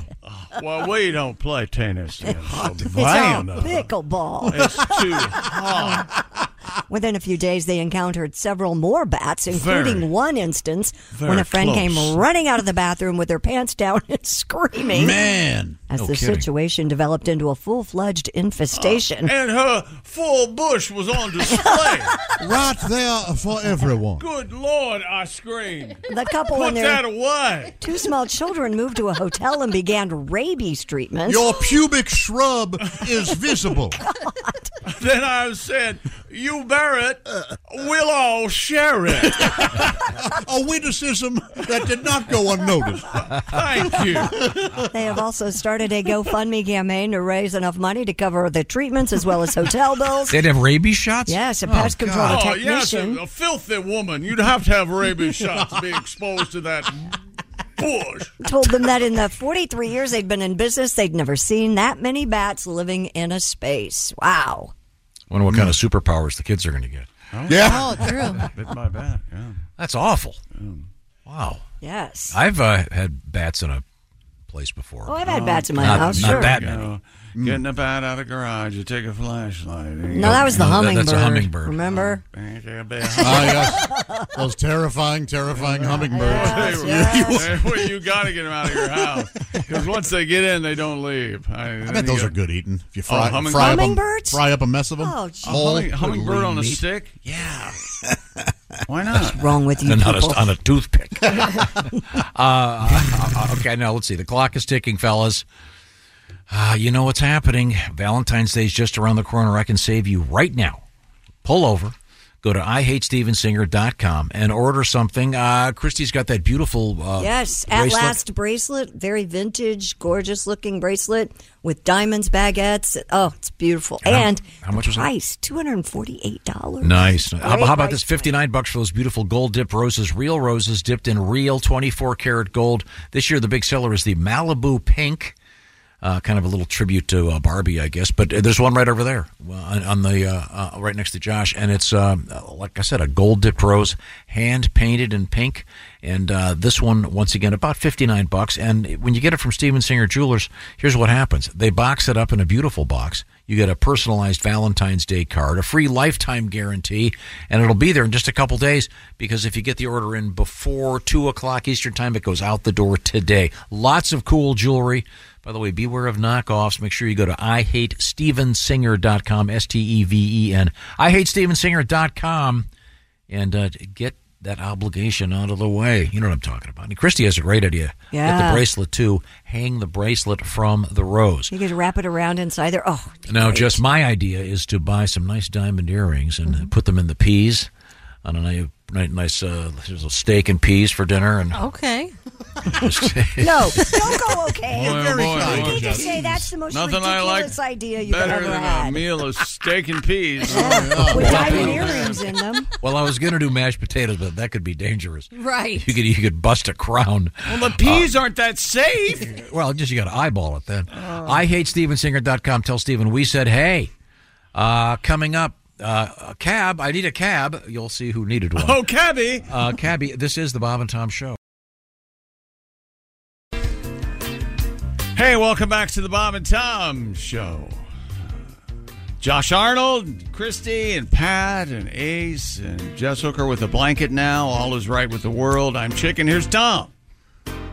[SPEAKER 1] well, we don't play tennis in
[SPEAKER 3] It's all
[SPEAKER 1] Savannah.
[SPEAKER 3] pickleball. [laughs]
[SPEAKER 1] It's too
[SPEAKER 3] Within a few days, they encountered several more bats, including
[SPEAKER 1] Very.
[SPEAKER 3] one instance
[SPEAKER 1] Very
[SPEAKER 3] when a friend
[SPEAKER 1] close.
[SPEAKER 3] came running out of the bathroom with her pants down and [laughs] screaming.
[SPEAKER 1] Man.
[SPEAKER 3] As
[SPEAKER 1] No
[SPEAKER 3] the
[SPEAKER 1] kidding. Ah,
[SPEAKER 3] situation developed into a full fledged infestation.
[SPEAKER 1] And her
[SPEAKER 7] [laughs]
[SPEAKER 1] full
[SPEAKER 3] [laughs]
[SPEAKER 1] bush was on display.
[SPEAKER 8] right there for everyone.
[SPEAKER 1] Good Lord, I screamed.
[SPEAKER 3] The couple
[SPEAKER 1] Put
[SPEAKER 3] in their-
[SPEAKER 1] that away.
[SPEAKER 3] Two small children moved to a hotel and began rabies treatments.
[SPEAKER 8] [laughs] Your pubic shrub is visible.
[SPEAKER 1] [laughs] Then I said, You bear it, we'll all share it.
[SPEAKER 8] a witticism that did [laughs] not go unnoticed.
[SPEAKER 1] Thank you.
[SPEAKER 3] [laughs] They have also started a GoFundMe campaign to raise enough money to cover the treatments as well as hotel bills.
[SPEAKER 4] They'd have rabies shots.
[SPEAKER 3] Yes, a pest control
[SPEAKER 1] oh, yes,
[SPEAKER 3] technician.
[SPEAKER 1] a, a filthy woman. You'd have to have rabies shots to be exposed to
[SPEAKER 8] [laughs]
[SPEAKER 1] that bush.
[SPEAKER 3] [laughs] told them that in the 43 years they'd been in business, they'd never seen that many bats living in a space. Wow.
[SPEAKER 4] Wonder what kind of superpowers the kids are going to get.
[SPEAKER 18] Oh, true.
[SPEAKER 7] Bit my bat. Yeah.
[SPEAKER 4] That's awful. Wow.
[SPEAKER 3] Yes.
[SPEAKER 4] I've uh, had bats in a place before.
[SPEAKER 3] Oh, I've had bats in my
[SPEAKER 4] Not-
[SPEAKER 3] house.
[SPEAKER 4] Not
[SPEAKER 3] sure.
[SPEAKER 4] that
[SPEAKER 7] You
[SPEAKER 4] many.
[SPEAKER 7] know, Getting a bat out of the garage, you take a flashlight.
[SPEAKER 3] No, that was the hummingbird.
[SPEAKER 4] that's a hummingbird.
[SPEAKER 3] Remember?
[SPEAKER 1] Oh,
[SPEAKER 8] Ah, yes. Those terrifying, terrifying hummingbirds.
[SPEAKER 3] [laughs]
[SPEAKER 1] They were- [laughs]
[SPEAKER 8] You- you-
[SPEAKER 1] Well, you got to get them out of your house because once they get in, they don't leave. I,
[SPEAKER 8] I bet those are good eating. If you fry,
[SPEAKER 1] Oh, humming-
[SPEAKER 8] fry, up, a,
[SPEAKER 1] Hummingbirds?
[SPEAKER 8] fry up a mess of them.
[SPEAKER 1] Oh, geez. A
[SPEAKER 8] Whole-
[SPEAKER 1] humming- hummingbird on a
[SPEAKER 8] Holy
[SPEAKER 1] stick?
[SPEAKER 8] Yeah.
[SPEAKER 7] Why
[SPEAKER 8] not?
[SPEAKER 3] What's wrong with you
[SPEAKER 4] And on
[SPEAKER 3] people?
[SPEAKER 4] a, on a toothpick.
[SPEAKER 3] [laughs]
[SPEAKER 4] uh, okay, now let's see. The clock is ticking, fellas. Uh, you know what's happening. Valentine's Day's just around the corner. I can save you right now. Pull over. Go to IHateStevensinger.com and order something. Uh, Christy's got that beautiful uh,
[SPEAKER 3] yes, at
[SPEAKER 4] bracelet.
[SPEAKER 3] last bracelet, very vintage, gorgeous looking bracelet with diamonds, baguettes. Oh, it's beautiful.
[SPEAKER 4] And how-
[SPEAKER 3] And
[SPEAKER 4] how much was it?
[SPEAKER 3] price? Two hundred and forty-eight dollars.
[SPEAKER 4] Nice. How, how about this? Fifty-nine bucks for those beautiful gold dipped roses, real roses dipped in real twenty-four karat gold. This year, the big seller is the Malibu Pink. Uh, kind of a little tribute to uh, Barbie, I guess. But uh, there's one right over there, uh, on, on the uh, uh, right next to Josh, and it's um, uh, like I said, a gold dipped rose, hand painted in pink. And uh, this one, once again, about fifty-nine bucks. And when you get it from Steven Singer Jewelers, here's what happens: they box it up in a beautiful box. You get a personalized Valentine's Day card, a free lifetime guarantee, and it'll be there in just a couple days because if you get the order in before 2 o'clock Eastern Time, it goes out the door today. Lots of cool jewelry. By the way, beware of knockoffs. Make sure you go to IHateStevensinger.com, S T E V E N. IHateStevensinger.com and uh, get that obligation out of the way. You know what I'm talking about. And Christy has a great idea. Get
[SPEAKER 3] Yeah.
[SPEAKER 4] the bracelet too. Hang the bracelet from the rose.
[SPEAKER 3] You could wrap it around inside there. Oh,
[SPEAKER 4] Now, just my idea is to buy some nice diamond earrings and uh put them in the peas on a ni- ni- nice uh, there's a steak and peas for dinner. And
[SPEAKER 8] [laughs]
[SPEAKER 18] Okay.
[SPEAKER 4] just,
[SPEAKER 3] no, don't go. Okay,
[SPEAKER 1] Boy, oh, You're very boy, kind.
[SPEAKER 3] you
[SPEAKER 1] boy.
[SPEAKER 3] need to say that's the most
[SPEAKER 1] Nothing I like
[SPEAKER 3] ridiculous idea you've
[SPEAKER 1] better
[SPEAKER 3] ever
[SPEAKER 1] than
[SPEAKER 3] had.
[SPEAKER 1] a meal of steak
[SPEAKER 3] [laughs]
[SPEAKER 1] and peas. Oh,
[SPEAKER 8] Oh,
[SPEAKER 3] With diamond earrings in them.
[SPEAKER 4] well, I was going to do mashed potatoes, but that could be dangerous.
[SPEAKER 3] [laughs] Right.
[SPEAKER 4] You could you could bust a crown.
[SPEAKER 1] [laughs] Well, the peas aren't that safe.
[SPEAKER 4] [laughs] Well, just you got to eyeball it then. I hate stevensinger.com. Tell Steven we said, hey, uh, coming up, uh, a cab. I need a cab. You'll see who needed one.
[SPEAKER 1] Oh, cabby.
[SPEAKER 4] Uh, cabby, this is the Bob and Tom Show.
[SPEAKER 1] Hey, welcome back to the Bob and Tom Show. Josh Arnold, and Christy, and Pat, and Ace, and Jess Hooker with a blanket now. All is right with the world. I'm Chicken. Here's Tom.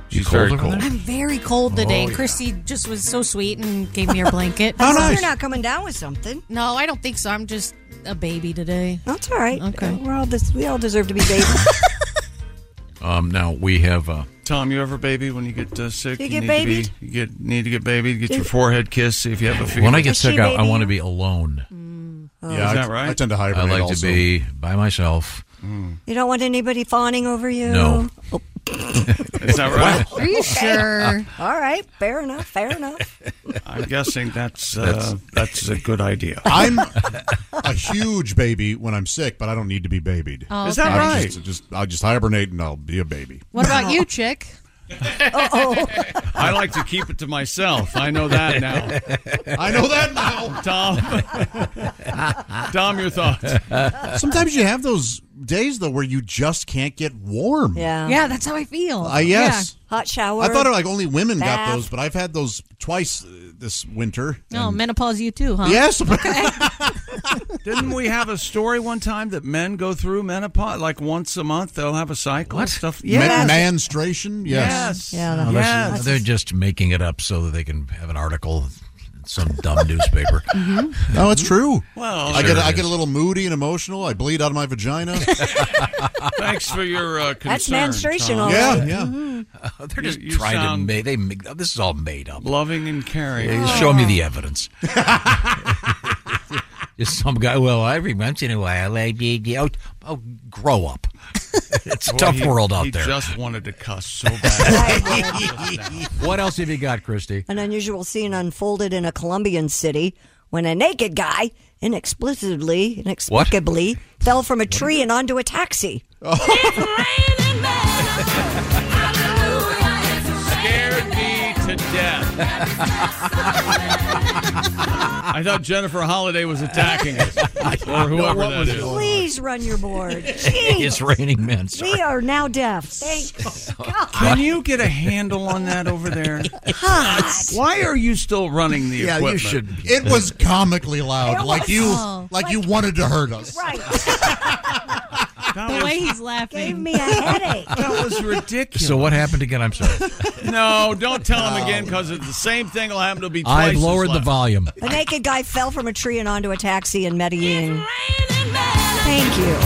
[SPEAKER 1] She's very cold.
[SPEAKER 18] I'm very cold today.
[SPEAKER 1] Oh, yeah.
[SPEAKER 18] Christy just was so sweet and gave me her
[SPEAKER 8] [laughs]
[SPEAKER 18] blanket.
[SPEAKER 1] How So nice. you're
[SPEAKER 18] not coming down with something? No, I don't think so. I'm just a baby today.
[SPEAKER 3] That's all right.
[SPEAKER 18] Okay.
[SPEAKER 3] We're all this, we all deserve to be
[SPEAKER 18] [laughs]
[SPEAKER 3] babies.
[SPEAKER 4] Um, now we have. Uh,
[SPEAKER 1] Tom, you ever babied when you get uh, sick?
[SPEAKER 3] Do you get
[SPEAKER 1] need to be-
[SPEAKER 3] babied?
[SPEAKER 1] you get need to get babied. Get your forehead kissed. See if you have a Mm. Oh. fever.
[SPEAKER 4] When I get sick, I, I want to be alone.
[SPEAKER 1] Yeah, Is I- that right? Mm. I tend to hibernate
[SPEAKER 4] I like
[SPEAKER 1] also.
[SPEAKER 4] to be by myself. [laughs]
[SPEAKER 3] you don't want anybody fawning over you. Oh.
[SPEAKER 4] No.
[SPEAKER 8] Uh,
[SPEAKER 1] [laughs] Is that right?
[SPEAKER 3] Are you
[SPEAKER 18] sure?
[SPEAKER 3] [laughs] All right. Fair enough. Fair enough.
[SPEAKER 1] I'm guessing that's
[SPEAKER 8] That's-
[SPEAKER 1] uh, that's a good idea.
[SPEAKER 8] [laughs] I'm a huge baby when I'm sick, but I don't need to be babied.
[SPEAKER 18] Oh, Is that
[SPEAKER 8] I'm
[SPEAKER 18] right?
[SPEAKER 8] Just, just, I'll just hibernate and I'll be a baby.
[SPEAKER 18] What about you, chick? oh.
[SPEAKER 1] I like to keep it to myself. I know that now.
[SPEAKER 8] I know that now.
[SPEAKER 1] Tom. Tom, your thoughts.
[SPEAKER 8] [laughs] Sometimes you have those days though where you just can't get warm.
[SPEAKER 3] Yeah.
[SPEAKER 18] Yeah, that's how I feel.
[SPEAKER 8] Uh, yes.
[SPEAKER 3] Hot shower.
[SPEAKER 8] I thought like only women
[SPEAKER 18] Bath.
[SPEAKER 8] got those, but I've had those twice uh, this winter.
[SPEAKER 18] No, menopause you too, huh?
[SPEAKER 8] Yes. [laughs]
[SPEAKER 1] Didn't we have a story one time that men go through menopause like once a month? They'll have a cycle and stuff.
[SPEAKER 8] Ma- Menstruation. Yes. Oh,
[SPEAKER 1] Yes. Yeah, that's- Yes.
[SPEAKER 4] They're just making it up so that they can have an article in some
[SPEAKER 1] [laughs]
[SPEAKER 4] dumb newspaper.
[SPEAKER 8] No, it's true.
[SPEAKER 1] Well,
[SPEAKER 8] I get
[SPEAKER 4] Sure
[SPEAKER 8] I
[SPEAKER 4] is.
[SPEAKER 8] get a little moody and emotional. I bleed out of my vagina.
[SPEAKER 1] [laughs] Thanks for your uh, concern.
[SPEAKER 8] That's menstruation,
[SPEAKER 1] Tom.
[SPEAKER 8] all Yeah, right. yeah. Mhm.
[SPEAKER 4] Uh, they're just trying to make. They make this is all made up.
[SPEAKER 1] Loving and caring.
[SPEAKER 4] Yeah, just Show me the evidence. [laughs] Just some guy. Well, every once in a while, I, I, I, oh, oh, grow up. [laughs] It's a
[SPEAKER 1] Boy,
[SPEAKER 4] tough
[SPEAKER 1] he-
[SPEAKER 4] world out
[SPEAKER 1] he
[SPEAKER 4] there.
[SPEAKER 1] just wanted to cuss
[SPEAKER 4] [laughs]
[SPEAKER 1] so bad. [laughs]
[SPEAKER 4] what else have you got, Christy?
[SPEAKER 3] An unusual scene unfolded in a Colombian city when a naked guy inexplicably, inexplicably fell from a tree and onto a taxi.
[SPEAKER 1] Oh.
[SPEAKER 3] [laughs]
[SPEAKER 1] Scared me to I thought Jennifer Holiday was attacking us, or whoever
[SPEAKER 4] What
[SPEAKER 1] that
[SPEAKER 4] was
[SPEAKER 1] is.
[SPEAKER 4] going
[SPEAKER 3] Please run your
[SPEAKER 7] [laughs]
[SPEAKER 3] board.
[SPEAKER 4] It's raining men. Sorry.
[SPEAKER 3] We are now deaf. Thanks.
[SPEAKER 7] Can you get a handle on that over there?
[SPEAKER 3] Hot.
[SPEAKER 7] Why are you still running the
[SPEAKER 8] Yeah, you should-
[SPEAKER 7] equipment?
[SPEAKER 8] It
[SPEAKER 1] [laughs]
[SPEAKER 8] was comically loud,
[SPEAKER 7] It
[SPEAKER 8] like you,
[SPEAKER 7] was.
[SPEAKER 8] like you wanted to hurt
[SPEAKER 18] [laughs]
[SPEAKER 8] us.
[SPEAKER 18] the way he's laughing
[SPEAKER 3] gave me a headache.
[SPEAKER 7] That was ridiculous.
[SPEAKER 4] So what happened again? I'm sorry.
[SPEAKER 1] No, don't tell him again because the same thing will happen. It'll be twice.
[SPEAKER 4] I've
[SPEAKER 1] as
[SPEAKER 4] lowered the
[SPEAKER 1] loud.
[SPEAKER 4] volume.
[SPEAKER 3] A naked guy fell from a tree and onto a taxi in Medellin. Thank you.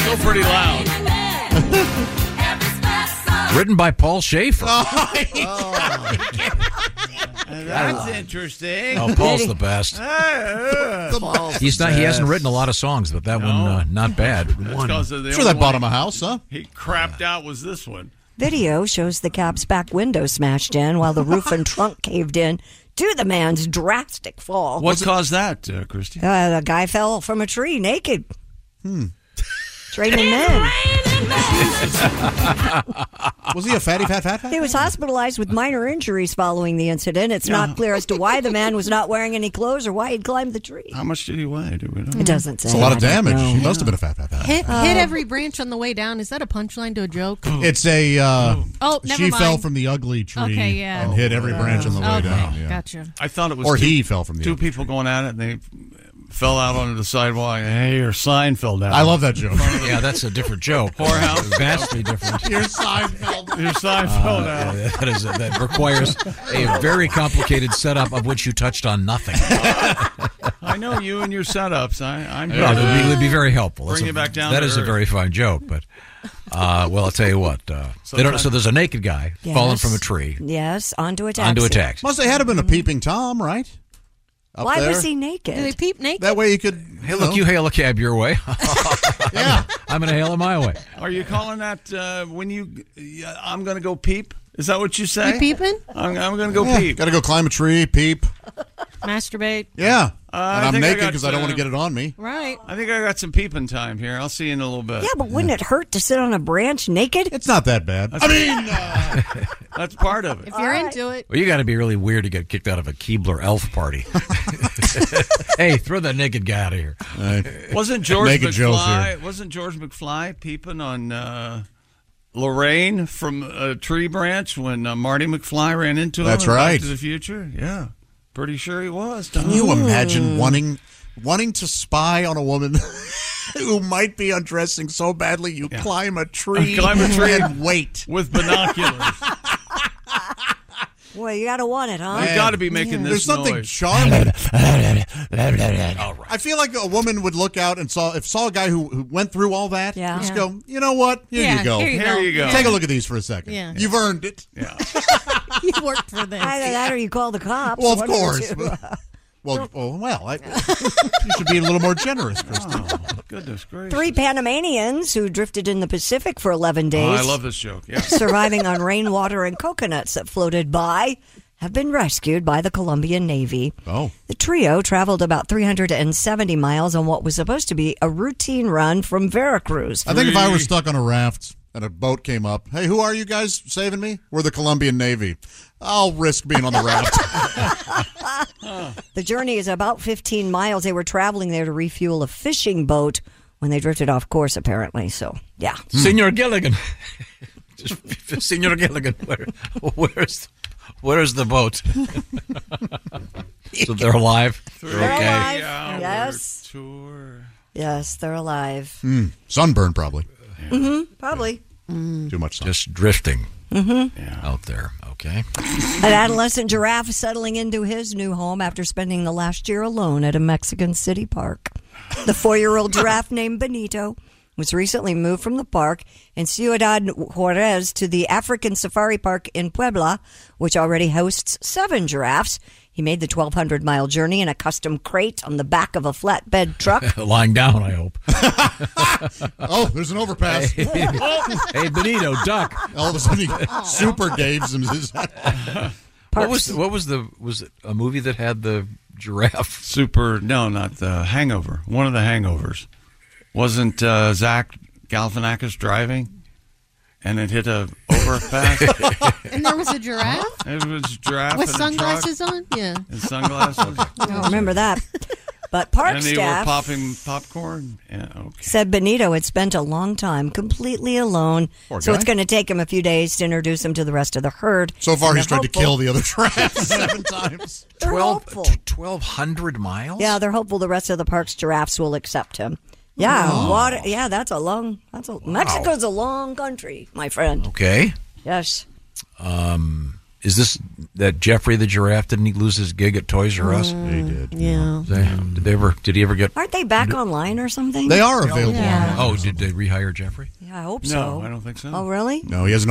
[SPEAKER 1] Still pretty loud.
[SPEAKER 8] [laughs]
[SPEAKER 4] Written by Paul Schaefer.
[SPEAKER 8] Oh,
[SPEAKER 4] [laughs]
[SPEAKER 7] That's interesting.
[SPEAKER 4] Oh, Paul's the
[SPEAKER 8] [laughs]
[SPEAKER 4] best. He's not. He hasn't written a lot of songs, but that one uh,
[SPEAKER 1] [laughs]
[SPEAKER 4] not bad.
[SPEAKER 1] That's 'cause of the
[SPEAKER 3] Sure, that
[SPEAKER 1] only
[SPEAKER 3] bought
[SPEAKER 1] one
[SPEAKER 3] him a house, huh?
[SPEAKER 1] He crapped out was this one.
[SPEAKER 3] Video shows the cab's back window smashed in while the roof and
[SPEAKER 7] [laughs]
[SPEAKER 3] trunk caved in to the man's drastic fall.
[SPEAKER 7] What caused that, uh, Christy?
[SPEAKER 3] Uh, the guy fell from a tree naked.
[SPEAKER 8] Hmm.
[SPEAKER 3] Trading men.
[SPEAKER 8] was he a fatty fat fat fat?
[SPEAKER 3] He was hospitalized with minor injuries following the incident. It's
[SPEAKER 7] Yeah.
[SPEAKER 3] not clear as to why the man was not wearing any clothes or why he'd climbed the tree.
[SPEAKER 7] How much did he weigh? Do we know?
[SPEAKER 3] It doesn't say.
[SPEAKER 8] It's a lot of
[SPEAKER 3] I don't
[SPEAKER 8] damage.
[SPEAKER 3] know.
[SPEAKER 8] He must have been a fat fat fat.
[SPEAKER 18] Hit,
[SPEAKER 3] Oh.
[SPEAKER 18] hit every branch on the way down. Is that a punchline to a joke?
[SPEAKER 8] It's a. Uh,
[SPEAKER 18] Oh, never
[SPEAKER 8] she
[SPEAKER 18] mind.
[SPEAKER 8] fell from the ugly tree
[SPEAKER 18] Okay, yeah. Oh,
[SPEAKER 8] and hit every branch on the way
[SPEAKER 18] Okay,
[SPEAKER 8] down. Yeah.
[SPEAKER 18] Gotcha.
[SPEAKER 1] I thought it was
[SPEAKER 8] Or
[SPEAKER 1] two,
[SPEAKER 8] he fell from the
[SPEAKER 1] two people going at it and they fell out onto the sidewalk. Hey, your sign fell down.
[SPEAKER 8] I love that
[SPEAKER 1] [laughs]
[SPEAKER 8] joke.
[SPEAKER 4] yeah, that's a different joke.
[SPEAKER 1] Poorhouse.
[SPEAKER 4] [laughs] Vastly different.
[SPEAKER 8] [laughs] Your Seinfeld.
[SPEAKER 1] Your
[SPEAKER 4] Uh,
[SPEAKER 1] sign fell down.
[SPEAKER 4] yeah, [laughs] that is that requires a very complicated setup of which you touched
[SPEAKER 1] [laughs]
[SPEAKER 4] on nothing.
[SPEAKER 1] I know you and your setups. I, I'm
[SPEAKER 4] Yeah, that would be, would be very helpful. That's
[SPEAKER 1] Bring
[SPEAKER 4] a-
[SPEAKER 1] it back down.
[SPEAKER 4] That
[SPEAKER 1] to
[SPEAKER 4] is a
[SPEAKER 1] earth.
[SPEAKER 4] very fine joke, but uh, well, I'll tell you what.
[SPEAKER 1] [laughs]
[SPEAKER 4] Uh, they don't,
[SPEAKER 8] Sometimes-
[SPEAKER 4] so there's a naked guy
[SPEAKER 3] Yes.
[SPEAKER 4] falling from a tree.
[SPEAKER 3] Yes, onto a taxi.
[SPEAKER 4] Onto a taxi.
[SPEAKER 8] Must have had to been a
[SPEAKER 18] Mm-hmm.
[SPEAKER 8] peeping tom, right? Up
[SPEAKER 3] Why
[SPEAKER 8] there.
[SPEAKER 3] was he naked?
[SPEAKER 18] Do they peep naked?
[SPEAKER 8] That way you could.
[SPEAKER 4] Hey, look, you hail a cab your way. [laughs] yeah, I'm gonna hail it my way.
[SPEAKER 1] Are you calling that uh, when you? yeah, I'm going to go peep. Is that what you say?
[SPEAKER 18] You peeping?
[SPEAKER 1] I'm, I'm going to go
[SPEAKER 8] Yeah,
[SPEAKER 1] peep.
[SPEAKER 8] Gotta go climb a tree, peep.
[SPEAKER 18] Masturbate.
[SPEAKER 8] Yeah.
[SPEAKER 1] Uh, I
[SPEAKER 8] and I'm
[SPEAKER 1] think I
[SPEAKER 8] naked
[SPEAKER 1] got
[SPEAKER 8] because I don't want to
[SPEAKER 1] some-
[SPEAKER 8] get it on me.
[SPEAKER 18] Right.
[SPEAKER 1] I think I got some peeping time here. I'll see you in a little bit.
[SPEAKER 3] yeah, but wouldn't
[SPEAKER 1] [laughs]
[SPEAKER 3] it hurt to sit on a branch naked?
[SPEAKER 8] It's not that bad. I mean,
[SPEAKER 1] That's part of it.
[SPEAKER 18] If you're into it.
[SPEAKER 4] Well, you got to be really weird to get kicked out of a Keebler elf party. [laughs] hey, throw that naked guy out of here.
[SPEAKER 1] Wasn't George
[SPEAKER 4] Naked Joe's
[SPEAKER 1] McFly? Wasn't George McFly peeping on uh, Lorraine from a tree branch when uh, Marty McFly ran into
[SPEAKER 8] That's
[SPEAKER 1] him? in
[SPEAKER 8] right.
[SPEAKER 1] Back to the Future. Yeah, pretty sure he was.
[SPEAKER 8] Can
[SPEAKER 1] Tom.
[SPEAKER 8] you imagine wanting wanting to spy on a woman [laughs] who might be undressing so badly you climb a tree,
[SPEAKER 1] Climb a tree
[SPEAKER 8] and wait
[SPEAKER 1] with binoculars?
[SPEAKER 3] Well, you gotta want it, huh?
[SPEAKER 1] We've got to be making this
[SPEAKER 8] There's something
[SPEAKER 1] noise.
[SPEAKER 4] [laughs]
[SPEAKER 8] charming.
[SPEAKER 4] All right.
[SPEAKER 8] I feel like a woman would look out and saw if saw a guy who, who went through all that.
[SPEAKER 3] Yeah.
[SPEAKER 8] Just
[SPEAKER 3] Yeah.
[SPEAKER 8] go. You know what? Here
[SPEAKER 18] Yeah,
[SPEAKER 8] you go.
[SPEAKER 18] here you
[SPEAKER 1] Here go. you go.
[SPEAKER 8] Take a look at these for a second.
[SPEAKER 18] Yeah.
[SPEAKER 8] You've earned it.
[SPEAKER 18] [laughs] You worked for this.
[SPEAKER 3] Either that or you call the cops.
[SPEAKER 8] Well, of
[SPEAKER 3] One the
[SPEAKER 8] course.
[SPEAKER 3] two.
[SPEAKER 8] [laughs] well, well, well. I, [laughs] you should be a little more
[SPEAKER 4] Oh,
[SPEAKER 8] generous, Kristen.
[SPEAKER 1] Goodness gracious!
[SPEAKER 3] Three Panamanians who drifted in the Pacific for 11 days.
[SPEAKER 1] Oh, I love this joke.
[SPEAKER 8] [laughs]
[SPEAKER 3] [laughs]
[SPEAKER 1] Yeah.
[SPEAKER 3] surviving on rainwater and coconuts that floated by have been rescued by the Colombian Navy.
[SPEAKER 8] Oh.
[SPEAKER 3] The trio traveled about 370 miles on what was supposed to be a routine run from Veracruz.
[SPEAKER 8] I think if I were stuck on a raft and a boat came up, hey, who are you guys saving me? We're the Colombian Navy. I'll risk being on
[SPEAKER 3] [laughs]
[SPEAKER 8] the raft.
[SPEAKER 3] The journey is about 15 miles. They were traveling there to refuel a fishing boat when they drifted off course, apparently. So, yeah.
[SPEAKER 4] Senor Gilligan. Just- Hmm. [laughs] Senor Gilligan, where, where's where's the boat? so they're alive. They're
[SPEAKER 3] They're
[SPEAKER 4] okay.
[SPEAKER 3] alive.
[SPEAKER 1] Yeah, we're
[SPEAKER 3] Yes.
[SPEAKER 1] Tour.
[SPEAKER 3] Yes, they're alive.
[SPEAKER 8] Hmm. sunburn, probably.
[SPEAKER 3] Mm-hmm, probably.
[SPEAKER 1] Mm.
[SPEAKER 8] Too much sun.
[SPEAKER 4] Just drifting
[SPEAKER 3] Mm-hmm.
[SPEAKER 4] out there. Okay. [laughs]
[SPEAKER 3] An adolescent giraffe settling into his new home after spending the last year alone at a Mexican city park. The four year old giraffe named Benito was recently moved from the park in Ciudad Juarez to the African Safari Park in Puebla, which already hosts seven giraffes. He made the 1,200 mile journey in a custom crate on the back of a flatbed truck.
[SPEAKER 4] Lying down, I hope.
[SPEAKER 8] [laughs] Oh, there's an
[SPEAKER 4] [laughs]
[SPEAKER 8] overpass.
[SPEAKER 4] hey, Benito, Oh, duck.
[SPEAKER 8] All of
[SPEAKER 18] [laughs]
[SPEAKER 8] a sudden, he super Dave's him.
[SPEAKER 4] [laughs] What was what was the was it a movie that had the
[SPEAKER 7] [laughs]
[SPEAKER 4] giraffe?
[SPEAKER 1] Super. No, not the Hangover. One of the Hangovers. Wasn't uh, Zach Galifianakis driving, and it hit a
[SPEAKER 7] over fast. [laughs]
[SPEAKER 18] And there was
[SPEAKER 4] [laughs]
[SPEAKER 18] a giraffe
[SPEAKER 7] it was a giraffe
[SPEAKER 18] with
[SPEAKER 7] and a truck
[SPEAKER 18] sunglasses on. Yeah. [laughs]
[SPEAKER 7] and sunglasses.
[SPEAKER 3] I don't Oh, remember that. But park
[SPEAKER 7] and they
[SPEAKER 3] staff
[SPEAKER 7] were popping popcorn. Yeah, okay.
[SPEAKER 3] said Benito had spent a long time completely alone,
[SPEAKER 7] Poor
[SPEAKER 3] so
[SPEAKER 7] guy.
[SPEAKER 3] it's going to take him a few days to introduce him to the rest of the herd.
[SPEAKER 8] So far,
[SPEAKER 3] And
[SPEAKER 8] he's
[SPEAKER 3] they're
[SPEAKER 8] tried to
[SPEAKER 3] hopeful-
[SPEAKER 8] kill the other giraffe [laughs] seven times.
[SPEAKER 3] They're
[SPEAKER 4] Twelve-
[SPEAKER 3] hopeful.
[SPEAKER 4] t- 1,200 miles?
[SPEAKER 3] Yeah, they're hopeful the rest of the park's giraffes will accept him. Yeah,
[SPEAKER 8] Oh.
[SPEAKER 4] Wow.
[SPEAKER 3] what? Yeah, that's a long. That's a Mexico's a long country, my friend.
[SPEAKER 4] Okay.
[SPEAKER 3] Yes.
[SPEAKER 4] Um, is this that Jeffrey the giraffe? Didn't he lose his gig at Toys R Us?
[SPEAKER 3] Mm, He did.
[SPEAKER 4] Is that- Did they ever? Did he ever get?
[SPEAKER 3] Aren't they back online or something? Yeah.
[SPEAKER 4] Oh, did they rehire Jeffrey?
[SPEAKER 3] Yeah, I hope
[SPEAKER 4] No,
[SPEAKER 3] so.
[SPEAKER 4] I don't think so.
[SPEAKER 3] Oh, really?
[SPEAKER 8] No, he has an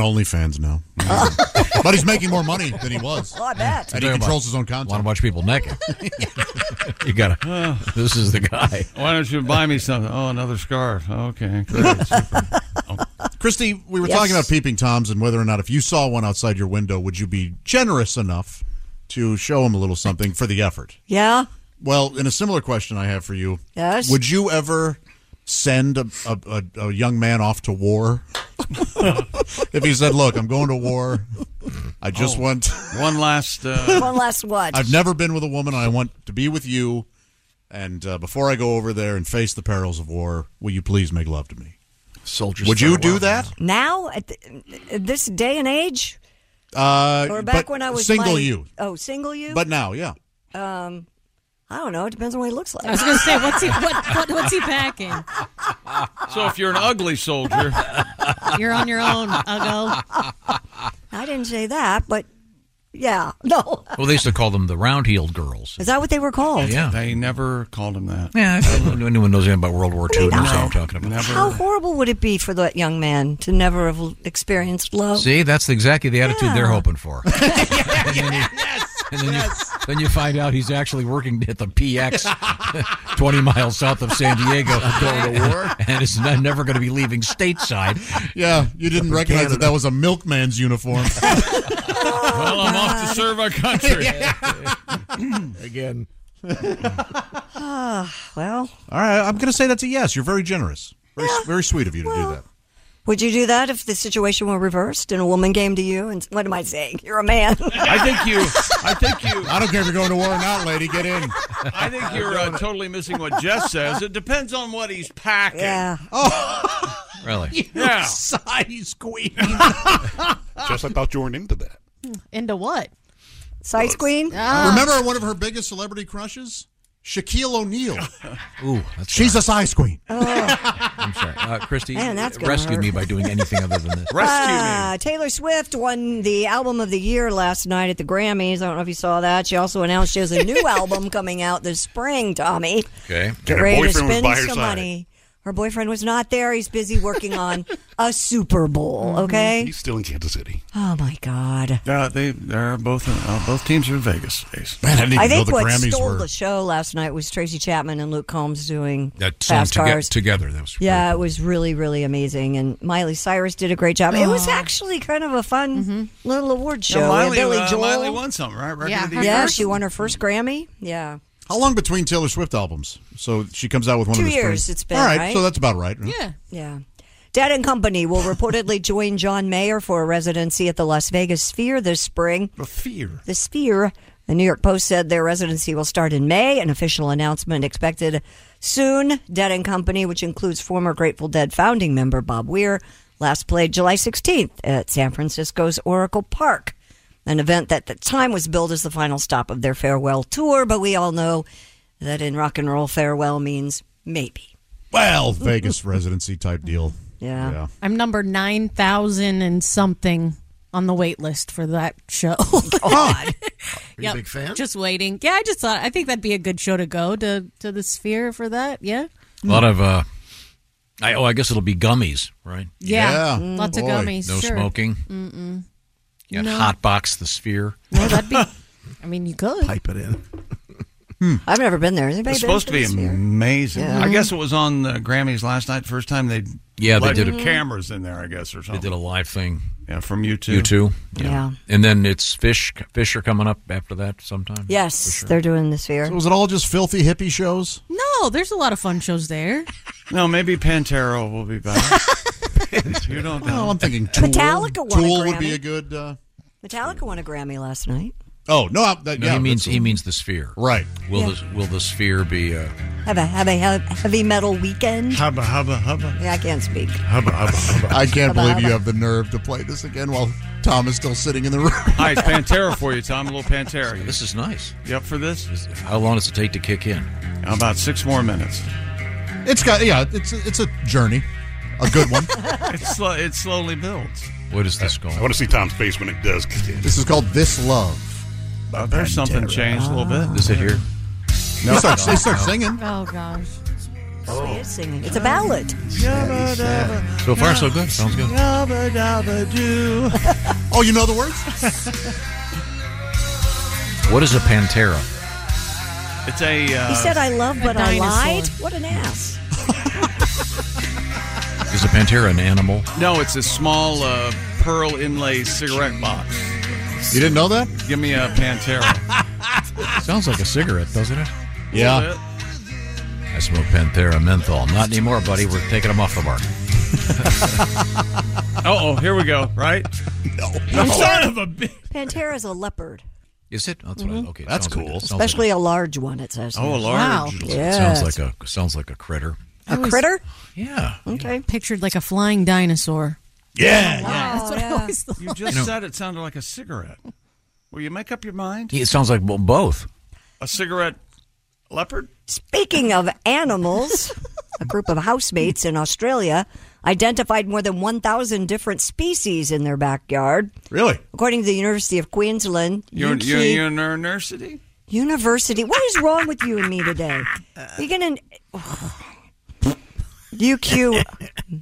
[SPEAKER 4] [laughs]
[SPEAKER 8] OnlyFans now. [laughs] but he's making more money than he was.
[SPEAKER 3] Oh, I bet.
[SPEAKER 8] And he controls his own content.
[SPEAKER 4] Want to watch people
[SPEAKER 8] [laughs]
[SPEAKER 4] naked? [laughs] you gotta. this is the guy.
[SPEAKER 7] Why don't you buy me something? Oh, another scarf. Okay.
[SPEAKER 4] [laughs]
[SPEAKER 7] great, super.
[SPEAKER 8] Christy, we were
[SPEAKER 7] Yes.
[SPEAKER 8] talking about peeping toms and whether or not if you saw one outside your window, would you be generous enough to show him a little something for the effort? [laughs]
[SPEAKER 3] Yeah.
[SPEAKER 8] Well, in a similar question I have for you,
[SPEAKER 3] Yes.
[SPEAKER 8] would you ever send a, a, a, a young man off to war? [laughs] if he said, "Look, I'm going to war. I just
[SPEAKER 7] Oh.
[SPEAKER 8] want [laughs]
[SPEAKER 7] one last uh,
[SPEAKER 3] One last what?
[SPEAKER 8] I've never been with a woman. and I want to be with you. And uh, before I go over there and face the perils of war, will you please make love to me?
[SPEAKER 4] Soldiers.
[SPEAKER 8] Would you do that?
[SPEAKER 3] now at th- at this day and age,
[SPEAKER 8] Uh,
[SPEAKER 3] or back
[SPEAKER 8] but
[SPEAKER 3] when I was
[SPEAKER 8] single,
[SPEAKER 3] my-
[SPEAKER 8] you.
[SPEAKER 3] Oh, single you.
[SPEAKER 8] But now, yeah.
[SPEAKER 3] um, I don't know. It depends on what he looks like.
[SPEAKER 18] I was going to say, what's he? What, what, what's he packing?
[SPEAKER 7] So if you're an ugly soldier,
[SPEAKER 18] [laughs] You're on your own, Uggo.
[SPEAKER 3] I didn't say that, but yeah, [laughs] no.
[SPEAKER 4] Well, they used to call them the round-heeled girls.
[SPEAKER 3] Is that what they were
[SPEAKER 8] Oh,
[SPEAKER 3] called?
[SPEAKER 4] Yeah.
[SPEAKER 7] They never called him that.
[SPEAKER 4] Yeah. I don't know anyone knows anything about World War II? knows what I'm talking about.
[SPEAKER 3] How horrible would it be for that young man to never have l- experienced love?
[SPEAKER 4] See, that's exactly the attitude they're
[SPEAKER 3] Yeah.
[SPEAKER 4] hoping
[SPEAKER 18] [laughs]
[SPEAKER 4] for. And then you- and then, you, then you find out he's actually working at the PX, [laughs] twenty miles south of San Diego,
[SPEAKER 8] [laughs] Going to war?
[SPEAKER 4] and is not, never going to be leaving stateside.
[SPEAKER 8] [laughs] Yeah, you didn't recognize that that was a milkman's
[SPEAKER 7] [laughs]
[SPEAKER 8] uniform.
[SPEAKER 1] Well, I'm off to serve
[SPEAKER 3] [laughs]
[SPEAKER 1] our country.
[SPEAKER 7] [laughs]
[SPEAKER 10] Again.
[SPEAKER 1] [laughs]
[SPEAKER 3] Ah, well,
[SPEAKER 8] All right, I'm going to say that's a yes. You're very generous. Very, very sweet of you to do that.
[SPEAKER 3] would you do that if the situation were reversed and a woman came to you? And what am I saying? You're a
[SPEAKER 4] [laughs]
[SPEAKER 3] man.
[SPEAKER 7] I think you. I think you.
[SPEAKER 8] I don't care if you're going to war or not, lady. Get in.
[SPEAKER 1] I think you're uh, totally missing what Jeff says. It depends on what he's packing.
[SPEAKER 3] Yeah. [laughs]
[SPEAKER 1] Oh.
[SPEAKER 4] Really?
[SPEAKER 1] Yeah.
[SPEAKER 8] Size
[SPEAKER 1] [laughs]
[SPEAKER 8] queen.
[SPEAKER 9] Just I thought you weren't into that.
[SPEAKER 18] Into what? Ah.
[SPEAKER 3] Size queen.
[SPEAKER 8] Remember one of her biggest celebrity crushes? Shaquille
[SPEAKER 7] [laughs]
[SPEAKER 8] O'Neal.
[SPEAKER 4] Ooh, that's
[SPEAKER 8] She's a size queen.
[SPEAKER 18] Oh.
[SPEAKER 4] I'm sorry, uh, Christy.
[SPEAKER 3] Man, that's gonna
[SPEAKER 4] rescue
[SPEAKER 3] hurt.
[SPEAKER 4] me by doing anything other than this.
[SPEAKER 8] [laughs]
[SPEAKER 3] Ah, Taylor Swift won the album of the year last night at the Grammys. I don't know if you saw that. She also announced she has a new album coming out this spring, Tommy.
[SPEAKER 4] Okay.
[SPEAKER 3] Get
[SPEAKER 9] her
[SPEAKER 3] ready to
[SPEAKER 9] boyfriend was
[SPEAKER 3] spend
[SPEAKER 9] by her
[SPEAKER 3] some
[SPEAKER 9] side.
[SPEAKER 3] money. Her boyfriend was not there. He's busy working on a Super Bowl,
[SPEAKER 9] Mm,
[SPEAKER 3] okay?
[SPEAKER 9] He's still in Kansas City.
[SPEAKER 3] [laughs] Oh my God!
[SPEAKER 7] Uh, they are both uh, both teams are in Vegas.
[SPEAKER 8] Man,
[SPEAKER 3] I think what stole the show last night was Tracy Chapman and Luke Combs doing
[SPEAKER 4] That song
[SPEAKER 3] fast
[SPEAKER 4] toge-
[SPEAKER 3] cars
[SPEAKER 4] together. That was
[SPEAKER 3] yeah, it was really really amazing, and Miley Cyrus did a great job. Um, It was
[SPEAKER 18] Oh.
[SPEAKER 7] Aw.
[SPEAKER 3] actually kind of a fun
[SPEAKER 18] Mm-hmm.
[SPEAKER 3] little award show.
[SPEAKER 7] Now,
[SPEAKER 3] We had
[SPEAKER 7] Miley,
[SPEAKER 3] Billy
[SPEAKER 7] uh,
[SPEAKER 3] Joel.
[SPEAKER 7] Miley won something, right? Record
[SPEAKER 3] yeah,
[SPEAKER 7] of the year.
[SPEAKER 3] yeah, she won her first Grammy. Yeah,
[SPEAKER 8] How long between Taylor Swift albums? So she comes out with one
[SPEAKER 3] Two
[SPEAKER 8] of the
[SPEAKER 3] years
[SPEAKER 8] spring-
[SPEAKER 3] it's been,
[SPEAKER 8] All right,
[SPEAKER 3] right?
[SPEAKER 8] so that's about right.
[SPEAKER 3] yeah. Dead and Company will
[SPEAKER 8] [laughs]
[SPEAKER 3] reportedly join John Mayer for a residency at the Las Vegas Sphere this spring.
[SPEAKER 8] The Sphere.
[SPEAKER 3] The Sphere. The New York Post said their residency will start in May. An official announcement expected soon. Dead and Company, which includes former Grateful Dead founding member Bob Weir, last played July 16th at San Francisco's Oracle Park, an event that at the time was billed as the final stop of their farewell tour. But we all know that in rock and roll, farewell means maybe.
[SPEAKER 8] Well, Vegas residency type deal.
[SPEAKER 3] Yeah.
[SPEAKER 18] I'm number nine thousand and something on the wait list for that show. [laughs]
[SPEAKER 8] God,
[SPEAKER 18] you a big fan? Just waiting. Yeah, I just thought I think that'd be a good show to go to to the Sphere for that. Yeah.
[SPEAKER 4] A lot of. Uh, I, oh, I guess it'll be gummies, right?
[SPEAKER 18] Yeah. Yeah. Mm, Lots
[SPEAKER 8] Oh,
[SPEAKER 18] of boy. gummies,
[SPEAKER 4] Oh No
[SPEAKER 18] sure.
[SPEAKER 4] smoking.
[SPEAKER 18] Mm-mm.
[SPEAKER 4] Yeah,
[SPEAKER 18] No.
[SPEAKER 4] hot box the sphere.
[SPEAKER 18] Well, that'd
[SPEAKER 8] [laughs]
[SPEAKER 18] be. I mean, you could.
[SPEAKER 4] Pipe it in.
[SPEAKER 8] hmm.
[SPEAKER 3] I've never been there. Has anybody
[SPEAKER 7] It's
[SPEAKER 3] been
[SPEAKER 7] supposed to be
[SPEAKER 3] this year?
[SPEAKER 7] amazing.
[SPEAKER 3] Yeah.
[SPEAKER 7] I guess it was on the Grammys last night. First time they
[SPEAKER 4] Yeah, they
[SPEAKER 7] let
[SPEAKER 4] did a-
[SPEAKER 7] cameras in there. I guess or something.
[SPEAKER 4] They did a live thing.
[SPEAKER 7] Yeah, from you two.
[SPEAKER 4] You two.
[SPEAKER 3] Yeah.
[SPEAKER 4] And then it's fish. Fish are coming up after that sometime.
[SPEAKER 3] Yes, they're doing the Sphere.
[SPEAKER 8] was it all just filthy hippie shows?
[SPEAKER 18] No, there's a lot of fun shows there.
[SPEAKER 3] [laughs]
[SPEAKER 7] No, maybe Pantera will be back.
[SPEAKER 1] you don't know.
[SPEAKER 8] Oh, I'm thinking Tool.
[SPEAKER 3] Metallica won a
[SPEAKER 8] Tool would be
[SPEAKER 3] Grammy.
[SPEAKER 8] a good. Uh,
[SPEAKER 3] Metallica won a Grammy last night.
[SPEAKER 8] oh no, I- that,
[SPEAKER 4] No,
[SPEAKER 8] yeah,
[SPEAKER 4] he means
[SPEAKER 8] that's-
[SPEAKER 4] he means the sphere.
[SPEAKER 8] Right.
[SPEAKER 4] Will
[SPEAKER 3] Yeah.
[SPEAKER 4] the will the sphere be? Uh,
[SPEAKER 3] Have a have a he- heavy metal weekend.
[SPEAKER 1] Hubba hubba hubba.
[SPEAKER 3] Yeah, I can't speak.
[SPEAKER 1] Hubba, hubba, hubba.
[SPEAKER 8] I can't
[SPEAKER 3] Hubba,
[SPEAKER 8] believe you
[SPEAKER 3] hubba.
[SPEAKER 8] have the nerve to play this again while Tom is still sitting in the room.
[SPEAKER 1] All right, Pantera for you, Tom. A little Pantera.
[SPEAKER 4] This is nice.
[SPEAKER 1] You up for this?
[SPEAKER 4] how long does it take to kick in?
[SPEAKER 1] About six more minutes.
[SPEAKER 8] [laughs] It's got yeah. It's a, it's a journey, a
[SPEAKER 1] [laughs]
[SPEAKER 8] good one.
[SPEAKER 1] It's slow, it slowly builds.
[SPEAKER 4] What is this called?
[SPEAKER 9] I want to see Tom's face when it does. kick in.
[SPEAKER 8] this is called This Love.
[SPEAKER 1] Uh, there's something changed a little bit.
[SPEAKER 4] Is it here?
[SPEAKER 8] No, they start, they start singing.
[SPEAKER 3] Oh gosh. Oh. She is singing. It's a ballad.
[SPEAKER 8] uh,
[SPEAKER 4] So far, so good. Sounds good.
[SPEAKER 3] [laughs]
[SPEAKER 8] Oh, you know the words?
[SPEAKER 4] What is a pantera?
[SPEAKER 1] It's a. Uh,
[SPEAKER 3] he said, "I love,
[SPEAKER 1] a
[SPEAKER 3] but I
[SPEAKER 1] dinosaur.
[SPEAKER 3] lied." What an ass!
[SPEAKER 4] Is a pantera an animal?
[SPEAKER 1] No, it's a small uh, pearl inlay cigarette box.
[SPEAKER 8] You didn't know that?
[SPEAKER 1] Give me a Pantera.
[SPEAKER 4] Sounds like a cigarette, doesn't it?
[SPEAKER 1] Yeah. Little
[SPEAKER 4] I smoke Pantera menthol. Not anymore, buddy. We're taking them off the market.
[SPEAKER 1] Uh oh, here we go. Right? No.
[SPEAKER 21] Oh,
[SPEAKER 1] Son of a bitch.
[SPEAKER 3] Pantera's a leopard,
[SPEAKER 4] Is it? That's what I,
[SPEAKER 3] Mhm.
[SPEAKER 4] okay.
[SPEAKER 3] That's
[SPEAKER 4] sounds
[SPEAKER 3] cool. Oh,
[SPEAKER 4] Like, Oh, sounds
[SPEAKER 3] especially a large one. It says.
[SPEAKER 4] Like,
[SPEAKER 3] Yeah.
[SPEAKER 4] Sounds like a sounds like a critter.
[SPEAKER 3] a critter.
[SPEAKER 4] Yeah.
[SPEAKER 3] Okay.
[SPEAKER 21] Pictured like a flying dinosaur.
[SPEAKER 4] Yeah.
[SPEAKER 21] That's what I always thought.
[SPEAKER 1] You just
[SPEAKER 4] You know-
[SPEAKER 1] said it sounded like a cigarette. Will you make up your mind?
[SPEAKER 4] It sounds like well, both.
[SPEAKER 1] A cigarette leopard?
[SPEAKER 3] Speaking of animals, a group of housemates in Australia identified more than 1,000 different species in their backyard.
[SPEAKER 8] Really?
[SPEAKER 3] According to the University of Queensland,
[SPEAKER 1] Your,
[SPEAKER 3] UQ
[SPEAKER 1] your, your university?
[SPEAKER 3] University. What is wrong with you and me today? You're going to. UQ,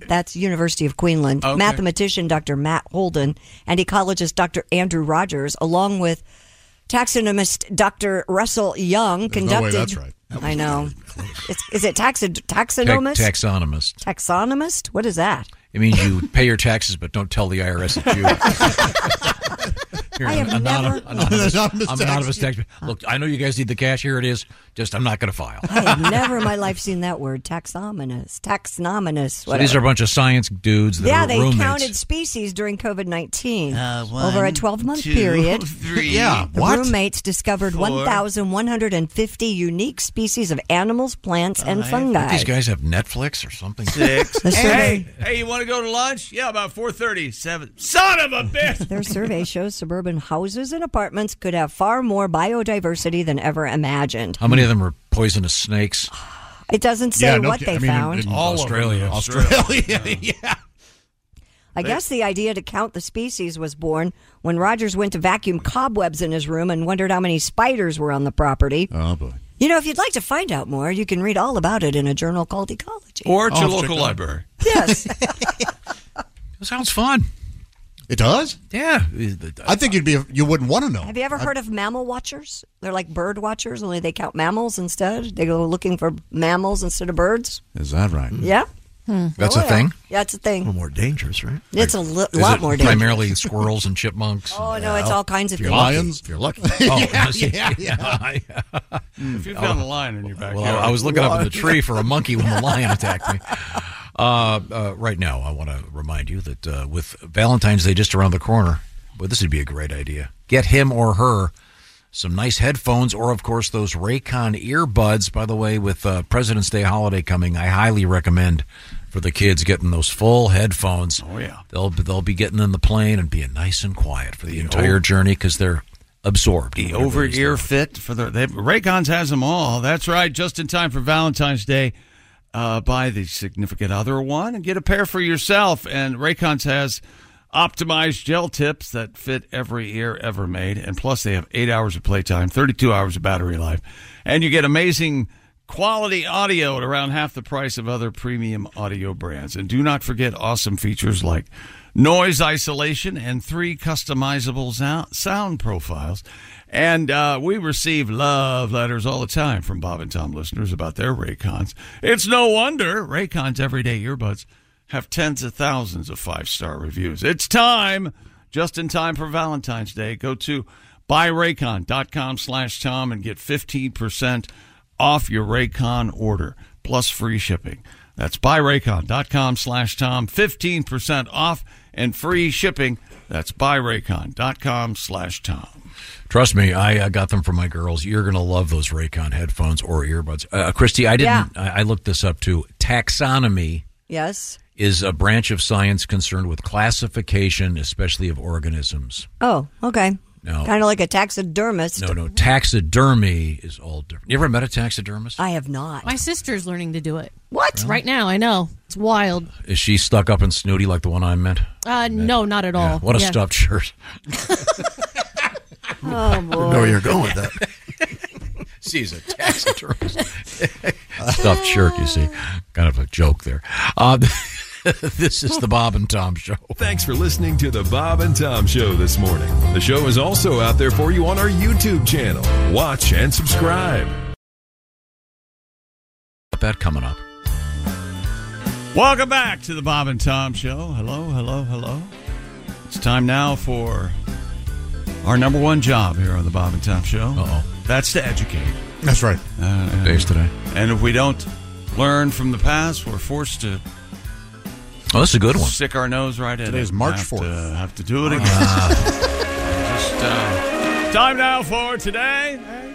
[SPEAKER 3] that's University of Queensland,
[SPEAKER 23] Okay.
[SPEAKER 3] mathematician Dr. Matt Holden and ecologist Dr. Andrew Rogers, along with taxonomist Dr. Russell Young,
[SPEAKER 4] no way
[SPEAKER 3] conducted.
[SPEAKER 4] that's right. That
[SPEAKER 3] I know. It's, is it taxo- taxonomist?
[SPEAKER 4] Tax- taxonomist.
[SPEAKER 3] taxonomist? What is that?
[SPEAKER 4] It means you pay your taxes, but don't tell the IRS
[SPEAKER 3] [laughs]
[SPEAKER 4] that you. Here,
[SPEAKER 3] I have [laughs]
[SPEAKER 4] anon-
[SPEAKER 3] never-
[SPEAKER 4] anonymous,
[SPEAKER 3] Anonymous
[SPEAKER 4] I'm
[SPEAKER 3] tax.
[SPEAKER 4] anonymous tax. Look, I know you guys need the cash. Here it is. Just, I'm not going to file.
[SPEAKER 3] I have never in my life seen that word. Taxonomist. Taxonomist.
[SPEAKER 4] So these
[SPEAKER 3] whatever.
[SPEAKER 4] are a bunch of science dudes that
[SPEAKER 3] yeah,
[SPEAKER 4] are
[SPEAKER 3] they
[SPEAKER 4] roommates.
[SPEAKER 3] counted species during COVID 19
[SPEAKER 4] one,
[SPEAKER 3] over a 12 month
[SPEAKER 4] two,
[SPEAKER 3] period.
[SPEAKER 4] three, Yeah,
[SPEAKER 3] the
[SPEAKER 4] what?
[SPEAKER 3] roommates discovered
[SPEAKER 4] four,
[SPEAKER 3] 1,150 unique species of animals, plants, and
[SPEAKER 4] Don't
[SPEAKER 3] fungi.
[SPEAKER 4] These guys have Netflix or something.
[SPEAKER 1] Six.
[SPEAKER 3] The survey,
[SPEAKER 1] Hey, hey, you want to go to lunch? Yeah, about 4.30. Seven. Son of a bitch!
[SPEAKER 3] Their survey shows suburban houses and apartments could have far more biodiversity than ever imagined.
[SPEAKER 4] How many of them are poisonous snakes?
[SPEAKER 3] It doesn't say what they found.
[SPEAKER 4] All Australia.
[SPEAKER 3] [laughs]
[SPEAKER 8] Australia. yeah.
[SPEAKER 3] I guess the idea to count the species was born when Rogers went to vacuum cobwebs in his room and wondered how many spiders were on the property.
[SPEAKER 8] Oh boy.
[SPEAKER 3] You know, if you'd like to find out more, you can read all about it in a journal called Ecology.
[SPEAKER 1] Or
[SPEAKER 7] Oh,
[SPEAKER 1] at your local library.
[SPEAKER 4] sounds fun.
[SPEAKER 8] It does.
[SPEAKER 4] Yeah.
[SPEAKER 8] I think you'd be. You wouldn't want to know.
[SPEAKER 3] Have you ever
[SPEAKER 8] I-
[SPEAKER 3] heard of mammal watchers? They're like bird watchers, only they count mammals instead. They go looking for mammals instead of birds.
[SPEAKER 8] Is that right?
[SPEAKER 3] Yeah. Oh,
[SPEAKER 4] That's a
[SPEAKER 3] yeah.
[SPEAKER 4] thing?
[SPEAKER 3] Yeah, it's a thing.
[SPEAKER 4] Hmm. more dangerous, right?
[SPEAKER 3] It's a li- lot more dangerous.
[SPEAKER 4] Primarily squirrels and chipmunks.
[SPEAKER 3] Oh, no, it's all kinds of
[SPEAKER 4] If you're
[SPEAKER 3] things.
[SPEAKER 4] lucky.
[SPEAKER 3] Lions?
[SPEAKER 4] If you're [laughs] lucky.
[SPEAKER 3] Yeah,
[SPEAKER 1] yeah,
[SPEAKER 4] [laughs] yeah.
[SPEAKER 1] Hmm. If you found a lion in your
[SPEAKER 4] uh, Well,
[SPEAKER 1] backyard.
[SPEAKER 4] I- I was looking up in the
[SPEAKER 1] Lion.
[SPEAKER 4] tree for a monkey when
[SPEAKER 3] [laughs]
[SPEAKER 4] the lion attacked me. Uh, uh, right now, I want to remind you that uh, [laughs] with Valentine's Day just around the corner, well, this would be a great idea. Get him or her some nice headphones, or of course those Raycon earbuds. By the way, with uh, President's Day holiday coming, I highly recommend for the kids getting those full headphones. Oh yeah, they'll they'll be getting in the plane and being nice and quiet for the, entire
[SPEAKER 1] old-
[SPEAKER 4] journey because they're absorbed.
[SPEAKER 1] The over ear fit for the they, Raycons has them all. That's right, just in time for Valentine's Day. Uh, buy the significant other one and get a pair for yourself. And Raycons has optimized gel tips that fit every ear ever made, and plus they have eight hours of playtime, thirty-two hours of battery life, and you get amazing quality audio at around half the price of other premium audio brands. And do not forget awesome features like noise isolation and three customizable sound, sound profiles. And uh, we receive love letters all the time from Bob and Tom listeners about their Raycons. It's no wonder Raycons Everyday Earbuds have tens of thousands of five star reviews. It's time, just in time for Valentine's Day. Go to buyraycon.com slash Tom and get 15% off your Raycon order plus free shipping.
[SPEAKER 7] That's buyraycon.com slash Tom. 15% off and free shipping. That's buyraycon.com slash Tom.
[SPEAKER 4] Trust me, I uh, got them for my girls. You're going to love those Raycon headphones or earbuds. Uh, Christy, I didn't. I, I looked this up too. Taxonomy
[SPEAKER 3] Yes.
[SPEAKER 4] is a branch of science concerned with classification, especially of organisms.
[SPEAKER 3] Oh, okay.
[SPEAKER 4] No.
[SPEAKER 3] Kind of like a taxidermist.
[SPEAKER 4] No, no, taxidermy is all different. You ever met a taxidermist?
[SPEAKER 3] I have not.
[SPEAKER 18] My sister's learning to do it.
[SPEAKER 3] What?
[SPEAKER 18] Right now, I know. It's wild. [laughs]
[SPEAKER 4] Is she stuck up and snooty like the one I met?
[SPEAKER 18] Uh, no, not at all.
[SPEAKER 4] Yeah, what a
[SPEAKER 18] Yeah.
[SPEAKER 4] stuffed shirt. [laughs]
[SPEAKER 3] Oh, boy.
[SPEAKER 4] that. [laughs] She's a
[SPEAKER 8] [laughs]
[SPEAKER 4] taxidermist. stuffed shirt, you see. Kind of a joke there. Uh, [laughs] this is the Bob and Tom Show.
[SPEAKER 14] Thanks for listening to the Bob and Tom Show this morning. The show is also out there for you on our YouTube channel. Watch and subscribe.
[SPEAKER 4] That coming up.
[SPEAKER 1] Welcome back to the Bob and Tom Show. Hello, hello, hello. It's time now for our number one job here on the Bob and Tom Show.
[SPEAKER 4] Uh-oh.
[SPEAKER 1] That's to educate.
[SPEAKER 8] That's right.
[SPEAKER 1] Uh,
[SPEAKER 4] Days today.
[SPEAKER 1] And if we don't learn from the past, we're forced to.
[SPEAKER 4] Oh, that's a good one.
[SPEAKER 1] Stick our nose right in.
[SPEAKER 8] Today's
[SPEAKER 1] it.
[SPEAKER 8] March
[SPEAKER 1] Have to-
[SPEAKER 8] 4th.
[SPEAKER 1] have to do it again.
[SPEAKER 4] Ah.
[SPEAKER 1] [laughs] Just, uh, time now for today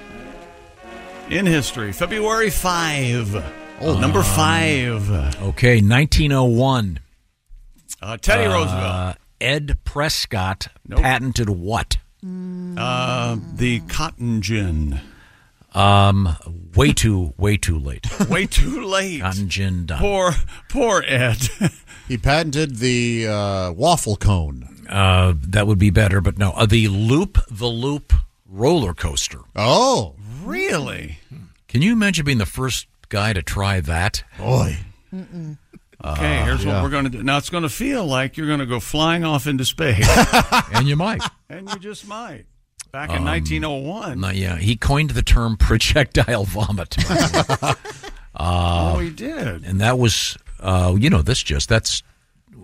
[SPEAKER 1] in history, February five. Oh, number five.
[SPEAKER 4] Um, Okay, 1901.
[SPEAKER 1] Uh, Teddy
[SPEAKER 4] Uh,
[SPEAKER 1] Roosevelt.
[SPEAKER 4] Ed Prescott patented what?
[SPEAKER 1] Uh, the cotton gin.
[SPEAKER 4] Um, way too, way too late.
[SPEAKER 1] Way too [laughs] late.
[SPEAKER 4] Cotton gin done.
[SPEAKER 1] Poor, poor Ed. [laughs]
[SPEAKER 8] he patented the uh, waffle cone.
[SPEAKER 4] Uh, that would be better, but no. Uh, the loop, the loop roller coaster.
[SPEAKER 8] Oh,
[SPEAKER 1] really?
[SPEAKER 4] Can you imagine being the first guy to try that?
[SPEAKER 8] Boy.
[SPEAKER 1] Okay,
[SPEAKER 4] Uh,
[SPEAKER 1] here's
[SPEAKER 4] yeah.
[SPEAKER 1] what we're going to do. Now it's going to feel like you're going to go flying off into space,
[SPEAKER 4] [laughs] and you might.
[SPEAKER 1] and you just might. Back in
[SPEAKER 4] Um,
[SPEAKER 1] 1901.
[SPEAKER 4] No, yeah, he coined the term [laughs] projectile
[SPEAKER 8] [laughs]
[SPEAKER 4] vomit. uh,
[SPEAKER 1] Oh, he did.
[SPEAKER 4] and that was, uh, you know, this just that's.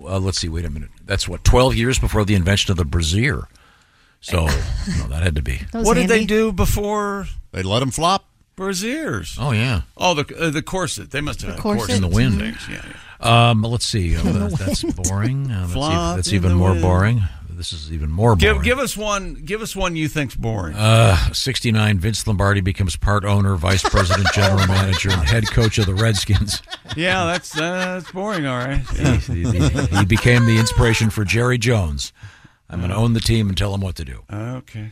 [SPEAKER 4] Uh, let's see. Wait a minute. That's what twelve years before the invention of the brassiere.
[SPEAKER 8] [laughs]
[SPEAKER 4] So no, [laughs] that had to be.
[SPEAKER 1] What did they do before?
[SPEAKER 8] They let him flop.
[SPEAKER 1] Brasiers.
[SPEAKER 4] Oh yeah.
[SPEAKER 1] Oh, the uh, the corset. They must have had
[SPEAKER 4] course
[SPEAKER 1] corsets
[SPEAKER 4] in the
[SPEAKER 1] and
[SPEAKER 4] wind.
[SPEAKER 1] things, Yeah. yeah.
[SPEAKER 4] Um, let's see. Uh,
[SPEAKER 1] In the
[SPEAKER 4] that's
[SPEAKER 1] wind.
[SPEAKER 4] boring. Uh, that's even,
[SPEAKER 1] Flop
[SPEAKER 4] that's
[SPEAKER 1] in
[SPEAKER 4] even
[SPEAKER 1] the
[SPEAKER 4] more
[SPEAKER 1] wind.
[SPEAKER 4] boring. This is even more boring.
[SPEAKER 1] Give give us one. Give us one you think's boring.
[SPEAKER 4] Uh, [laughs] 69, Vince Lombardi becomes part owner, vice president, general manager, and head coach of
[SPEAKER 1] [laughs]
[SPEAKER 4] the Redskins.
[SPEAKER 1] yeah, that's that's boring. All right.
[SPEAKER 4] He, he became the inspiration for Jerry Jones. I'm going to own the team and tell him what to do.
[SPEAKER 1] Okay.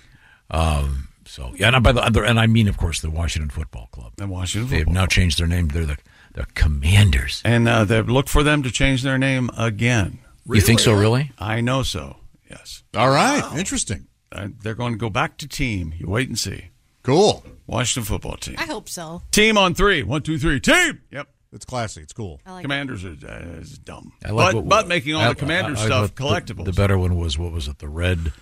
[SPEAKER 4] Um, so, yeah, and, I, by the, other- and I mean, of course, the Washington Football Club.
[SPEAKER 1] The Washington
[SPEAKER 4] They have
[SPEAKER 1] Football
[SPEAKER 4] now changed their name. They're the, the [laughs] Commanders.
[SPEAKER 1] And uh, they look for them to change their name again.
[SPEAKER 4] You think so, really?
[SPEAKER 1] I know so. Yes.
[SPEAKER 8] All right. Interesting.
[SPEAKER 1] Uh, they're going to go back to team. You wait and see.
[SPEAKER 8] Cool.
[SPEAKER 1] Washington football team.
[SPEAKER 18] I hope so.
[SPEAKER 1] Team on three. One, two, three. Team. Yep.
[SPEAKER 8] It's classy. It's cool.
[SPEAKER 18] I like
[SPEAKER 1] commanders are uh, is dumb.
[SPEAKER 4] I like
[SPEAKER 1] but,
[SPEAKER 4] what-
[SPEAKER 1] but making all
[SPEAKER 4] I-
[SPEAKER 1] the commander
[SPEAKER 4] I- I
[SPEAKER 1] stuff
[SPEAKER 4] thought the-
[SPEAKER 1] collectible.
[SPEAKER 4] The better one was, what was it? The Red.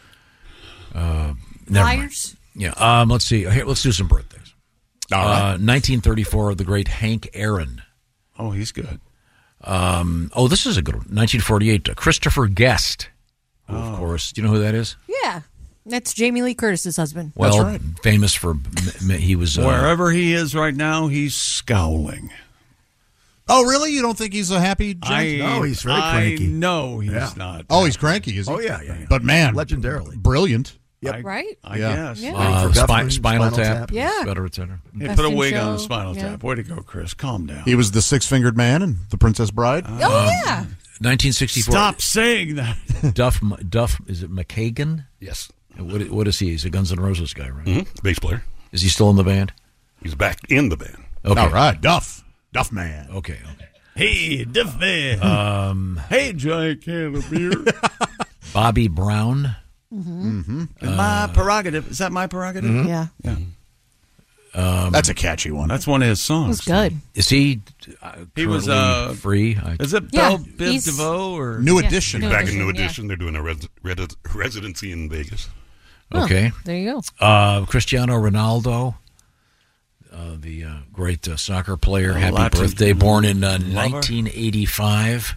[SPEAKER 4] Uh, never mind.
[SPEAKER 18] Flyers?
[SPEAKER 4] Yeah. Um, let's see. Here, let's do some birthdays.
[SPEAKER 8] All right.
[SPEAKER 4] Uh, 1934, the great Hank Aaron.
[SPEAKER 1] Oh, he's good.
[SPEAKER 4] Um, oh, this is a good one. 1948, uh, Christopher Guest. Who,
[SPEAKER 1] Oh.
[SPEAKER 4] Of course, do you know who that is?
[SPEAKER 18] Yeah. That's Jamie Lee Curtis's husband.
[SPEAKER 4] Well, famous for m- m- he was uh,
[SPEAKER 1] Wherever he is right now, he's scowling.
[SPEAKER 8] Oh, really? You don't think he's a happy? gent?
[SPEAKER 1] I- No, he's very I cranky. know he's Yeah. not.
[SPEAKER 8] Oh, he's cranky, is he?
[SPEAKER 1] Oh, yeah, yeah, yeah.
[SPEAKER 8] But man,
[SPEAKER 1] Legendarily.
[SPEAKER 8] brilliant.
[SPEAKER 1] Yep.
[SPEAKER 18] Right?
[SPEAKER 1] I
[SPEAKER 8] Yeah.
[SPEAKER 1] guess.
[SPEAKER 18] Yeah.
[SPEAKER 4] uh,
[SPEAKER 8] Guthrie,
[SPEAKER 4] Spi- Spinal
[SPEAKER 8] Spinal
[SPEAKER 4] Tap,
[SPEAKER 8] Tap.
[SPEAKER 18] Yeah.
[SPEAKER 4] et cetera, et cetera.
[SPEAKER 1] Hey,
[SPEAKER 18] Best
[SPEAKER 1] put a
[SPEAKER 18] in
[SPEAKER 1] wig on the
[SPEAKER 18] show.
[SPEAKER 1] spinal
[SPEAKER 18] Yeah.
[SPEAKER 1] tap. Way to go, Chris. Calm down.
[SPEAKER 8] He was the six-fingered man in The Princess Bride. Um,
[SPEAKER 18] Oh, yeah.
[SPEAKER 4] 1964.
[SPEAKER 1] Stop saying that.
[SPEAKER 4] Duff M- Duff is it McKagan?
[SPEAKER 9] Yes.
[SPEAKER 4] What what is he? He's a Guns N' Roses guy, right?
[SPEAKER 9] Mhm. Bass player.
[SPEAKER 4] Is he still in the band?
[SPEAKER 9] He's back in the band.
[SPEAKER 4] Okay.
[SPEAKER 8] All right, Duff. Duff man.
[SPEAKER 4] Okay. okay.
[SPEAKER 1] Hey, Diff Man.
[SPEAKER 4] Um,
[SPEAKER 1] hey, giant can of [laughs] beer.
[SPEAKER 4] Bobby Brown.
[SPEAKER 18] Mm-hmm.
[SPEAKER 4] Uh,
[SPEAKER 1] my prerogative. Is that my prerogative?
[SPEAKER 18] Yeah.
[SPEAKER 4] Mm-hmm. Um,
[SPEAKER 8] That's a catchy one.
[SPEAKER 1] That's one of his
[SPEAKER 18] It was
[SPEAKER 1] songs.
[SPEAKER 18] good.
[SPEAKER 4] Is he? Uh,
[SPEAKER 1] He was,
[SPEAKER 4] currently
[SPEAKER 1] uh,
[SPEAKER 4] free. I,
[SPEAKER 1] Is it
[SPEAKER 18] Yeah,
[SPEAKER 1] Belle Biv
[SPEAKER 18] he's-
[SPEAKER 1] DeVoe or
[SPEAKER 8] New Yeah, Edition.
[SPEAKER 9] He's
[SPEAKER 18] New
[SPEAKER 9] back
[SPEAKER 18] Edition,
[SPEAKER 9] in New
[SPEAKER 18] yeah.
[SPEAKER 9] Edition. They're doing a res- res- residency in Vegas.
[SPEAKER 4] okay.
[SPEAKER 18] Oh, there you go.
[SPEAKER 4] Uh, Cristiano Ronaldo, uh, the uh, great uh, soccer player.
[SPEAKER 1] Oh,
[SPEAKER 4] Happy
[SPEAKER 1] Latin
[SPEAKER 4] birthday! Born in uh,
[SPEAKER 1] lover.
[SPEAKER 4] 1985.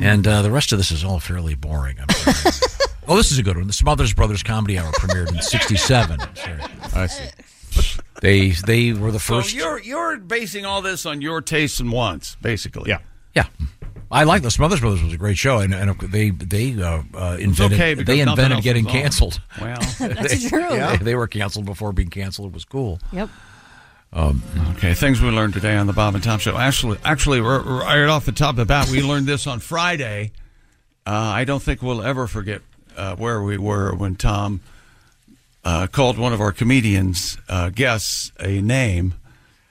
[SPEAKER 4] And uh, the rest of this is all fairly boring. I'm
[SPEAKER 9] [laughs]
[SPEAKER 4] sorry.
[SPEAKER 9] [laughs]
[SPEAKER 4] oh, this is a good one. The Smothers Brothers Comedy Hour premiered in '67.
[SPEAKER 8] I see.
[SPEAKER 4] They They they were the first.
[SPEAKER 9] So you're you're basing all this on your tastes and wants, basically. Yeah.
[SPEAKER 4] Yeah. I like the Smothers Brothers was a great show, and, and they they uh, uh, invented
[SPEAKER 9] okay, because
[SPEAKER 4] they
[SPEAKER 9] nothing
[SPEAKER 4] invented
[SPEAKER 9] else
[SPEAKER 4] getting
[SPEAKER 9] was on.
[SPEAKER 4] canceled.
[SPEAKER 9] Well.
[SPEAKER 18] [laughs] That's
[SPEAKER 4] They- [laughs]
[SPEAKER 18] true.
[SPEAKER 4] They, they were canceled before being canceled. It was cool.
[SPEAKER 18] Yep.
[SPEAKER 4] Um,
[SPEAKER 1] okay, things we learned today on the Bob and Tom Show. Actually, actually, r- right off the top of the bat, we learned this on
[SPEAKER 4] [laughs]
[SPEAKER 1] Friday. Uh, I don't think we'll ever forget uh, where we were when Tom uh, called one of our comedians uh, guests a name,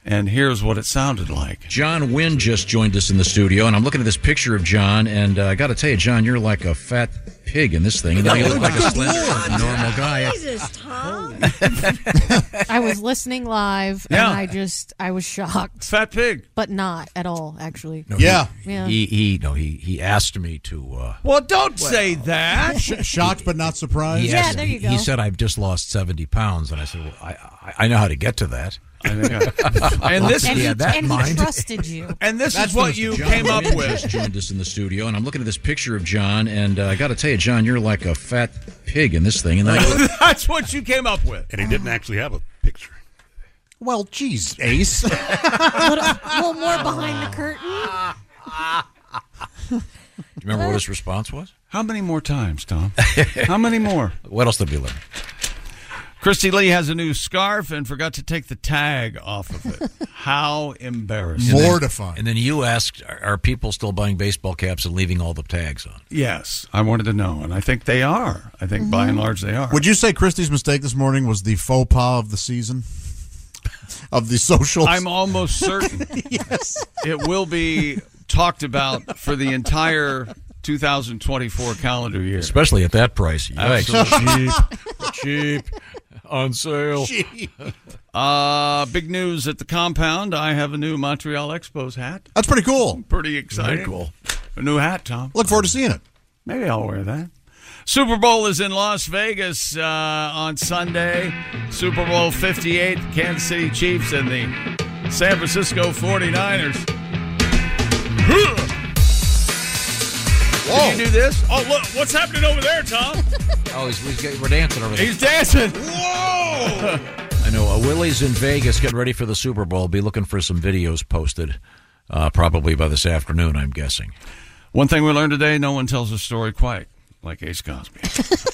[SPEAKER 1] and here's what it [laughs] sounded like.
[SPEAKER 4] John Wynn just joined us in the studio, and I'm looking at this picture of John, and uh, I got to tell you, John, you're like a fat pig in this thing, and then you look like a slender, normal guy.
[SPEAKER 18] Jesus,
[SPEAKER 4] [laughs]
[SPEAKER 18] Tom. I was listening live,
[SPEAKER 4] Yeah.
[SPEAKER 18] and I just I was shocked.
[SPEAKER 9] Fat pig,
[SPEAKER 18] but not at all, actually.
[SPEAKER 4] No, He,
[SPEAKER 18] yeah.
[SPEAKER 4] He, he no he he asked me to. Uh,
[SPEAKER 1] Well, don't say that.
[SPEAKER 8] shocked but not surprised.
[SPEAKER 4] he asked- He said, "I've just lost seventy pounds," and I said, "Well, I I, I know how to get to that." [laughs]
[SPEAKER 1] and
[SPEAKER 18] this
[SPEAKER 4] yeah, that
[SPEAKER 18] and
[SPEAKER 4] mind.
[SPEAKER 18] he trusted you.
[SPEAKER 9] And
[SPEAKER 18] this
[SPEAKER 9] is what [laughs] you came up with.
[SPEAKER 4] Just joined us in the studio, and I'm looking at this picture of John, and uh, I got to tell you, John, you're like a fat pig in this thing, and then I
[SPEAKER 9] [laughs]
[SPEAKER 4] look-
[SPEAKER 9] That's what you came up with.
[SPEAKER 24] And he didn't actually have a picture.
[SPEAKER 8] Well, geez, Ace.
[SPEAKER 18] a [laughs] little more behind the curtain.
[SPEAKER 1] [laughs]
[SPEAKER 4] Do you remember what his response was?
[SPEAKER 1] How many more times, Tom? How many
[SPEAKER 4] [laughs]
[SPEAKER 1] more?
[SPEAKER 4] [laughs] What else did we learn?
[SPEAKER 1] Christy Lee has a new scarf and forgot to take the tag off of
[SPEAKER 4] [laughs]
[SPEAKER 1] it. How embarrassing!
[SPEAKER 4] And then- And then you asked, are, are people still buying baseball caps and leaving all the tags on?
[SPEAKER 1] Yes, I wanted to know, and I think they are. I
[SPEAKER 18] Mm-hmm.
[SPEAKER 1] think by
[SPEAKER 4] Mm-hmm.
[SPEAKER 1] and large they are.
[SPEAKER 8] Would you say Christie's mistake this morning was the faux pas of the season? [laughs] Of the social.
[SPEAKER 1] I'm almost certain.
[SPEAKER 8] [laughs]
[SPEAKER 1] yes, it will be talked about for the entire 2024 calendar year,
[SPEAKER 4] Especially at that price. Yikes.
[SPEAKER 1] Absolutely.
[SPEAKER 4] cheap, on sale.
[SPEAKER 1] Uh, big news at the compound. I have a new Montreal Expos hat.
[SPEAKER 8] That's pretty cool.
[SPEAKER 1] Pretty exciting.
[SPEAKER 8] Very cool.
[SPEAKER 1] A new hat, Tom.
[SPEAKER 8] Look forward to seeing it.
[SPEAKER 1] Maybe I'll wear that. Super Bowl is in Las Vegas uh, on Sunday.
[SPEAKER 9] Super Bowl 58, Kansas City Chiefs and the San Francisco 49ers. Whoa. Did you do this? Oh, look, what's happening over there, Tom?
[SPEAKER 4] Oh, he's, [laughs] he's getting, we're dancing over there.
[SPEAKER 9] He's dancing. [laughs] Whoa!
[SPEAKER 4] I know. Uh, Willie's in Vegas getting ready for the Super Bowl. Be looking for some videos posted uh, probably by this afternoon, I'm guessing.
[SPEAKER 1] One thing we learned today: no one tells a story quite like Ace Cosby.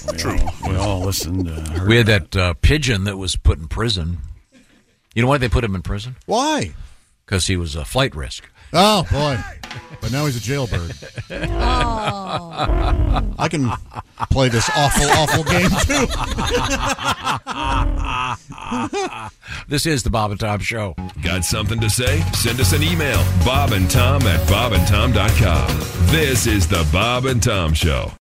[SPEAKER 1] we True. All, we all listened. Uh, heard
[SPEAKER 4] We had that uh, pigeon that was put in prison. You know why they put him in prison?
[SPEAKER 8] Why?
[SPEAKER 4] Because he was a flight risk.
[SPEAKER 8] Oh boy! But now he's a jailbird. I can play this awful,
[SPEAKER 7] [laughs]
[SPEAKER 8] awful game too.
[SPEAKER 4] This is the Bob and Tom Show.
[SPEAKER 14] Got something to say? Send us an email, Bob and Tom at bobandtom.com. This is the Bob and Tom Show.